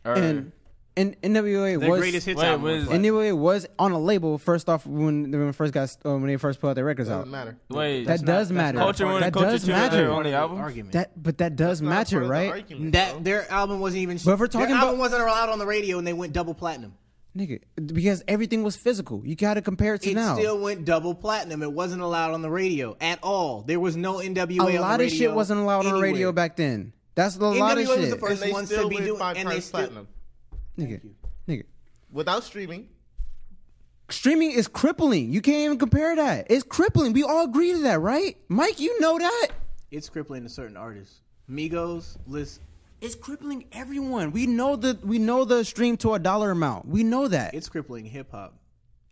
D: and and NWA
C: Their
D: was
C: greatest hits Wait, album was was- Platinum.
D: NWA was on a label first off when when it first got uh, when they first put out their records out.
I: Doesn't matter.
F: Wait,
D: that does matter.
F: Culture one,
D: that
F: and culture
D: does
F: two are
D: matter.
F: their only album.
D: That but that does matter, right?
C: that their album wasn't even.
D: But if we're talking
C: their
D: about-
C: album wasn't allowed on the radio, and they went double platinum.
D: Nigga, because everything was physical. You got to compare it to
C: It
D: now.
C: still went double platinum. It wasn't allowed on the radio at all. There was no NWA.
D: a
C: on the
D: lot of shit
C: radio
D: wasn't allowed on the
C: anywhere.
D: radio back then. That's a lot of
C: NWA was the
D: shit.
C: first
I: And they
C: ones
I: still
C: to be
I: went
C: doing,
I: five
C: and they
I: times
C: still
I: platinum
D: Nigga, nigga.
I: without streaming.
D: Streaming is crippling. You can't even compare that. It's crippling. We all agree to that, right? Mike, you know that.
C: it's crippling to certain artists. Migos, list.
D: It's crippling everyone. We know the we know the stream to a dollar amount. We know that.
C: It's crippling hip hop.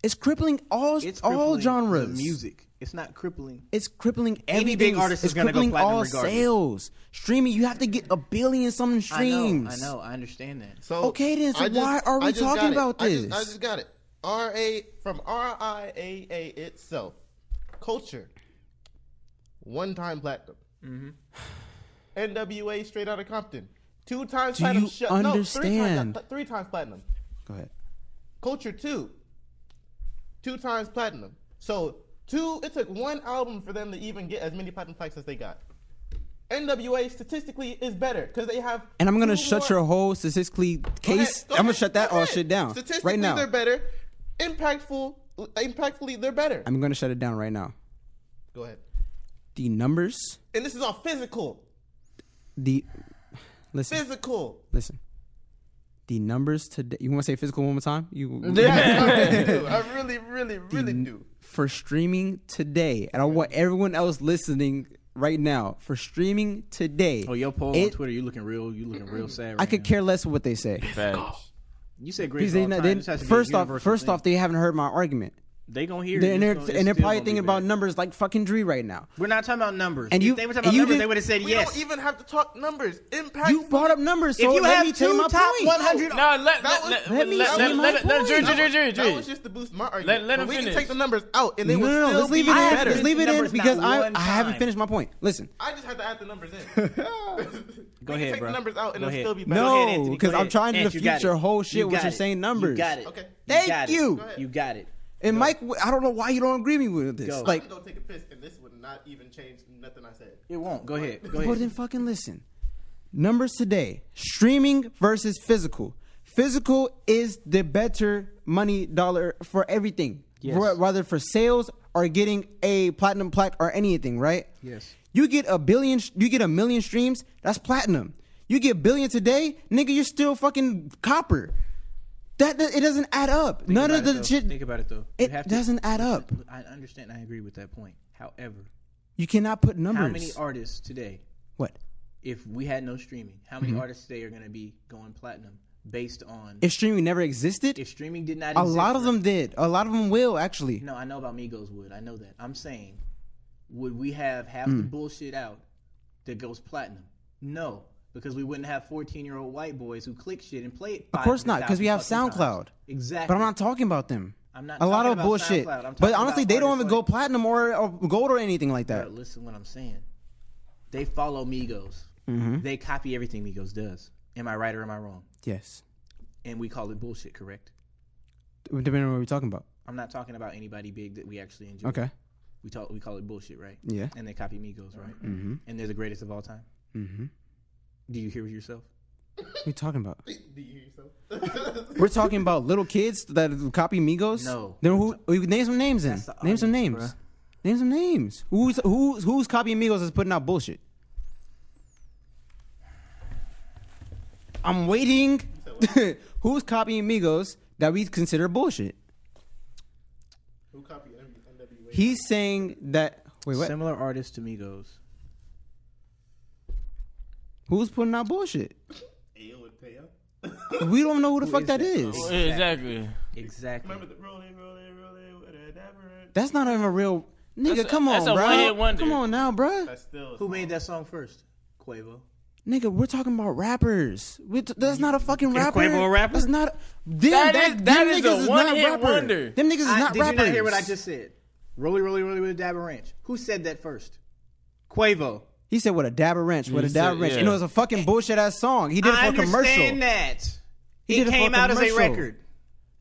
D: It's crippling all
C: It's
D: all
C: crippling
D: genres.
C: the music. It's not crippling.
D: It's crippling
C: Any
D: everything.
C: big artist
D: it's
C: is gonna go
D: crippling
C: platinum
D: all
C: regardless.
D: sales. Streaming, you have to get a billion something streams.
C: I know. I know. I understand that.
I: So
D: Okay, then, so
I: I
D: why are we
I: I just
D: talking
I: got it.
D: about
I: I just-
D: this?
I: I just, got it. R A from R I A A itself. Culture. One time platinum.
D: Mm-hmm.
I: NWA straight out of Compton. Two times
D: Do
I: platinum.
D: you
I: shut-
D: understand?
I: No, three times, three times platinum.
D: Go ahead.
I: Culture two. Two times platinum. So two. It took one album for them to even get as many platinum plaques as they got. NWA statistically is better because they have.
D: And I'm gonna
I: two
D: shut
I: more-
D: your whole statistically
I: Go ahead,
D: case.
I: go
D: I'm gonna
I: ahead,
D: shut that
I: go
D: all
I: ahead.
D: shit down
I: Statistically,
D: right now.
I: they're better. Impactful, impactfully, they're better.
D: I'm gonna shut it down right now.
I: Go ahead.
D: the numbers,
I: And this is all physical.
D: the listen,
I: Physical.
D: listen, the numbers today. You want to say physical one more time? You
I: Yes, I do. I really, really, really
D: The-
I: do.
D: for streaming today, and I want everyone else listening right now for streaming today.
C: Oh, your poll on
D: it-
C: Twitter, you looking real, you looking real sad. Right
D: I could care less what they say.
C: You said great.
D: Because they, not- they, first off, first off, they haven't heard my argument.
C: they gonna hear.
D: They-
C: it.
D: and
C: It's
D: they're,
C: gonna- it's
D: and they're
C: still
D: probably
C: gonna be
D: thinking about numbers like fucking Dre right now.
C: bad. We're not talking about numbers.
D: And
C: if
D: you-
C: they were talking
D: and
C: about
D: you
C: numbers,
D: did-
C: they would have said
I: We
C: yes.
I: don't even have to talk numbers. Impact.
D: You brought up numbers, so
C: if you
D: let
C: have
D: me tell
C: two
D: you my
C: top
D: point.
C: 100,
F: No, let- let-
I: That was-
F: let-
I: that
F: let-
I: was-
F: let-
I: that
F: let-
I: was
F: let-
I: my
F: let- Dre,
I: point.
F: Dre, Dre, Dre,
I: That
F: Dre.
I: was just to boost my argument.
F: Let- let him
I: But we
F: finish.
I: can take the numbers out, and they
D: no,
I: would
D: no, no,
I: still
D: let's leave
I: be
D: it in.
I: better.
D: Let's leave it in
C: Numbers
D: because
C: not
D: I,
C: one
D: I haven't
C: time.
D: finished my point. Listen,
I: I just had to add the numbers in. We can
C: Go ahead,
I: take
C: bro.
I: the numbers out, and it'll
C: Go ahead.
I: still be better.
D: no,
C: Anthony, go
D: because I'm
C: ahead.
D: trying to
C: Ant, you got
D: defute your
C: it.
D: whole shit
C: You
D: with
C: got
D: your
C: it.
D: saying
C: You
D: numbers.
C: got it.
I: Okay.
D: Thank
C: got it.
D: you.
C: You got it.
D: And Mike, I don't know why you don't agree with me with this.
C: Go.
D: Like,
I: I'm gonna take a piss, and this would not even change nothing I said.
C: It won't. Go ahead. Go
D: Well,
C: ahead.
D: then fucking listen. Numbers today: streaming versus physical. Physical is the better money dollar for everything,
C: Yes.
D: Wh- whether for sales or getting a platinum plaque or anything, right?
C: Yes.
D: You get a billion, you get a million streams. That's platinum. You get a billion today, nigga. You're still fucking copper. That, that- it doesn't add up. None of
C: Think about it,
D: the
C: though.
D: shit.
C: Think about it though. You
D: It
C: have to-
D: doesn't add up.
C: Listen, I understand. I agree with that point. However,
D: You cannot put numbers.
C: how many artists today,
D: what?
C: if we had no streaming, how many artists today are going to be going platinum based on
D: Mm-hmm. If streaming never existed,
C: if streaming did not?
D: a
C: exist,
D: lot of
C: right?
D: them did. A lot of them will actually.
C: No, I know about Migos would. I know that. I'm saying, would we have half
D: Mm.
C: the bullshit out that goes platinum? No, because we wouldn't have 14 year old white boys who click shit and play it.
D: Of course not, because we have
C: 500,000 fucking
D: SoundCloud.
C: times. Exactly.
D: But I'm not talking about them.
C: I'm not
D: a lot of
C: talking about
D: bullshit.
C: SoundCloud. I'm
D: But
C: talking
D: honestly,
C: about
D: they don't even
C: artists
D: go
C: like-
D: platinum or, or gold or anything like that.
C: Bro, listen what I'm saying. They follow Migos.
D: Mhm.
C: They copy everything Migos does. Am I right or am I wrong?
D: Yes,
C: And we call it bullshit, correct?
D: depending on what we're talking about.
C: I'm not talking about anybody big that we actually enjoy.
D: Okay.
C: We talk we call it bullshit, right?
D: Yeah.
C: And they copy Migos, right?
F: Mm-hmm.
D: Mhm.
C: And they're the greatest of all time.
D: Mm-hmm.
C: Do you hear yourself?
D: What are you talking about?
I: Do you hear yourself?
D: We're talking about little kids that copy Migos.
C: No.
D: Then who? we- Name some names. Then name some names. Name some names. Who's who's who's copying Migos is putting out bullshit? I'm waiting. who's copying Migos that we consider bullshit?
I: Who copied NWA?
D: He's saying that. Wait, what?
C: Similar artists to Migos.
D: Who's putting out bullshit?
I: Ayo and Teo.
D: We don't know who the fuck
C: is
D: that
C: that?
D: is.
C: Oh,
F: Exactly.
C: Exactly.
I: Remember the rolling, rolling, rolling with a dapper.
D: That's not even a real nigga.
F: That's a-
D: come on,
F: that's a one-hit
D: bro.
F: wonder.
D: Come on now, bro.
I: That's still.
C: Who made that song first? Quavo.
D: Nigga, we're talking about rappers. We t- that's not a fucking
C: Is
D: rapper.
C: Quavo a rapper?
D: That's not. Them,
F: That
D: that,
F: is- that
D: them
F: is
D: niggas
F: a
D: is not
F: one-hit
D: rapper.
F: wonder.
D: Them niggas is
C: I-
D: not
C: did
D: rappers.
C: you not hear what I just said? Rolly, rolly, rolly with a dab of ranch. Who said that first? Quavo.
D: He said, "What a dab of wrench, what a
F: He
D: dab
F: said-
D: of wrench,"
F: yeah.
D: and it was a fucking bullshit ass song. He did it for
C: I
D: a commercial.
C: understand that.
D: He
C: it
D: did it for a
C: came out as a
D: commercial.
C: record.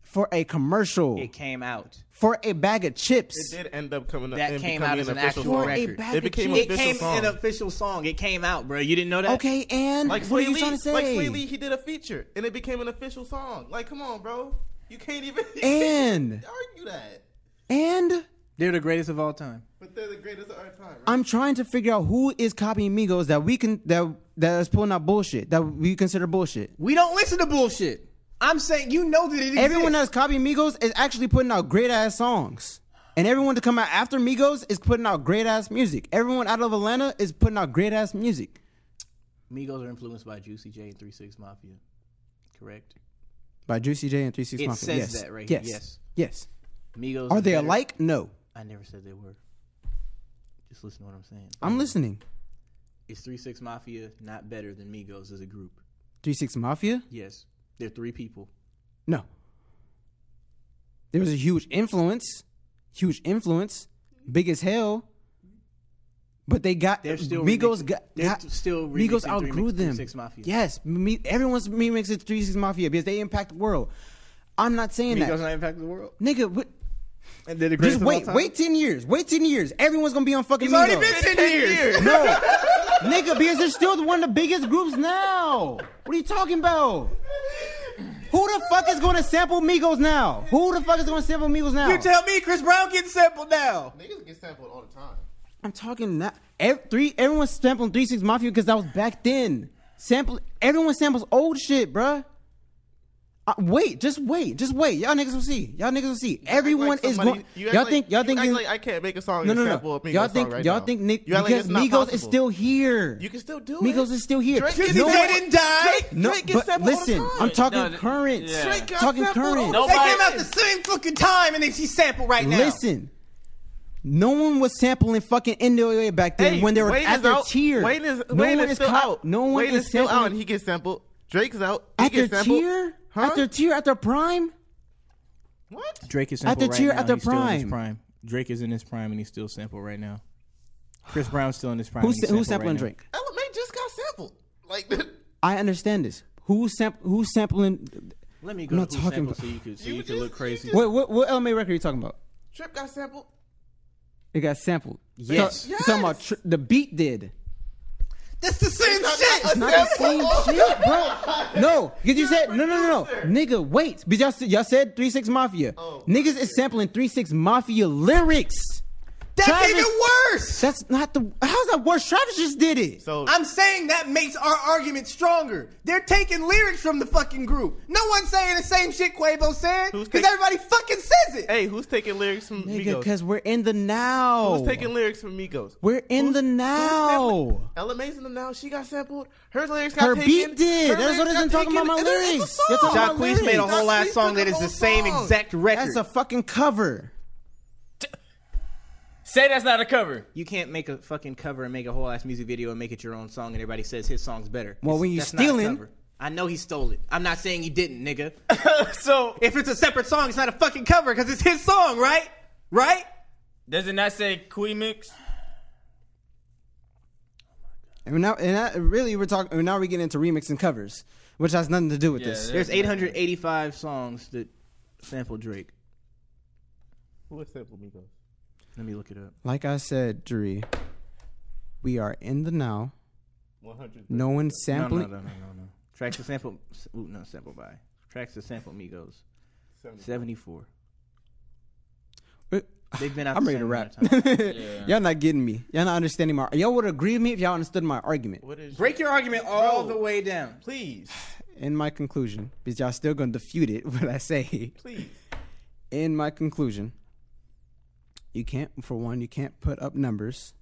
D: For a commercial.
C: It came out.
D: for a bag of
I: It
D: chips.
I: did end up coming up
C: That
I: and
C: came
I: becoming
C: out as
I: an
C: an
I: official
C: actual
I: song.
D: For a
C: record.
D: bag
I: It
D: of
I: became
D: chips.
C: It
I: official
C: came
I: song.
C: an official song. It came out, bro. You didn't know that?
D: Okay, and
I: Like
D: what
I: Sway
D: are you
I: Lee,
D: trying to say?
I: like Sway Lee, he did a feature and it became an official song. Like, come on, bro, you can't even you can't
D: And-
I: even argue that.
D: and
C: They're the greatest of all time.
I: But they're the greatest of our time. Right?
D: I'm trying to figure out who is copying Migos that we can that that is pulling out bullshit that we consider bullshit.
C: We don't listen to bullshit. I'm saying you know that it exists.
D: Everyone that's copying Migos is actually putting out great ass songs. And everyone to come out after Migos is putting out great ass music. Everyone out of Atlanta is putting out great ass music.
C: Migos are influenced by Juicy J and 36 Mafia. Correct?
D: By Juicy J and 36
C: It
D: Mafia.
C: says
D: yes.
C: that right here.
D: yes.
C: Yes.
D: Yes. Yes.
C: Migos
D: Are
C: is
D: they
C: better-
D: alike? No.
C: I never said they were. Just listen to what I'm saying.
D: I'm listening.
C: Is 36 Mafia not better than Migos as a group?
D: 36 Mafia?
C: Yes. They're three people.
D: No. There was a huge influence, huge influence, big as hell. But they got
C: They're still
D: Migos
C: remixing-
D: got,
C: they're
D: got-
C: still remixing
D: Migos
C: three
D: outgrew
C: mix-
D: them.
C: 36 Mafia.
D: Yes, me, everyone's remixing Three Six Mafia because they impact the world. I'm not saying
C: Migos
D: that,
C: not impacted the world.
D: nigga. What,
C: And they're the
D: just
C: greatest
D: wait,
C: of all time.
D: wait ten years, wait ten years. Everyone's gonna be on fucking.
C: It's already
D: Migos.
C: been 10 years.
D: No, nigga, because they're still one of the biggest groups now. What are you talking about? Who the fuck is going to sample Migos now? Who the fuck is going to sample Migos now?
C: You tell me Chris Brown getting sampled now.
I: Niggas get sampled all the time.
D: I'm talking that ev- three. Everyone's sampling Three Six Mafia because that was back then. Sample. Everyone samples old shit, bruh. Uh, wait, just wait, just wait. Y'all niggas will see. Y'all niggas will see. Everyone
I: like
D: is
I: somebody-
D: going.
I: you act
D: all
I: like-
D: think. Y'all
I: you
D: think.
I: act
D: you-
I: like I can't make a song
D: No,
I: and
D: no,
I: sample a
D: no.
I: Migos
D: Y'all
I: song
D: think.
I: right
D: y'all
I: now.
D: think Nick
I: You act like
D: because
I: it's not
D: Migos is
I: possible.
D: still here.
I: You can still do it.
D: Migos is still here.
I: Drake is
D: No
I: dead
D: one-
I: and died. Drake-
D: no,
I: Drake is
D: but
I: sampled all the
D: listen,
I: time.
D: I'm talking
I: No, th-
D: current.
I: yeah. Drake got
D: Talking
I: sampled all
D: current.
I: the
B: They came out the same fucking time and they see sample right now.
D: Listen, no one was sampling fucking NWA back then
I: Hey,
D: when they were
I: Wayne
D: at
I: is
D: their
I: out.
D: tier.
I: Wayne is,
D: no
I: Wayne
D: one
I: is still
D: caught-
I: out.
D: No one
I: Wayne is still
D: sampling
I: out and he gets sampled. Drake's out. He
D: at their
I: gets sampled.
D: tier.
I: Huh?
D: At their tier. At their prime.
C: Drake is
D: At
C: sample
D: the
C: right
D: tier-
C: now.
D: at the
C: he's still in his
D: prime.
C: prime. Drake is in his prime and he's still sample right now. Chris Brown's still in his prime.
D: Who's-
C: and he's
D: who's
C: sample
D: sampling
C: right now.
D: Drake?
I: Ella May just got sampled. Like
D: I understand this. Who's sam- Who's sampling?
C: Let me
D: I'm
C: go
D: not
C: to who
D: talking
C: sample
D: about.
C: so you could so you, could look crazy.
D: What what what LMA record are you talking about?
I: Trip got sampled.
D: It got sampled.
I: Yes.
D: So, you're talking about tr- the beat did.
B: That's the same shit.
D: It's not the same shit, bro. No, because you said no, no, no, no, nigga. Wait, but y'all, said- y'all said three six mafia. Niggas is sampling three six mafia lyrics.
B: That's even worse.
D: That's not the. How's that worse? Travis just did it.
I: So
B: I'm saying that makes our argument stronger. They're taking lyrics from the fucking group. No one's saying the same shit Quavo said because everybody fucking says it.
I: Hey, who's taking lyrics from
D: nigga,
I: Migos?
D: because we're in the now.
I: Who's taking lyrics from Migos?
D: We're in the
I: sampling-
D: now.
I: Ella May's in the now. She got sampled. Her lyrics got
D: Her
I: taken.
D: beat did.
I: Her
D: That's what
I: lyrics got
D: it is. I'm talking
I: taken,
D: about my
I: and it's-
D: lyrics.
I: it's a
D: You're talking
I: song.
D: about my lyrics.
B: made a whole ass
I: Jacquees
B: song
I: did
B: that is
I: a
B: the
I: whole
B: same
I: song.
B: exact record.
D: That's a fucking cover.
F: Say that's not a cover.
C: You can't make a fucking cover and make a whole ass music video and make it your own song and everybody says his song's better.
D: Well, when you
C: That's not a
D: stealing-
C: cover. I know he stole it. I'm not saying he didn't, nigga. so if it's a separate song, it's not a fucking cover because it's his song, right? Right?
F: Does it not say Queen Mix?
D: And now, and that, really, we're talking. Now we get into remix and covers, which has nothing to do with this.
C: There's 885 songs that sample Drake.
I: Who is sampled Migos?
C: Let me look it up.
D: Like I said, Dree, we are in the now.
I: 100.
D: No one sampling.
C: No, no, no, no, no, no. Tracks to sample. Ooh, no, sample by. Tracks to sample Migos. Seventy-four. They've been
D: Uh,
C: out.
D: I'm
C: the
D: ready to
C: same
D: rap.
C: amount of time.
D: Y'all not getting me. Y'all not understanding my. Y'all would agree with me if y'all understood my argument
C: Break your argument all the way down,
I: please.
D: and my conclusion, because y'all still gonna defute it. What I say.
I: Please.
D: In my conclusion, you can't. For one, you can't put up numbers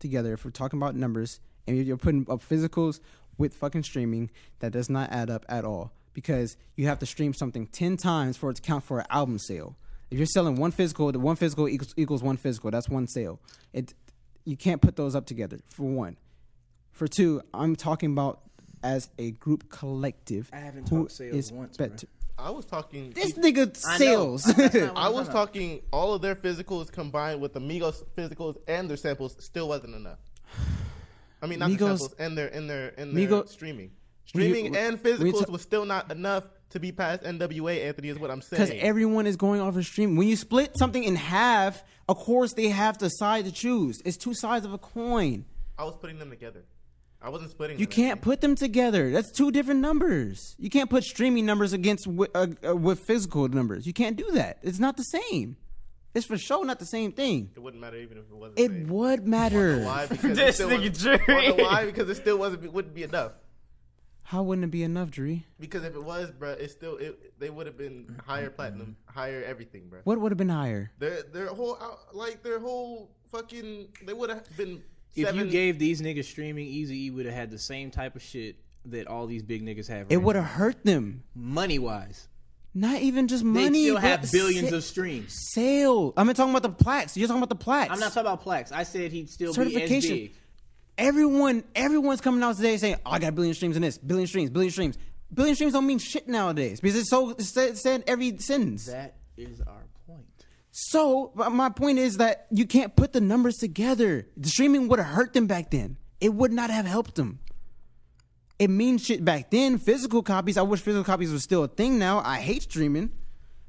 D: together. If we're talking about numbers and you're- you're putting up physicals with fucking streaming, that does not add up at all. Because you have to stream something ten times for it to count for an album sale. If you're selling one physical, the one physical equals, equals one physical. That's one sale. It you can't put those up together. For one, for two, I'm talking about as a group collective.
C: I haven't
D: who
C: talked sales
D: is
C: once,
D: better.
I: I was talking.
D: This nigga
I: I know.
D: sales. That's not what
I: I
D: I'm
I: was
D: talking
I: talking all of their physicals combined with the Migos physicals and their samples still wasn't enough. I mean, not the
D: Migos-
I: samples and their and their and their
D: Migo-
I: streaming,
D: When you-
I: streaming and
D: when you
I: physicals
D: ta-
I: was still not enough to be past NWA. Anthony is what I'm
D: Because
I: saying.
D: everyone is going off a stream. When you split something in half, of course they have the side to choose. It's two sides of a coin.
I: I was putting them together. I wasn't splitting.
D: You
I: them.
D: can't put them together. That's two different numbers. You can't put streaming numbers against with, uh, uh, with physical numbers. You can't do that. It's not the same. It's for sure not the same thing.
I: It wouldn't matter even if it wasn't.
D: It would matter.
I: Why? Because it
F: This
I: still
F: nigga
I: wasn't-
F: Dre.
I: Wonder Why? Because it still wasn't. It wouldn't be enough.
D: How wouldn't it be enough, Dree?
I: Because if it was, bruh, it still it, they would have been higher platinum, higher everything, bruh.
D: What would have been higher?
I: Their their whole out- like their whole fucking they would have been
C: If
I: seven.
C: you gave these niggas streaming, Easy E would have had the same type of shit that all these big niggas have.
D: It would have hurt them.
C: money wise.
D: Not even just
C: They
D: money.
C: still
D: but
C: have billions
D: sa-
C: of streams.
D: sale. I'm not talking about the plaques. You're talking about the plaques.
C: I'm not talking about plaques. I said he'd still
D: certification.
C: be as big.
D: Everyone, everyone's coming out today saying, oh, "I got a billion streams in this, billion streams, billion streams." Billion streams don't mean shit nowadays because it's so it's said, said every sentence.
C: That is our point.
D: so but my point is that you can't put the numbers together. The streaming would have hurt them back then. It would not have helped them. It means shit back then. Physical copies. I wish physical copies was still a thing now. I hate streaming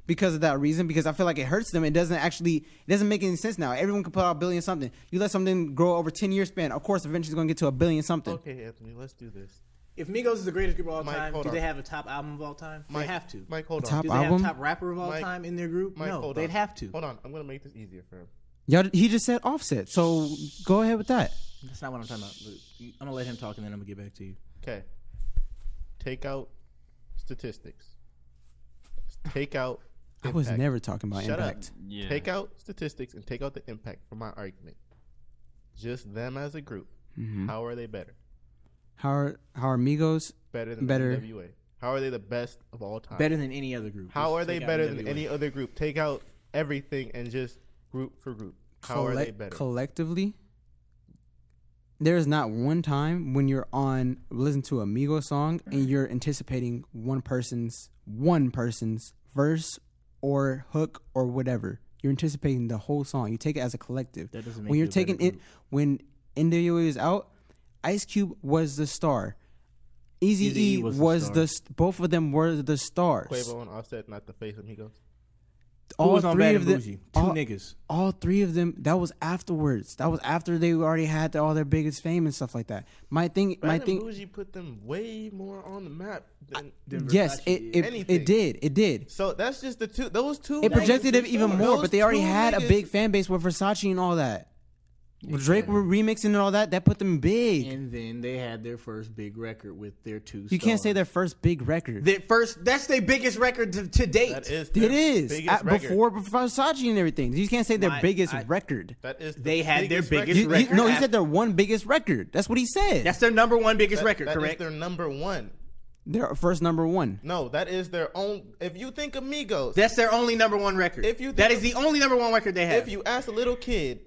D: because of that reason because I feel like it hurts them. It doesn't actually it doesn't make any sense now. Everyone can put out a billion something. You let something grow over ten year span, of course eventually it's gonna get to a billion something.
I: Okay, Anthony, let's do this.
C: If Migos is the greatest group of all
I: Mike,
C: time, do
I: hold
C: they
I: on.
C: have a top album of all time?
I: Mike-
C: they have to.
I: Mike, hold
C: do
I: on.
C: they have top rapper of all time in their group?
I: Mike,
C: no,
I: hold
C: they'd
I: on.
C: have to.
I: Hold on, I'm gonna make this easier for him.
D: Y'all, he just said Offset. So go ahead with that.
C: That's not what I'm talking about. But you- I'm gonna let him talk and then I'm gonna get back to you.
I: Okay. Take out statistics. Take out.
D: I was never talking about
I: Shut
D: impact.
I: Up.
D: Yeah.
I: Take out statistics and take out the impact from my argument. Just them as a group.
C: Mm-hmm.
D: Mhm.
I: How are they better?
D: How are how are Migos
I: Better than
D: better?
I: the NWA. How are they the best of all time?
C: Better than any other group.
I: How
C: Just
I: are they
C: take out
I: better than
C: NWA.
I: any other group? Take out everything and just group for group. How are they
D: Collec-
I: better?
D: collectively? There is not one time when you're on listen to a Migos song and you're anticipating one person's one person's verse or hook or whatever. You're anticipating the whole song. You take it as a collective.
C: That doesn't make
D: when
C: you
D: you're
C: a better
D: taking it when NWA was out, Ice Cube was the star. Easy
I: Eazy-E
D: E
I: was
D: was,
I: the
D: the,
I: star.
D: st- both of them were the stars.
I: Quavo and Offset, not the face of Migos.
D: all
C: was on
D: three
C: Bad
D: of
C: and
D: them,
C: Bougie? Two
D: all,
C: niggas.
D: All three of them. That was afterwards. That was after they already had all their biggest fame and stuff like that. My thing,
I: Bad
D: my
I: and
D: thing.
I: Bougie put them way more on the map than
D: yes, it it,
I: Anything.
D: it did. It did.
I: So that's just the two. Those two.
D: It projected them
I: them
D: even more, but they already had a big fan base with Versace and all that. With Drake were remixing and all that. That put them big.
C: And then they had their first big record with their two.
D: You can't say their first big record.
C: That first, that's their biggest record to, to date.
I: That is,
D: it is At- before Versace and everything. You can't say their
C: My-
D: biggest
C: I-
D: record.
I: That is.
C: They had their biggest
D: You- you-
C: record.
D: no, he
C: after-
D: said their one biggest record. That's what he said.
C: that's their number one biggest
I: That-
C: record.
I: that is
C: correct.
I: their number one.
D: their first number one.
I: No, that is their own. If you think of Migos,
C: That's their only number one record.
I: If you
C: that
I: think-
C: is the only number one record they have.
I: if you ask a little kid,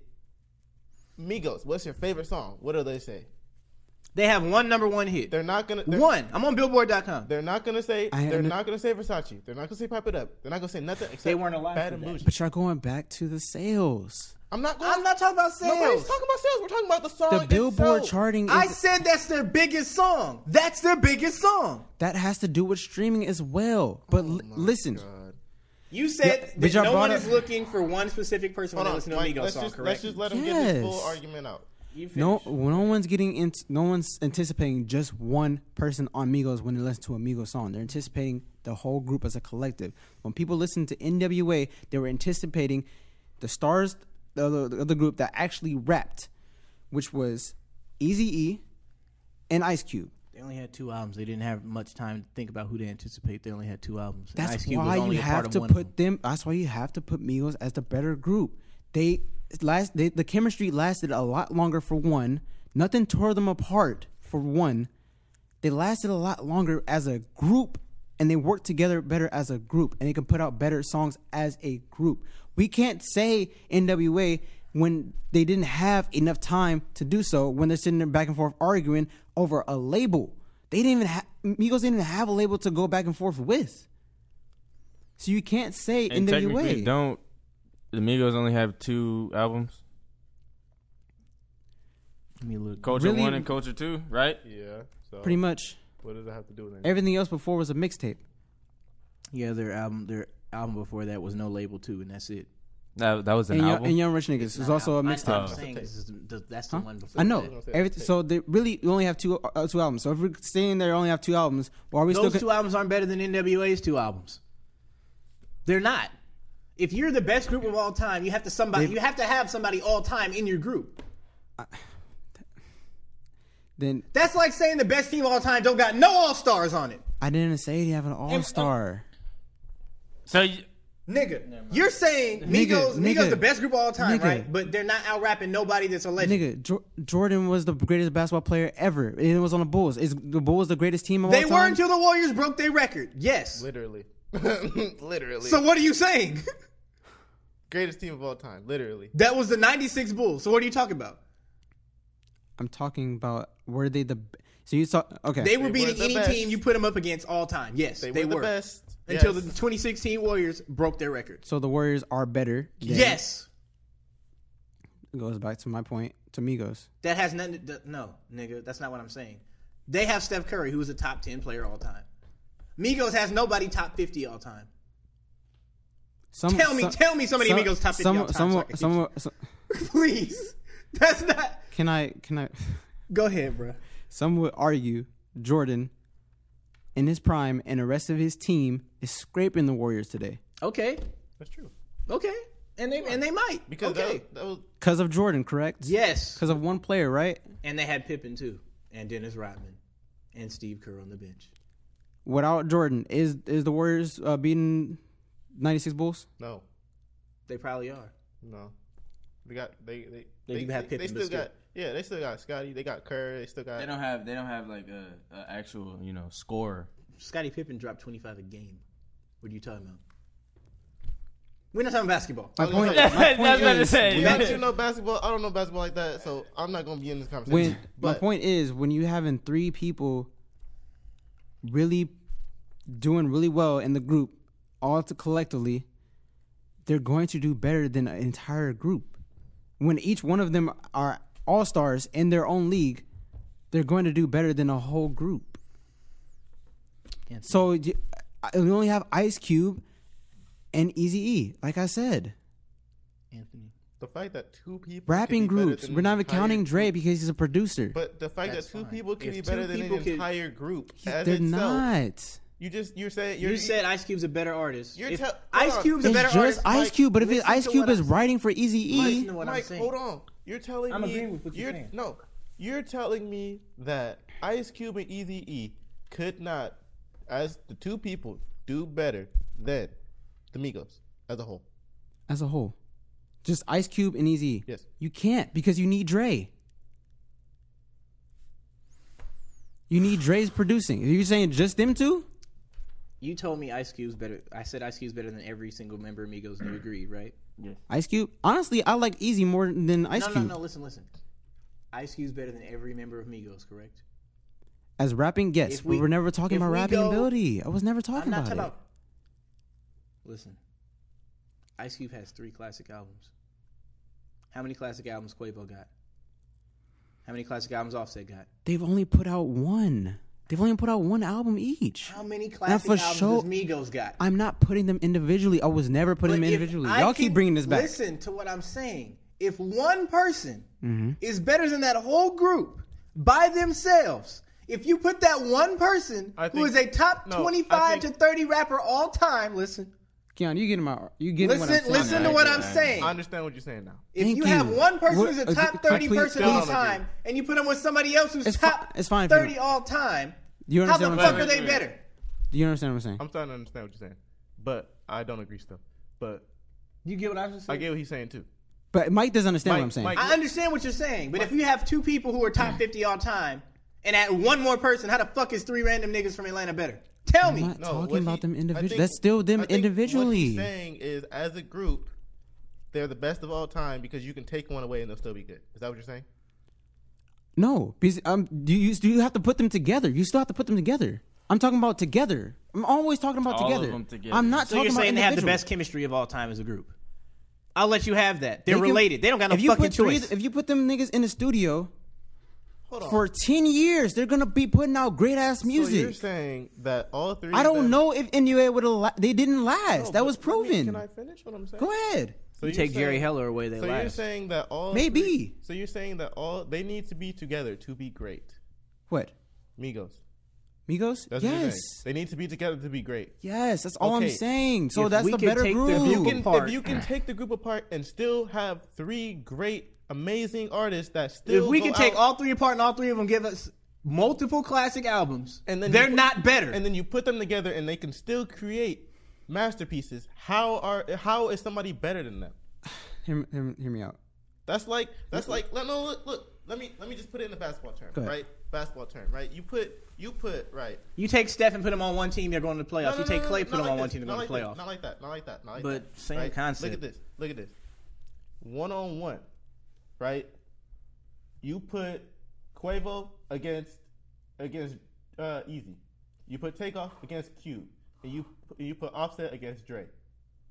I: Migos, what's your favorite song? What do they say?
C: they have one number one hit.
I: They're not gonna they're-
C: one. I'm on Billboard.com.
I: They're not gonna say.
D: I
I: They're
D: under-
I: not gonna say Versace. They're not gonna say Pipe It Up. They're not gonna say nothing except
C: They weren't alive
I: Bad
C: for
I: and
C: that.
I: Bougie.
D: But y'all going back to the sales.
I: I'm not. Going, I'm
C: not talking about
I: Nobody's
C: sales.
I: talking about sales. We're talking about the song.
D: The Billboard
I: itself.
D: charting
C: Oh, I
D: is,
C: said that's their biggest song. That's their biggest song.
D: that has to do with streaming as well. But
I: Oh
D: li- listen,
C: You said
D: but
C: that
D: y'all
C: no
D: brought
C: one
D: up-
C: is looking for one specific person when
I: Hold on,
C: they listen to
I: Mike,
C: a Migos
I: let's
C: song.
I: just-
C: correct.
I: let's just let him get his full
D: Yes.
I: argument out.
D: no, no one's getting in, no one's anticipating just one person on Migos when they listen to a Migos song. They're anticipating the whole group as a collective. When people listen to N.W.A., they were anticipating the stars the other, the other group that actually rapped, which was Eazy-E and Ice Cube.
C: They only had two albums. They didn't have much time to think about who to anticipate. They only had two albums. And Ice
D: That's
C: Cube was
D: why
C: only
D: you
C: a part
D: have
C: of
D: to
C: one of
D: put them. That's why you have to put Migos as the better group. They it's last they, the chemistry lasted a lot longer for one. Nothing tore them apart for one. They lasted a lot longer as a group, and they worked together better as a group, and they can put out better songs as a group. We can't say NWA when they didn't have enough time to do so. When they're sitting there back and forth arguing over a label, they didn't even ha- Migos didn't even have a label to go back and forth with. So you can't say
F: And technically,
D: NWA.
F: don't the Migos only have two albums?
C: Let me look.
F: Culture
D: Really?
F: One and Culture Two, right?
I: Yeah. So
D: Pretty much.
I: What does that have to do with anything?
D: Everything else before was a mixtape.
C: Yeah, their album, their album before that was No Label Two, and that's it.
F: That, that was an
D: and, Young,
F: album.
D: and Young Rich Niggas is also a
C: I- I'm
D: mixtape.
C: saying this is the- that's the one before.
D: I
C: that.
D: know. Everything, so they really you only have two uh, two albums. So if we're saying they only have two albums, why are we
C: Those
D: still?
C: two albums aren't better than NWA's two albums. They're not. If you're the best group of all time, you have to somebody. You have to have somebody all time in your group.
D: then
C: That's like saying the best team of all time don't got no all stars on it,
D: I didn't say they have an all star.
F: So y-
C: nigga. You're saying
D: Nigga,
C: Migos, Migos,
D: nigga,
C: the best group of all time,
D: nigga.
C: right? But they're not out rapping nobody that's a legend.
D: Nigga, Jor- Jordan was the greatest basketball player ever. And It was on the Bulls. Is the Bulls the greatest team of
C: They
D: all
C: were
D: time?
C: until the Warriors broke their record. Yes.
I: Literally. literally.
C: So what are you saying?
I: Greatest team of all time. Literally.
C: That was the '96 Bulls. So what are you talking about?
D: I'm talking about were they the? b- So you saw okay?
C: They were beating
I: the
C: any
I: best.
C: team you put them up against all time. Yes, they,
I: were the best.
C: until
I: Yes.
C: the 2016 Warriors broke their record.
D: So the Warriors are better. than-
C: Yes,
D: It goes back to my point to Migos.
C: that has nothing. To, that- no, nigga, that's not what I'm saying. They have Steph Curry, who is a top 10 player all time. Migos has nobody top 50 all time.
D: Some,
C: Tell me- tell me somebody
D: some-
C: Migos top 50
D: some-
C: all time
D: some-
C: so I can
D: some-
C: keep-
D: some-
C: Please, that's not.
D: can I? Can I?
C: Go ahead, bro.
D: Some would argue Jordan, in his prime, and the rest of his team is scraping the Warriors today.
C: Okay,
I: That's true.
C: okay. and they and they might
I: because
C: okay.
I: that, that was
D: Because of Jordan, correct?
C: Yes.
D: Because of one player, right?
C: and they had Pippen too, and Dennis Rodman, and Steve Kerr on the bench.
D: Without Jordan, is is the Warriors uh, beating 96 Bulls?
I: No.
C: They probably are.
I: No. They got they they
C: They do have Pippen,
I: they
C: but
I: still
C: still.
I: got yeah they still got Scotty they got Kerr they still got
F: They don't have. They don't have like a, a actual you know scorer.
C: Scottie Pippen dropped 25 a game. What are you talking about? We're not talking basketball.
I: I was gonna say,
C: is-
I: Without you know basketball I don't know basketball like that so I'm not gonna be in this conversation
D: When my
I: but
D: point is, when you having three people really doing really well in the group, all to collectively, they're going to do better than an entire group. When each one of them are all stars in their own league, they're going to do better than a whole group. So you, I- we only have Ice Cube and Easy E, like I said.
I: the fact that two people can
D: Rapping
I: be better
D: groups.
I: than
D: We're
I: an
D: not even
I: entire
D: counting
I: group.
D: Dre because he's a producer.
I: But the fact
C: That's
I: that two
C: fine.
I: people can
C: If
I: be
C: two
I: better than an
C: people can-
I: entire group, as
D: they're
I: itself,
D: not.
I: You just you're saying
C: You
I: you're,
C: said Ice Cube's a better artist.
I: You're
C: If
I: tell-
C: Ice
I: hold on.
C: Cube's a
D: It's
C: better
D: just
C: artist.
D: Ice
C: Mike,
D: Cube, but if it,
C: listen
D: Ice
C: to
D: Cube
C: what
D: is
C: I'm-
D: writing for Easy E,
C: Mike, listen to what I'm
I: Mike,
C: saying.
I: hold on. You're telling
C: I'm
I: me
C: agreeing with what you're saying.
I: no, you're telling me that Ice Cube and Eazy E could not, as the two people, do better than the Migos as a whole.
D: as a whole, just Ice Cube and Easy,
I: Yes.
D: you can't because you need Dre. You need Dre's producing. Are you saying just them two?
C: You told me Ice Cube's better. I said Ice Cube's better than every single member of Migos, and you agreed, right? Yes.
D: Ice Cube. Honestly, I like Easy more than Ice
C: no,
D: Cube
C: No, no, Listen, listen. Ice Cube's better than every member of Migos, correct?
D: as rapping. Yes,
C: If
D: we,
C: we-
D: were never talking
C: if
D: about
C: we
D: rapping
C: go-
D: ability. I was never
C: I'm
D: talking
C: not
D: about
C: talking
D: it.
C: about. Listen, Ice Cube has three classic albums. How many classic albums Quavo got? How many classic albums Offset got?
D: They've only put out one. They've only put out one album each.
C: How many
D: Now,
C: classic
D: for
C: albums
D: sure-
C: does Migos got?
D: I'm not putting them individually. I was never putting
C: But
D: them
C: if
D: individually.
C: I
D: Y'all keep bringing this back.
C: Listen to what I'm saying. If one person
D: hmm
C: is better than that whole group by themselves. If you put that one person
I: I
C: who
I: think-
C: is a top
I: no, I
C: 25
I: think-
C: to 30 rapper all time, listen,
D: Keon, you getting my you getting what I'm
C: Listen-
D: saying?
C: listen to
D: right?
C: what I'm saying.
I: I understand what you're saying now.
C: if
D: Thank
C: you, have
D: you.
C: one person
D: What-
C: who's
D: uh,
C: a top 30
D: please-
C: person
D: No, no,
C: all
D: no,
C: time and you put them with somebody else who's
D: It's fi-
C: top
D: it's fine if you
C: 30 all time,
D: You
C: how the
D: understand what
C: fuck
D: I'm
C: are
D: saying?
C: they better?
D: Do you understand what I'm saying?
I: I'm starting to understand what you're saying, but I don't agree still. But
C: You get what I'm saying?
I: I get what he's saying too.
D: But Mike doesn't understand
I: Mike-
D: what I'm saying.
I: Mike-
C: I understand what you're saying, but if you have two people who are top 50 all time and add one more person, how the fuck is three random niggas from Atlanta better? Tell me.
D: I'm not
I: what
D: talking about
I: he-
D: them
I: I
D: individually.
I: think-
D: That's still
I: I
D: them
I: think What he's
D: individually.
I: saying is, as a group, they're the best of all time because you can take one away and they'll still be good. Is that what you're saying?
D: No, because um, do you do you have to put them together? You still have to put them together. I'm talking about together. I'm always talking about
F: All of
D: together.
F: them together.
D: I'm not
C: so
D: talking
C: you're
D: about
C: saying they have the
D: individual.
C: best chemistry of all time as a group. I'll let you have that. They're
D: They can-
C: related. they don't got no
D: if you
C: fucking
D: put three-
C: choice.
D: if you put them niggas in the studio
I: Hold on.
D: for ten years, they're gonna be putting out great ass
I: So you're
D: music.
I: saying that all three.
D: I
I: of
D: don't
I: them-
D: know if NUA would have. La- they didn't last.
I: No,
D: that
I: Oh, but
D: was
I: let me-
D: proven.
I: Can I finish what I'm saying?
D: Go ahead.
I: So
C: You
I: you're
C: take Jerry
I: saying-
C: Heller away, they
I: So you're
C: last.
I: saying that all
D: Maybe.
I: three- so you're saying that all they need to be together to be great.
D: What?
I: Migos.
D: Migos?
I: That's what you're saying.
D: yes.
I: They need to be together to be great.
D: Yes, that's all I'm
I: Okay.
D: saying. So
C: If
D: that's
C: we
D: the
C: can
D: better
C: take the
D: group.
I: If you
C: group
I: can,
C: apart.
I: if you can take the group apart and still have three great, amazing artists that still
C: if we
I: go
C: can take
I: out
C: all three apart and all three of them give us multiple classic albums,
I: and then
C: they're
I: you put-
C: not better.
I: and then you put them together and they can still create masterpieces. How are how is somebody better than them?
D: Hear, hear- hear me out.
I: That's like that's like no no look, look let me let me just put it in a basketball term
D: Go ahead.
I: right basketball term right you put you put right
C: you take Steph and put them on one team, they're going to the playoffs.
I: No,
C: you
I: no,
C: take
I: no, no,
C: Clay,
I: no,
C: put them
I: not
C: on
I: like
C: one
I: this,
C: team, they're
I: not
C: going
I: like
C: to the
I: this,
C: playoffs.
I: Not like that. Not like that. Not like
C: But
I: that,
C: same
I: right? Look
C: concept.
I: at this. Look at this. One on one, right? You put Quavo against against uh, Easy. You put Takeoff against Cube, and you you put Offset against Dre,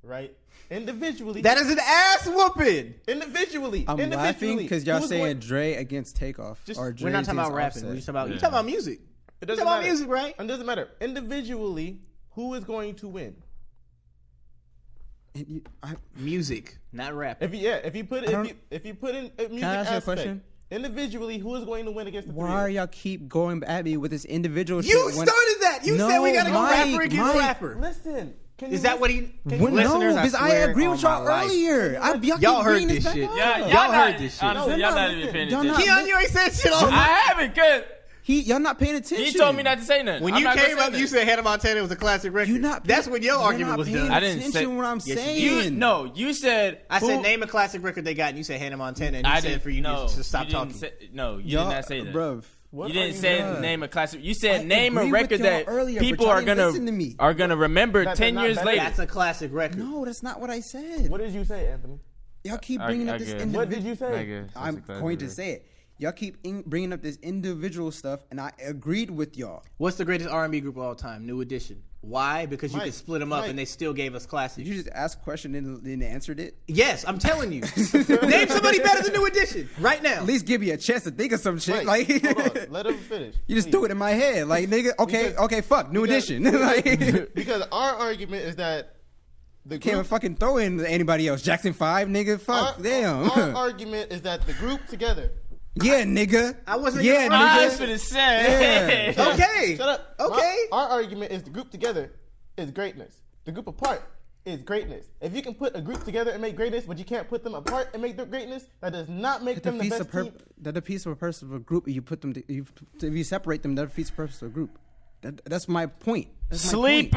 I: right? Individually.
C: That is an ass whooping.
I: individually.
D: I'm laughing
I: individually,
D: because y'all
I: who's
D: saying
I: going-
D: Dre against Takeoff.
I: Just-
D: or
I: We're
D: Dre
C: We're not talking
D: against
C: about rapping.
D: Offset.
C: We're just about you talking about music.
I: It
C: It's
I: doesn't
C: about
I: matter.
C: music, right?
I: It doesn't matter. Individually, who is going to win?
D: And you- I-
C: Music, not rap.
I: If you, yeah, if you put if
D: don't-
I: you if you put in a music
D: ask you a
I: aspect,
D: question?
I: individually, who is going to win against the
D: why are
I: three?
D: y'all keep going at me with this individual
C: You
D: shit? when-
C: started that. You said we gotta go
D: Mike,
C: rapper against
D: Mike,
C: rapper.
I: Listen,
D: Can
C: Is
D: you
C: that what he?
D: Well,
C: listeners,
D: no, because I
C: swear
D: agree
C: on
D: with
C: my
D: y'all
C: life.
D: earlier. I- y'all keep bringing this back up.
F: Y'all, y'all, heard this shit. Honestly, y'all not even paying attention.
C: Keon, you ain't said shit all
F: I haven't, cause
D: he y'all not paying attention.
F: He told me not to say nothing.
C: When
F: I'm
C: you
F: not gonna
C: came
F: say
C: up, you
F: nothing.
C: said Hannah Montana was a classic record. You not. That's when your argument was done.
F: I didn't say You, no, you said
C: I
F: who-
C: said name a classic record they got, and you said Hannah Montana, and you
F: I
C: said
F: didn't-
C: for you
F: no,
C: to stop
F: you didn't
C: talking.
F: say- no, you
C: Y'all-
F: did not say that,
C: bruh,
F: You
C: what are
F: didn't
C: you
F: say
C: doing?
F: name a classic. You said
C: I
F: name a
C: agree with
F: record
C: y'all
F: that
C: earlier, but
F: people
C: y'all
F: are
C: didn't
F: gonna
C: listen to me.
F: are gonna remember
C: That-
F: ten
C: that-
F: years
C: that-
F: later.
C: That's a classic record.
D: No, that's not what I said. What
I: did you say, Anthony?
D: Y'all keep
F: I-
D: bringing
F: I
D: up this.
F: guess.
D: Individ-
F: What did you say? I guess. That's
D: I'm
F: exactly
D: going to
F: right.
D: say it. Y'all keep in- bringing up this individual stuff, and I agreed with y'all.
C: What's the greatest R and B group of all time? New Edition. Why? Because you
D: Mike,
C: could split them up,
D: Mike.
C: and they still gave us classics.
D: Did you just ask a question and then answered it?
C: Yes, I'm telling you. Name somebody better than New Edition right now. At
D: least give me a chance to think of some shit.
I: Mike,
D: like,
I: hold on. Let him finish.
D: you just threw it in my head. Like, nigga, okay, okay, fuck, new edition. like,
I: because our argument is that the
D: can't
I: group,
D: fucking throw in anybody else. Jackson Five, nigga, fuck, damn.
I: our argument is that the group together.
D: yeah, nigga.
I: I
D: wasn't Yeah, gonna- nigga. I was finna say. Yeah.
C: Okay.
I: Shut up. Okay. our argument is the group together is greatness. The group apart is greatness. If you can put a group together and make greatness, but you can't put them apart and make their greatness, that does not make
D: The
I: them the
D: piece
I: best
D: of pur-
I: team.
D: that the piece of a person of a group. You put them. To, you, if you separate them, that defeats the purpose of a group. That, that's my point. That's my point.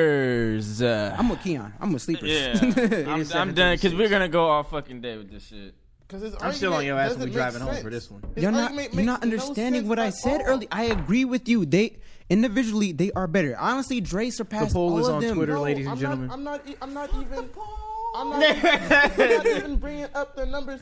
F: Sleepers. Uh,
D: I'm with Keon. I'm with sleepers.
F: Yeah, I'm, I'm done because we're gonna go all fucking day with this shit.
I: 'Cause his
C: I'm still on your ass when we driving home for this one.
D: You're not, you're not understanding what I said earlier. I agree with you. They individually they are better. Honestly, Dre surpassed
R: poll
D: all
R: is
D: of
R: on
D: them.
R: Twitter,
D: No,
R: ladies
D: I'm
R: and
D: not-
R: gentlemen.
I: I'm not. e- I'm not even. I'm not, even- I'm not even bringing up their numbers.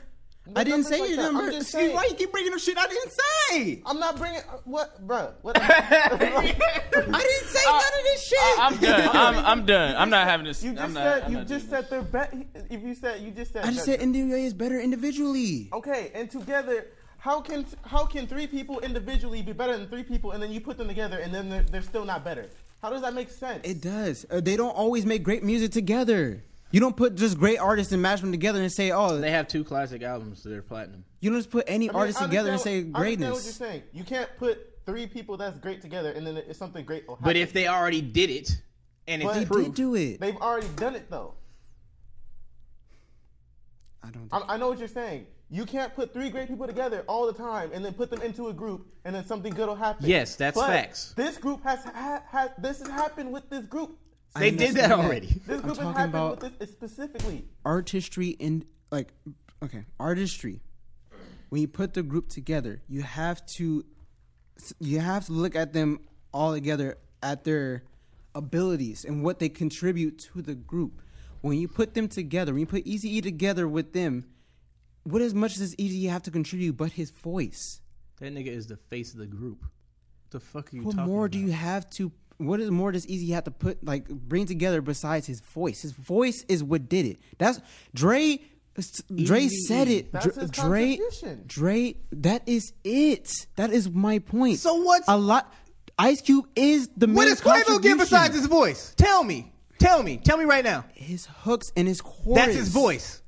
D: I didn't say
I: your
D: your number. See, why you keep bringing up shit I didn't say?
I: I'm not bringing uh, what, bro. What? Uh, I didn't
D: say none of this shit.
F: I'm done. I'm, I'm done. I'm not having this.
I: You just
F: I'm not,
I: said
F: I'm
I: you
F: not
I: just said they're better. If you said you just said,
D: I just
I: that-
D: said NWA is better individually.
I: okay, and together, how can how can three people individually be better than three people, and then you put them together, and then they're, they're still not better? How does that make sense?
D: It does. Uh, they don't always make great music together. You don't put just great artists and mash them together and say, oh,
C: they have two classic albums, so they're platinum.
D: You don't just put any
I: I mean,
D: artist
I: I
D: together and say
I: understand- I understand what you're
D: greatness.
I: saying. You can't put three people that's great together, and then it- it's something great. will
C: But
I: happen.
C: if they already did it, and it's
I: But- They did
C: proof,
D: do it.
I: They've already done it though. I
D: don't.
I: I, know what you're saying. You can't put three great people together all the time and then put them into a group and then something good will happen.
C: Yes, that's
I: But
C: facts.
I: This group has ha, ha, this has happened with this group.
D: I They did that understand that. already.
I: This
D: I'm
I: group has
D: talking
I: happened
D: about-
I: with this specifically.
D: Artistry and like, okay, artistry. When you put the group together, you have to, you have to look at them all together at their abilities and what they contribute to the group. When you put them together, when you put Eazy-E together with them, what as much does Eazy-E have to contribute but his voice?
C: that nigga is the face of the group. The fuck are you
D: What
C: talking?
D: more do you have to? What is more does Easy have to put like bring together besides his voice? His voice is what did it. That's Dre. Dre
I: Eazy-E.
D: said it.
I: That's
D: Dre,
I: his
D: Dre.
I: contribution.
D: Dre. That is it. That is my point. So what? A lot. Ice Cube is the
C: What
D: main
C: does Quavo give
D: contribution.
C: besides his voice? Tell me. Tell me. Tell me right now.
D: His hooks and his chorus.
C: That's his voice.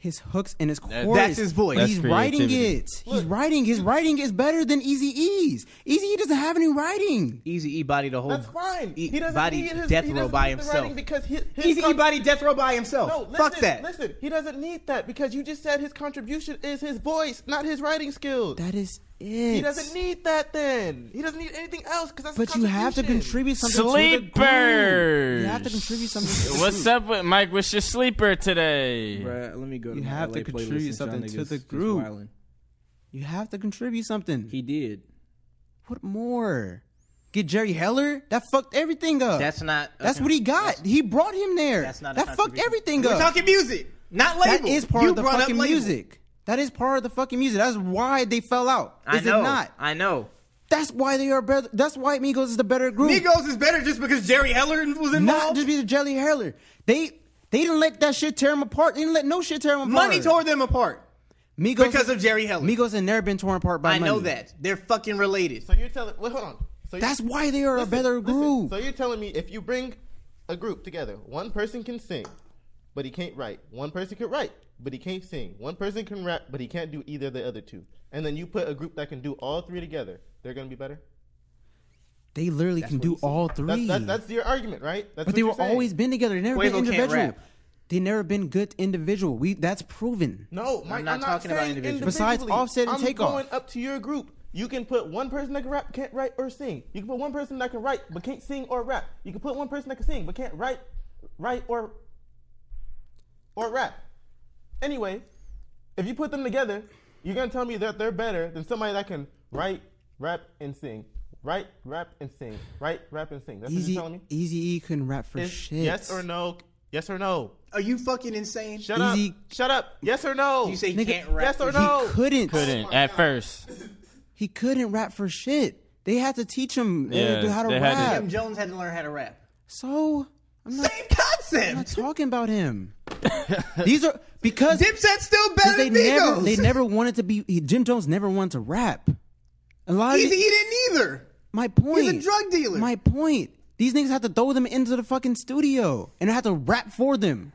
D: His hooks and his
F: Uh,
C: That-
D: chorus.
C: that's his voice.
D: He's
C: That's
D: writing
C: creativity.
D: it. He's writing. His writing is better than Easy E's. Easy E doesn't have any writing.
C: Easy E body the whole.
I: That's fine.
C: E-
I: he doesn't
C: body
I: need his
C: death
I: he
C: row
I: doesn't
C: by
I: need the
C: himself.
I: writing because his, his
C: Easy E
I: con-
C: body death row by himself.
I: No, listen,
C: fuck that.
I: Listen, he doesn't need that because you just said his contribution is his voice, not his writing skills.
D: That is it.
I: He doesn't need that then. He doesn't need anything else because that's. his
D: But you have to
I: contribution.
D: contribute something to the group.
F: Sleepers.
D: You have to contribute something. To the
F: What's
D: group.
F: up with Mike? What's your sleeper today?
R: let me go.
D: You have to contribute something to the group. You have to contribute something. He
R: did.
D: What more? Get Jerry Heller? That fucked everything up.
C: That's not-
D: That's
C: okay.
D: what he got. He brought him there. That's
C: not a
D: That fucked
C: contribution.
D: everything
C: We're
D: up.
C: talking music, not label.
D: That is part
C: You
D: of the
C: brought up
D: fucking
C: label.
D: music. That is part of the fucking music. That's why they fell out.
C: I
D: is
C: know.
D: it not?
C: I know.
D: That's why they are better. That's why Migos is the better group.
C: Migos is better just because Jerry Heller was involved.
D: Not just be the Jelly Heller. They they didn't let that shit tear them apart. They didn't let no shit tear them apart.
C: Money tore them apart.
D: Migos
C: because of Jerry Heller.
D: Migos had never been torn apart by
C: I
D: money.
C: know that they're fucking related.
I: So you're telling. Well, hold on. So you-
D: That's why they are a better group.
I: So you're telling me if you bring a group together, one person can sing, but he can't write. One person can write, but he can't sing. One person can rap, but he can't do either of the other two. And then you put a group that can do all three together, they're gonna be better.
D: They literally
I: That's
D: can
I: what
D: do
I: he said.
D: all
I: That-
D: three.
I: that- that's your argument, right? That's
D: but
I: what
D: they
I: you're
D: were
I: saying.
D: always been together. They never
I: Quavo
D: been
I: can't
D: individual.
I: rap.
D: They never been good individual. We that's proven.
I: No, Mike, I'm not, talking about individuals.
D: Besides Offset and
I: I'm
D: Takeoff.
I: going up to your group. You can put one person that can rap, can't write or sing. You can put one person that can write but can't sing or rap. You can put one person that can sing but can't write, write or or rap. Anyway, if you put them together, you're gonna tell me that they're better than somebody that can write, rap, and sing. Write, rap, and sing. Write, rap, and sing. That's what
D: Easy,
I: you're telling me.
D: Easy E couldn't rap for
I: Is-
D: shit.
I: Yes or no? Yes or no?
B: Are you fucking insane?
I: Shut up! Shut up! Yes or no? You say
B: he Nigga, can't rap
I: Yes or
B: for
I: no?
D: He couldn't.
F: Couldn't at first.
D: He couldn't rap for shit. They had to teach him uh,
F: Yeah,
D: how to
F: they had to-
D: rap.
F: Him
B: Jones had to learn how to rap.
D: So I'm not, same
B: concept.
D: I'm not talking about him. These are because
B: Dipset's still better
D: they
B: than
D: never
B: Migos.
D: they never wanted to be. he- Jim Jones never wanted to rap. A lot of
B: Easy,
D: the-
B: he didn't either.
D: My point.
B: He's a drug dealer.
D: My point. These niggas had to throw them into the fucking studio and had to rap for them.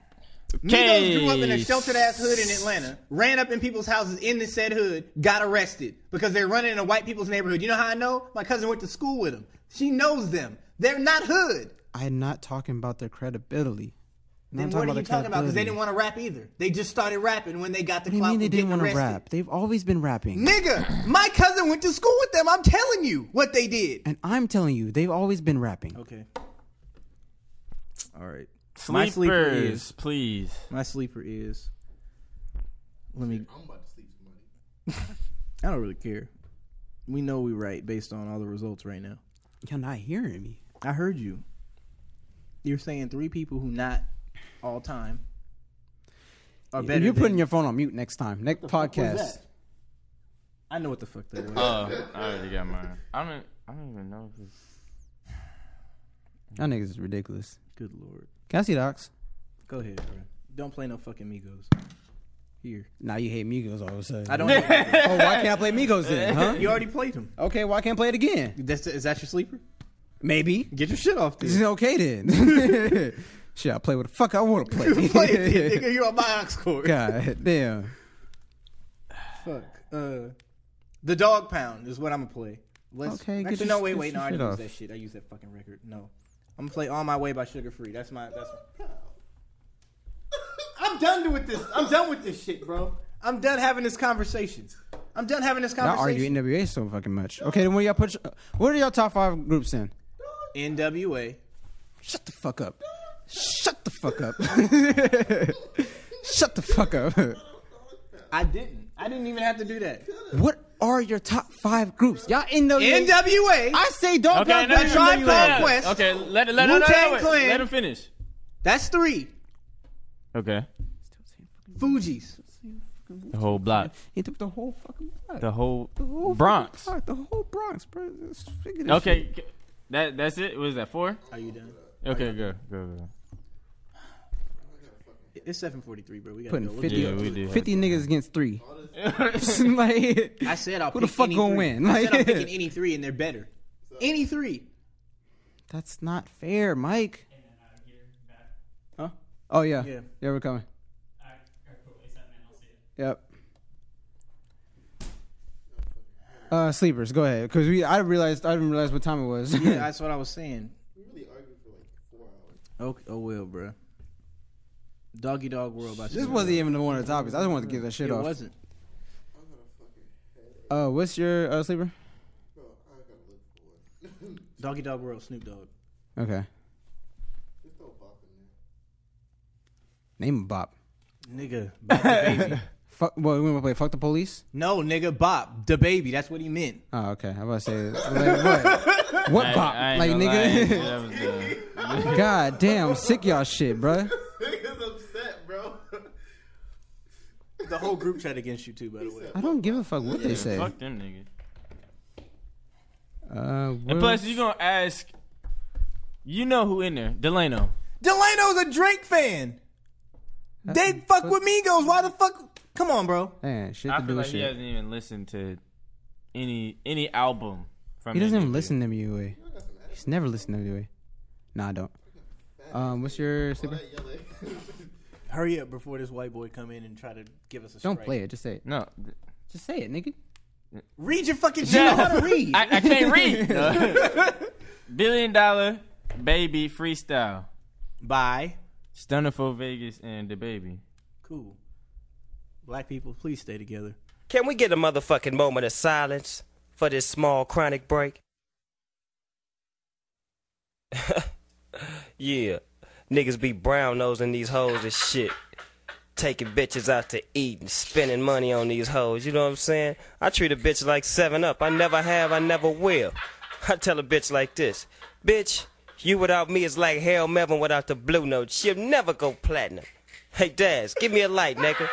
B: Migos grew up in a sheltered ass hood in Atlanta, ran up in people's houses in the said hood, got arrested because they're running in a white people's neighborhood. You know how I know? My cousin went to school with them. She knows them. They're not hood.
D: I'm not talking about their credibility. I'm not
B: Then what are
D: their
B: you talking about? Because they
D: credibility.
B: didn't want to rap either. They just started rapping when they got the
D: What do you
B: clout
D: mean they
B: for getting
D: didn't want to
B: arrested.
D: rap? They've always been rapping.
B: Nigga, my cousin went to school with them. I'm telling you what they did.
D: And I'm telling you, they've always been rapping. Okay.
C: All right.
F: Sleepers, please.
C: My sleeper is. Let me. I'm about to sleep somebody. I don't really care. We know we right based on all the results right now.
D: You're not hearing me.
C: I heard you. You're saying three people who not all time are better.
D: You're
C: than-
D: putting your phone on mute next time. Next
C: What was
D: podcast.
C: that? I know what the fuck that was.
F: Oh, I already got mine. I don't. I don't even know if it's.
D: Y'all niggas is ridiculous.
C: Good lord.
D: Can I see docs?
C: Go ahead, bro. Don't play no fucking Migos. Here.
D: Now you hate Migos all of a sudden.
C: I don't.
D: oh,
C: hate Migos.
D: why can't I play Migos then? Huh?
C: You already played them.
D: Okay, why can't I play it again?
C: That's is that your sleeper?
D: Maybe.
C: Get your shit off.
D: This is okay then. Shit, I play what the fuck I want to play.
C: play it, nigga. You're on my ox cord.
D: God damn.
C: Fuck. Uh, the dog pound is what I'm gonna play. Let's,
D: Okay,
C: okay.
D: get
C: Actually,
D: your-
C: no. Wait,
D: get your
C: wait. No, I
D: shit
C: didn't
D: off.
C: use that shit. I use that fucking record. No, I'm gonna play "On My Way" by Sugar Free. That's my. That's. My, I'm done with this. I'm done with this shit, bro. I'm done having this conversation. I'm done having this
D: Y'all
C: conversation.
D: argue NWA so fucking much. Okay, then what y'all put? What are y'all top five groups in?
C: NWA.
D: Shut the fuck up. Shut the fuck up. Shut the fuck up.
C: I didn't. I didn't even have to do that.
D: What are your top five groups? Y'all NWA.
C: NWA.
D: I say don't
F: Okay, no, no, no,
C: Tribe
F: no,
C: Called
F: no, no.
C: Quest.
F: Okay, let it. Let, no, no, no,
C: Wu-Tang
F: wait.
C: Clan.
F: let him finish.
C: That's three.
F: Okay,
C: Fuji's.
F: the whole block,
D: He took the whole fucking block.
F: the whole,
D: The whole
F: Bronx.
D: fucking block, The whole Bronx, bro. Let's figure this
F: Okay,
D: shit.
F: g- that that's it. Was that four?
C: Are you done?
F: Okay, go go go.
C: It's 7:43, bro. We gotta
D: Putting
C: go.
D: 50,
F: Yeah, we do.
D: 50 niggas against three. like,
C: I said I'll
D: who
C: pick
D: the fuck
C: any
D: gonna
C: three.
D: win?
C: I said I'm
D: Like-
C: picking any three, and they're better. Any three.
D: That's not fair, Mike. Huh? Oh yeah.
C: Yeah.
D: Yeah, we're coming. Yep. Uh, sleepers, go ahead, cause we I realized I didn't realize what time it was.
C: yeah, that's what I was saying. Okay, oh well, bro. Doggy Dog World by
D: this wasn't even one of the topics. I just wanted to get that shit
C: It
D: off.
C: wasn't.
D: Uh, what's your uh, sleeper?
C: Doggy Dog World, Snoop Dogg.
D: Okay. Name a bop.
C: Nigga, Bop the baby.
D: Fuck. Well, we want to play. Fuck the police.
C: No, nigga, Bop the baby. That's what he meant.
D: Oh, okay. I'm about to say like, what? What
C: I-
D: bop?
C: I ain't
D: like
C: gonna lie,
D: nigga. Uh, God damn, I'm sick y'all shit, bruh.
C: The whole group chat against you too, by the way.
D: I don't give a fuck what they
F: Yeah,
D: say.
F: Fuck them niggas.
D: Uh,
F: And
D: what-
F: plus, you gonna ask. You know who in there? Delano.
C: Delano's a Drake fan. They fuck with Migos. Why the fuck? Come on, bro.
D: Man, shit
F: I
D: to
F: feel
D: do with
F: like
D: shit.
F: he hasn't even listened to any any album from.
D: He
F: that
D: doesn't
F: nigga.
D: even listen to MUA. He's never listened to MUA. Nah, I don't. Um, what's your sleeper?
C: Hurry up before this white boy come in and try to give us a.
D: Don't
C: strike.
D: play it. Just say it.
F: No.
D: Just say it, nigga.
C: Read your fucking shit. I
F: I, I can't read. Billion Dollar Baby Freestyle
C: by
F: Stunner for Vegas and the Baby.
C: Cool. Black people, please stay together.
S: Can we get a motherfucking moment of silence for this small chronic break? yeah, niggas be brown nosing these hoes and shit. Taking bitches out to eat and spending money on these hoes. You know what I'm saying? I treat a bitch like 7 Up. I never have, I never will. I tell a bitch like this Bitch, you without me is like Harold Melvin without the blue note. She'll never go platinum. Hey, Daz, give me a light, nigga.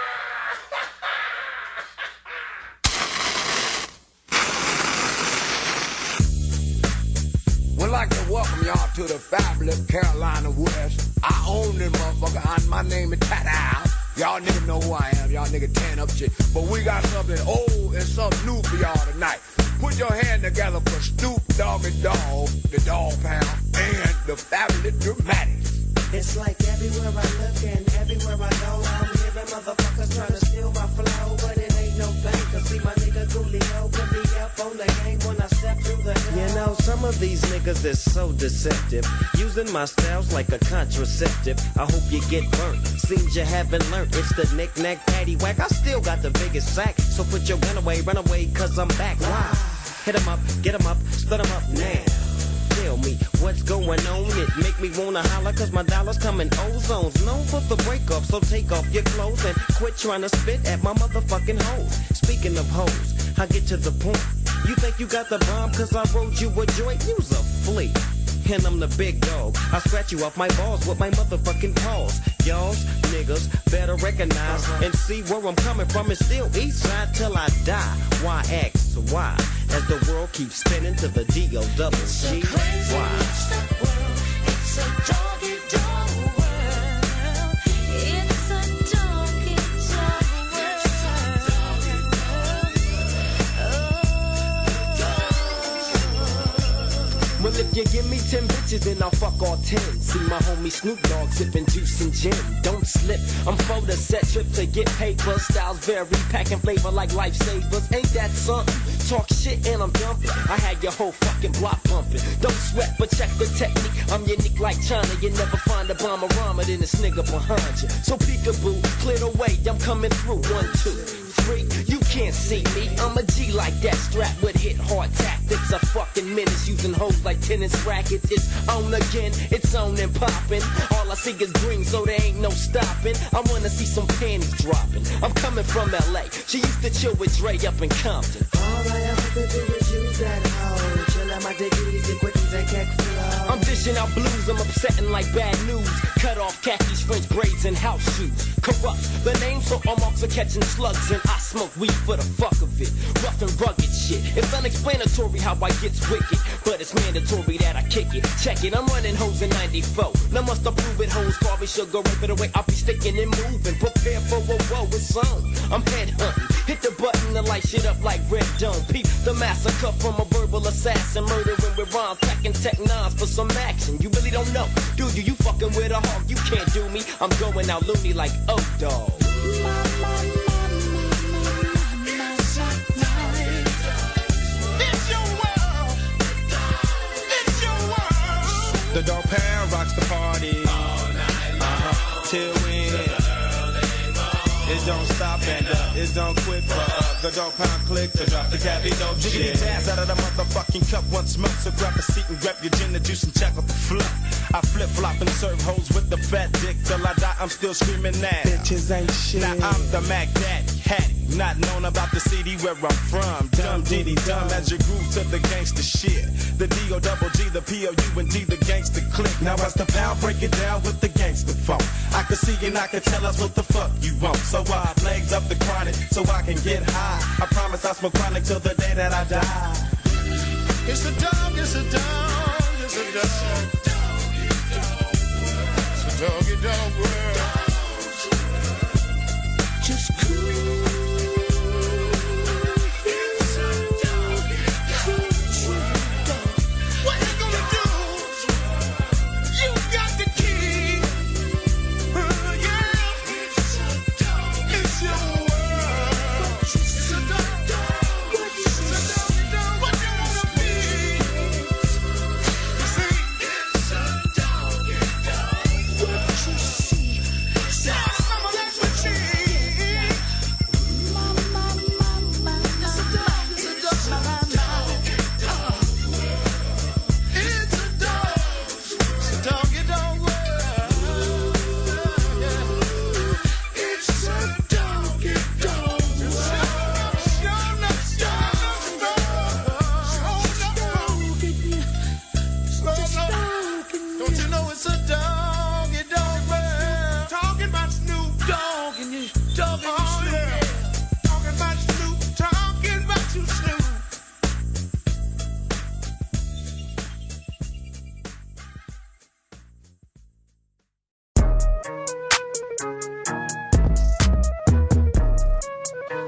T: Would like to welcome y'all to the fabulous Carolina West. I own this motherfucker. I, my name is Tat Al. Y'all niggas know who I am. Y'all niggas tan up shit. But we got something old and something new for y'all tonight. Put your hand together for Snoop Doggy Dog, the Dog Pound, and the fabulous Dramatics.
U: It's like everywhere I look and everywhere I go, I'm hearing motherfuckers trying to steal my flow, but it ain't no thing. 'Cause see my nigga Coolio put me up on the game when I step through the
S: You know, some of these niggas is so deceptive. Using my styles like a contraceptive. I hope you get burnt. Seems you haven't learned. It's the knick-knack paddywhack. I still got the biggest sack. So put your gun away, run away, cause I'm back. Wow. Hit 'em up, get 'em up, split 'em up now. Tell me what's going on. It make me wanna holler cause my dollars come in ozones. Known for the break up, so take off your clothes and quit trying to spit at my motherfucking hoes. Speaking of hoes, I get to the point. You think you got the bomb cause I rolled you a joint? Use a flea. And I'm the big dog. I scratch you off my balls with my motherfucking paws. Y'all niggas better recognize
U: Uh-huh.
S: and see where I'm coming from. It's still east side till I die. Why X why? As the world keeps spinning to the D-O double G. Why?
U: It's a doggy dog world. It's a doggy dog
S: Well, if you give me 10 bitches, then I'll fuck all 10. See my homie Snoop Dogg sipping juice and gin. Don't slip. I'm for the set trip to get paper. Styles vary, packing flavor like lifesavers. Ain't that something? Talk shit and I'm dumping. I had your whole fucking block pumping. Don't sweat, but check the technique. I'm unique like China. You never find a bomber rhymer than this nigga behind you. So peekaboo, clear the way. I'm coming through. One, two, three. You can't see me. I'm a G like that. Strapped with hit hard tactics. I fucking menace using hoes like tennis rackets. It's on again. It's on and popping. All I see is green, so there ain't no stopping. I wanna see some panties dropping. I'm coming from LA. She used to chill with Dre up in Compton.
U: All I ever could do is use that hoe. Chill out my degrees and quickies and keck flow.
S: I'm dishing out blues, I'm upsetting like bad news. Cut off khakis, French braids, and house shoes. Corrupt the name, so I'm also catching slugs, and I smoke weed for the fuck of it. Rough and rugged shit. It's unexplanatory how I gets wicked, but it's mandatory that I kick it. Check it, I'm running hoes in 94. Now must approve it, hoes call me sugar, rape it away. I'll be sticking and moving. Prepare for a woe, it's on. I'm headhunting. Hit the button to light shit up like Red Dome. Peep the massacre from a verbal assassin. Murdering with rhymes, packing tech nines for some action. You really don't know, do you? You fucking with a hawk, you can't do me. I'm going out loony like Oak Dog.
V: The dog pound rocks the party. All night Uh-huh. Till we It don't stop and uh, it don't quit for uh, the dog pound click to drop the cabbie dope
W: Jiggy
V: shit.
W: Jazz out of the motherfucking cup once more. So grab a seat and grab your gin, the juice, and check out the flip. I flip flop and serve hoes with the fat dick till I die. I'm still screaming that. Bitches ain't shit. Now I'm the Mac Daddy, Hattie. Not known about the city where I'm from. Dumb diddy dumb as you groove to the gangster shit. The D O double G, the P O U and D, the gangster click. Now as the pound break it down with the gangster funk. I can see and I can tell us what the fuck you want. So I legs up the chronic so I can get high. I promise I smoke chronic till the day that I die.
V: It's a dog, it's a dog, it's a dog. It's a doggy dog world. Just
U: What you gonna do? You got the key. Uh, yeah. It's your world. It's a dog. What you gonna be?
C: Oh,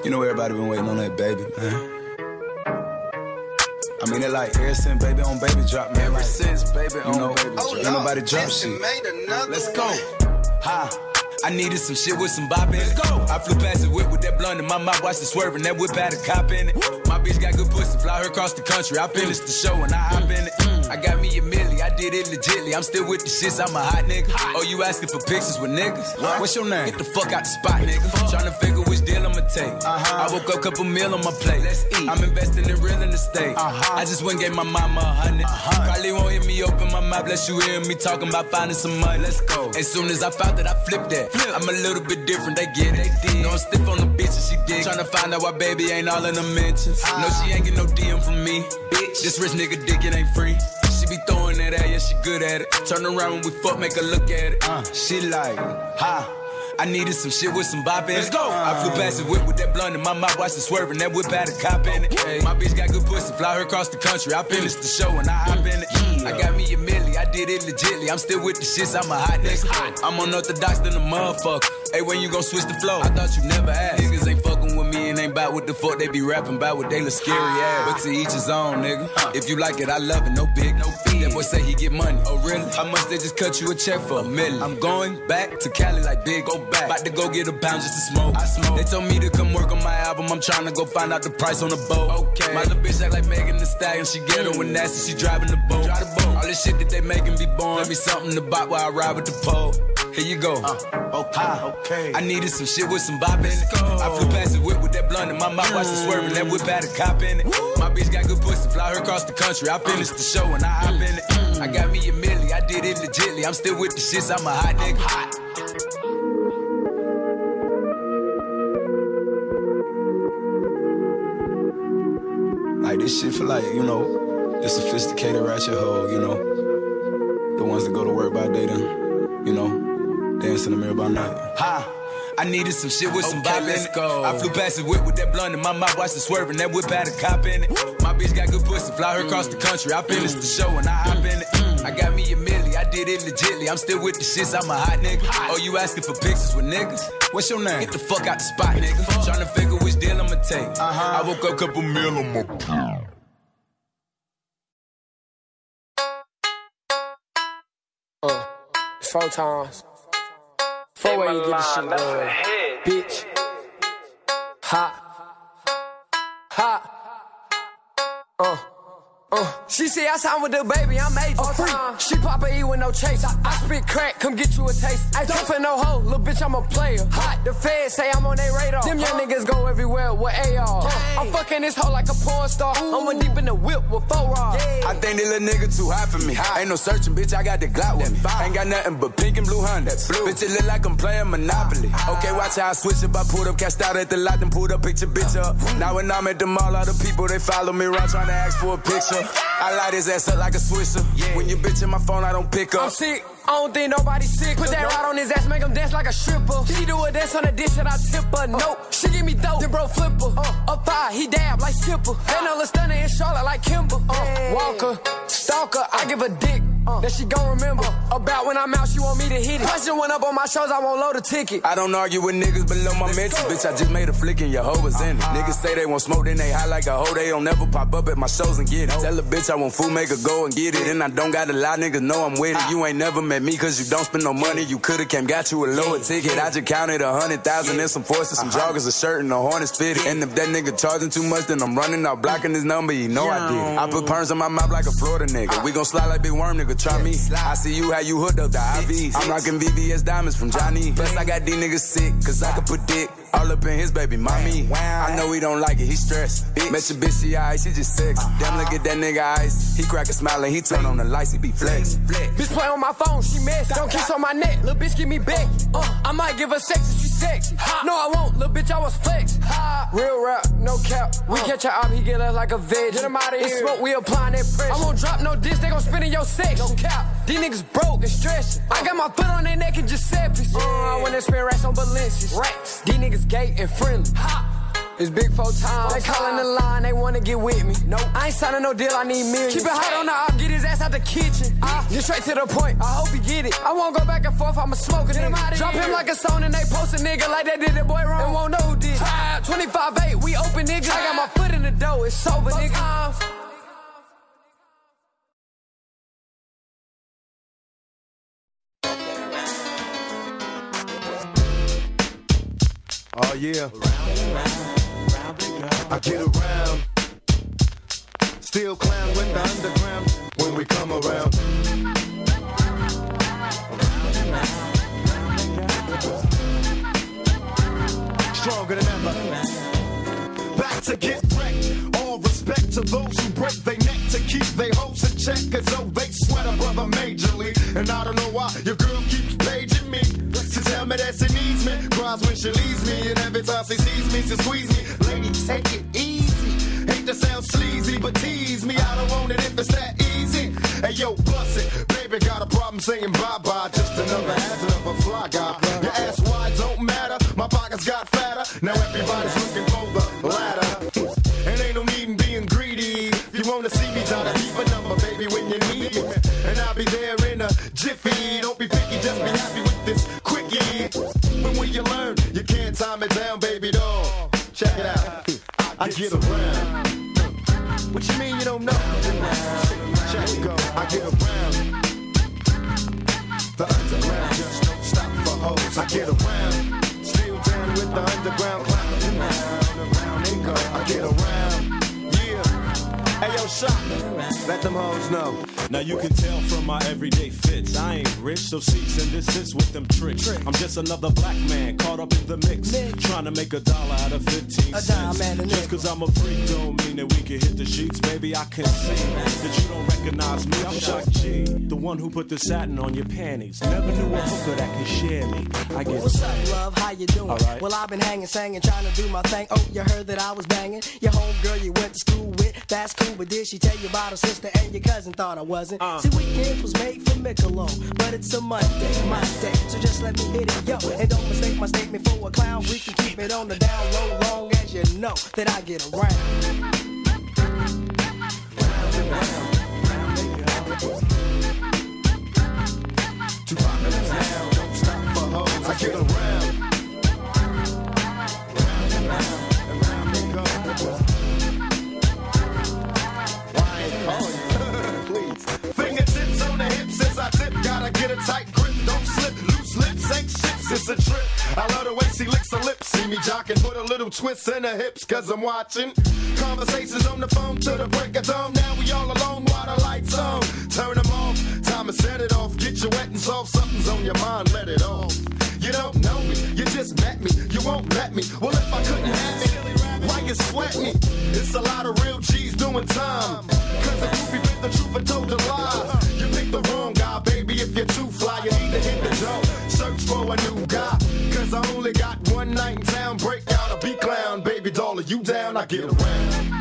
T: Oh,
M: know everybody been waiting on that baby, man. I mean it like ever since baby on baby drop, man. Ever since baby
X: on
M: baby drop. Ain't nobody drop shit.
X: Let's go.
M: Ha. I needed some shit with some bop in it. Go. I flew past the whip with that blunt in my mouth, watched it swerving. That whip had a cop in it. My bitch got good pussy, fly her across the country. I finished the show and I hop in it. I got me a milli, I did it legitly. I'm still with the shits, I'm a hot nigga. Oh, you asking for pictures with niggas? What's your name? Get the fuck out the spot, nigga. Tryna figure which deal I'ma take. I woke up, couple meal on my plate. Let's eat. Uh-huh. I'm investing in real estate. I just went and gave my mama a hundred. Probably won't hear me open my mouth, bless you hear me talking about finding some money. Let's go. As soon as I found that, I flipped that. I'm a little bit different, they get it. No, I'm stiff on the bitch and she dick. Tryna find out why baby ain't all in the mentions. No, she ain't get no DM from me. Bitch, this rich nigga dick, it ain't free. She be throwing that at, yeah, she good at it. Turn around when we fuck, make her look at it. Uh, she like, ha. I needed some shit with some bop in it. Let's go. I flew past the whip with that blunt in my mouth, watched it swerving. That whip had a cop in it. My bitch got good pussy, fly her across the country. I finished the show and I hop in it. I got me a milli, I did it legitly. I'm still with the shits, I'm a hot nigga. I'm unorthodox than a motherfucker. Hey, when you gon' switch the flow? I thought you never asked. Niggas ain't fucking with me and ain't bout what the fuck they be rapping bout with they look scary ass. But to each his own, nigga. If you like it, I love it. No big, Ah. no fee. That boy say he get money. Oh, really? How much they just cut you a check for? A million. I'm going back to Cali like big, go back. About to go get a pound just to smoke. I smoke. They told me to come work on my album. I'm trying to go find out the price on the boat. Okay. My little bitch act like Megan the Stallion. she get her when nasty. She driving the boat. Drive the boat. All this shit that they making be born. Let me something to buy while I ride with the pole. Here you go. Uh, okay, okay. I needed some shit with some bop in it. I flew past the whip with that blunt in my mouth, watched it swerving. That whip had a cop in it. My bitch got good pussy, fly her across the country. I finished the show and I hop in it. I got me a milli, I did it legitly. I'm still with the shits, I'm a hot nigga. Like this shit for like, you know, the sophisticated ratchet hoe, you know. The ones that go to work by day then, you know, dance in the mirror by night. Ha! I needed some shit with some bop in it. I flew past the whip with that blunt in my mouth, watched it swerving. That whip had a cop in it. My bitch got good pussy, fly her across the country. I finished the show and I hop in it. I got me a milli, I did it legitly. I'm still with the shits, I'm a hot nigga. Oh, you asking for pictures with niggas? What's your name? Get the fuck Uh-huh. out the spot, nigga. Tryna figure which deal I'ma take. I woke up couple meal on my
Y: Uh, it's four times. Four way you get the shit done. Bitch. Hot. Hot. Uh. Uh, she say I sound with the baby, I'm age all time. She pop a E with no chase. I, I spit crack, come get you a taste. I don't for no hoe, little bitch, I'm a player. Hot, the feds say I'm on their radar. Uh. Them young niggas go everywhere with AR. I'm fucking this hoe like a porn star. I'm going deep in the whip with four rods.
M: I think that little nigga too hot for me. Ain't no searching, bitch. I got the Glock with me. Ain't got nothing but pink and blue Hondas. Bitch, it look like I'm playing Monopoly. Okay, watch how I switch up. I pulled up, cashed out at the lot, then pulled up, picture bitch up. Now when I'm at the mall, all the people they follow me around trying to ask for a picture. I light his ass up like a Swisher. When you bitch in my phone, I don't pick up.
Y: I'm sick. I don't think nobody sick. Put that rod on his ass, make him dance like a stripper. She do a dance on the dish that I tip her. Nope, she give me dope. Then bro flipper. Uh, up high, he dab like Skipper. Then a stunner in Charlotte like Kimber. Uh, Walker, stalker, I give a dick. that she gon' remember about when I'm out, she want me to hit it. Uh. Question went up on my shows, I won't load a ticket.
M: I don't argue with niggas below my mentions. Bitch, I just made a flick and your hoe was in it. Niggas say they want smoke, then they high like a hoe. They don't never pop up at my shows and get it. Tell a bitch I want food, make her go and get it. And I don't gotta lie, niggas know I'm with it. You ain't never met me cause you don't spend no money. You coulda came, got you a lower ticket. I just counted a hundred thousand and some forces, some joggers, a shirt, and a harness fitted. And if that nigga charging too much, then I'm running out, blocking his number. You know I did it. I put perms on my mouth like a Florida nigga. We gon' slide like Big Worm, nigga. Try me. I see you how you hooked up the IVs. I'm rocking VVS diamonds from Johnny. Plus, I got these niggas sick, cause I could put dick all up in his baby mommy. I know he don't like it, he stressed. Bitch. Met your bitch, she eyes, she just sex. Damn, look at that nigga eyes. He crack a smile and he turn on the lights, he be flex.
Y: Bitch play on my phone, she mess. Don't kiss on my neck, little bitch give me back. Uh, I might give her sex if she sexy. No, I won't, little bitch, I was flex. Real rap, no cap. We catch a op, he get us like a veg. Uh. Get him out of here. It's smoke, we applying that pressure. I won't drop no diss, they gon' spin in your sex. No cap. These niggas broke and stressing. I got my foot on their neck and Giuseppe's. Uh, I wanna spend racks on Balenci's. Racks. These niggas gay and friendly. It's big four times. They calling the line, they wanna get with me. Nope. I ain't signing no deal, I need millions. Keep it hot on the op, get his ass out the kitchen. I get straight to the point, I hope he get it. I won't go back and forth, I'ma smoke a nigga. Drop him like a song and they post a nigga like they did the boy wrong. And won't know who did. 25-8, we open nigga. I got my foot in the door, it's over nigga.
T: Oh yeah. I get around. Still clown with the underground when we come around. Stronger than ever. Back to get wrecked. All respect to those who break their neck to keep their hopes in check. Cause though they sweat a brother majorly. And I don't know why your girl keeps paging me. To tell me that she needs me. Cries when she leaves me. And every time she sees me, she squeeze me. Lady, take it easy. Hate to sound sleazy, but tease me. I don't want it if it's that easy. Hey yo, bust it. Baby, got a problem saying bye bye. Just another hazard of a fly guy. Your ass wide don't matter. My pockets got fatter. Now everybody's looking for the ladder. And ain't no need in being greedy. If you wanna see me, try to keep a number, baby, when you need me. And I'll be there in a jiffy. Don't be picky, just be happy with this quickie. When will you learn? You can't time it down, baby doll. Check it out. I get around. What you mean you don't know? Check it go. I get around. The underground just don't stop for hoes. I get around. Still down with the underground clown. Around, around and go. I get around. Yeah. Hey yo, shot. Let them hoes know.
W: Now you can tell from my everyday fits. I ain't rich, so cease and desist with them tricks. I'm just another black man caught up in the mix, trying to make a dollar out of 15
S: A dime
W: cents.
S: and a
W: Just cause I'm a freak don't mean that we can hit the sheets. Baby, I can see that you don't recognize me. I'm Shock G, the one who put the satin on your panties. Never knew a hooker that could share me. I get
S: What's up, love? How you doing?
W: All right.
S: Well, I've been hanging, singing, trying to do my thing. Oh, you heard that I was banging. Your homegirl you went to school with, that's cool, but did she tell you about her sister and your cousin thought I wasn't? See, weekends was made for Michelob, but it's a Monday, my day, so just let me hit it, yo. And don't mistake my statement for a clown. We can keep it on the down low, long as you know that I get around.
T: Too popular now, don't stop for hoes. I get around. Round and round and round they go. Why ain't calling you? Please. Fingertips on the hips as I tip. Gotta get a tight grip. Don't slip. Loose lips ain't ships. It's a trip. I love the way she licks her lips. See me jocking. Put a little twist in her hips. Cause I'm watching. Conversations on the phone to the break of dawn. Now we all alone while the lights on. Turn them off. Time to set it off. Get you wet and soft. Something's on your mind. Let it off. You don't know me. You just met me. You won't let me. Well, if I couldn't have it, why you sweat me? It's a lot of real G's doing time. Cause the groupie bit the truth and told a lie. You picked the wrong guy, baby. If you're too fly, you need to hit the door. Search for a new guy. Cause I only got one night in town. Break out a B clown, baby doll. Are you down? I get around.